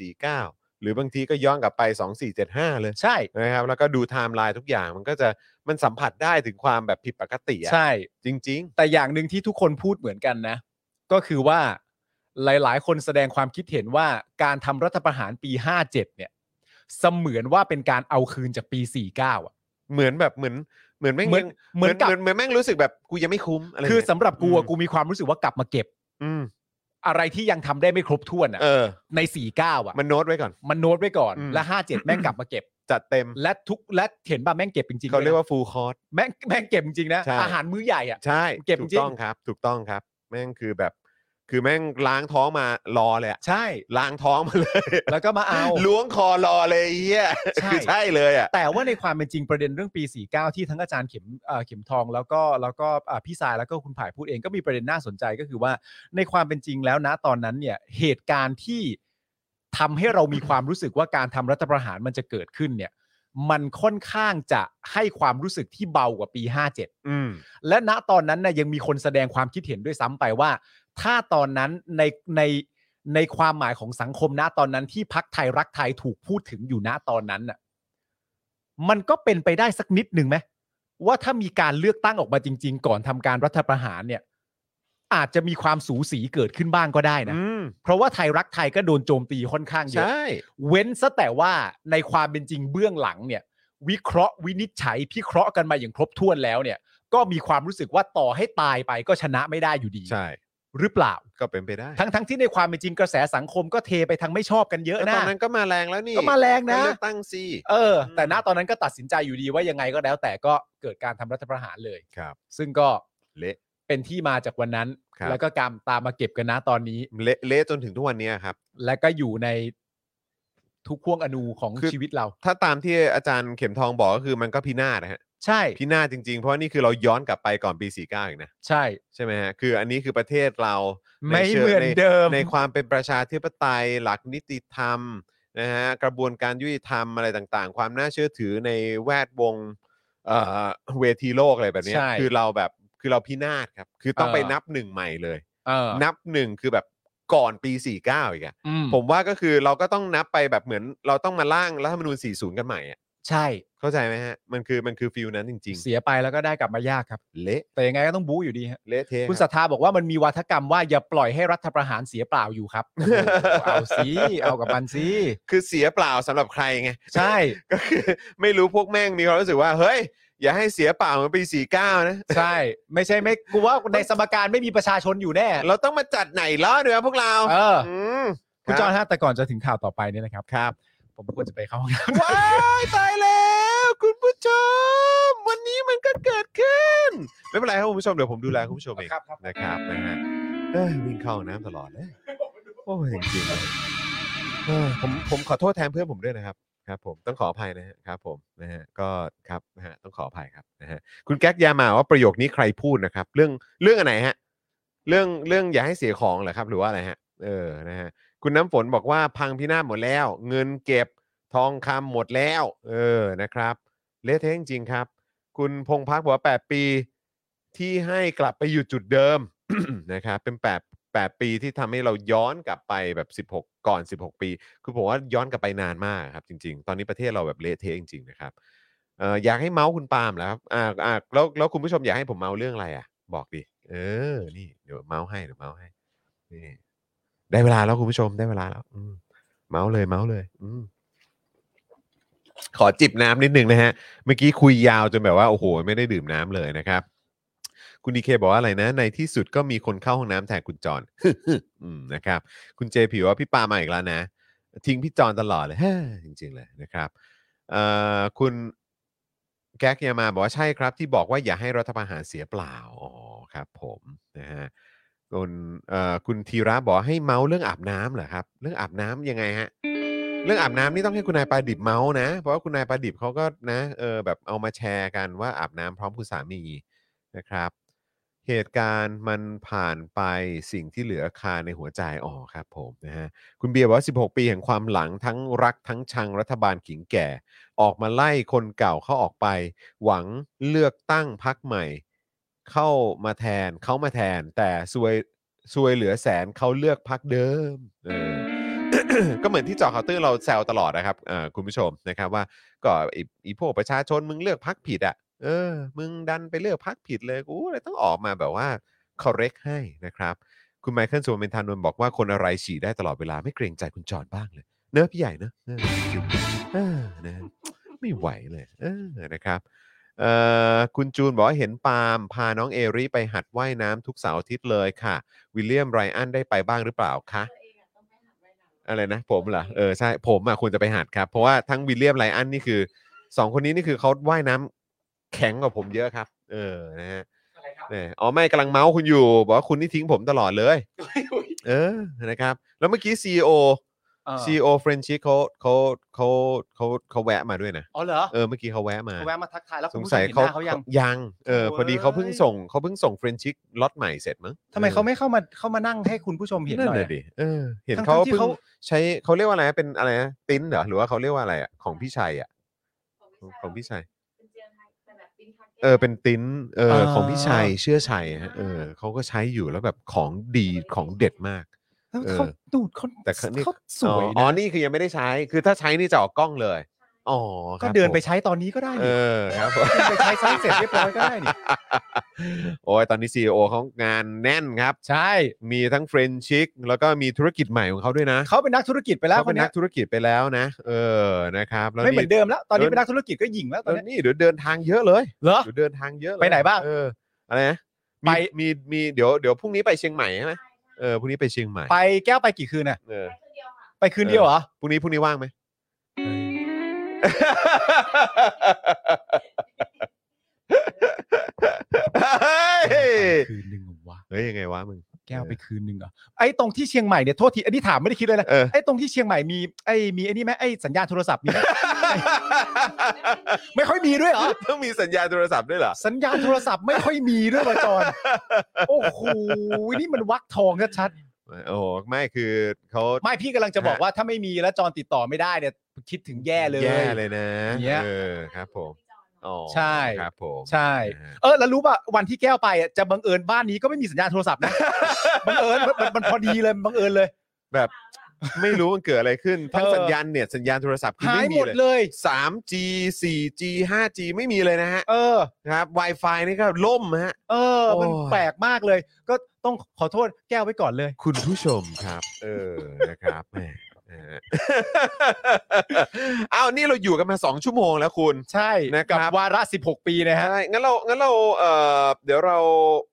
หรือบางทีก็ย้อนกลับไป 2475 เลย
ใช่
นะครับ แล้วก็ดูไทม์ไลน์ทุกอย่าง มันก็จะ มันสัมผัสได้ถึงความแบบผิดปกติอะ
ใช่
จริง
แต่อย่างหนึ่งที่ทุกคนพูดเหมือนกันนะ ก็คือว่าหลาย ๆ คนแสดงความคิดเห็นว่าการทำรัฐประหารปี 57 เนี่ย เสมือนว่าเป็นการเอาคืนจากปี 49 อ่ะ
ๆ เหมือนแบบ เหมือน เหมือนแม่ง
เหมือน
ยัง
เหมือนกับ
เหมือนเหมือนแม่งรู้สึกแบบ กูยังไม่คุ้มอะไร
คือ
เงี้ย
สำหรับกูอะ
อืม
กูมีความรู้สึกว่ากลับมาเก็บ
อืม
อะไรที่ยังทำได้ไม่ครบถ้วนอ่ะ
เออ
ใน 49 อ่ะ
มันโน้ตไว้ก่อน
มันโน้ตไว้ก่อน
อืม
และ 57 แม่งกลับมาเก็บ
จัดเต็ม
และทุกและเห็นป่ะแม่งเก็บจริงๆ
เขาเรียก
ลนะ
ว่า full course
แม่งแม่งเก็บจริงๆนะ
ใช่
อาหารมื้อใหญ่อ่ะ
ใช่
เก็บจริ
ถูก
ง
ต้องครับ ถูกต้องครับ แม่งคือแบบ คือแม่งล้างท้องมารอเลยอะ
ใช่
ล้างท้องมาเลย
แล้วก็มาเอา
ล้วงคอรอเลยไอ้เฮีย
ใช่
คือใช่เลยอ่ะ
แต่ว่าในความเป็นจริงประเด็นเรื่องปี 49 ที่ทั้งอาจารย์เข็มเอ่อเข็มทองแล้วก็แล้วก็อ่าพี่สายแล้วก็คุณผ่ายพูดเองก็มีประเด็นน่าสนใจก็คือว่า ในความเป็นจริงแล้วนะตอนนั้นเนี่ยเหตุการณ์ที่ทำให้เรามีความรู้สึกว่าการทำรัฐประหารมันจะเกิดขึ้นเนี่ยมันค่อนข้างจะให้ความรู้สึกที่เบากว่าปี 57
อืม
และณตอนนั้นนะยังมีคนแสดงความคิดเห็นด้วยซ้ำไปว่า ถ้าตอนนั้นในในในความหมายของสังคมณตอนนั้นที่พักไทยรักไทยถูกพูดถึงอยู่ณตอนนั้นน่ะมันก็เป็นไปได้สักนิดหนึ่งไหมว่าถ้ามีการเลือกตั้งออกมาจริง ๆ ก่อนทำการรัฐประหารเนี่ย อาจจะมีความสูสีเกิดขึ้นบ้างก็ได้นะ
อืม
เพราะว่าไทยรักไทยก็โดนโจมตีค่อนข้างเยอะ
ใช่
เว้นซะแต่ว่าในความเป็นจริงเบื้องหลังเนี่ย วิเคราะห์วินิจฉัยพิเคราะห์กันมาอย่างครบถ้วนแล้วเนี่ย ก็มีความรู้สึกว่าต่อให้ตายไปก็ชนะไม่ได้อยู่ดี
ใช่
หรือเปล่า
ก็เป็นไปได้
ทั้งทั้งที่ในความเป็นจริงกระแสสังคมก็เทไปทางไม่ชอบกันเยอะ
แล้วต
นะ
อนนั้นก็มาแรงแล้วนี่
ก็มาแรงนะ
เลือกตั้งซี
เออ แต่ณตอนนั้นก็ตัดสินใจอยู่ดีว่ายังไงก็แล้ว แต่ก็เกิดการทำรัฐประหารเลย
ครับ
ซึ่งก็
เละ
เป็นที่มาจากวันนั้น
ครับ
แล้วก็การตามมาเก็บกันนะตอนนี้
เละเละจนถึงทุกวันเนี้ยครับ
และก็อยู่ในทุกข่วงอนูของ
คือ
ชีวิตเรา
ถ้าตามที่อาจารย์เข็มทองบอกก็คือมันก็พินาศนะฮะ
ใช่
พินาศจริงๆ เพราะว่านี่คือเราย้อนกลับไปก่อนปี 49อีกนะ
ใช่
ใช่ไหมฮะ คืออันนี้คือประเทศเราใน
ไม่
ชิง
เหมือน
ใ
เดิม
ในความเป็นประชาธิปไตยหลักนิติธรรมนะฮะกระบวนการยุติธรรมอะไรต่างๆ ความน่าเชื่อถือในแวดวงเอ่อเวทีโลกอะไรแบบเนี้ย
ใช่
คือเราแบบคือเราพินาศครับ คือต้อง
เออ
ไปนับหนึ่งใหม่เลย
เออ
นับหนึ่งคือแบบก่อนปี 49อีกอะ
อืม
ผมว่าก็คือเราก็ต้องนับไปแบบเหมือน เราต้องมาล่างรัฐธรรมนูญ40 กันใหม่อะ
ใช่
เข้าใจไหมฮะ มันคือมันคือฟิลนั้นจริง
เสียไปแล้วก็ได้กลับมายากครับ
ๆ เละ
แต่ยังไงก็ต้องบู๊อยู่ดีฮะ
เละเทะ
คุณ
ค
ศ
รับ
รัทธาบอกว่ามันมีวาทกรรมว่าอย่าปล่อยให้รัฐประหารเสียเปล่าอยู่ ครับ โอ้โหเอาสิเอากับมันสิ
คือเสียเปล่าสำหรับใครไง
ใช่
ก็คือไม่รู้พวกแม่งมีความรู้สึกว่า เฮ้ย อย่าให้เสียเปล่าเหมือนปี49 นะ
ใช่ ไม่ใช่ไม่กูว่าในสมการไม่มีประชาชนอยู่แน่
เราต้องมาจัดไหนล้อเนื้อพวกเรา
เออ
ม
คุณจอห์นฮะแต่ก่อนจะถึงข่าวต่อไปเนี่ยนะครับ ครับ ผมควรจะไปเข้าห้องน้ำ
ว้ายตายแล้ว คุณผู้ชม วันนี้มันก็เกิดขึ้น ไม่เป็นไรครับคุณผู้ชมเดี๋ยวผมดูแลคุณผู้ชมเอง
ครับครับ
นะครับนะฮะเอ้ยวิ่งเข้าห้องน้ำตลอดเลยโอ้ยจริงๆเลยเออผมผมขอโทษแทนเพื่อนผมด้วยนะครับครับ ผมต้องขออภัยนะฮะครับ ผมนะฮะก็ครับนะฮะต้องขออภัยครับนะฮะคุณแก๊กยามาว่าประโยคนี้ใครพูดนะครับ เรื่องเรื่องอะไรฮะ เรื่องเรื่องอย่าให้เสียของเหรอครับ หรือว่าอะไรฮะ เออนะฮะ คุณน้ำฝนบอกว่าพังพินาศหมดแล้ว เงินเก็บทองคำหมดแล้ว เออนะครับเละเทะจริงๆครับ คุณพงพักบอกว่า 8 ปีที่ให้กลับไปอยู่จุดเดิม นะครับเป็น 8 8 ปีที่ทำให้เราย้อนกลับไปแบบ 16 ก่อน 16 ปี คือผมว่าย้อนกลับไปนานมากครับจริง ๆ ตอนนี้ประเทศเราแบบเละเทะจริงๆนะครับเอ่ออยากให้เมาส์คุณปาล์มแล้วครับอ่าอ่าแล้วแล้วคุณผู้ชมอยากให้ผมเมาส์เรื่องอะไรอ่ะ บอกดิเออ นี่เดี๋ยวเมาส์ให้เดี๋ยวเมาส์ให้นี่ ได้เวลาแล้วคุณผู้ชมได้เวลาแล้วอืมเมาส์เลยเมาส์เลยอมขอจิบน้ำนิดหนึ่งนะฮะ เมื่อกี้คุยยาวจนแบบว่า โอ้โห ไม่ได้ดื่มน้ำเลยนะครับ คุณดีเคบอกว่าอะไรนะ ในที่สุดก็มีคนเข้าห้องน้ำแทนคุณจอน อืมนะครับ คุณเจผิวว่าพี่ปามาอีกแล้วนะ ทิ้งพี่จอนตลอดเลย จริงๆเลยนะครับเอ่อคุณแก๊กยามาบอกว่าใช่ครับ ที่บอกว่าอย่าให้รัฐประหารเสียเปล่าอ๋อครับ ผมนะฮะ คุณเอ่อคุณธีระบอกให้เมาส์เรื่องอาบน้ำเหรอครับ เรื่องอาบน้ำยังไงฮะ เรื่องอาบน้ำนี่ต้องให้คุณนายปาดิบเมาส์นะ เพราะว่าคุณนายปาดิบเขาก็นะเออแบบเอามาแชร์กันว่าอาบน้ำพร้อมคุณสามีนะครับ เหตุการณ์มันผ่านไปสิ่งที่เหลือคาในหัวใจอ๋อครับผมนะฮะคุณเบียร์บอกว่า 16 ปีแห่งความหลังทั้งรักทั้งชังรัฐบาลขิงแก่ ออกมาไล่คนเก่าเขาออกไป หวังเลือกตั้งพักใหม่ เข้ามาแทนเขามาแทน แต่ซวยซวยเหลือแสนเขาเลือกพักเดิมเออ ก็เหมือน ที่เจอข่าวตื้นเราแซวตลอดนะครับเอ่อคุณผู้ชมนะครับว่าก็ไอ้ไอีพวกประชาชนมึงเลือกพักผิดอ่ะเออ มึงดันไปเลือกพักผิดเลยกูเลยต้องออกมาแบบว่า correct ให้นะครับ คุณไมเคิลสุวรรณเมนทานนท์บอกว่าคนอะไรฉี่ได้ตลอดเวลาไม่เกรงใจคุณจอนบ้างเลย เนอะพี่ใหญ่เนอะเออจริงเออนะไม่ไหวเลยเออนะครับ เอ่อคุณจูนบอกว่าเห็นปาล์มพาน้องเอริไปหัดว่ายน้ำทุกเสาร์อาทิตย์เลยค่ะ วิลเลียมไรอันได้ไปบ้างหรือเปล่าคะอะไรนะ ผมเหรอเออใช่ผมอ่ะควรจะไปหัดครับ เพราะว่าทั้งวิลเลียมไรอันนี่คือสองคนนี้นี่คือเขาว่ายน้ำแข็งกว่าผมเยอะครับ เออนะฮะเนี่ยอ๋อไม่กำลังเมาส์คุณอยู่ บอกว่าคุณนี่ทิ้งผมตลอดเลย เออนะครับ แล้วเมื่อกี้ซีโอ
เออ
ซีโอเฟรนชิเขาเขาเขาเขาเขาแวะมาด้วยนะ
อ๋อเหรอ
เออเมื่อกี้เขาแวะมา
เขาแวะมาทักทายแล้ว
ส
คุณ
ง
ผู้ชม
สัย
เห็นห
เขา
น้าเขายัง
ยังเออพอดีเขาเพิ่งส่งเขาเพิ่งส่งเฟรนชิกล็อตใหม่เสร็จมั้ง
ทำไมเขาไม่เข้ามาเข้ามานั่งให้คุณผู้ชมเห็นหน่อย
แหะ
อะ
ดิเออ เห็น
ทั้งๆ
เขา
ที่
เพิ่ง
เขา
ใช้เขาเรียกว่าอะไรนะเป็นอะไรนะติ้นเหรอหรือว่าเขาเรียกว่าอะไรอ่ะของพี่ชัยอ่ะของพี่ชัยเออเป็นติ้นเอออา ของพี่ชัยเชื่อชัยฮะเออเขาก็ใช้อยู่แล้วแบบของดีของเด็ดมาก
แล้วเขา
เออ
ดูดเขา
แต่เขานี่
เขาสวย
อ๋อ
นะ
นี่คือยังไม่ได้ใช้ คือถ้าใช้นี่จะออกกล้องเลยอ๋อค
ก็
รับ
เดิน
ผม
ไปใช้ตอนนี้ก็ได้
เอ
นี่
อครับ ผม
เดินไปใช้ซ้ำเสร็จเรียบร้อยก็ได้นี่
โอ้ยตอนนี้ CEO เขางานแน่นครับ
ใช่
มีทั้งเฟรนชิกแล้วก็มีธุรกิจใหม่ของเขาด้วยนะ
เขาเป็นนักธุรกิจไปแล้ว
เขา
ค
เป็น น
นี้
นักธุรกิจไปแล้วนะ เออนะครับแล้ว
ไม่เหมือนเดิมแล้ว ตอนนี้เป็นนักธุรกิจก็หญิงแล้วต
เอ
อ
อ
นเนี้ย
นี่เดี๋ยวเดินทางเยอะเลย
เหรอ
เดี๋ยวเดินทางเยอะเลย
ไปไหนบ้าง
เอออะไรนะ
ไป
มีมีมีเดี๋ยวเดี๋ยวพรุ่งนี้ไปเชียงใหม่ใช่ไหมเออพรุ่งนี้ไปเชียงใหม่
ไปแก้วไปกี่คืนน่ะ
เออ
ไปคืนเดียวเหรอ
พรุ่งนี้พรุ่งนี้ว่างไหม เฮ้ย
คืนหนึ่งเหรอวะ
เฮ้ยยังไงวะมึง
แก้วไปคืนหนึ่งเหรอไอ้ตรงที่เชียงใหม่เนี่ยโทษทีอันนี้ถามไม่ได้คิดเลยนะ
เออ
ไอ้ตรงที่เชียงใหม่มีไอ้มีไอ้นี่ไหมไอ้สัญญาณโทรศัพท์มีไหมไม่ค่อย มีด้วยเหรอ
ต้องมีสัญญาณโทรศัพท์ด้วยเหรอ
สัญญาณโทรศัพท์ไม่ค่อยมีด้วยวะจอนโอ้โหนี่มันวักทองชัดๆ
โอ้โหไม่คือเขา
ไม่พี่กำลังจะบอกว่าถ้าไม่มีแล้วจอนติดต่อไม่ได้เนี่ยคิดถึงแย่เลย
แย่เลยนะ
เนี่ย
เออครับผมอ๋อ
ใช่
ครับผม
ใช่
นะฮะ
เออแล้วรู้ป่ะวันที่แก้วไปอ่ะจะบังเอิญบ้านนี้ก็ไม่มีสัญญาณโทรศัพท์นะ บังเอิญมันมันมันพอดีเลยบังเอิญเลย
ไม่รู้มันเกิดอะไรขึ้น ทั้ง
เออ
สัญญาณเน็ตสัญญาณโทรศัพท์คือ
หาย
ไม่
ห
มี
มด
เลย
เลย
3G 4G 5G ไม่มีเลยนะฮะ
เออ
นะครับ Wi-Fi นี่ก็ล่มฮะ
เออ มัน
โอ้ย
แปลกมากเลย ก็ต้องขอโทษแก้วไว้ก่อนเลย
คุณผู้ชมครับ เออ นะครับ แหมนะฮะ อ้าวนี่เราอยู่กันมา 2 ชั่วโมงแล้วคุณ
ใช่
นะครั
กับ บวาระ 16 ปีนะฮะ
ใช่งั้นเรางั้นเราเอ่อเดี๋ยวเรา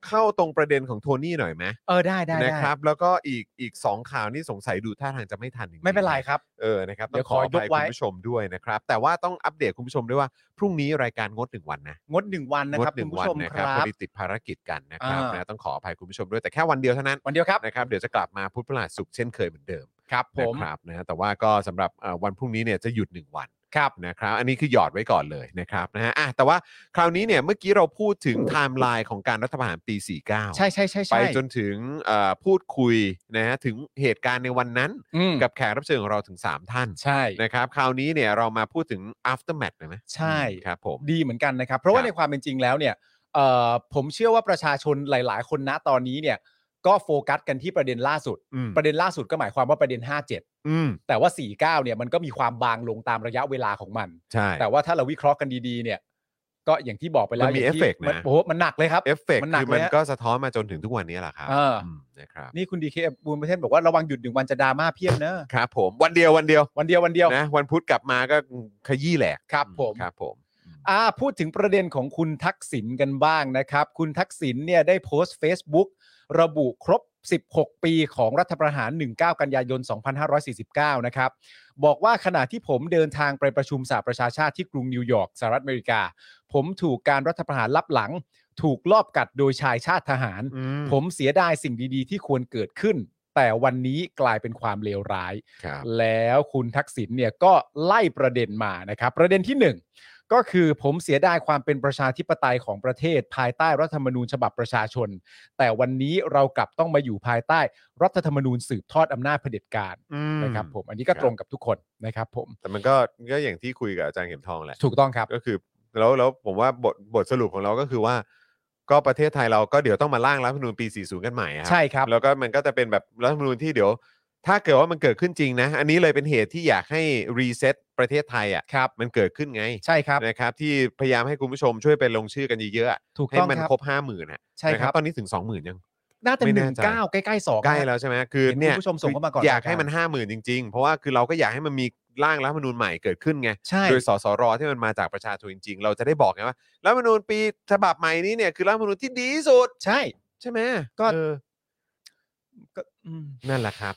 เข้าตรงประเด็นของโทนี่หน่อยไหม
เออ ได้ได้ได้
นะครับ แล้วก็อีกอีกสองข่าวนี่สงสัยดูท่าทางจะไม่ทันจงๆ
ไม่เป็นไรครับ
เออนะครับ
เดี๋
ต้อ
ยว
ง
ข
ขอ
อ
อยภั
ก
ย
ไว้
คุณผู้ชมด้วยนะครับ แต่ว่าต้องอัปเดตคุณผู้ชมด้วยว่า พรุ่งนี้รายการงดหนึ่งวันนะ
งดหนึ่งวันนะ
งด
ครับ
ห
คุ
นึ่
ณ
ง
ผู้
วัน
ชม
นะ
ค
ครับ
รั
พ
บ
อดีติดภารกิจกันนะครับ
อ่าน
นะต้องขออภัยคุณผู้ชมด้วยแต่แค่วันเดียวเท่านั้น
วันเดียวครับ
นะครับเดี๋ยวจะกลับมาพุธพฤหัสศุกร์เช่นเคยเหมือนเดิม
ครับผ
นะ
ม
ครับนะฮะแต่ว่าก็สำหรับเอ่อวันพรุ่งนี้เนี่ยจะหยุดหนึ่งวัน
ครับ
นะครับอันนี้คือหยอดไว้ก่อนเลยนะครับนะฮะอ่ะแต่ว่าคราวนี้เนี่ยเมื่อกี้เราพูดถึงไทม์ไลน์ของการรัฐประหารปี 49
ใช่ใช่ใช่
ไป
ใช่
จนถึงเอ่อพูดคุยนะฮะถึงเหตุการณ์ในวันนั้น
อืม
กับแขกรับเชิญของเราถึง 3 ท่าน
ใช่
นะครับคราวนี้เนี่ยเรามาพูดถึง aftermath หน่อยไหม
ใช่
ครับผม
ดีเหมือนกันนะครับ เพราะ
ค
ว่า
รับ
ในความเป็นจริงแล้วเนี่ยเอ่อผมเชื่อว่าประชาชนหลาย ๆ คนณตอนนี้เนี่ย ก็โฟกัสกันที่ประเด็นล่าสุด
อืม
ประเด็นล่าสุดก็หมายความว่าประเด็น 57
อืม
แต่ว่า 49 เนี่ยมันก็มีความบางลงตามระยะเวลาของมัน
ใช่
แต่ว่าถ้าเราวิเคราะห์กันดี ๆ เนี่ย ก็อย่างที่บอกไปแล้ว
มันมี
ย่างที่
effect นะ
มัโอ้โหมันหนักเลยครับ
เอฟเฟก
มันหนัก
คือมัน
เลยฮะ
ก็สะท้อนมาจนถึงทุกวันนี้แหละครับ
เอออื
มนะครับ
นี่คุณดีเคบูลประเทศบอกว่าระวังหยุดหนึ่งวันจะดราม่าเพียบเนอะ
ครับผมวันเดียววันเดียว
วันเดียววันเดียว
นะวันพุธกลับมาก็ขยี้แหลก
ครับผม
ครับผม
อ่าพูดถึงประเด็นของคุณทักษิณกันบ้างนะครับ คุณทักษิณเนี่ยได้โพสต์ Facebook ระบุครบ 16 ปีของรัฐประหาร 19 กันยายน 2549 นะครับ บอกว่าขณะที่ผมเดินทางไปประชุมสหประชาชาติที่กรุงนิวยอร์กสหรัฐอเมริกา ผมถูกการรัฐประหารลับหลัง ถูกลอบกัดโดยชายชาติทหาร
อืม
ผมเสียดายสิ่งดีๆ ที่ควรเกิดขึ้น แต่วันนี้กลายเป็นความเลวร้าย
ครับ
แล้วคุณทักษิณเนี่ยก็ไล่ประเด็นมานะครับ ประเด็นที่หนึ่งก็คือผมเสียดายความเป็นประชาธิปไตยของประเทศ ภายใต้รัฐธรรมนูญฉบับประชาชน แต่วันนี้เรากลับต้องมาอยู่ภายใต้รัฐธรรมนูญสืบทอดอำนาจเผด็จการ
อืม
นะครับผมอันนี้ก็
ครับ
ตรงกับทุกคนนะครับผม
แต่มันก็ก็อย่างที่คุยกับอาจารย์เข็มทองแหละ
ถูกต้องครับ
ก็คือแล้วแล้วผมว่าบทบทสรุปของเราก็คือว่า ก็ประเทศไทยเราก็เดี๋ยวต้องมาร่างรัฐธรรมนูญปี 40 กันใหม่อะ
ใช่ครับ
แล้วก็มันก็จะเป็นแบบรัฐธรรมนูญที่เดี๋ยว ถ้าเกิดว่ามันเกิดขึ้นจริงนะ อันนี้เลยเป็นเหตุที่อยากให้รีเซ็ตประเทศไทยอ่ะ
ครับ
มันเกิดขึ้นไง
ใช่ครับ
นะครับที่พยายามให้คุณผู้ชมช่วยไปลงชื่อกันเยอะๆอะ
ถูก
ให้
ต้อง
มัน
ครับ
ครบ 5 0,000ื่นะ
ใช่
นะครับ ตอนนี้ถึง 20,000ยัง
น่าจะ
ไม่
ห
แน่
นึ่ง
ใจ
เก้าใกล้ๆสอง
ใกล้แล้วใช่ไหมคือ
เห็นคุณ
เนี่ย
ผู้ชมส่งเข้ามาก่อน
ยากให้มัน
รายกา
5
ร
0,000 จริงๆ เพราะว่าคือเราก็อยากให้มันมีร่างรัฐธรรมนูญใหม่เกิดขึ้นไง
ใช่
โดยสสรที่มันมาจากประชาชนจริงๆ เราจะได้บอกไงว่ารัฐธรรมนูญปีฉบับใหม่นี้เนี่ยคือรัฐธรรมนูญที่ดีที่สุด
ใช่
ใช่ไหม
ก็
เออ
ก็อืม
นั่นแหละครับ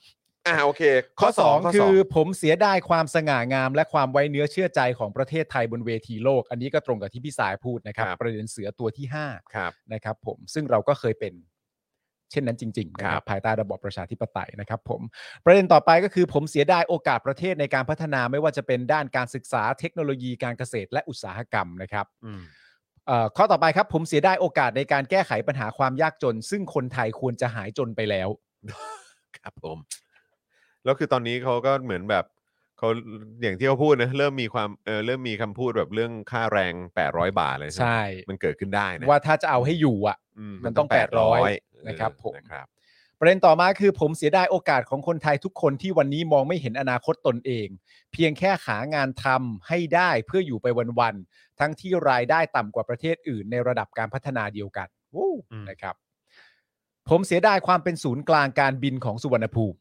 อ่าโอเค
ข้อ
ข้
2 คือผมเสียดายความสง่างาม และความไว้เนื้อเชื่อใจของประเทศไทยบนเวทีโลก อันนี้ก็ตรงกับที่พี่สายพูดนะครับ
ครับ
ประเด็นเสือตัวที่
ครับ
5 นะครับผมซึ่งเราก็เคยเป็น เช่นนั้นจริงๆ
ค
นะค
รั
รั
บบ
ภายใต้ระบอบประชาธิปไตยนะครับผมประเด็นต่อไปก็คือผมเสียดายโอกาสประเทศในการพัฒนาไม่ว่าจะเป็นด้านการศึกษาเทคโนโลยีการเกษตรและอุตสาหกรรมนะครับ
อืม
เอ่อข้อต่อไปครับผมเสียดายโอกาสในการแก้ไขปัญหาความยากจน ซึ่งคนไทยควรจะหายจนไปแล้ว
ครับผม แล้วคือตอนนี้เขาก็เหมือนแบบเขาอย่างที่เขาพูดนะเริ่มมีความเออเริ่มมีคำพูดแบบเรื่องค่าแรง 800 บาทเลยไหม
ใช่
มันเกิดขึ้นได้นะ
ว่าถ้าจะเอาให้อยู่อ่ะ
อื
มันต้อง
800
800นะครับผม
นะครับ
ประเด็นต่อมาคือผมเสียดายโอกาสของคนไทยทุกคนที่วันนี้มองไม่เห็นอนาคตตนเอง เพียงแค่หางานทำให้ได้เพื่ออยู่ไปวันๆทั้งที่รายได้ต่ำกว่าประเทศอื่นในระดับการพัฒนาเดียวกันวู้
อืม
นะครับ ผมเสียดายความเป็นศูนย์กลางการบินของสุวรรณภูมิ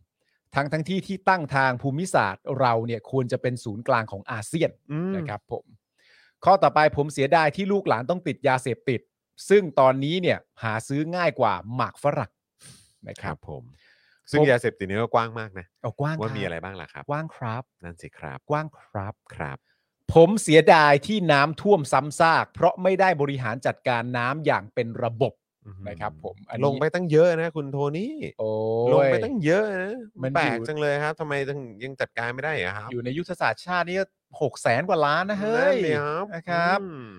ทั้งทั้งที่ที่ตั้งทางภูมิศาสตร์ เราเนี่ยควรจะเป็นศูนย์กลางของอาเซียน
อืม
นะครับผมข้อต่อไปผมเสียดายที่ลูกหลานต้องติดยาเสพติด ซึ่งตอนนี้เนี่ยหาซื้อง่ายกว่าหมากฝรั่งนะค
ค
รั
รั
บบ
ผม ซึ่งยาเสพติดนี้ก็กว้างมากนะ
เอากว้าง
ว่า
คบ
มีอะไรบ้างล่ะครับ
กว้างครับ
นั่นสิครับ
กว้างครับ
ครับ
ผมเสียดายที่น้ำท่วมซ้ำซาก เพราะไม่ได้บริหารจัดการน้ำอย่างเป็นระบบ
อือหือ
นะครับผมอันนี้
ลงไปตั้งเยอะนะคุณโทนี่
โอ้
ลง
ย
ไปตั้งเยอะนะ
มันอยู่
แปลกจังเลยครับทำไมถึงยังจัดการไม่ได้อะครับ
อยู่ในยุทธศาสตร์ชาตินี่หกแสนกว่าล้านนะเฮ้
นั่
ย
นดิครับ
นะครับ
อืม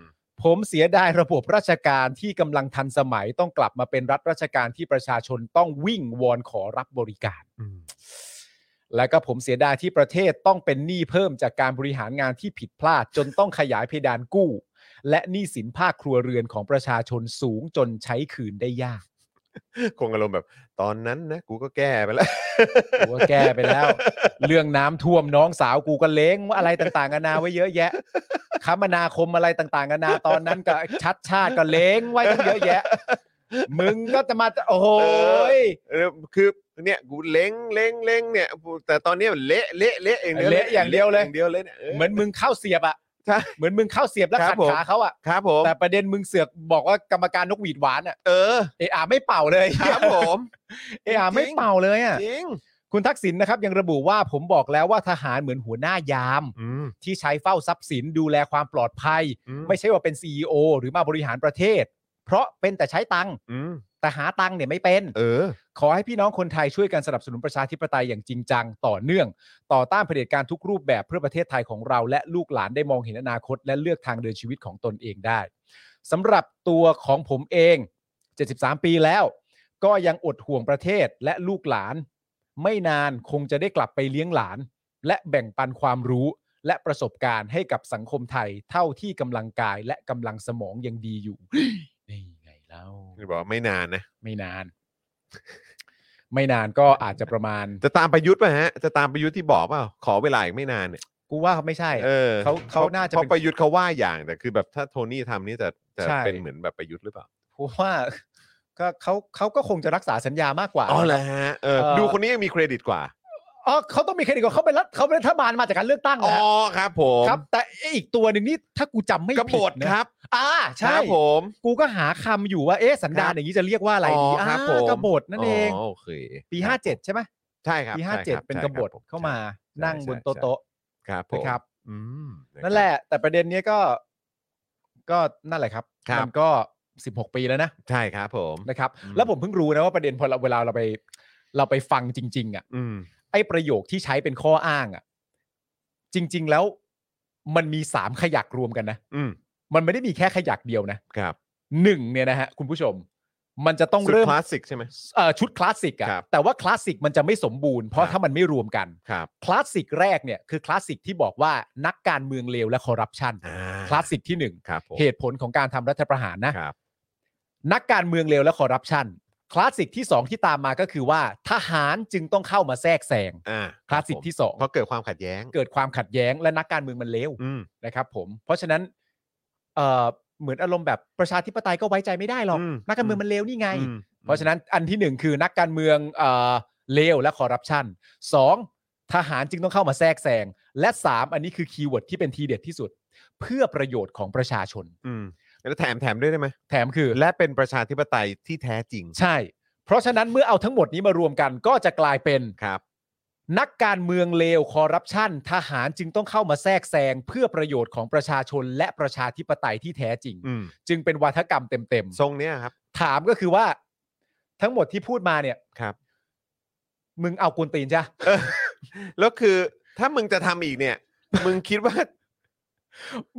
ผมเสียดายระบบราชการที่กำลังทันสมัยต้องกลับมาเป็นรัฐราชการที่ประชาชนต้องวิ่งวอนขอรับบริการ
อืม
และก็ผมเสียดายที่ประเทศต้องเป็นหนี้เพิ่มจากการบริหารงานที่ผิดพลาด จนต้องขยายเพดานกู้ และหนี้สินภาคครัวเรือนของประชาชนสูงจนใช้คืนได้ยาก
คงอารมณ์แบบตอนนั้นนะกูก็แก้ไปแล้ว
กูก็แก้ไปแล้ว เรื่องน้ำท่วมน้องสาวกูก็เล้งว่าอะไรต่างๆนานาไว้เยอะแยะคมนาคมอะไรต่างๆนานาตอนนั้นก็ชัดชาติก็เล้งไว้ตั้งเยอะแยะ มึงก็จะมาโอ้โหย
เออคือเนี่ยกูเล้งเล้งเล้งเนี่ยแต่ตอนเนี้ยเละเละเละอย่างเดียว
เละอย่างเดียวเลย
เดียวเลยเนี่ย
เหมือนมึงเข้าเสียบอ่ะ
ใช่
เหมือนมึงเข้าเสียบแล้ว
ครั
ขั
บ
ด
ผม
ขาเขาอ่ะ
ครับผม
แต่ประเด็นมึงเสือกบอกว่ากรรมการนกหวีดหวานอ่ะ
เออ
เออาไม่เป่า เลย
ครับผม
เออาไม่เป่าเลยอ่ะ
จริง
คุณทักษิณนะครับ ยังระบุว่าผมบอกแล้วว่าทหารเหมือนหัวหน้ายาม
อืม
ที่ใช้เฝ้าทรัพย์สินดูแลความปลอดภัย
อื
ไม่ใช่ว่าเป็น CEO หรือมาบริหารประเทศ เพราะเป็นแต่ใช้ตังค์
อืม
แต่หาตังค์เนี่ยไม่เป็น
เออ
ขอให้พี่น้องคนไทยช่วยกันสนับสนุนประชาธิปไตยอย่างจริงจังต่อเนื่อง ต่อต้านเผด็จการทุกรูปแบบเพื่อประเทศไทยของเรา และลูกหลานได้มองเห็นอนาคต และเลือกทางเดินชีวิตของตนเองได้สำหรับตัวของผมเอง 73 ปีแล้ว ก็ยังอดห่วงประเทศและลูกหลาน ไม่นานคงจะได้กลับไปเลี้ยงหลาน และแบ่งปันความรู้และประสบการณ์ให้กับสังคมไทย เท่าที่กำลังกายและกำลังสมองยังดีอยู่ นี่ไงเล่า
บอกว่าไม่นานนะ
ไม่นาน ไม่นานก็อาจจะประมาณ
จะตามประยุทธ์ป่ะฮะ จะตามประยุทธ์ที่บอกเปล่าขอเวลาอีกไม่นานเนี่ย
กูว่าไม่ใช่
เออ
เขาเขาน่าจะ
เพราะ
เป็น
ประยุทธ์เขาว่าอย่างแต่คือแบบถ้าโทนี่ทำนี่จะจะ
ใช่
เป็นเหมือนแบบประยุทธ์หรือเปล่า
เพราะว่า ก็เขาเขาก็คงจะรักษาสัญญามากกว่า
อ๋อเหรอฮะเออ
เออ
ดูคนนี้ยังมีเครดิตกว่า
อ๋อเขาต้องมีเครดิตก่อนเขาเป็นรัฐเขาเป็นรัฐบาลมาจากการเลือกตั้ง
อ๋อ
นะ
ครับ ผม
ครับ แต่ไอ้อีกตัวหนึ่งนี่ถ้ากูจำไม่
กบ
ผิ
ฏ
ดนะครับ อ่า
ค
ใช่
รับผม
กูก็หาคำอยู่ว่าเอ๊ะสันดา
ครั
น
บ
อย่างนี้จะเรียกว่าอะไรดี
ค
อ่า
รับผม
กบฏนั่นเอง
โอเค
ปี
ครับ
57 ใช่ไหม
ใช่ครับ
ปี
ใช่ครับ
57 เป็นกบฏ
ใช่ครับ
เข้ามา
ใช่
นั่งบน
ใช่
โต๊ะ
ครับ
ๆ
ผม
นะครับ
อืมครับ
นั่นแหละ แต่ประเด็นเนี้ยก็ก็นั่นแหละครับ
ครับ
มันก็16 ปีแล้วนะ
ใช่ครับผม
นะครับ
อืม
แล้วผมเพิ่งรู้นะว่าประเด็นพอเราเวลาเราไป เราไปฟังจริง ๆ อ่ะ
อืม
ไอ้ประโยคที่ใช้เป็นข้ออ้างอ่ะ จริง ๆ แล้วมันมีสามขยักรวมกันนะ
อืม
มันไม่ได้มีแค่ขยักเดียวนะครับ หนึ่งเนี่ยนะฮะคุณผู้ชม มันจะต้อง
สุด
เริ่ม
คลาสสิกใช่ไหม
เอ่อชุดคลาสสิกอ่ะ
ครับ
แต่ว่าคลาสสิกมันจะไม่สมบูรณ์
ค
เพ
รั
ราะ
บ
ถ้ามันไม่รวมกัน
ครับ
คลาสสิกแรกเนี่ยคือคลาสสิกที่บอกว่านักการเมืองเลวและคอร์รัปชัน
อ่
คลาสสิกที่หนึ่ง
ครับผม
เหตุผลของการทำรัฐประหารนะ
ครับ
นักการเมืองเลวและคอร์รัปชันคลาสสิกที่ 2 ที่ตามมาก็คือว่า ทหารจึงต้องเข้ามาแทรกแซง
อ่า
คลาสสิกที่
เพราะเกิดความขัดแย้ง
2 เกิดความขัดแย้งและนักการเมืองมันเลว
อืม
นะครับผม เพราะฉะนั้นเอ่อเหมือนอารมณ์แบบประชาธิปไตยก็ไว้ใจไม่ได้หรอก นักการเมืองมันเลวนี่ไง
อืม
เพราะฉะนั้นอันที่หนึ่งคือนักการเมืองเอ่อเลวและคอร์รัปชันสองทหารจึงต้องเข้ามาแทรกแซงและสามอันนี้คือคีย์เวิร์ดที่เป็นทีเด็ดที่สุด เพื่อประโยชน์ของประชาชน
อืมแล้วแถมแถมด้วยได้ไหม
แถมคือ
และเป็นประชาธิปไตยที่แท้จริง
ใช่ เพราะฉะนั้นเมื่อเอาทั้งหมดนี้มารวมกันก็จะกลายเป็น
ครับ
นักการเมืองเลวคอร์รัปชันทหารจึงต้องเข้ามาแทรกแซงเพื่อประโยชน์ของประชาชนและประชาธิปไตยที่แท้จริง
อืม
จึงเป็นวาทกรรมเต็ม
ทรงเนี้ยครับ
ๆ ถามก็คือว่า ทั้งหมดที่พูดมาเนี่ย
ครับ
มึงเอากวนตีนจ้ะ
เออแล้วคือถ้ามึงจะทำอีกเนี่ย มึงคิดว่า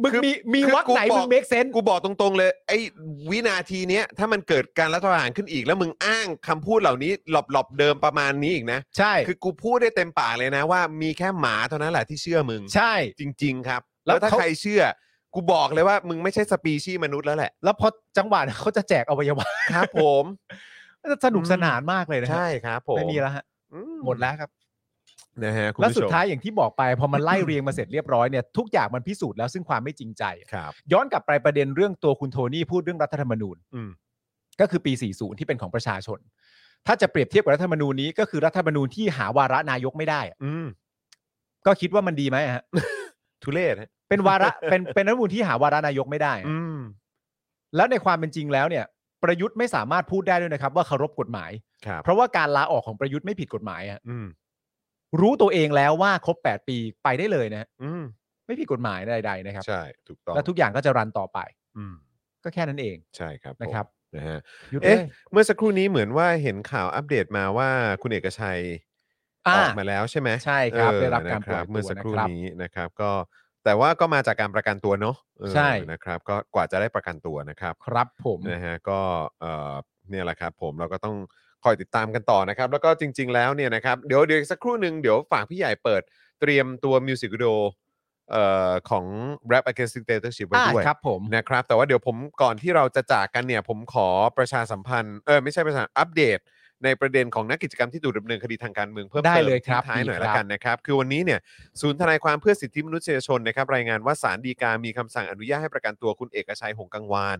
มึง
คือ
มีมี
คือ
วักไหน
กูบอก
มึงเมคเซน
กูบอกตรงๆเลย ไอ้วินาทีเนี้ย ถ้ามันเกิดการรัฐประหารขึ้นอีก แล้วมึงอ้างคำพูดเหล่านี้หลบๆเดิมประมาณนี้อีกนะ
ใช่
คือกูพูดได้เต็มปากเลยนะว่ามีแค่หมาเท่านั้นแหละที่เชื่อมึง
ใช่
จริง ๆ ครับ
แล้
แล้ว
ว
ถ้า
เขา
ใครเชื่อ กูบอกเลยว่ามึงไม่ใช่สปีชีส์มนุษย์แล้วแหละ
แล้วพอจังหวะนั้นเขาจะแจกอวัยวะ
ครับผม
มันจะสนุกสนานมากเลยนะฮะ
ใช่ครับผม
ไม่มีแล้วฮะ
อื
หมดแล้วครับ
นะฮะคุณ
แล้ว
ผู้ชม
สุดท้ายอย่างที่บอกไปพอมันไล่เรียงมาเสร็จเรียบร้อยเนี่ยทุกอย่างมันพิสูจน์แล้วซึ่งความไม่จริงใจ
ครับ
ย้อนกลับไปประเด็นเรื่องตัวคุณโทนี่พูดเรื่องรัฐธรรมนูญ
อืม
ก็คือปี 40 ที่เป็นของประชาชน ถ้าจะเปรียบเทียบกับรัฐธรรมนูญนี้ก็คือรัฐธรรมนูญที่หาวาระนายกไม่ได้อะ
อืม
ก็คิดว่ามันดีไหมอะฮะ
ทุเรศฮะ
เป็นวาระ เป็นเป็นรัฐธรรมนูญที่หาวาระนายกไม่ได้อะ
อืม
แล้วในความเป็นจริงแล้วเนี่ย ประยุทธ์ไม่สามารถพูดได้ด้วยนะครับ ว่าเคารพกฎหมาย
ครับ
เพราะว่าการลาออกของประยุทธ์ไม่ผิดกฎหมายอะ
อืม
รู้ตัวเองแล้วว่าครบ 8 ปีไปได้เลยนะฮะ
อืม
ไม่ผิดกฎหมายใดๆนะครับ
ใช่ถูกต้อง
แล้วทุกอย่างก็จะรันต่อไป
อืม
ก็แค่นั้นเอง
ใช่ครับผม
นะครับ
นะฮะ
หยุดเล
เอ๊ะ
ย
เมื่อสักครู่นี้เหมือนว่าเห็นข่าวอัปเดตมาว่าคุณเอกชัยอ
อ่า
อกมาแล้วใช่ไหม
ใช่ครับ
เออ
ได้รับการ
นะค
ปล่อยตัว
เมื่อสักครู่
นะครับ
นี้นะครับ ก็แต่ว่าก็มาจากการประกันตัวเนาะเออ
ใช่
นะครับ ก็กว่าจะได้ประกันตัวนะครับ
ครับผม
นะฮะก็เอ่อเนี่ยแหละครับผมเราก็ต้องคอยติดตามกันต่อนะครับ แล้วก็จริง ๆ แล้วเนี่ยนะครับเดี๋ยวเดี๋ยวอีกสักครู่หนึ่งเดี๋ยวฝากพี่ใหญ่เปิดเตรียมตัวมิวสิกวิดีโอ เอ่อของ Rap Against Dictatorship ไว้
อ่า
ด้วย
ครับผม
นะครับแต่ว่าเดี๋ยวผมก่อนที่เราจะจากกันเนี่ยผมขอประชาสัมพันธ์เออไม่ใช่ประชาอัปเดต ในประเด็นของนักกิจกรรมที่ถูกดำเนินคดีทางการเมืองเพิ่มเติม
ได้เลยครับ
ทิ้งท้ายหน่อย
ดีครั
ละ
บ
กันนะครับคือวันนี้เนี่ยศูนย์ทนายความเพื่อสิทธิมนุษยชนนะครับรายงานว่าศาลฎีกามีคำสั่งอนุญาตให้ประกันตัวคุณเอกชัยหงส์กังวาน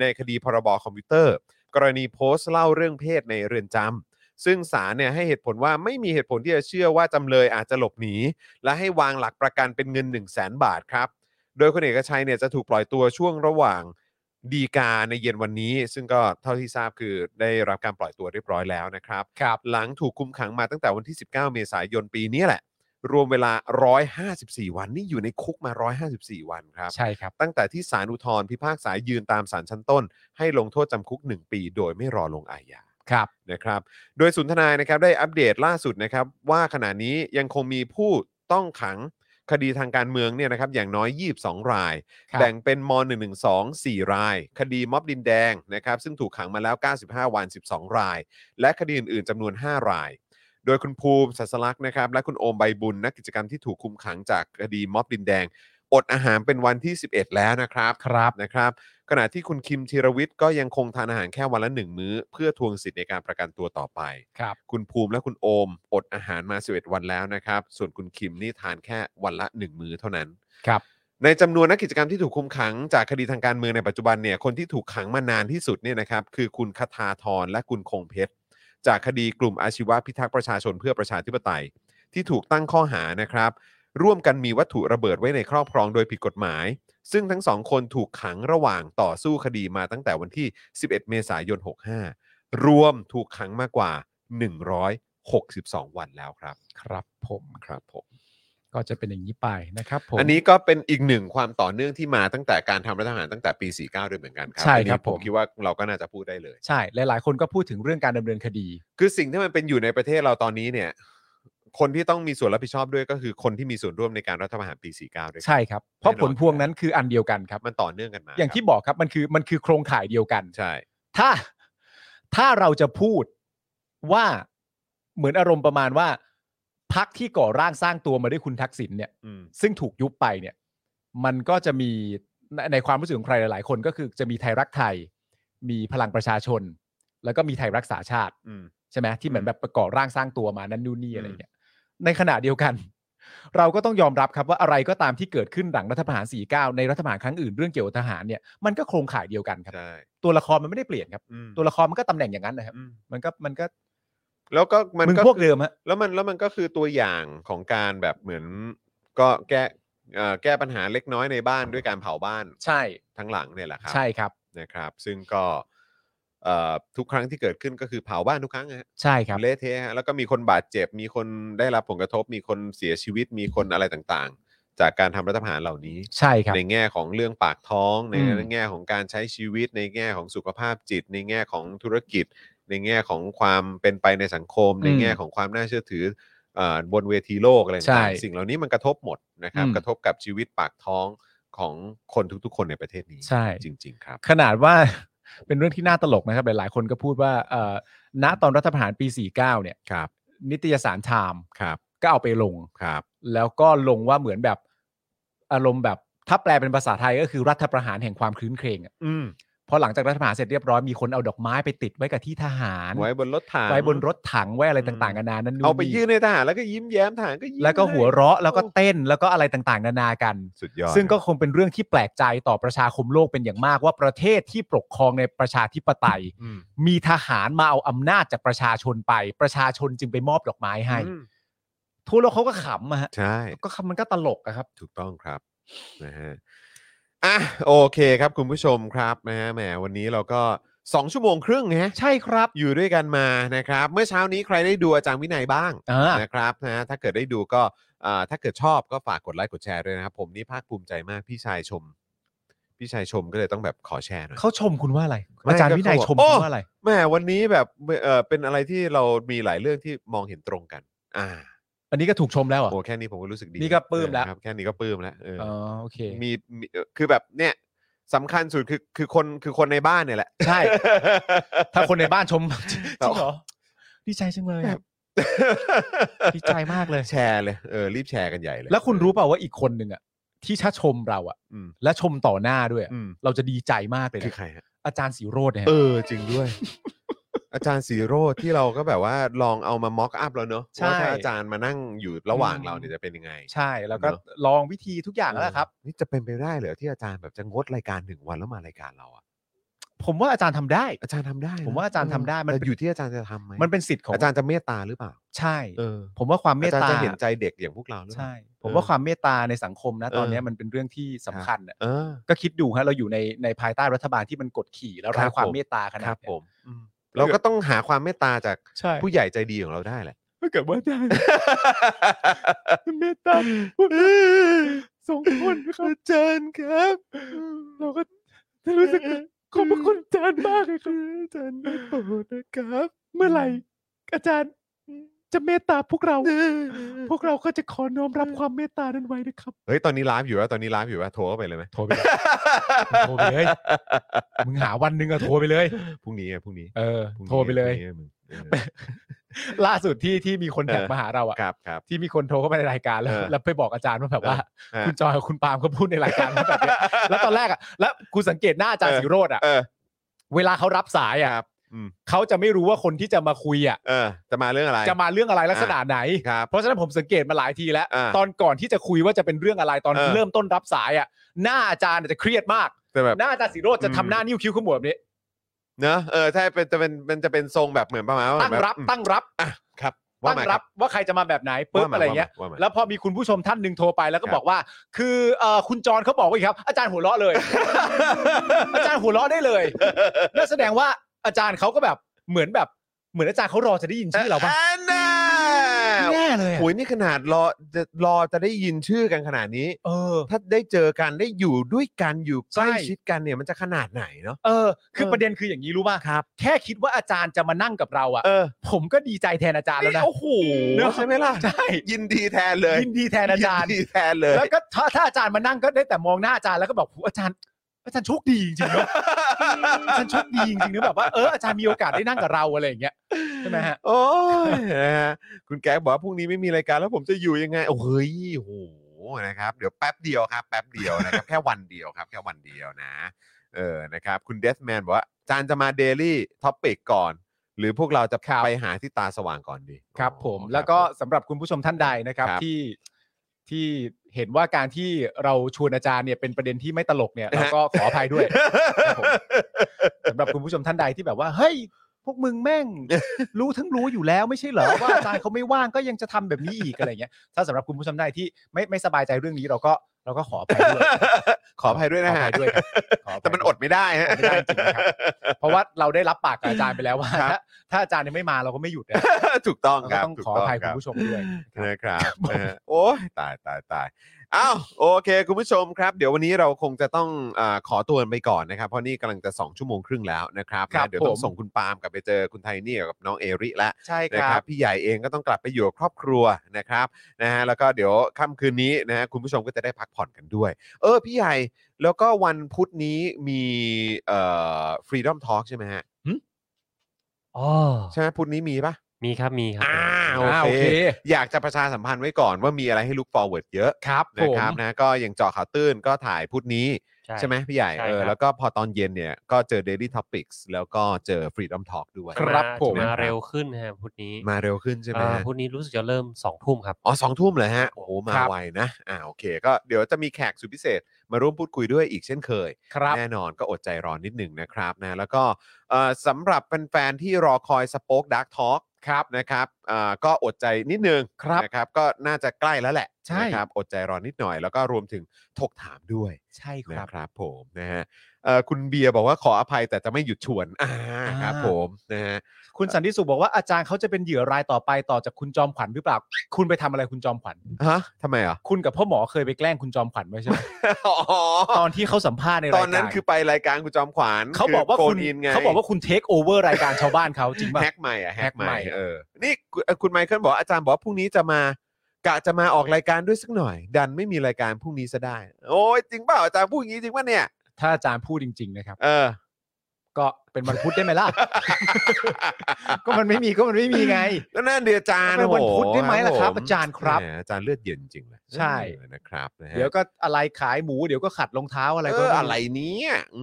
ในคดีพรบคอมพิวเตอร์ กรณีโพสต์เล่าเรื่องเพศในเรือนจำซึ่งศาลเนี่ยให้เหตุผลว่าไม่มีเหตุผลที่จะเชื่อว่าจำเลยอาจจะหลบหนีและให้วางหลักประกันเป็นเงิน 1 0 0 0 0แสนบาทครับ โดยคุณเอกชัยเนี่ยจะถูกปล่อยตัวช่วงระหว่างดีกาในเย็นวันนี้ ซึ่งก็เท่าที่ทราบคือได้รับการปล่อยตัวเรียบร้อยแล้วนะครับ
ครับ
หลังถูกคุมขังมาตั้งแต่วันที่ 19 เมษายนปีนี้แหละ รวมเวลา 154 วันนี่อยู่ในคุกมา 154 วันครับ
ใช่ครับ
ตั้งแต่ที่ศาลอุทธรพิพากษายืนตามศาลชั้นต้น ให้ลงโทษจำคุก 1 ปีโดยไม่รอลงอาญา
ครับ
นะครับ โดยศูนย์ทนายนะครับได้อัปเดตล่าสุดนะครับว่าขณะนี้ยังคงมีผู้ต้องขังคดีทางการเมืองเนี่ยนะครับอย่างน้อย 22 ราย
ครับ
แบ่งเป็นม .112 4 ราย คดีม็อบดินแดงนะครับซึ่งถูกขังมาแล้ว 95 วัน 12 ราย และคดีอื่นๆจำนวน 5 ราย โดยคุณภูมิศัสลักษณ์นะครับและคุณโอมใบบุญนักกิจกรรมที่ถูกคุมขังจากคดีม็อบดินแดง อดอาหารเป็นวันที่ 11 แล้วนะครับ
ครับ
นะครับขณะที่คุณคิมธีรวิทย์ก็ยังคงทานอาหารแค่วันละหนึ่งมื้อ เพื่อทวงสิทธิ์ในการประกันตัวต่อไป
ครับ
คุณภูมิและคุณโอม อดอาหารมา 11 วันแล้วนะครับ ส่วนคุณคิมนี่ทานแค่วันละ 1 มื้อเท่านั้น
ครับ
ในจำนวนนักกิจกรรมที่ถูกคุมขังจากคดีทางการเมืองในปัจจุบันเนี่ยคนที่ถูกขังมานานที่สุดเนี่ยนะครับคือคุณคทาธรและคุณคงเพชร จากคดีกลุ่มอาชีวะพิทักษ์ประชาชนเพื่อประชาธิปไตย ที่ถูกตั้งข้อหานะครับ ร่วมกันมีวัตถุระเบิดไว้ในครอบครองโดยผิดกฎหมาย ซึ่งทั้งสองคนถูกขังระหว่างต่อสู้คดีมาตั้งแต่วันที่ 11 เมษายน 65 รวมถูกขังมากกว่า 162 วันแล้วครับ
ครับผม
ครับผม
ก็จะเป็นอย่างนี้ไปนะครับผม
อันนี้ก็เป็นอีกหนึ่งความต่อเนื่องที่มาตั้งแต่การทำรัฐประหารตั้งแต่ปี 49 ด้วยเหมือนกันครั
ใช่ครับ
อันนี้ผม
ผม
คิดว่าเราก็น่าจะพูดได้เลย
ใช่ หลาย ๆ คนก็พูดถึงเรื่องการดำเนินคดี
คือสิ่งที่มันเป็นอยู่ในประเทศเราตอนนี้เนี่ย คนที่ต้องมีส่วนรับผิดชอบด้วยก็คือคนที่มีส่วนร่วมในการรัฐประหารปี 49 ด้วยครับ
ใช่ครับ เพราะ
แน่นอน
ผลพวงนั้นคืออันเดียวกันครับ
มันต่อเนื่องกันมา
อย่าง
ครับ
ที่บอกครับมันคือมันคือโครงข่ายเดียวกัน
ใช่
ถ้าถ้าเราจะพูดว่าเหมือนอารมณ์ประมาณว่าพักที่ก่อร่างสร้างตัวมาด้วยคุณทักษิณเนี่ย
อืม
ซึ่งถูกยุบไปเนี่ย มันก็จะมีในในความรู้สึกของใครหลาย ๆ คนก็คือจะมีไทยรักไทย มีพลังประชาชน แล้วก็มีไทยรักษาชาติ
อืม
ใช่ไหมที่เหมือ
อื
น
ม
แบบประกอบร่างสร้างตัวมานั่นนู่นนี่อะไร
อืม
เงี้ยในขณะเดียวกัน เราก็ต้องยอมรับครับว่าอะไรก็ตามที่เกิดขึ้นหลังรัฐประหาร 49 ในรัฐประหารครั้งอื่นเรื่องเกี่ยวกับทหารเนี่ยมันก็โครงข่ายเดียวกันครับ
ใช่
ตัวละครมันไม่ได้เปลี่ยนครับ
อืม
ตัวละครมันก็ตำแหน่งอย่างนั้นนะครับ
อืม
มันก็มันก็
แล้วก็มัน
มึง
ก็
พวกเดิมฮะ
แล้วมันแล้วมันก็คือตัวอย่างของการแบบเหมือนก็แก้เอ่อแก้ปัญหาเล็กน้อยในบ้านด้วยการเผาบ้าน
ใช่
ทั้งหลังเนี่ยแหละครั
ใช่ครับ
นะครับซึ่งก็เอ่อทุกครั้งที่เกิดขึ้นก็คือเผาบ้านทุกครั้งนะฮะ
ใช่ครับ
เละเทะฮะแล้วก็มีคนบาดเจ็บ มีคนได้รับผลกระทบ มีคนเสียชีวิตมีคนอะไรต่างๆ จากการทำรัฐประหารเหล่านี้
ใช่ครับ
ในแง่ของเรื่องปากท้อง ใน
อืม
แง่ของการใช้ชีวิต ในแง่ของสุขภาพจิต ในแง่ของธุรกิจ ในแง่ของความเป็นไปในสังคม ในแง่ของความน่าเชื่อถือเอ่อบนเวทีโลกอะไร
ใช่
ต่างๆสิ่งเหล่านี้มันกระทบหมดนะครับ
อืม
กระทบกับชีวิตปากท้องของคนทุกๆ คนในประเทศนี้
ใช่
จริง ๆ ครับ
ขนาดว่า เป็นเรื่องที่น่าตลกนะครับหลาย ๆ คนก็พูดว่าเอ่อณตอนรัฐประหารปี 49 เนี่ย
ครับ
นิตยสารไทม์
ครับ
ก็เอาไปลง
ครับ
แล้วก็ลงว่าเหมือนแบบอารมณ์แบบถ้าแปลเป็นภาษาไทยก็คือรัฐประหารแห่งความคลื้นเครงอะ
อืม
พอหลังจากรัฐประหารเสร็จเรียบร้อยมีคนเอาดอกไม้ไปติดไว้กับที่ทหาร
ไว้บนรถถัง
ไว้บนรถถังไว้อะไรต่างๆนานานั่นนู่น
เอาไปยื่น
น
ให้ทหารแล้วก็ยิ้มแย้มทหารก็ยิ้ม
แล้วก็
ใ
หัวเราะแล้วก็เต้นแล้วก็อะไรต่างๆ นานากัน
สุดยอด
ซึ่งก็คงเป็นเรื่องที่แปลกใจต่อประชาคมโลกเป็นอย่างมากว่าประเทศที่ปกครองในประชาธิปไตย
อืม
มีทหารมาเอาอำนาจจากประชาชนไป ประชาชนจึงไปมอบดอกไม้ให้
อืม
ทั่วโลกเขาก็ขำอะฮะ
ใช่
ก็คำมันก็ตลกอะครับ
ถูกต้องครับนะฮะอ่ะโอเคครับคุณผู้ชมครับนะฮะแหมวันนี้เราก็ 2 ชั่วโมงครึ่งนะฮะ
ใช่ครับ
อยู่ด้วยกันมานะครับ เมื่อเช้านี้ใครได้ดูอาจารย์วินัยบ้าง
อ่า
นะครับนะฮะถ้าเกิดได้ดูก็อ่าถ้าเกิดชอบก็ฝากกดไลค์กดแชร์ด้วยนะครับ ผมนี่ภาคภูมิใจมากพี่ชายชม พี่ชายชมก็เลยต้องแบบขอแชร์หน่อย
เขาชมคุณว่าอะไร
ไม่
อาจารย์วินัย
ก็
ช
เขา
ม
บอก
คุณว่าอะไร
แหมวันนี้แบบเออเป็นอะไรที่เรามีหลายเรื่องที่มองเห็นตรงกัน อ่า
อันนี้ก็ถูกชมแล้วเหรอ่ะ
โอ้แค่นี้ผมก็รู้สึกดี
นี่ก็ปลื้มแล้ว
นะครับแค่นี้ก็ปลื้มแล้วเออ
อ๋อโอเค
มีมีเออคือแบบเนี่ยสำคัญสุดคือคือคนคือคนในบ้านเนี่ยแหละ
ใช่ ถ้าคนในบ้านชม จริ
เอา
งเหรอดีใจจังเลยอะดีใจมากเลย
แชร์เลยเออรีบแชร์กันใหญ่เลย
แล้วคุณรู้เปล่าว่าอีกคนหนึ่งอ่ะ ที่ชะชมเราอะ
อืม
และชมต่อหน้าด้วยอะ
อืม
เราจะดีใจมากเลยนะ
คือใครฮะ
อาจารย์สีโรดเนี่ย
เอ
ฮะ
อจริงด้วย อาจารย์สีโรดที่เราก็แบบว่าลองเอามาม็อกอัพแล้วเนอะ
ใช่
ว่าถ้าอาจารย์มานั่งอยู่ระหว่างเราเนี่ยจะเป็นยังไง
ใช่แล้วก็
เนอะ
ลองวิธีทุกอย่างแล้วล่ะครับ
นี่จะเป็นไปได้เหรอที่อาจารย์แบบจะงดรายการหนึ่งวันแล้วมารายการเราอะ
ผมว่าอาจารย์ทำได้
อาจารย์ทำได้นะ
ผมว่าอาจารย์ทำได้มัน
แต่
เป็น
อยู่ที่อาจารย์จะทำไหม
มันเป็นสิทธิ์ของ
อาจารย์จะเมตตาหรือเปล่า
ใช่
เออ
ผมว่าความเม
อา
ต
จารย์
ตา
จะเห็นใจเด็กอย่างพวกเราหรือเปล่า
ใช่ ผมว่าความเมตตาในสังคมนะ
เออ
ตอนนี้มันเป็นเรื่องที่สำคัญอะ
เออ
ก็คิดดูฮะเราอยู่ในในภายใต้รัฐบาลที่มันกดขี่แล้ว
ค
ไร้
รับ
ความ
ผม
เมตตาขนา
ครั
ด
บ
เนี้
ผ
ย
มอืมเราก็ต้องหาความเมตตาจาก
ใช่
ผู้ใหญ่ใจดีของเราได้ แหละ
ถ้าเกิดว่าได้เมตตาสองคนนะครับอาจารย์ครับ เราก็รู้สึกขอบพระคุณอาจารย์มากเลยครับอาจารย์โปรดนะครับ เมื่อไหร่อาจารย์จะเมตตาพวกเรา พวกเราก็จะขอน้อมรับความเมตตานั้นไว้นะครับ
เฮ้ย ตอนนี้ไลฟ์อยู่ว่าตอนนี้ไลฟ์อยู่ว่าโทรเข้าไปเลยไหม
โทรไปเลย โทรไปเลย มึงหาวันหนึงอะโทรไปเลย
พรุ่งนี้อะพรุ่งนี้
เออ
พงนี้
โทรไปเลย
พงนี้อะมึงเออ
ล่าสุดที่ที่มีคนแท็ก
เออ
มาหาเราอะ
ครับครับ
ที่มีคนโทรเข้ามาในรายการแล้ว
เออ
แล้วไปบอกอาจารย์ว่าแบบว่า
เออ
คุณจอยกับคุณปาล์มเขาพูดในรายการว่าแบบเนี้ยแล้วตอนแรกอะแล้วกูสังเกตหน้าอาจารย์สิโรดอะ
เออ
เวลาเขารับสายอะ
ครับอืม
เขาจะไม่รู้ว่าคนที่จะมาคุยอะ
เออ จะมาเรื่องอะไร
จะมาเรื่องอะไรลักษณะไหน
ครับ
เพราะฉะนั้นผมสังเกตมาหลายทีแล้ว
อ่า
ตอนก่อนที่จะคุยว่าจะเป็นเรื่องอะไรตอน
เออ
เริ่มต้นรับสายอ่ะหน้าอาจารย์จะเครียดมาก
จะแบบ
หน้าอาจารย์สีโรจน์จะทำหน้านิ้วคิ้วขมวดแบบนี้
เนอะเออใช่เป็นจะเป็นมันจะเป็นทรงแบบเหมือนประมาณว่า
ตั้งรับ
แอืม
ตั้งรับ
ครับว่า
ตั้ง
มา
รับว่าใครจะมาแบบไหนปุ๊บ
ว่ามา
อะไรเงี้ย
ว่ามาว่ามา
แล้วพอมีคุณผู้ชมท่านหนึ่งโทรไปแล้วก็
ครับ
บอกว่า คือเอ่อคุณจรเขาบอกว่าอย่างนี้ครับ อาจารย์หัวเราะ เลย อาจารย์หัวเราะได้เลยนั่นแสดงว่าอาจารย์เขาก็แบบเหมือนแบบเหมือนอาจารย์เขารอจะได้ยินชื่อเราปะ
อันน่ะ
แน่เลยอะ
โอ้ยนี่ขนาดรอจะรอจะได้ยินชื่อกันขนาดนี้
เออ
ถ้าได้เจอกันได้อยู่ด้วยกันอยู่ใกล้
ใช่
ชิดกันเนี่ยมันจะขนาดไหนเนาะ
เออ คือ
เออ
ประเด็นคืออย่างนี้รู้ป่ะ
ครับ
แค่คิดว่าอาจารย์จะมานั่งกับเราอะ
เออ
ผมก็ดีใจแทนอาจารย์แล้วนะ
โอ้โห
เนอะ
ใช่ไหมล่ะ
ใช่
ยินดีแทนเลย
ยินดีแทนอาจารย์
นดีแทนเลย
แล้วก็ถ้าถ้าอาจารย์มานั่งก็ได้แต่มองหน้าอาจารย์แล้วก็บอกหูอาจารย์ อาจารย์โชคดีจริงๆเนอะ อาจารย์โชคดีจริงๆเนอะแบบว่าเอออาจารย์มีโอกาสได้นั่งกับเราอะไรอย่างเงี้ยใช่ไหมฮะ
โอ้ยนะฮะคุณแก๊กบอกว่าพรุ่งนี้ไม่มีรายการแล้วผมจะอยู่ยังไง โอ้เฮ้ยโอ้โหนะครับ เดี๋ยวแป๊บเดียวครับ แป๊บเดียวนะครับ แค่วันเดียวครับ แค่วันเดียวนะ เออนะครับ คุณเด m แมนบอกว่าจานจะมาเดลี่ท็อปิกก่อน หรือพวกเราจะไปหาที่ตาสว่างก่อนดี
ครับผม
อ๋อ
แล้วก็สำหรับคุณผู้ชมท่านใดนะครับ
ครับ
ที่ที่เห็นว่าการที่เราชวนอาจารย์เนี่ยเป็นประเด็นที่ไม่ตลกเนี่ยเราก็ขออภัยด้วย
ครับผม
สำหรับคุณผู้ชมท่านใดที่แบบว่าเฮ้ยพวกมึงแม่ง รู้ทั้งรู้อยู่แล้วไม่ใช่เหรอว่าอาจารย์เขาไม่ว่างก็ยังจะทำแบบนี้อีกอะไรเงี้ยถ้าสำหรับคุณผู้ชมท่านใดที่ไม่ไม่สบายใจเรื่องนี้เราก็เราก็ขออภัยด้วย
ขออภัยด้วยนะ
ขออ
ฮะ
ภัยด้วยครับขภัย
แต่มันอดไม่ได้ฮะ
ไม่ได้จริงนะครับเพราะว่าเราได้รับปากกับอาจารย์ไปแล้วว่า
ครับ
ถ้าถ้าอาจารย์ยังไม่มาเราก็ไม่หยุดนะ
ถูกต้องครับ
เราก็ต้อง
ถูก
ขออภัย
รับ
คุณผู้ชมด้วย
นะครับ
ครับผม
เออโอ้ยตายตายตายอ้าวโอเค คุณผู้ชมครับ เดี๋ยววันนี้เราคงจะต้องอาขอตัวไปก่อนนะครับ เพราะนี่กำลังจะ 2 ชั่วโมงครึ่งแล้วนะครับ
ครับ
นะเดี๋ยวต้อง
ผม
ส่งคุณปาล์มกลับไปเจอคุณไทนี่กับน้องเอริแล้ว
ใช่ค
นะค
รั
รับ บพี่ใหญ่เองก็ต้องกลับไปอยู่กับครอบครัวนะครับนะฮะแล้วก็เดี๋ยวค่ำคืนนี้นะฮะคุณผู้ชมก็จะได้พักผ่อนกันด้วย เออพี่ใหญ่แล้วก็วันพุธนี้มีเอ่อ Freedom Talk ใช่ไหมฮะ
อ๋อ
ใช่ไหมพุธนี้มีปะ
มีครับมีครั
อ่า
ผม
อ่า
โอ
โอ
เค
เค
อยากจะประชาสัมพันธ์ไว้ก่อนว่ามีอะไรให้ look forward เยอะ
ครับผ
นะ
ม
ครับนะก็อย่างเจาะข่าวตื้นก็ถ่ายพุธนี้ ใช่ไหมพี่ใหญ่
ใช่
เออ
ครับ
แล้วก็พอตอนเย็นเนี่ย ก็เจอ Daily Topics แล้วก็เจอ Freedom Talk ด้วย
ครับ
มา
ผม
มาเร็วขึ้นนะฮะพุธนี้
มาเร็วขึ้นใช่ไหม
อ่า
ฮะ
พุธนี้รู้สึกจะเริ่มสองทุ่มครับ
อ๋อสองทุ่มเลยฮะ โอ้โห มา
ครับ
ไวนะ อ่าโอเค ก็เดี๋ยวจะมีแขกสุดพิเศษ มาร่วมพูดคุยด้วยอีกเช่นเคย
ครับ
แน่นอนก็อดใจรอนิดหนึ่งนะครับนะแล้วก็เอ่อสำหรับแฟนๆที่รอคอยสป็อคดักทอล์กครับนะครับอ่าก็อดใจนิดหนึง
ครับ
นะครับก็น่าจะใกล้แล้วแหละ
ใช่
นะครับอดใจรอนิดหน่อย แล้วก็รวมถึงถกถามด้วย
ใช่ค
นะ
รับ
ครับผมนะฮะเอ่อคุณเบียร์บอกว่าขออภัยแต่จะไม่หยุดชวนอ่าครับ
อ่า
ผมนะฮะ
คุณสันติสุขบอกว่าอาจารย์เขาจะเป็นเหยื่อรายต่อไปต่อจากคุณจอมขวัญหรือเปล่า คุณไปทำอะไรคุณจอมขวัญ
ฮะทำไมอ่ะ
คุณกับพ่อหมอเคยไปแกล้งคุณจอมขวัญไว้ใช่ไหม
อ๋อ
ตอนที่เขาสัมภาษณ์ในราย
ต
การ
อนนั้นคือไปรายการคุณจอมขวัญ
เขาบอกว่าคุณ
โฟนอินไง
เขาบอกว่าคุณเทคโอเวอร์รายการชาวบ้านเขาจริงป่ะ
แฮกใหม่อ่ะแฮกใหม่
แฮ็กใหม่
เออนี่คุณเอ่อคุณไมเคิลบอกว่าอาจารย์บอกว่าพรุ่งนี้จะมากะจะมาออกรายการด้วยสักหน่อย ดันไม่มีรายการพรุ่งนี้ซะได้ โอ้ยจริงเปล่าอาจารย์พูดอย่างนี้จริงป่ะเนี่ย
ถ้าอาจารย์พูดจริง ๆ นะครับ
เออ
ก็เป็นวันพุธได้ไหมล่ะ ก็มันไม่มีก็มันไม่มีไง
ก็นั่นเดียวจาน
เป็นวัน
โอ้โห
พุธได้ไหมล่ะครับ
ผม
อาจารย์ครับ
แหมอาจารย์เลือดเย็นจริงเลย
ใช่
เออนะครับนะฮะ
เดี๋ยวก็อะไรขายหมูเดี๋ยวก็ขัดรองเท้าอะไร
เอ
ก็
อ
ม่
อะไรเนี้ยอื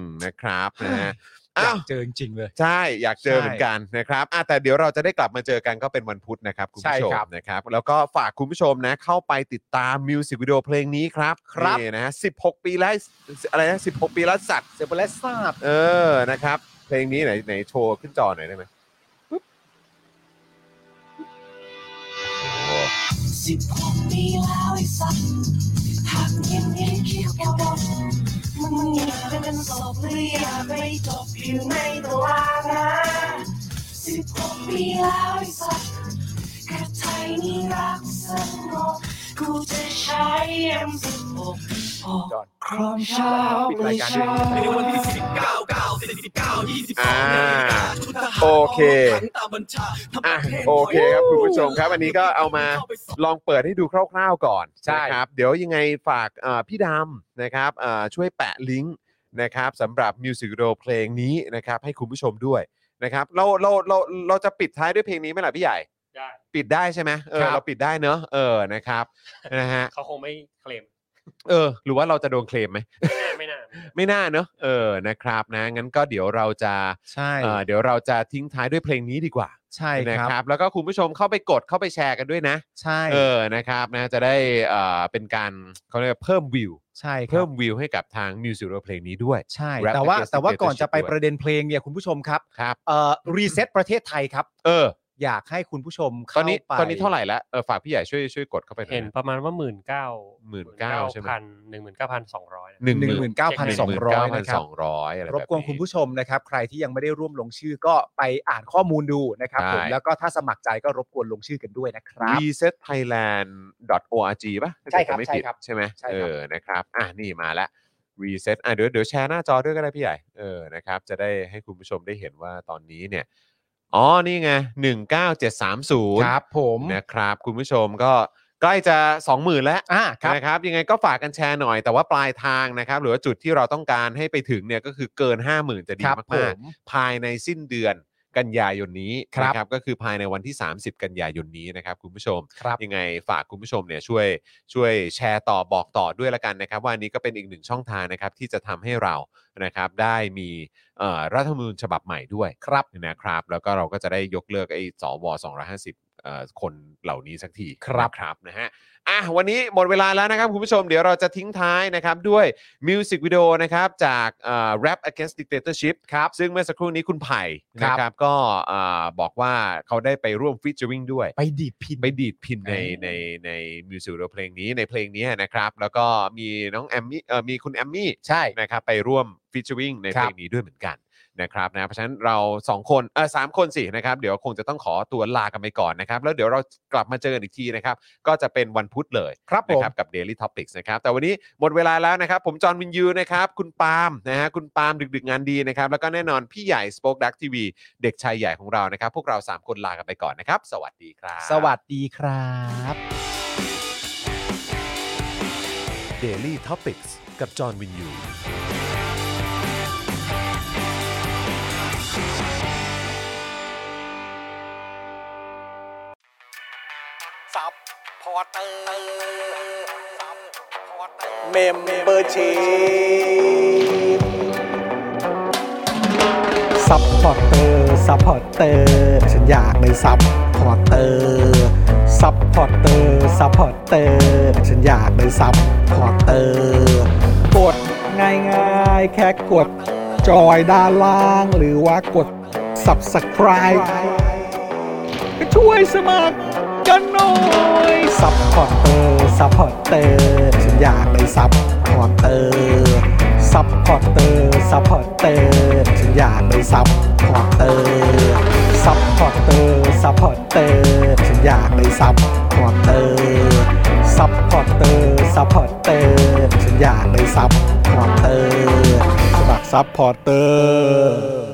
มนะครับนะฮะ
อยา
อ้าก ว
เจอจริงๆเลย
ใช่ อยากเจอเหมือนกันนะครับอ่ะแต่เดี๋ยวเราจะได้กลับมาเจอกันก็เป็นวันพุธนะครับ คุณผู้ชม
ใช่ครับ
นะครับ แล้วก็ฝากคุณผู้ชมนะ เข้าไปติดตามมิวสิกวิดีโอเพลงนี้ครับ
ครับ
นี่นะฮะ16 ปีแล้วอะไรนะ16 ปีแล้วสัตว์
เซเบเลสทราบ
เออนะครับ เพลงนี้ไหนไหนโชว์ขึ้นจอหน่อยได้ไหม
สิบหกปีแล้วไอ้สัตว์หากเงียบเงียบคิ้วแก้วดำมึงมึงอยากไปเป็นศพหรืออยากไปจบอยู่ในตลาดนะสิบหกปีแล้วไอ้สัตว์กระไทยนี่รักสงบกูจะใช้เอ็มสิบหกปกครองชาวประชา
อ่าโอเคอ่ะโอเคครับคุณผู้ชมครับ อันนี้ก็เอามาลองเปิดให้ดูคร่าวๆก่อน
ใช่
นะครับ เดี๋ยวยังไงฝากเอ่อพี่ดำนะครับเอ่อช่วยแปะลิงก์นะครับสำหรับมิวสิกวิดีโอเพลงนี้นะครับ ให้คุณผู้ชมด้วยนะครับเราเราเราเราจะปิดท้ายด้วยเพลงนี้ไหมล่ะพี่ใหญ่ปิดได้ใช่ไหมเออ
ครับ
เราปิดได้เนอะเออนะครับนะฮะ
เขาคงไม่เคลม
เออ หรือว่าเราจะโดนเคลมไหม
ไม่น่า
ไม่น่าเนอะเออนะครับนะงั้นก็เดี๋ยวเราจะ
ใช่
เอ่อเดี๋ยวเราจะทิ้งท้ายด้วยเพลงนี้ดีกว่า
ใช่
นะครับ แล้วก็คุณผู้ชมเข้าไปกดเข้าไปแชร์กันด้วยนะ
ใช่
เออนะครับนะจะได้เอ่อเป็นการเขาเรียกว่าเพิ่มวิว
ใช่ครับ
เพิ่มวิวให้กับทางมิวสิกวิดีโอเพลงนี้ด้วย
ใช่
Rap
แต่ว่า
Against
แต่ว่า
Dictatorship
ก่อนจะไป
ด้วย
ประเด็นเพลงเนี่ยคุณผู้ชมครับ
ครับ
เอ่อรีเซ็ตประเทศไทยครับ
เออ
อยากให้คุณผู้ชม
ตอ
เข้าน
นี้
ไป
ตอนนี้เท่าไหร่แล้วเออฝากพี่ใหญ่ช่วยช่วยกดเข้าไปหน่อ
เห็
ย
น
นะ
ประมาณว่าหมื่นเก้า
19,000ใช่ไหม
พันหนึ่งหมื่นเก้าพันสองร้อย
หนึ่ง
หนึ่งหมื่นเก้าพันสองร้อยนะค
ส
รับ
องร้อยอะไร
ร
แบบ บ
กวน
นี้
คุณผู้ชมนะครับ ใครที่ยังไม่ได้ร่วมลงชื่อก็ไปอ่านข้อมูลดูนะครับ
ใช่
ผมแล้วก็ถ้าสมัครใจก็รบกวนลงชื่อกันด้วยนะครับ
resetthailand.org ป่ะถ้า
ใช่ครับ
จำไม่
ใช่
ผิด
ครับ
ใช่ไหม
ใช่ครับ
เออนะครับ อ่ะนี่มาละ reset อ่ะเดี๋ยวเดี๋ยวแชร์หน้าจอด้วยก็ได้พี่ใหญ่เออนะครับ จะได้ให้คุณผู้ชมได้เห็นว่าตอนนี้เนี่ย อ๋อ นี่ไง 19730
ครับผม
นะครับ คุณผู้ชมก็ใกล้จะ 20,000 แล้ว
อ่าครับ
นะครับ ยังไงก็ฝากกันแชร์หน่อย แต่ว่าปลายทางนะครับ หรือว่าจุดที่เราต้องการให้ไปถึงเนี่ยก็คือเกิน 50,000 จะดี
ครับผม
าก
ม
ๆ ภายในสิ้นเดือนกันยายนนี้
ครับ
นะก็คือภายในวันที่ 30 กันยายนนี้นะครับคุณผู้ชม
ครับ
ยังไงฝากคุณผู้ชมเนี่ยช่วยช่วยแชร์ต่อบอกต่อด้วยละกันนะครับ ว่าอันนี้ก็เป็นอีกหนึ่งช่องทางนะครับที่จะทำให้เรานะครับได้มีเอ่อรัฐธรรมนูญฉบับใหม่ด้วย
ครับ
นะครับ แล้วก็เราก็จะได้ยกเลิกไอ้สว250เอ่อคนเหล่านี้สักที
ครับ
นะครับนะฮะอ่ะวันนี้หมดเวลาแล้วนะครับคุณผู้ชมเดี๋ยวเราจะทิ้งท้ายนะครับด้วยมิวสิกวิดีโอนะครับจากเอ่อ Rap Against Dictatorship ครับซึ่งเมื่อสักครู่นี้คุณไผ่
ครั
นะ
บ
ครับก็เอ่อบอกว่าเขาได้ไปร่วมฟิชเจอริงด้วย
ไปดีดพิน
ไปดีดพินใน
อ่า
ในในมิวสิกวิดีโอเพลงนี้ในเพลงนี้นะครับ แล้วก็มีน้องแอมมี่เอ่อมีคุณแอมมี่
ใช่
นะครับไปร่วมฟิชชิ่งใน
ค
เพ
รั
ล
บ
งนี้ด้วยเหมือนกันนะครับนะเพราะฉะนั้นเราสองคนเออสามคนสินะครับเดี๋ยวคงจะต้องขอตัวลากันไปก่อนนะครับ แล้วเดี๋ยวเรากลับมาเจอกันอีกทีนะครับ ก็จะเป็นวันพุธเลย
ครับผ
นะ
ม
ครับกับ Daily Topics นะครับ แต่วันนี้หมดเวลาแล้วนะครับ ผมจอห์นวินยูนะครับคุณปาล์มนะฮะคุณปาล์มดึกๆงานดีนะครับแล้วก็แน่นอนพี่ใหญ่ Spoke Dark TV เด็กชายใหญ่ของเรานะครับ พวกเราสามคนลากันไปก่อนนะครับ สวัสดีครับ
สวัสดีครับ
Daily Topics กับจอห์นวินยู
ซับพอร์เตอร์ซับพอร์เตอร์
เมมเบอร์ชีซัพพอร์เตอร์ซัพพอร์เตอร์ฉันอยากเป็นซัพพอร์เตอร์ซัพพอร์เตอร์ซัพพอร์เตอร์ฉันอยากเป็นซัพพอร์เตอร์กดง่ายๆ แค่กด จอยด้านล่าง หรือว่ากด subscribe ก็ช่วยสมัคร กันหน่อยซัพพอร์เตอร์ซัพพอร์เตอร์ฉันอยากเป็นซัพพอร์เตอร์ซัพพอร์เตอร์ซัพพอร์เตอร์ฉันอยากเป็นซัพพอร์เตอร์ซัพพอร์เตอร์ซัพพอร์เตอร์ฉันอยากเป็นซัพพอร์เตอร์ซัพพอร์เตอร์ซัพพอร์เตอร์ฉันอยากเป็นซัพพอร์เตอร์สมัครซัพพอร์เตอร์